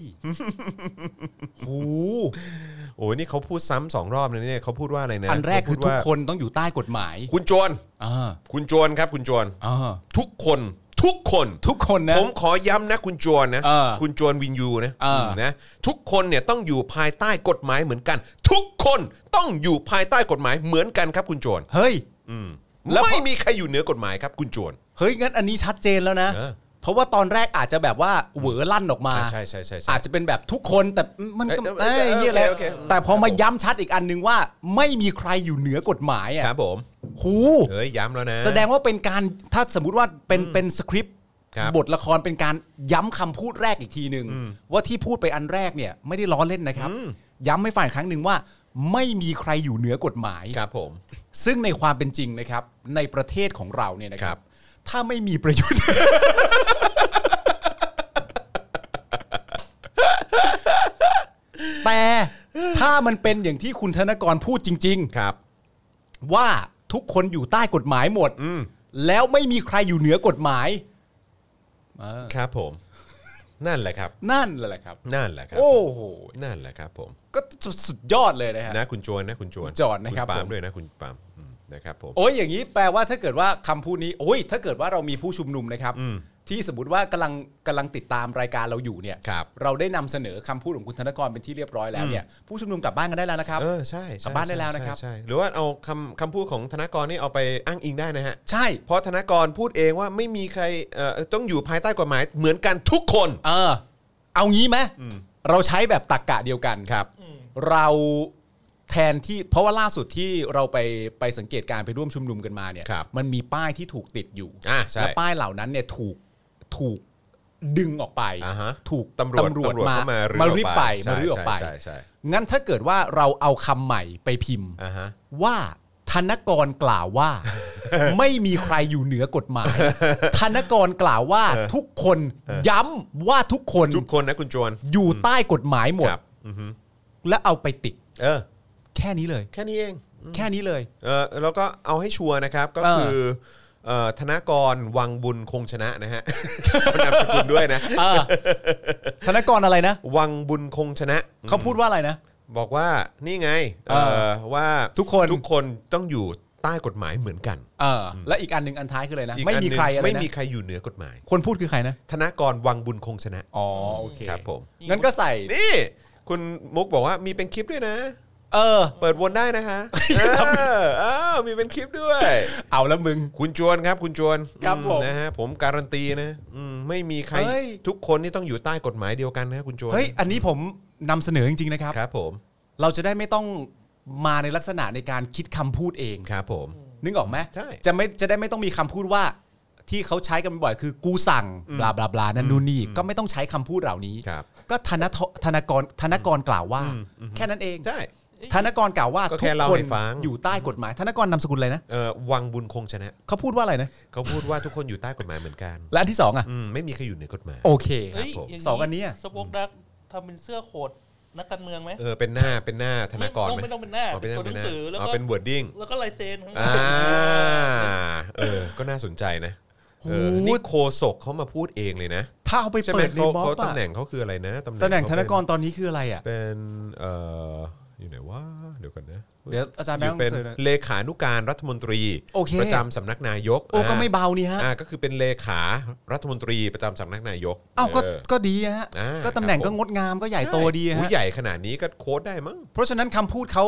C: หู
B: โอ้ยนี่เขาพูดซ้ำสองรอบเลยเนี่ยเขาพูดว่าอะไรนะ
C: อันแรกคือ
B: เขาพูด
C: ทุก
B: ว่า
C: คนต้องอยู่ใต้กฎหมาย
B: คุณโจร
C: อ่า
B: คุณโจรครับ คุณโจร
C: อ่า
B: ทุกคนทุกคน
C: ทุกคนนะ
B: ผมขอย้ำนะคุณจวนนะ
C: เออ
B: คุณจวนวินยูนะ
C: เออ
B: นะทุกคนเนี่ยต้องอยู่ภายใต้กฎหมายเหมือนกัน ทุกคนต้องอยู่ภายใต้กฎหมายเหมือนกันครับคุณจวน
C: เฮ้ย
B: อืม
C: แล้วพอ
B: ไม่มีใครอยู่เหนือกฎหมายครับคุณจวน
C: เฮ้ย งั้นอันนี้ชัดเจนแล้วนะ
B: เออ
C: เพราะว่าตอนแรกอาจจะแบบว่าเหวอลั่นออกมา
B: อ่าใช่ใช่ใช่ใช่
C: อาจจะเป็นแบบทุกคนแต่มันก็
B: เอ้
C: เอ้
B: ย
C: ยเหี้ยอะแล้ว
B: โอเคโอเค
C: แต่พอมาย้ำชัดอีกอันนึงว่า ไม่มีใครอยู่เหนือกฎหมาย
B: ครั
C: อ่ะ
B: บผม
C: หู
B: เฮ้ยย้ำแล้วนะ
C: แสดงว่าเป็นการถ้าสมมุติว่าเป็นเป็นสคริปต์
B: ครับ
C: บทละครเป็นการย้ำคำพูดแรกอีกทีหนึ่งว่าที่พูดไปอันแรกเนี่ย ไม่ได้ล้อเล่นนะครับ
B: อืม
C: ย้ำให้ฝ่ายครั้งหนึ่งว่า ไม่มีใครอยู่เหนือกฎหมาย
B: ครับผม
C: ซึ่งในความเป็นจริงนะครับ ในประเทศของเราเนี่ยนะ
B: ค
C: ค
B: รั
C: รับ บ ถ้าไม่มีประยุทธ์ แต่ถ้ามันเป็นอย่างที่คุณธนกรพูดจริง ๆ
B: ครับ
C: ว่าทุกคนอยู่ใต้กฎหมายหมด
B: อืม
C: แล้วไม่มีใครอยู่เหนือกฎหมาย
B: ครับผม นั่นแหละครับ
C: นั่นแหละครับ
B: นั่นแหละครับ
C: โอ้โห
B: นั่นแหละครับผม
C: ก็สุดยอดเลยนะฮะ
B: นะคุณจวนนะคุณจวน
C: คุณจวนนะครับ
B: ณปาล์ม
C: ผม
B: ด้วยนะคุณปาล์มอืมนะครับผม
C: โอ้ยอย่างนี้แปลว่าถ้าเกิดว่าคำพูดนี้ โอ้ย ถ้าเกิดว่าเรามีผู้ชุมนุมนะครับ
B: อืม
C: ที่สมมติว่ากำลังกำลังติดตามรายการเราอยู่เนี่ย
B: ครับ
C: เราได้นำเสนอคำพูดของคุณธนกรเป็นที่เรียบร้อยแล้วเนี่ย ผู้ชุมนุมกลับบ้านกันได้แล้วนะครับ
B: เออใช่ใช่
C: กลับบ้านได้แล้วนะครับ
B: ใช่ใช่หรือว่าเอาคำคำพูดของธนากรนี่เอาไปอ้างอิงได้นะฮะ
C: ใช่
B: เพราะธนากรพูดเองว่าไม่มีใครเอ่อต้องอยู่ภายใต้กฎหมายเหมือนกันทุกคน
C: เออ เอางี้ไหม
B: อืม
C: เราใช้แบบตักกะเดียวกันครับ
D: อืม
C: เราแทนที่เพราะว่าล่าสุดที่เราไปไปสังเกตการณ์ไปร่วมชุมนุมกันมาเนี่ย
B: ครับ
C: มันมีป้ายที่ถูกติดอยู่
B: อ่าใช่
C: และป้ายเหล่านั้นเนี่ยถูกถูกดึงออกไป
B: อ่าฮะ
C: ถูก
B: ตำรวจ
C: ตำรวจ
B: ตำรวจ
C: มา
B: เข้ามารื้อ
C: มารีบไป
B: ออกไป
C: มารื้อออกไป
B: ใช่ใช่ใช่ใช่
C: งั้นถ้าเกิดว่าเราเอาคำใหม่ไปพิมพ์
B: อ่าฮะ
C: ว่าธนกรกล่าว ว่า ไม่มีใครอยู่เหนือกฎหมาย ธนกรกล่าวว่าทุกคนย้ำว่าทุกคน
B: ทุกคนนะคุณจวน
C: อยู่ใต้กฎหมายหมด
B: ครับอือฮึ
C: และเอาไปติด
B: เออ
C: แค่นี้เลย
B: แค่นี้เอง
C: แค่นี้เลย
B: เออแล้วก็เอาให้ชัวร์นะครับก็คือเอ่อธนากรวังบุญคงชนะนะ ฮะ เอานามสกุลด้วยนะ
C: ธนกรอะไรนะ
B: วังบุญคงชนะ
C: เขาพูดว่าอะไรนะ
B: บอกว่านี่ไงเอ
C: เอ
B: อ
C: อ
B: ว่า
C: ทุกคน
B: ทุกคนต้องอยู่ ใต้กฎหมายเหมือนกัน
C: เอออและอีกอันหนึ่งอันท้ายคืออะไรนะ
B: อีก
C: ไม่
B: อันห
C: มี
B: นึ่ง
C: ใครอะไร
B: ไม่
C: นะ
B: มีใครอยู่เหนือกฎหมาย
C: คนพูดคือใครนะ
B: ธนากรวังบุญคงชนะ
C: อ๋อโอเค
B: ครับผม
C: งั้นก็ใส่
B: นี่คุณมุกบอกว่ามีเป็นคลิปด้วยนะ
C: เออ
B: เปิดวนได้นะคะเออเอ้าวมีเป็นคลิปด้วย
C: เอาแล้วมึง
B: คุณจวนครับ คุณจวน
C: ครับผม
B: นะฮะผมการันตีนะอืมไม่มีใคร
C: เฮ้ย
B: ทุกคนนี่ต้องอยู่ใต้กฎหมายเดียวกันนะคุณจวน
C: เฮ้ยอันนี้ผมนำเสนอจริงๆนะครับ
B: ครับผม
C: เราจะได้ไม่ต้องมาในลักษณะในการคิดคำพูดเอง
B: ครับผม
C: นึกออกไหม
B: ใช่
C: จะไม่จะได้ไม่ต้องมีคำพูดว่าที่เขาใช้กันบ่อยคือกูสั่งบลาบลาบลานั่นนู่นนี่ก็ไม่ต้องใช้คำพูดเหล่านี้
B: ครับ
C: ก็ธนทธนกรธนกรกล่าวว่า แค่นั้นเอง
B: ใช่
C: ธนกรกล่าวว่า
B: ก็
C: ทุ
B: แค่
C: ก
B: เล่า
C: คน
B: ให้ฟัง
C: อยู่ใต้กฎหมายธนกรนามสกุลอะไรนะ
B: เอ่อวังบุญคงชนะ
C: เขาพูดว่าอะไรนะ
B: เขาพูดว่าทุกคนอยู่ใต้กฎหมายเหมือนกัน
C: และอันที่สองอ่ะ
B: อืมไม่มีใครอยู่เหนือกฎหมาย
C: โอเค
D: เฮ้ย
B: ครับผม
D: ย่า
C: สองอันเนี้ย
D: สปอกดักทำเป็นเสื้อโขดนักการเมืองไหม
B: เออเป็นหน้าเป็นหน้าธนากร
D: ไม่ต้อง
B: ไหม
D: ไม่ต้องเป็นหน้า
B: อ๋อเป็นหน้า
D: ตัวห
B: เป็นห
D: นัง
B: น้า
D: สือแล้ว
B: อ๋อ
D: ก็
B: เป็นวอร์ดิ้ง
D: แล้วก็ลายเซ็นข้างหลั
B: อ่าง เออก็น่าสนใจนะเออ
C: โห
B: นี่โคศกเขามาพูดเองเลยนะ
C: ถ้าเอาไป
B: ใช่ไหม
C: เปิดใน
B: เขา
C: ม็อบ
B: เขา
C: อะ
B: ตำแหน่งเขาคืออะไรนะตำแหน่ง
C: ตำแหน่ง
B: เขา
C: ธ
B: เป็น
C: กรตอนนี้คืออะไรอ่ะ
B: เป็นเอ่ออยู่ไหนว่าเดี๋ยวกันนะ
C: เดี๋ยวอาจารย์
B: อ
C: แบง
B: ยู่
C: ค์
B: เป็น
C: เสนอ
B: เลขานุการรัฐมนตรี
C: โอเค
B: ประจำสำนักนายก
C: โอ้ก็
B: า
C: ไม่เบานี่ฮะ
B: อ่าก็คือเป็นเลขารัฐมนตรีประจำสำนักนายก
C: เอ้าก็
B: เออ
C: ก็ดีฮะ
B: อ่า
C: ก็ตำแหน่
B: ค
C: ง
B: รับผม
C: ก็งดงามก็ใหญ่โตดี
B: อุ๊ย
C: ฮะ
B: ใหญ่ขนาดนี้ก็โค้ดได้มั้ง
C: เพราะฉะนั้นคำพูดเขา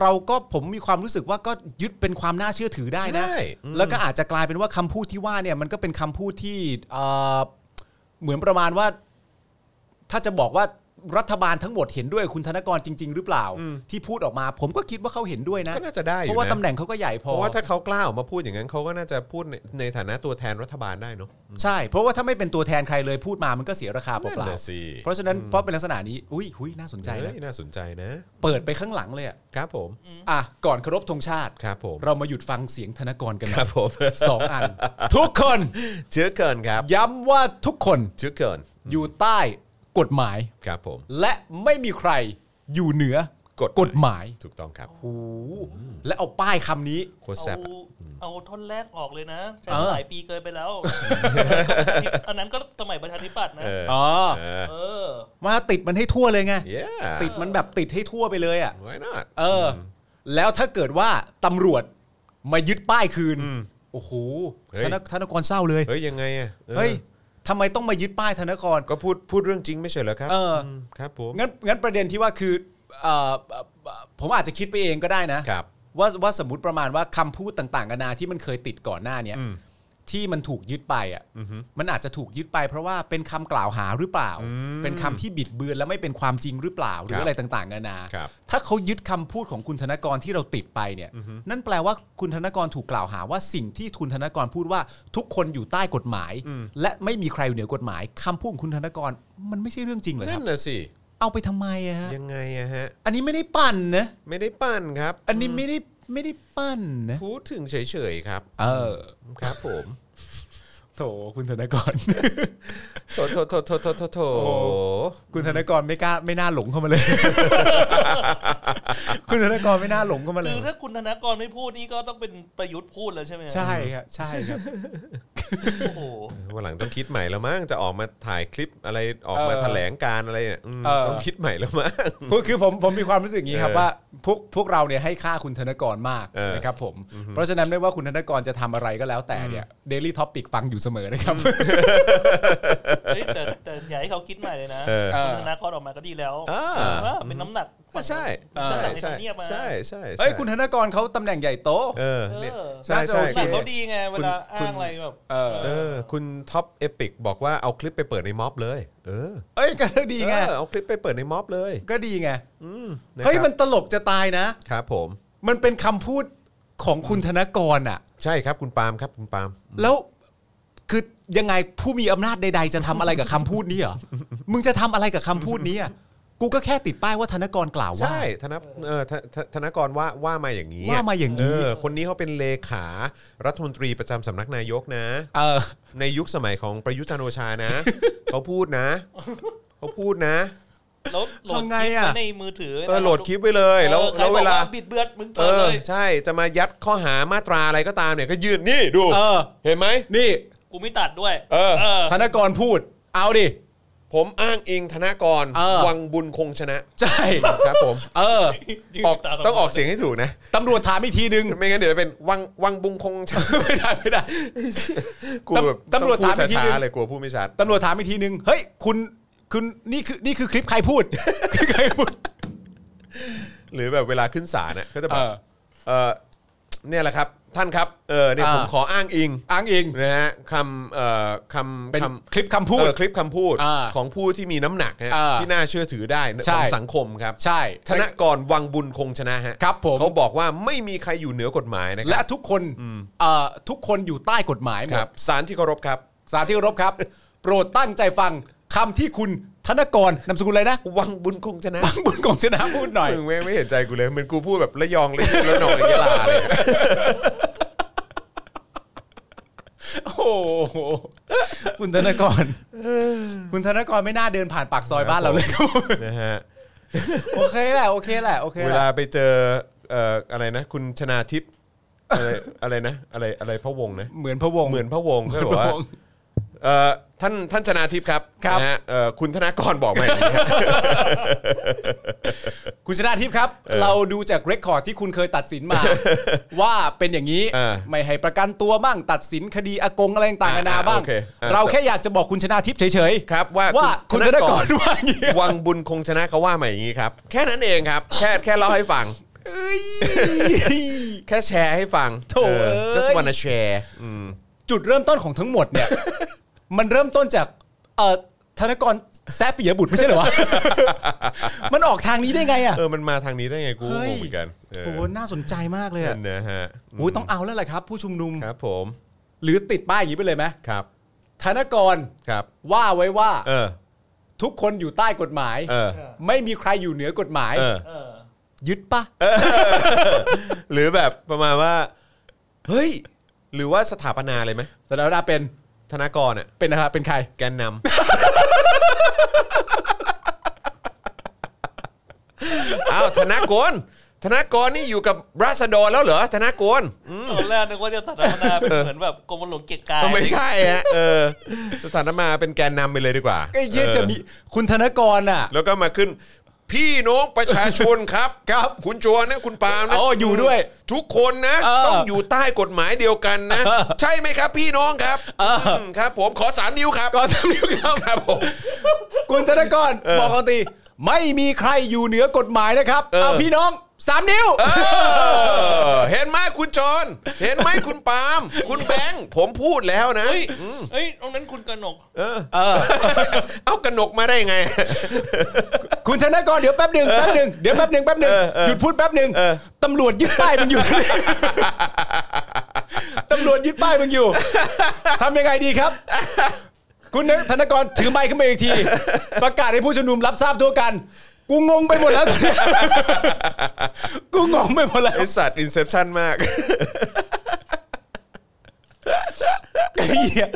C: เราก็ผมมีความรู้สึกว่าก็ยึดเป็นความน่าเชื่อถือได้นะ
B: ใช่อืม
C: แล้วก็อาจจะกลายเป็นว่าคำพูดที่ว่าเนี่ยมันก็เป็นคำพูดที่เอ่อเหมือนประมาณว่า ถ้าจะบอกว่ารัฐบาลทั้งหมดเห็นด้วยคุณธนกรจริง ๆ หรือเปล่า ที่พูดออกมา ผมก็คิดว่าเขาเห็นด้วยนะ
B: ก็น่าจะได้อยู่นะ
C: เพราะว่าตำแหน่งเขาก็ใหญ่พ
B: เพ
C: อ
B: ราะว่าถ้าเขากล้าออกมาพูดอย่างนั้นเขาก็น่าจะพูดในในฐานะตัวแทนรัฐบาลได้เนาะ
C: ใช่ เพราะว่าถ้าไม่เป็นตัวแทนใครเลยพูดมามันก็เสียราคาเป
B: นั่น
C: ล่า
B: น่ะสิ
C: ๆเพราะฉะนั้นเพราะเป็นลักษณะนี้อุ้ยหุยน่าสนใจ
B: เฮ้
C: นะ
B: ยน่าสนใจนะ
C: เปิดไปข้างหลังเลยอะ
B: ครับผม
C: อ่ะก่อนเคารพธงชาติ
B: ครับผม
C: เรามาหยุดฟังเสียงธนกรกันหน่อย
B: ครับผม
C: สองอัน ทุกคน
B: เชื้อเกินครับ
C: ย้ำว่าทุกคน
B: เชื้อเกิน
C: อยู่ใต้กฎหมาย
B: ครับผม
C: และไม่มีใครอยู่เหนือก
B: กฎหมาย
C: กฎหมาย
B: ถูกต้องครับ
C: โอ้และเอาป้ายคำนี้
B: โคตร
D: เอา
B: แซ่บอะ
D: เอาท่อนแรกออกเลยนะใช้
C: เออ
D: หลายปีเกินไป แล้วอันนั้นก็สมัยประชาธิปัตย์นะ
B: เออ
C: อ๋อ
B: เออ
D: เออ
C: มาติดมันให้ทั่วเลยไง
B: yeah
C: ติดมันแบบติดให้ทั่วไปเลยอ่ะ
B: why not
C: เอออ แล้วถ้าเกิดว่าตำรวจมายึดป้ายคืน
B: อืม
C: โอ้โห
B: เฮ้ย
C: ธนธนกรเศร้าเลย
B: เฮ้ยยังไงอ่ะออ
C: เฮ้ยทำไมต้องมายึดป้ายธนกร
B: ก็พูดพูดเรื่องจริงไม่ใช่เหรอครับ
C: เอออื
B: มครับผม
C: งั้นงั้นประเด็นที่ว่าคือเอ่อเอ่อผมอาจจะคิดไปเองก็ได้นะ
B: ครับ
C: ว่าว่าสมมติประมาณว่าคำพูดต่างๆกันานาที่มันเคยติดก่อนหน้าเนี้ย
B: อืม
C: ที่มันถูกยึดไปอ่ะมันอาจจะถูกยึดไป เพราะว่าเป็นคำกล่าวหาหรือเปล่า
B: ม
C: เป็นคำที่บิดเบือนและไม่เป็นความจริงหรือเปล่าหรื
B: ครั
C: อบ อะไรต่างๆกันานา
B: ครับ
C: ถ้าเขายึดคำพูดของคุณธนกรที่เราติดไปเนี่ย นั่นแปลว่าคุณธนกรถูกกล่าวหาว่าสิ่งที่คุณธนกรพูดว่าทุกคนอยู่ใต้กฎหมาย
B: อืม
C: และไม่มีใครอยู่เหนือกฎหมายคำพูดของคุณธนกรมันไม่ใช่เรื่องจริงเหรอค
B: นั่
C: รั
B: น
C: บ
B: น่ะสิ
C: เอาไปทำไมอะฮะ
B: ยังไงอะฮะ
C: อันนี้ไม่ได้ปั่นนะ
B: ไม่ได้ปั้นครับ
C: อันนี้ไม่ได้ไม่ได้ปั่นนะ
B: พูดถึงเฉยๆครับ
C: เออ
B: ครับผม
C: โถคุณธนกร
B: โถโถโถโถโถโถโถ
C: โอ้ คุณธนกรไม่กล้าไม่น่าหลงเข้ามาเลย คุณธนกรไม่น่าหลงเข้ามาเลย
D: คือถ้าคุณธนากรไม่พูดนี่ก็ต้องเป็นประยุทธ์พูดแล้วใช่ไหม
C: ใช่ครับใช่ครับ
D: โอ้โห
B: วันหลังต้องคิดใหม่แล้วมั้งจะออกมาถ่ายคลิปอะไรออกมา
C: เออ
B: แถลงการอะไรเนี่ยอืม
C: เออ
B: ต้องคิดใหม่แล้วมั้ง
C: คือคือผมผมมีความรู้สึกอย่างนี้ครับ
B: เออ
C: ว่าพวกพวกเราเนี่ยให้ค่าคุณธนกรมาก
B: เออ
C: นะครับผมเพราะฉะนั้นไม่ว่าคุณธนกรจะทำอะไรก็แล้วแต่เนี่ยเดลี่ท็อปิกฟังอยู่เสมอนะครับ
D: เฮ้ยแต่แต่อย่าให้เขาคิดใหม่เลยนะ
B: เออ
C: เออ
D: คุณธนากรออกมาก็ดีแล้ว
B: อ่า
D: เออเป็นน้ำหนัก
B: ก็ใช่
D: ฝั่ง
B: ใช่
D: น้ำหนักใน
B: ใช่
D: ทำเนียบมา
B: ใช่ใช่
C: เอ้ยคุณธนกรเขาตำแหน่งใหญ่โต
B: เออเนี่ย
D: เออ
B: ใช่ใช่
C: น่าจะโอ
D: หนักเขาดีไงเวลาอ้างอะไรแบบ
C: เออ
B: เออคุณท็อปเอพิกบอกว่าเอาคลิปไปเปิดในม็อบเลย เออ
C: เอ้ยก็ดีไง
B: เออเอาคลิปไปเปิดในม็อบเลย
C: ก็ดีไง
B: อืมะครับ
C: เฮ้ยมันตลกจะตายนะ
B: ครับผม
C: มันเป็นคำพูดของคุณธนกรอ่ะ
B: ใช่ครับคุณปาล์มครับคุณปาล์ม
C: แล้วคือยังไงผู้มีอำนาจใด ๆ จะทำอะไรกับคำพูดนี้เหร อ มึงจะทำอะไรกับคำพูดนี้อ่ะ กูก็แค่ติดป้ายว่าธนกรกล่าวว่า
B: ใช่ธนเออธธธนกรว่าว่ามาอย่างนี้
C: ว่ามาอย่างนี้
B: เออคนนี้เขาเป็นเลขารัฐมนตรีประจำสำนักนายกนะ
C: เออ
B: ในยุคสมัยของประยุทธ์จันทร์โอชานะ เขาพูดนะเขาพูดนะ
D: แล้วโหล
C: ทำ
D: ดค
C: ไง
D: ลิป
C: อะ
D: ไว้ในมือถือ
B: เออโหลดคลิปไว้เลย แล้ว
D: ใคร
B: แล้วเวลา
D: บอกบิดเบือนมึง
B: เอ
D: เปิดเล
B: อย ใช่จะมายัดข้อหามาตราอะไรก็ตามเนี่ยก็ยื่นนี่ดู
C: เออ
B: เห็นไหม
C: นี่
D: กูไม่ตัดด้วย
B: เออ
C: ธนกรพูด เอาดิ
B: ผมอ้างอิงธนากร
C: เออ
B: วังบุญคงชนะ
C: ใช่
B: ครับผม
C: เออ
B: ออกต้องออกเสียงให้ถูกนะ
C: ตำรวจถามอีกทีนึง
B: ไม่งั้นเดี๋ยวจะเป็นวังวังบุงคงชนะ
C: ไม่ได้ไม่ได้
B: กลัวแบบ
C: ตำตำรวจ
B: องพูด
C: ถามอีกที
B: ช้
C: นึง
B: ๆเลยกลัวพูดไม่ชัด
C: ตำรวจถามอีกทีนึง เฮ้ย คุณคุณนี่คือนี่คือคลิปใครพูด คือ ใครพูด
B: หรือแบบเวลาขึ้นศาลน่ะก็จะแบ
C: เอบ อ
B: เออเนี่ยแหละครับ ท่านครับเออเนี่ย
C: อ่า
B: ผมขออ้างอิง
C: อ้างอิง
B: นะฮะคำเอ่อคำ
C: เป็น
B: ค
C: คลิปคำ
B: ำ
C: พูด
B: เออคลิปคำพูด
C: อ่า
B: ของผู้ที่มีน้ำหนักฮะ
C: อ่า
B: ที่น่าเชื่อถือได้
C: ใช่
B: ของสังคมครับ
C: ใช่
B: ธนกรวังบุญคงชนะฮะ
C: ครับผม
B: เขาบอกว่าไม่มีใครอยู่เหนือกฎหมายนะค
C: และ
B: รั
C: ทุกคนเอ่อทุกคนอยู่ใต้กฎหมายหม
B: ค
C: ด
B: รับสารที่เคารพครับ
C: สาธิตรบครับ โปรดตั้งใจฟังคำที่คุณธนกรนามสกุลอะไรนะ
B: วังบุญคงชนะ
C: บางบุญกองชนะพูดหน่อย
B: มึงไม่งไม่เห็นใจกูเลยเหมือนกูพูดแบบระยองเลยระนองระยะลาเลย
C: โอ้โหคุณธนกร คุณธนกรไม่น่าเดินผ่านปากซอยบ้านเราเลยครับ
B: นะฮะ
C: โอเคแหละโอเคแหละโอเค
B: เว
C: แห
B: ลา
C: ละ
B: ไปเจอเอ่ออะไรนะ คุณชนาทิพย์อะไรอะไรนะ อะไรอะไรพระวงศ์นะ
C: เหมือนพะวง
B: เหมือนพระวงศ์ก็
C: พะ
B: บอกว่าว
C: ง
B: เอ่อท่านท่านชนาทิพย์ครับ
C: ครับ
B: นะฮะเอ่อคุณธนากรบอกมาอย่างนี้ครับ
C: คุณชนะทิพย์ครับ เราดูจากเรคคอร์ดที่คุณเคยตัดสินมา ว่าเป็นอย่างนี้
B: เออ
C: ไม่ให้ประกันตัวบ้างตัดสินคดีอากงอะไรต่างๆนานาบ้าง
B: อ่าโอเคเออ
C: เราแค่อยากจะบอกคุณชนะทิพย์เฉยๆ
B: ครับว่า
C: ว่าคุณธนกรว่าอย่างนี้
B: วังบุญคงชนะเขาว่ามาอย่างนี้ครับ แค่นั้นเองครับ แค่แค่เล่าให้ฟัง
C: เอ้ย
B: แค่แชร์ให้ฟัง
C: โถ่
B: เออ
C: เอ้ย
B: just wanna share อืม
C: จุดเริ่มต้นของทั้งหมดเนี่ย มันเริ่มต้นจากเอ่อธนกรแซบปิยบุตรไม่ใช่เหรอวะ มันออกทางนี้ได้ไงอ่ะ
B: เออมันมาทางนี้ได้ไงกู
C: เฮ้
B: ก็ง
C: ย
B: งเหมือนกันเออ
C: โอ้โหน่าสนใจมากเลย
B: นั่
C: อ่ะ
B: นนะฮะ
C: โอ้ยต้องเอาแล้วแหละครับ ผู้ชุมนุม
B: ครับผม
C: หรือติดป้ายอย่างนี้ไปเลยไหม
B: ครับ
C: ธนกร
B: ครับ
C: ว่าไว้ว่า
B: เออ
C: ทุกคนอยู่ใต้กฎหมาย
B: เออ
C: ไม่มีใครอยู่เหนือกฎหมาย
B: เออ
D: เออ
C: ยึดปะ
B: หรือแบบประมาณว่า เฮ้ย หรือว่าสถาปนาเลยไหม
C: สถาปนาเป็น
B: ธนากรอ่ะ
C: เป็นนะครับเป็นใคร
B: แกนนำ อ้าวธนากรธนากรนี่อยู่กับราษฎรแล้วเหรอธนากรอืม
D: ตอนแรกนึกว่าจะสถาปนาเป็นเหมือนแบบกรมหลวงเกียรติกาย
B: ไม่ใช่ฮะเออ สถานามาเป็นแกนนำไปเลยดีกว่า
C: ไอ้เยี่ยจะมี
B: เอ
C: คุณธนกรอ่ะ
B: อแล้วก็มาขึ้น พี่น้องประชาชนครับ
C: ครับ
B: คุณโจรนะคุณปาล์มนะ
C: อ๋ออยู่ด้วย
B: ทุกคนนะ
C: เออ
B: ต้องอยู่ใต้กฎหมายเดียวกันนะ
C: เออ
B: ใช่ไหมครับพี่น้องครับ
C: เอออื
B: มครับ ผมขอสามนิ้วครับ
C: ก็สามนิ้วครับ
B: ครับผม
C: คุณธนกรบอกกติไม่มีใครอยู่เหนือกฎหมายนะครับ
B: เออ
C: เอาพี่น้องสามนิ้ว
B: เออเห็นไหมคุณจรเห็นไหมคุณปาล์มคุณแบงค์ผมพูดแล้วนะ
D: เฮ้ย เฮ้ยตรงนั้นคุณกนก
B: เออ
C: เออ
B: เอากระหนกมาได้ไง
C: คุณธนกรเดี๋ยวแป๊บหนึ่งแป๊บหนึ่งเดี๋ยวแป๊บหนึ่งแป๊บหนึ่ง
B: เออเออ
C: หยุดพูดแป๊บหนึ่ง
B: เออ
C: ตำรวจยึดป้ายมึง อยู่ ตำรวจยึดป้ายมึงอยู่ทำยังไงดีครับ คุณธนกรถือไมค์ขึ้นมาอีกที ประกาศให้ผู้ชุมนุมรับทราบทั่วกัน กูงงไปหมดแล้ว กูงงไปหมดแล้ว
B: ไอสัตว์อินเซพชันมาก
C: ไอ้เหี้ย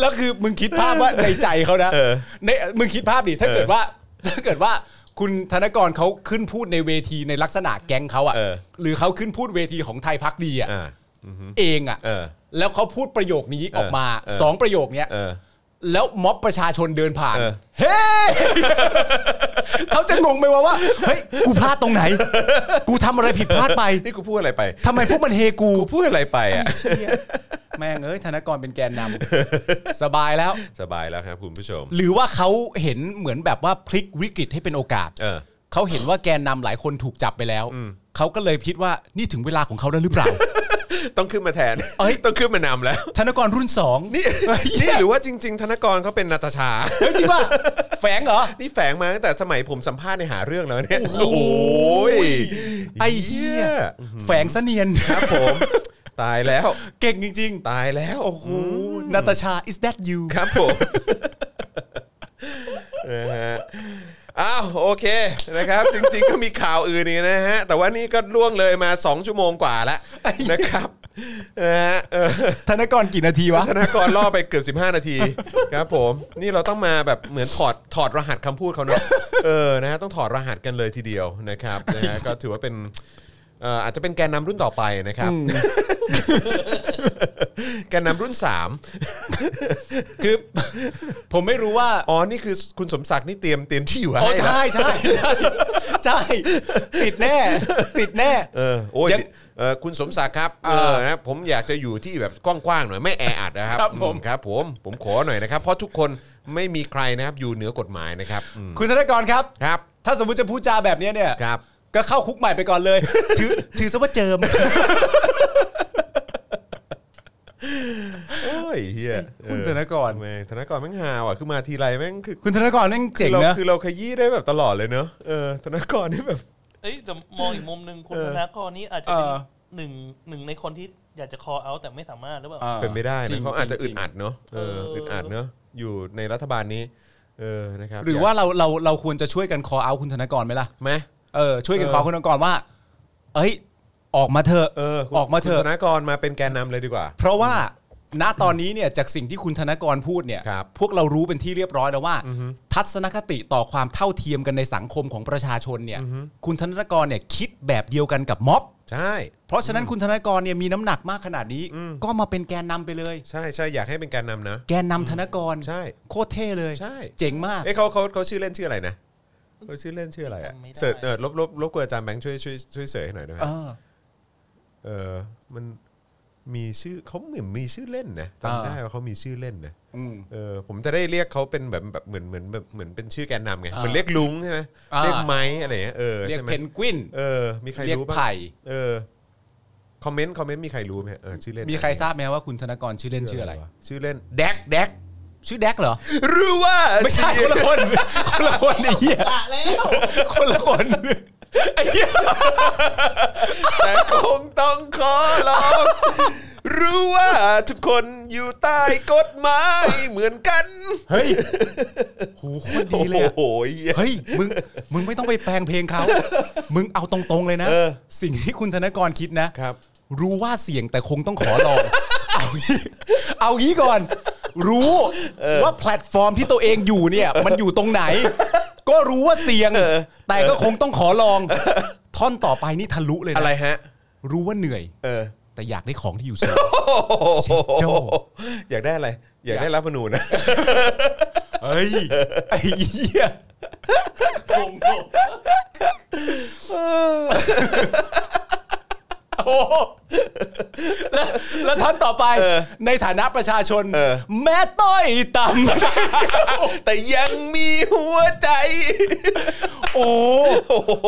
C: แล้วคือมึงคิดภาพว่าในใจเขานะ
B: เออ
C: ในมึงคิดภาพดิถ้าเกิดว่า ถ้าเกิดว่า คุณธนกรเขาขึ้นพูดในเวทีในลักษณะแก๊งเขาอ่ะ
B: เออ
C: หรือเขาขึ้นพูดเวทีของไทยพักดีอ่ะ
B: อ่า
C: เองอ่ะ
B: เออ
C: แล้วเขาพูดประโยคนี้ออกมา
B: เออ
C: สองประโยคเนี้ย
B: เออ
C: แล้วม็อบประชาชนเดินผ่าน
B: เออ
C: เฮ้ย เขาจะงงไหมวะว่า เฮ้ย กูพลาดตรงไหน กูทำอะไรผิดพลาดไป
B: นี่กูพูดอะไรไป
C: ทำไมพวกมันเฮกู
B: กูพูดอะไรไปอ่ะ
C: เชี่ยแม่งเอ้ย ธนกรเป็นแกนนำสบายแล้ว
B: สบายแล้วครับคุณผู้ชม
C: หรือว่าเขาเห็นเหมือนแบบว่าพลิกวิกฤตให้เป็นโอกาส
B: เออ
C: เขาเห็นว่าแกนนำหลายคนถูกจับไปแล้ว เขาก็เลยคิดว่านี่ถึงเวลาของเขาแล้วหรือเปล่า
B: ต้องขึ้นมาแทน
C: เอ้ย
B: ต้องขึ้นมานำแล้ว
C: ธนกรรุ่นสอง
B: นี่นี่หรือว่าจริง ๆ ธนกรเขาเป็นนาตา ชา
C: เฮ้ยจริงป่ะแฝงเหรอ
B: นี่แฝงมาตั้งแต่สมัยผมสัมภาษณ์ในหาเรื่องแล้วเนี่ย
C: โอ้
B: โอ้
C: โห
B: ย
C: ไอ้เหี้ยแฝงเสนียน
B: ครับผม ตายแล้ว
C: เก่งจริง
B: ตายแล้ว โอ้โห
C: ๆโอ้นาตาชา is that you
B: ครับผม นะฮะอ้าวโอเคนะครับ จริง ๆ ก็มีข่าวอื่นนี่นะฮะ แต่ว่านี่ก็ล่วงเลยมา 2 ชั่วโมงกว่าแล้วนะครับนะฮะเออ
C: ธนกรกี่นาทีวะ
B: ธนากรล่อไปเกือบ 15 นาที ครับผม นี่เราต้องมาแบบเหมือนถอดถอดรหัสคำพูด เขาเนอะเออนะฮะต้องถอดรหัสกันเลยทีเดียวนะครับนะฮะก็ถือว่าเป็นเอ่ออาจจะเป็นแกนนำรุ่นต่อไปนะครับ แกนนำรุ่น 3
C: คือ ผมไม่รู้ว่า
B: อ๋อ นี่คือคุณสมศักดิ์นี่เตรียมเตรียมที่อยู่ให้
C: อ๋อ
B: แล้ว
C: ใช่ใช่ใช่ใช่ ติดแน่ ติดแน่
B: เออโอ้ย
C: ยัง
B: เออคุณสมศักดิ์ครับเออ
C: อ่า
B: นะผมอยากจะอยู่ที่แบบกว้างๆหน่อยไม่แออัดนะครับ
C: ครับผม
B: อืครับ ผมผมขอหน่อยนะครับ เพราะทุกคนไม่มีใครนะครับอยู่เหนือกฎหมายนะครับอืม
C: คุณธนกรครับ
B: ครับ
C: ถ้าสมมติจะพูดจาแบบเนี้ยเนี่ย
B: ครับ
C: ก็เข้าคุกใหม่ไปก่อนเลย ถือถือซะว่าเจิม
B: โอ้ยเฮีย
C: คุณ
B: เออ
C: ธนกร
B: แม่งธนกรแม่งฮาว่ะคือมาทีไรแม่งคือ
C: คุณธนกรนั่งเจ๋งนะ
B: คือเราขยี้ได้แบบตลอดเลยเนอะเออธนกรนี่แบบ
D: เอ้ยแต่มองอีกมุมหนึ่งคุณ
B: เออ
D: ธนากรนี้อาจจะเป็น
C: เออ
D: หนึ่งหนึ่งในคนที่อยากจะ call out แต่ไม่สามารถหรือเปล่า
B: เป็นไม่ได้นะเขาอาจจะอึดอัดเนอะเออ
D: เอออึ
B: อึดอัดเนอะอยู่ในรัฐบาลนี้ เออนะครับ
C: หรือว่าเราเราเราควรจะช่วยกันคอเอาคุณธนกรไหมล่ะ
B: ไหม
C: เออช่วยกัน
B: เออ
C: ขอคุณธนกรว่า เอ้ย ออกมาเถอะ
B: เออคุณ
C: ออกมาเถอะ
B: คุณธนกรมาเป็นแกนนำเลยดีกว่า
C: เพราะว่าณตอนนี้เนี่ยจากสิ่งที่คุณธนกรพูดเนี่ย
B: ครับ
C: พวกเรารู้เป็นที่เรียบร้อยแล้วว่า ทัศนคติต่อความเท่าเทียมกันในสังคมของประชาชนเนี่ย
B: อือฮึ
C: คุณธนกรเนี่ยคิดแบบเดียวกันกับม็อบ
B: ใช่
C: เพราะฉะนั้นคุณธนกรเนี่ยมีน้ำหนักมากขนาดนี้ ก็มาเป็นแกนนำไปเลย
B: ใช่ใช่อยากให้เป็นแกนนำนะ
C: แกนนำธนกร
B: ใช่
C: โคตรเท่เลย
B: ใช่
C: เจ๋งมาก
B: เอ้ยเขาเขาเขาชื่อเล่นชื่ออะไรนะเขาชื่อเล่นชื่ออะไรอะ
D: จำไม่ได้
B: เสิร์ชเออลบลบลบกวนอาจารย์แบงค์ช่วยช่วยช่วยเสิร์ชให้หน่อยได้ไหม
C: เออ
B: เออมันมีชื่อเขาเหมือนมีชื่อเล่นนะจำได้ว่าเขามีชื่อเล่นนะ
C: อืม
B: เออผมจะได้เรียกเขาเป็นแบบแบบเหมือนเหมือนแบบเหมือนเป็นชื่อแกนนำไง
C: อ่า
B: เหมือนเรียกลุงใช่ไหม
C: อ่า
B: เรียกไม้อะไรเงี้ยเออ
C: เรียก
B: ใช่ไหม
C: เพนกวิน
B: เออ มีใคร
C: เรียก
B: รู้บ้าง
C: ไผ่
B: เออคอมเมนต์คอมเมนต์มีใครรู้ไหมเออชื่อเล่น
C: มีใครทราบไหมว่าคุณธนกรชื่อเล่นชื่ออะไร
B: วชื่อเล่นแดกแดก
C: ชื่อแดกเหรอ
B: รู้ว่า
C: ไม่ใช่คนละคน คนละคนไอ้เหี้ย
E: ปะแล้ว
C: คนละคนไอ้เหี้ย
B: แต่คงต้องขอลองรู้ว่าทุกคนอยู่ใต้กฎหมายเหมือนกัน
C: เฮ้ยโหโคตรดีเลย
B: โอ้
C: อะ
B: โหเหี้ย
C: เฮ้ยมึงมึงไม่ต้องไปแปลงเพลงเขา มึงเอาตรงๆเลยนะ
B: เออ
C: สิ่งที่คุณธนกรคิดนะครับ รู้ว่าเสี่ยงแต่คงต้องขอลอง เอางี้เอางี้ก่อน รู้ว่าแพลตฟอร์มที่ตัวเองอยู่เนี่ย มันอยู่ตรงไหน ก็รู้ว่าเสี่ยง แต่ก็คงต้องขอลอง ท่อนต่อไปนี่ทะลุเลย
B: อะไร
C: นะ
B: ฮะ
C: รู้ว่าเหนื่อย
B: เออ
C: แต่อยากได้ของที่อยู่สูง
B: โอ้
C: โจ้
B: โหอยากได้อะไร อยากได้รัฐธรรมนูญนะ
C: เฮ้ยไอ้เหี้ย
D: โกงโกง
C: โอ้โหแล้วแล้วท่านต่อไปในฐานะประชาชน
B: เออ
C: แม่ต้อยต่
B: แต่ยังมีหัวใจ
C: ำโอ้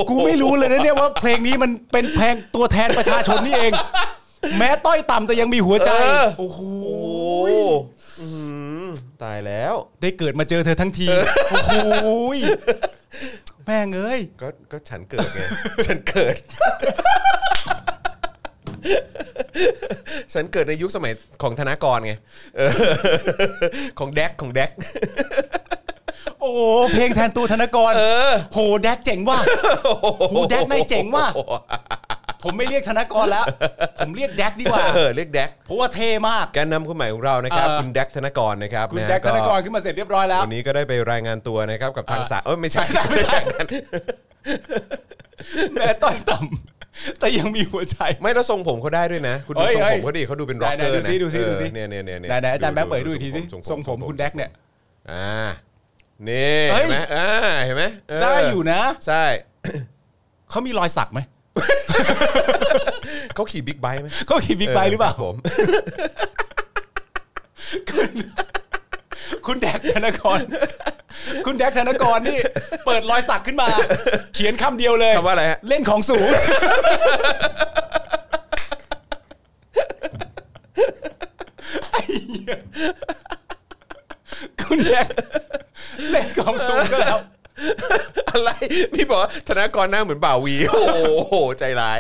C: กูไม่รู้เลยนะเนี่ยว่าเพลงนี้มันเป็นเพลงตัวแทนประชาชนนี่เอง แม้ต้อยต่ำแต่ยังมีหัวใจ
B: เออ
C: โอ้โห
B: โอ้อื้อหือตายแล้ว
C: ได้เกิดมาเจอเธอทั้งทีโอ้โหแม่งเอ้ย
B: ก็ก็ฉันเกิดไง ฉันเกิด ฉันเกิดในยุคสมัยของธนากรไงเออของแดกของแดก
C: โอ้โหเพลงแทนตัวธนกรโหแดกเจ๋งว่ะโหแดกนายเจ๋งว่ะ ผมไม่เรียกธนกรแล้ว ผมเรียกแดกดีกว่า
B: เออเรียกแดก
C: เพราะว่าเท่มาก
B: แกนนำคนใหม่ของเรานะครับ
C: เออ
B: คุณแดกธนากรนะครั
C: คุณ
B: บะฮะ
C: แดกธนกรขึ้นมาเสร็จเรียบร้อยแล้ว
B: วันนี้ก็ได้ไปรายงานตัวนะครับกับทาง
C: อ่า
B: สาลเอ้ยไม่ใช่
C: แม่ต้อยต่ำแต่ยังมีหัวใจ
B: ไม่แล้วทรงผมเขาได้ด้วยนะ คุณดู
C: เอ้ย
B: ทรง
C: เอ้
B: ผ
C: ย
B: มเขาดีเขาดูเป็นร็อกเกอร์
C: ไหนๆดู
B: นะ
C: สิดูสิ
B: เออ
C: ดูสิ
B: เนี่ยเนี่ยเนี่ยเนี่
C: ไหนๆอาจารย์แบ๊บเปิดดูอีกทีสิทรงผมคุณแดกเนี่ย
B: อ่านี่
C: เฮ้
B: เห็น
C: ย
B: ไหมอ่าเห็นไหมเ
C: ได้อยู่นะ
B: ใช่
C: เขามีรอยสักไหม
B: เขาขี่บิ๊กไบค์ไหม
C: เขาขี่บิ๊กไบค์หรือเปล่า
B: คบผม
C: คุณแดกธนกร คุณแดกธนกรนี่ เปิดรอยสักขึ้นมา เขียนคำเดียวเลย
B: คำว่าอะไรฮะ
C: เล่นของสูง ไอ้เหี้ยคุณแดกเล่นของสูงก็แล้ว
B: อะไรพี่บอกว่าธนากรหน้าเหมือนบ่าวี โอ้โห ใจร้าย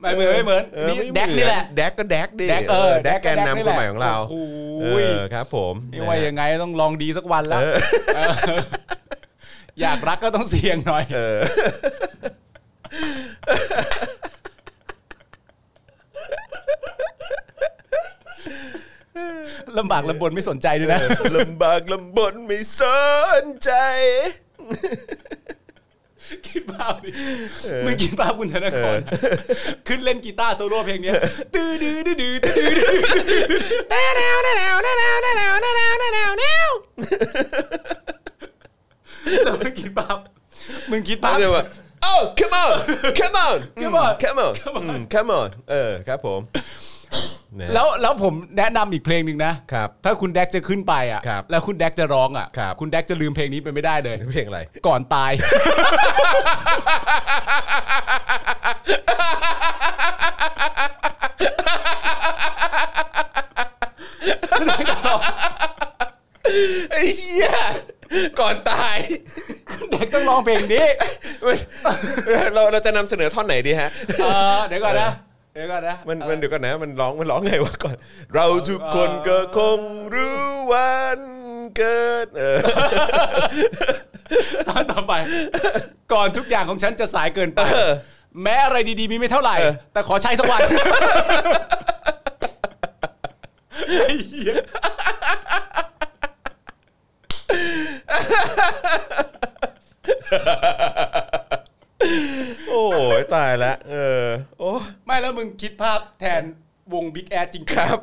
C: ไม่เหมือนไม่เหมือนนี่
B: ไม่
C: แดกนี่แหละ
B: แดกก็แดกดิ
C: แดกเออ
B: แดกแกน
C: แดกนี่
B: นำคน
C: แหละ
B: ใหม่ของเรา
C: โอ้โห
B: เออครับ ผม
C: นี่ว่ายังไงต้องลองดีสักวันแล้ว
B: เออ
C: อยากรักก็ต้องเสี่ยงหน่อย
B: เออ
C: ลำบากลำบนไม่สนใจด้วยนะ
B: ลำบากลำบนไม่สนใจ
C: คิดภาพดิมึงคิดภาพคุณธนากรนะขึ้นเล่นกีตาร์โซโล่เพลงเนี้ยตื้อดื้อดื้อดื้อตื้อดื้อแล้วมึงคิดภาพมึงคิดภาพ
B: แต่ว่า oh come on come on
C: Come on
B: come on อืม come on เออครับผมนะฮะ
C: แล้วแล้วผมแนะนำอีกเพลงหนึ่งนะครับ ถ้าคุณแดกจะขึ้นไปอ่ะ
B: ครับ
C: แล้วคุณแดกจะร้องอ่ะ
B: ครับ
C: ณแดกจะลืมเพลงนี้ไปไม่ได้เลย
B: เพลงอะไร
C: ก่อนตาย
B: ไอ้เหี้ยก่อนตาย
C: แดกต้องร้องเพลงนี้
B: เราเราจะนำเสนอท่อนไหนดีฮะ
C: เออเดี๋ยวก่อนนะเดี๋ยวก่อนนะ
B: มัน
C: เออ
B: มันเดี๋ยวก่อนนะมันร้องมันร้องไงวะก่อน เราทุกคนก็คงรู้วันเกิดเออ
C: ตอนต่อไป ก่อนทุกอย่างของฉันจะสายเกินไป แม้อะไรดีๆ มีไม่เท่าไหร่
B: เออ
C: แต่ขอใช้สักวันไอ้เหี้ย
B: โอ้ยตายละเออโอ้
C: ไม่แล้วมึงคิดภาพแทนวงบิ๊กแอดจริงๆ
B: ครับ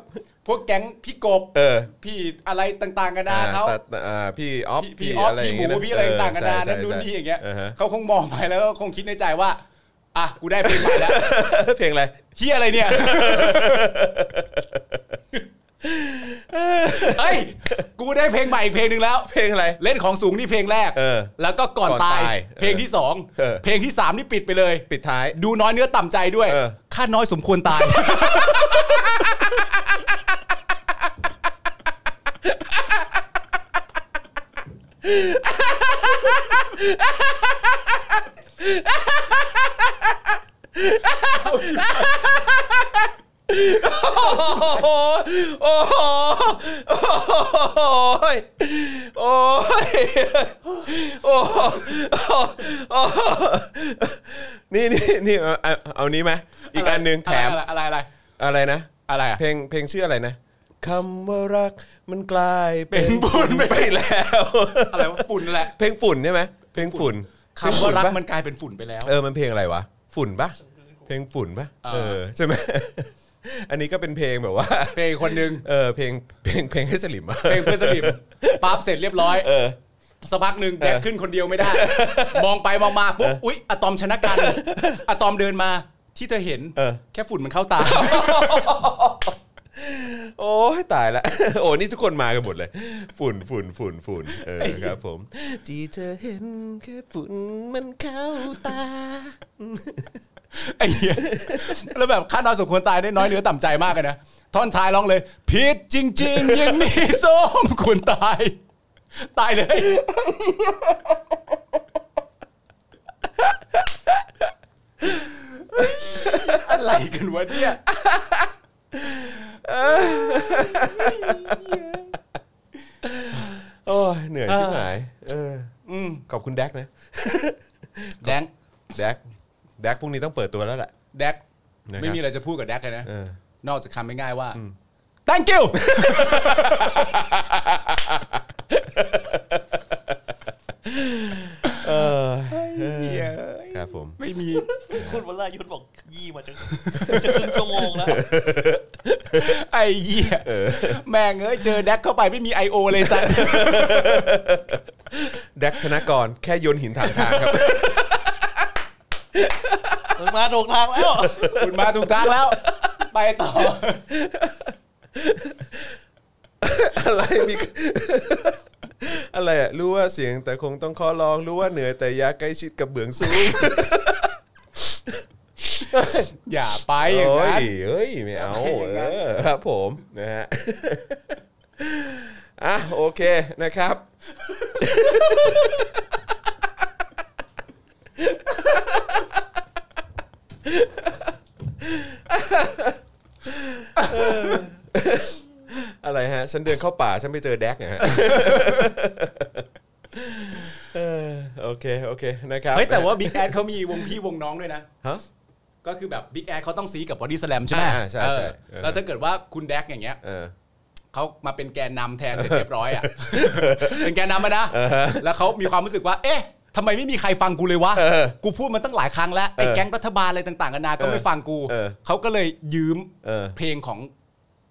C: พวกแก๊งพี่กบ
B: เออ
C: พี่อะไรต่างๆกันานาเขา
B: อ่ตัดอ่าพี่ออฟ
C: พี่พี่ออฟพี่หมูพี่อะไรต่างๆกันานานั่นนู่นนี่อย่างเงี้ยเขาคงมองไปแล้วก็คงคิดในใจว่า อ่ะกูได้เพลงใหม่แล้ว
B: ยเพลงอะไร
C: เฮียอะไรเนี่ยเฮ้ยกูได้เพลงใหม่อีกเพลงหนึ่งแล้ว
B: เพลงอะไร
C: เล่นของสูงนี่เพลงแรก
B: เออ
C: แล้วก็ก่อน
B: ก่อนตา
C: ตายย
B: เออ
C: เพลงที่สอง
B: เออ
C: เพลงที่สามนี่ปิดไปเลย
B: ปิดท้าย
C: ดูน้อยเนื้อต่ำใจด้วย
B: เออ
C: ค่าน้อยสมควรตาย
B: โอ้โหโอ้โหโอ้โหโอ้ยโอ้โหโอ้โหนี่นี่นี่เอาเอาเอานี้ไหมอีกอันหนึ่งแถม
C: อะไรอะไรอะไร
B: อะไรนะ
C: อะไรอะ
B: เพลงเพลงชื่ออะไรนะคำว่ารักมันกลายเป็น
C: เป็นบุญ
B: ไปแล้ว
C: อะไรวะฝุ่นนั่นแหละ
B: เพลงฝุ่นใช่ไหมเพลงฝุ่น
C: คำว่ารัก
B: เพลงฝุ่ปะ
C: มันกลายเป็นฝุ่นไปแล้ว
B: เออมันเพลงอะไรวะฝุ่นปะเพลงฝุ่นปะ
C: อ่า
B: เออใช่ไหม อันนี้ก็เป็นเพลงแบบว่า
C: เพลงคนหนึ่ง
B: เออเพลงเพลงเพลงให้สลิมอะ
C: เพลงเพื่อนสนิทปั๊บเสร็จเรียบร้อย
B: เออ
C: สักพักหนึ่งแดกขึ้นคนเดียวไม่ได้ มองไปมองมาปุ๊บอุ๊ยอะตอมชนะกันอะตอมเดินมาที่เธอเห็น
B: เออ
C: แค่ฝุ่นมันเข้าตา
B: โอ้ยตายละ โอ้นี่ทุกคนมากันหมดเลย ฝุ่นฝุ่นฝุ่นฝุ่นเออครับผมจีเธอเห็นแค่ฝุ่นมันเข้าตา
C: ไอ้เหี้ยแล้วแบบค่าน้อยสมควรตายได้น้อยเหลือต่ำใจมากเลยนะ ท่อนท้ายร้องเลยผิดจริง ๆ ยังมีส้ม ควรตาย ตายเลย อะไรกันวะเนี่ย
B: โอ้ยเหนื่อยชิบหายเอออขอบคุณแดกนะ
C: แดง
B: แดกแดกพรุ่งนี้ต้องเปิดตัวแล้วแหละ
C: แดก
B: นะครับ
C: ไม่มีอะไรจะพูดกับแดกเลยนะ
B: เออ
C: นอกจากคำง่ายๆว่า thank you
B: เออครับผ ม
C: ไม่มี
D: คุณวรายุทธบอก ยี่มาจะจะครึ่งชั่วโมงแล้ว
C: ไอ้เหี้ยแม่งเอ้ยเจอแดกเข้าไปไม่มี I.O. เลยสัตว์
B: แดกธนากรแค่โยนหินถามทางครับ
D: เออมาถูกทางแล้ว
C: คุณมาถูกทางแล้ว ไปต่อ
B: อะไรมี อะไรอะรู้ว่าเสียงแต่คงต้องขอร้องรู้ว่าเหนื่อยแต่อยากใกล้ชิดกับเบื้องสูง
C: อย่าไปอย่างนั้น
B: โเอ้ยไม่เอา
C: ไม่อย่างนั้น
B: เออครับผมนะฮะ อ่ะโอเคนะครับ อะไรฮะ ฉันเดินเข้าป่า ฉันไปเจอแดกเนี่ยฮะ เออโอเค โอเค นะครับ
C: เฮ้ยแต่ว่าบิ๊กแอดเขามีวงพี่วงน้องด้วยนะ
B: ฮะ
C: ก็คือแบบบิ๊กแอดเขาต้องซีกับบอดี้สแลมใช่ไหม
B: อ่าใช่ใช่
C: เออ
B: เออ
C: แล้วถ้าเกิดว่าคุณแดกอย่างเงี้ย
B: เออ
C: เขามาเป็นแกนนำแทนเสร็จเรียบร้อยอ่ะ เป็นแกนนำมานะ แล้วเขามีความรู้สึกว่า เอ๊ะ ทำไมไม่มีใครฟังกูเลยวะ
B: เออ
C: กูพูดมันตั้งหลายครั้งแล้วไอ้
B: เออ
C: แก๊งรัฐบาลอะไรต่างๆกันานาก็ไม่
B: เออ
C: ฟังกู
B: เออ
C: เขาก็เลยยืม
B: เออ
C: เพลงของ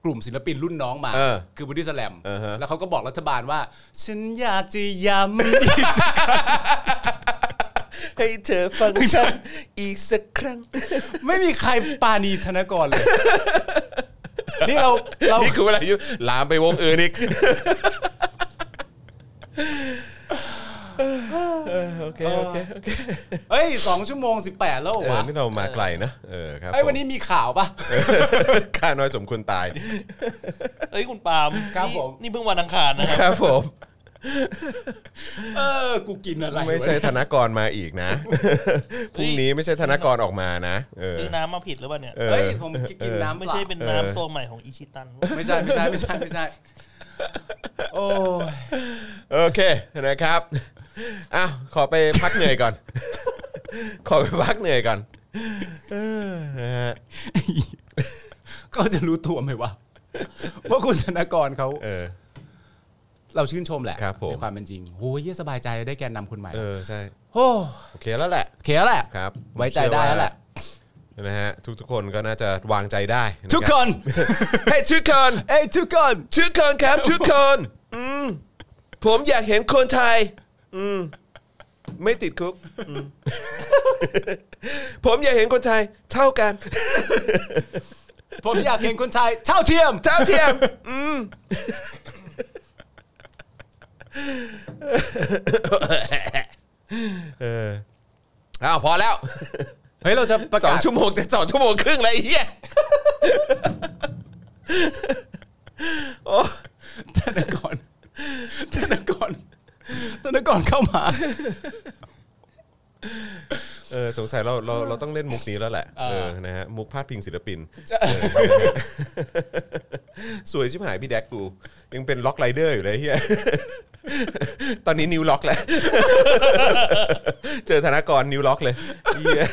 C: กลุ่มศิลปินรุ่นน้องมา
B: เออ
C: คือบอดี้สแลม
B: เออฮะ
C: แล้วเขาก็บอกรัฐบาลว่า ฉันอยากจะย้ำ อีกสักครั้ง
B: ให้เธอฟังฉันอีกสักครั้ง
C: ไม่มีใครปาณีธนกร เลย นี่เราเรา
B: นี่คือเวลาอยู่ลามไปวงอื่นอีกโอเคโอ เคโอเค
C: เอ้ยสองชั่วโมงสิบแปดแล้วเหรอ
B: เออ
C: วะ
B: นี่เรามาไกลนะเออครับ
C: ไอ้ยวันนี้มีข่าวปะ
B: ข้าน้อยสม ควรตาย
D: เอ้ยคุณปาล์ม
C: ครับ
D: นี่
C: ผม
D: นี่เพิ่งวันอังคารนะครับ
B: ครับผม
C: เออ กูกินอะไรวะ
B: ไม่ใช่ธนากรมาอีก นะพรุ่งนี้ไม่ใช่ธนากรออกมานะเออ
D: ซื้อน้ำมาผิดหรือเปล่าเนี่ย
B: เออ
C: เฮ้ยผมกินน้ำ
D: ไม่
C: เล่า
D: ใช่เป็นน้ำตัวใหม่ของอิชิตัน
C: ไม่ใช่ไม่ใช่ไม่ใช่ไม่ใช่ โอ้ย
B: โอเคนะครับอ้าวขอไปพักเหนื่อยก่ อน ขอไปพักเหนื่อยก่อนเออนะฮะ
C: ก็จะรู้ตัวไหมวะว่าคุณธนากรเขา
B: เออ
C: เราชื่นชมแหละ
B: ครับผม
C: ในความเป็นจริงโอ้ยเหี้ยสบายใจได้แกนนำคนใหม่
B: เออใช่
C: โอ้
B: โอเคแล้วแหละ
C: โอเคแล้วแหละ
B: ครับ
C: ไว้ใจได้แล้วแหละ
B: นะฮะทุกๆคนก็น่าจะวางใจได้ะรับ
C: ทุกคน
B: เฮ้ยทุก คน
C: เอ้ยทุกคน
B: ทุกคน ครับทุกคนอืมผมอยากเห็นคนไทยอืมไม่ติดคุกอืม ผมอยากเห็นคนไทยเท่ากัน
C: ผมอยากเห็นคนไทย เท่าเทียม
B: เท่าเทียมอืม เอออ้าวพอ แล้ว
C: เฮ้ยเราจะป
B: สอก
C: ระาง ศ
B: ชั่วโมงจะสองชั่วโมงครึ่งเลยไอ้เฮียโอ้
C: ธนากรธนากรธนากรเข้ามา
B: เออสงสัยเราเราเราต้องเล่นมุกนี้แล้วแหละ
C: เออ
B: เออนะฮะมุกพาดพิงศิลปินสวยชิบหายพี่แดกกูยังเป็นล็อกไรเดอร์อยู่เลยไอ้เฮีย ตอนนี้นิวล็อกแล้ว เจอธนากรนิวล็อกเลยเหี้ย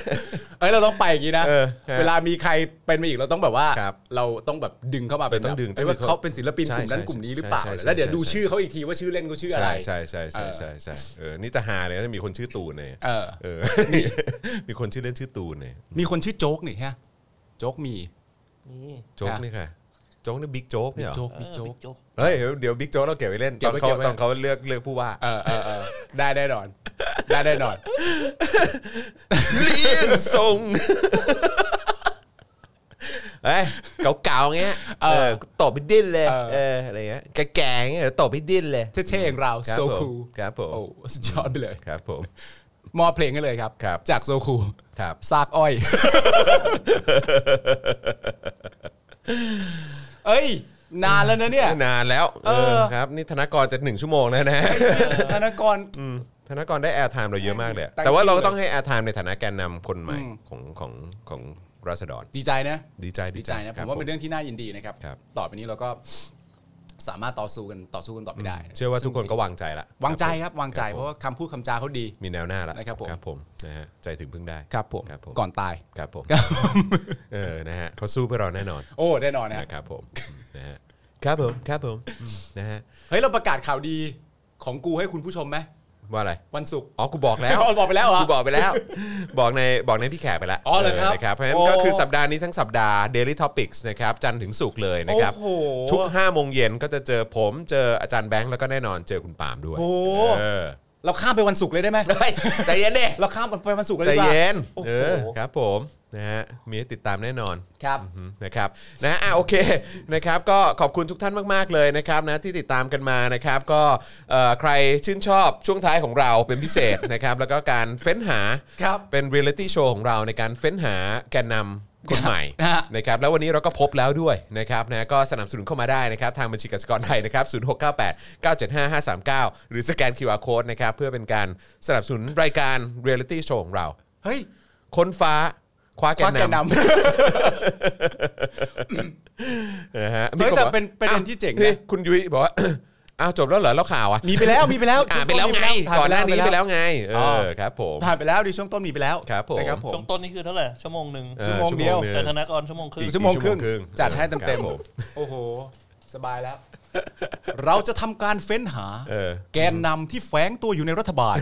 C: เอ้ยเราต้องไปอย่างนี้นะ
B: เออครับ
C: เวลามีใครเป็นมาอีกเราต้องแบบว่า
B: ครับ
C: เราต้องแบบดึงเข้ามาเป็น
B: ต้องดึง
C: แบบเอ้ยว่าเขาเป็นศิลปิน
B: ใช่
C: กลุ่มนั้น
B: ใช่
C: กลุ่มนี้หรือเปล่า
B: ใช่ใช่
C: แล้วเดี๋ยวดู
B: ใช่
C: ชื่อเขาอีกทีว่าชื่อเล่นเขาชื่ออะไร
B: ใช่ใช่ใช่ใช่ใช่ใช่เออนี่จะหาเลยถ้ามีคนชื่อตูนเนี่ย
C: เออ
B: เออ มีคนชื่อเล่นชื่อตูนเนี่ย
C: มีคนชื่อโจ๊กนี่ฮะโจ๊กมี
D: นี่
B: โจ๊ก
C: ค่ะ
B: นี่ค่ะ โจ๊กนี่บิ๊กโจ๊กเนี่ยเหรอ
C: โจ๊ก
D: เอ
C: มี
D: อ
C: โจ๊ก
D: บิ๊กโจ๊ก
B: เฮ้ยเดี๋ยวบิ๊กโจ๊กเราเก็บไว้เล่น
C: เก็
B: ตอ
C: บ
B: น
C: ไว้
B: เขา
C: เก็บไว้
B: ตอนเขาเลือกเลือกผู้ว่า
C: เออเออเออได้แน่นอน ได้แน่นอน
B: เลี้ยงทรงเอ้ยเก่าๆเงี้ย
C: เอ
B: เอ
C: อ
B: อตบไปดิ้นเลย
C: เออ
B: เอออะไรเงี้ยแก่ๆเงี้ยเดี๋ยวตบไปดิ้นเลย
C: เท่ๆอย่างเรา
B: ครับ
C: โซ
B: ผม
C: คู
B: ครับผม
C: โอ้สุดยอดไปเลย
B: ครับผม
C: มอบเพลงให้เลยครับ
B: ครับ
C: จากโซคู
B: ครับ
C: ซาก อ้อย เอ้ย นานแล้วนะเนี่ย
B: นานแล้วเอ
C: เอ
B: อ
C: อ
B: ครับนี่ธนากรจะหนึ่งชั่วโมงแล้วนะ
C: ธนากร
B: ธนากรได้แอร์ไทม์เราเยอะมากเลยอะ
C: ตั้ง
B: แต่ว่า
C: ชื่อ
B: เราก็ต้องให้แอร์ไทม์ในฐานะแกนนำคนใหม่
C: อืม
B: ของของของราษฎร
C: ดีใจนะ
B: ดีใจ
C: ดีใจนะ
B: ค
C: ผ
B: บ
C: มว่าเป็นเรื่องที่น่ายินดีนะครับ
B: ครับ
C: ต่อไปนี้เราก็สามารถต่อสู้กันต่อสู้กันต่อไปได้
B: เชื่อว่าทุกคนก็วางใจละ
C: วางใจครับ วางใจ
B: คบ
C: เพ
B: ผม
C: ราะว่าคำพูดคำจาเขาดี
B: มีแนวหน้าแล้ว
C: นะครับผม
B: ครับผมนะฮะใจถึงพึ่งได้
C: ครับผม
B: ครับผม
C: ก่อนตาย
B: ครับผม
C: ครับ
B: เออนะฮะเขาสู้เพื่อเราแน่นอน
C: โอ้แน่นอนนะครับ
B: นะครับผมนะฮะครับผมครับผมอืมนะฮะ
C: เฮ้ย เราประกาศข่าวดีของกูให้คุณผู้ชมไหม
B: ว่าอะไร
C: วันศุกร์
B: อ๋อกูบอกแล้ว
C: เอาบอกไปแล้วเหรอ
B: กูบอกไปแล้ว บอกในบอกในพี่แขกไปแล้ว
C: อ๋อเหรอครับ
B: นะครับเพราะฉะนั้
C: โอ้
B: นก็คือสัปดาห์นี้ทั้งสัปดาห์ Daily Topics นะครับจันทร์ถึงศุกร์เลยนะครับ
C: โอ้โห
B: ทุก5โมงเย็นก็จะเจอผมเจออาจารย์แบงค์แล้วก็แน่นอนเจอคุณปาล์มด้วย
C: โอ้
B: เออ
C: เราข้ามไปวันศุกร์เลยได้ไหม
B: เฮ้ยใจเย็นดิ
C: เราข้ามไปวันศุ กร์เลย
B: ใจ
C: ดีกว่า
B: เย็น
C: โอ้โห
B: เออครับผมนะฮะมีให้ติดตามแน่นอน
C: ครับ
B: อืมนะครับนะอ่ะโอเคนะครับก็ขอบคุณทุกท่านมาก ๆ เลยนะครับนะที่ติดตามกันมานะครับก็เอ่อใครชื่นชอบช่วงท้ายของเราเป็นพิเศษ นะครับแล้วก็การเฟ้นหา
C: ครับ
B: เป็นเรียลิตี้โชว์ของเราในการเฟ้นหาแกนนำคนใหม่
C: นะฮะ
B: นะครับแล้ววันนี้เราก็พบแล้วด้วยนะครับนะก็สนับสนุนเข้ามาได้นะครับทางบัญชีกสิกรไทยนะครับ0698 975 539 หรือสแกน QR Code นะครับเพื่อเป็นการสนับสนุนรายการเรียลิตี้โชว์ของเรา
C: เฮ้ย
B: ค้นฟ้าคว้าแก
C: ฟ้าน แกน
B: นำ
C: นำ
B: นะฮะ
C: เฮ้ย
B: มีค
C: แต่
B: บอกว่า
C: เป็นประเด็น
B: อ้าว
C: ที่เจ๋งนะ
B: คุณยุ้ยบอกว่า อ้าวจบแล้วเหรอแล้วข่าวอ่ะ
C: มีไปแล้วมีไปแล้ว
B: อ่านไปแล้วไง
C: ผ่
B: ก่อนหน้านี้ไป
C: ว
B: แล้วไงเอ
C: อ๋
B: อ
C: อ
B: ครับผม
C: ผ่านไปแล้วดิช่วงต้นมีไปแล้ว
B: ครับผม
C: นะครับผม
D: ช่วงต้นนี่คือเท่าไหร่ ชั่วโมงหนึ่ง
B: เออ
C: ชั่วโมงเดียว
B: หนึ่
D: แต่ธนากรชั่วโมงครึ่ง
B: อีก
C: ชั่วโมงครึ่ง
B: ชั่วโมงครึ่ง
C: จัดให้เต็ม
B: ครับผม
C: ๆโอ้โห สบายแล้ว เราจะทำการเฟ้นหา
B: เออ
C: แกนนำที่แฝงตัวอยู่ในรัฐ บาล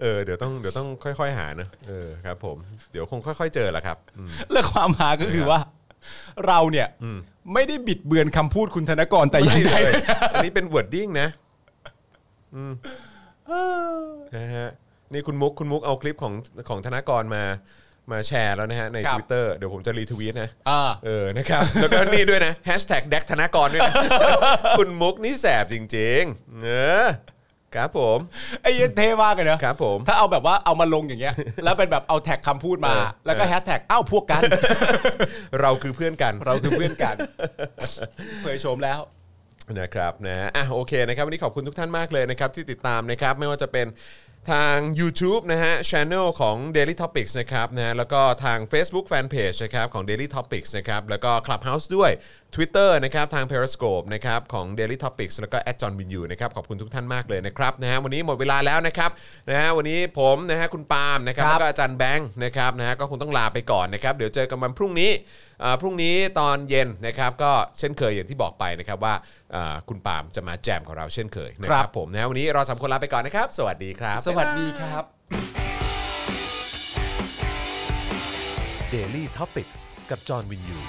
B: เออเดี๋ยวต้องเดี๋ยวต้องค่อย ๆ หานะเออครับ ผมเดี๋ยวคงค่อย ๆ เจอแหละครับอืม
C: และความหาก็คือว่า เราเนี่ย
B: อืม
C: ไม่ได้บิดเบือนคำพูดคุณธนกรแต่อย่างใด
B: ไม่เลยอันนี้เป็นวอร์ดดิ้งนะอืมนะฮะนี่คุณมุกคุณมุกเอาคลิปของของธนากรมามาแชร์แล้วนะฮะใน
C: ครับ
B: Twitter เดี๋ยวผมจะรีทวีตนะ
C: อ่า
B: เออ นะครับ แล้วก็นี่ด้วยนะแฮชแท็กแดกธนากรด้วยนะ คุณมุกนี่แสบจริงๆเออครับผม
C: ไอ้เหี้ยเท่มากเลยนะครับ
B: ผม
C: ถ้าเอาแบบว่าเอามาลงอย่างเงี้ย แล้วเป็นแบบเอาแท็กคำพูดมา
B: เออ
C: แล้วก็แฮชแท็กอ้าวพวกกัน
B: เราคือเพื่อนกัน
C: เราคือเพื่อนกัน เผยโฉมแล้ว
B: นะครับนะฮะอ่ะโอเคนะครับวันนี้ขอบคุณทุกท่านมากเลยนะครับที่ติดตามนะครับไม่ว่าจะเป็นทาง YouTube นะฮะช anel ของ Daily Topics นะครับนะฮะแล้วก็ทาง Facebook Fanpage นะครับของ Daily Topics นะครับแล้วก็ Clubhouse ด้วย Twitter นะครับทาง Periscope นะครับของ Daily Topics แล้วก็ j o h n w i n y u นะครับขอบคุณทุกท่านมากเลยนะครับนะฮะวันนี้หมดเวลาแล้วนะครับนะฮะวันนี้ผมนะฮะคุณปาล์มนะครับ
C: ครับ
B: แล้วก็อาจารย์แบงค์นะครับนะฮะก็คงต้องลาไปก่อนนะครับเดี๋ยวเจอกันวันพรุ่งนี้ อ่าพรุ่งนี้ตอนเย็นนะครับก็เช่นเคยอย่างที่บอกไปนะครับว่าอ่าคุณปาล์มจะมาแจมกับเราเช่นเคยนะค
C: ครั
B: รับบ ผมนะวันนี้เราสามคนลาไปก่อนนะครับ สวัสดีครับ
C: สวัสดีครับ
A: Daily t o p i c กกับจอห์นวินยู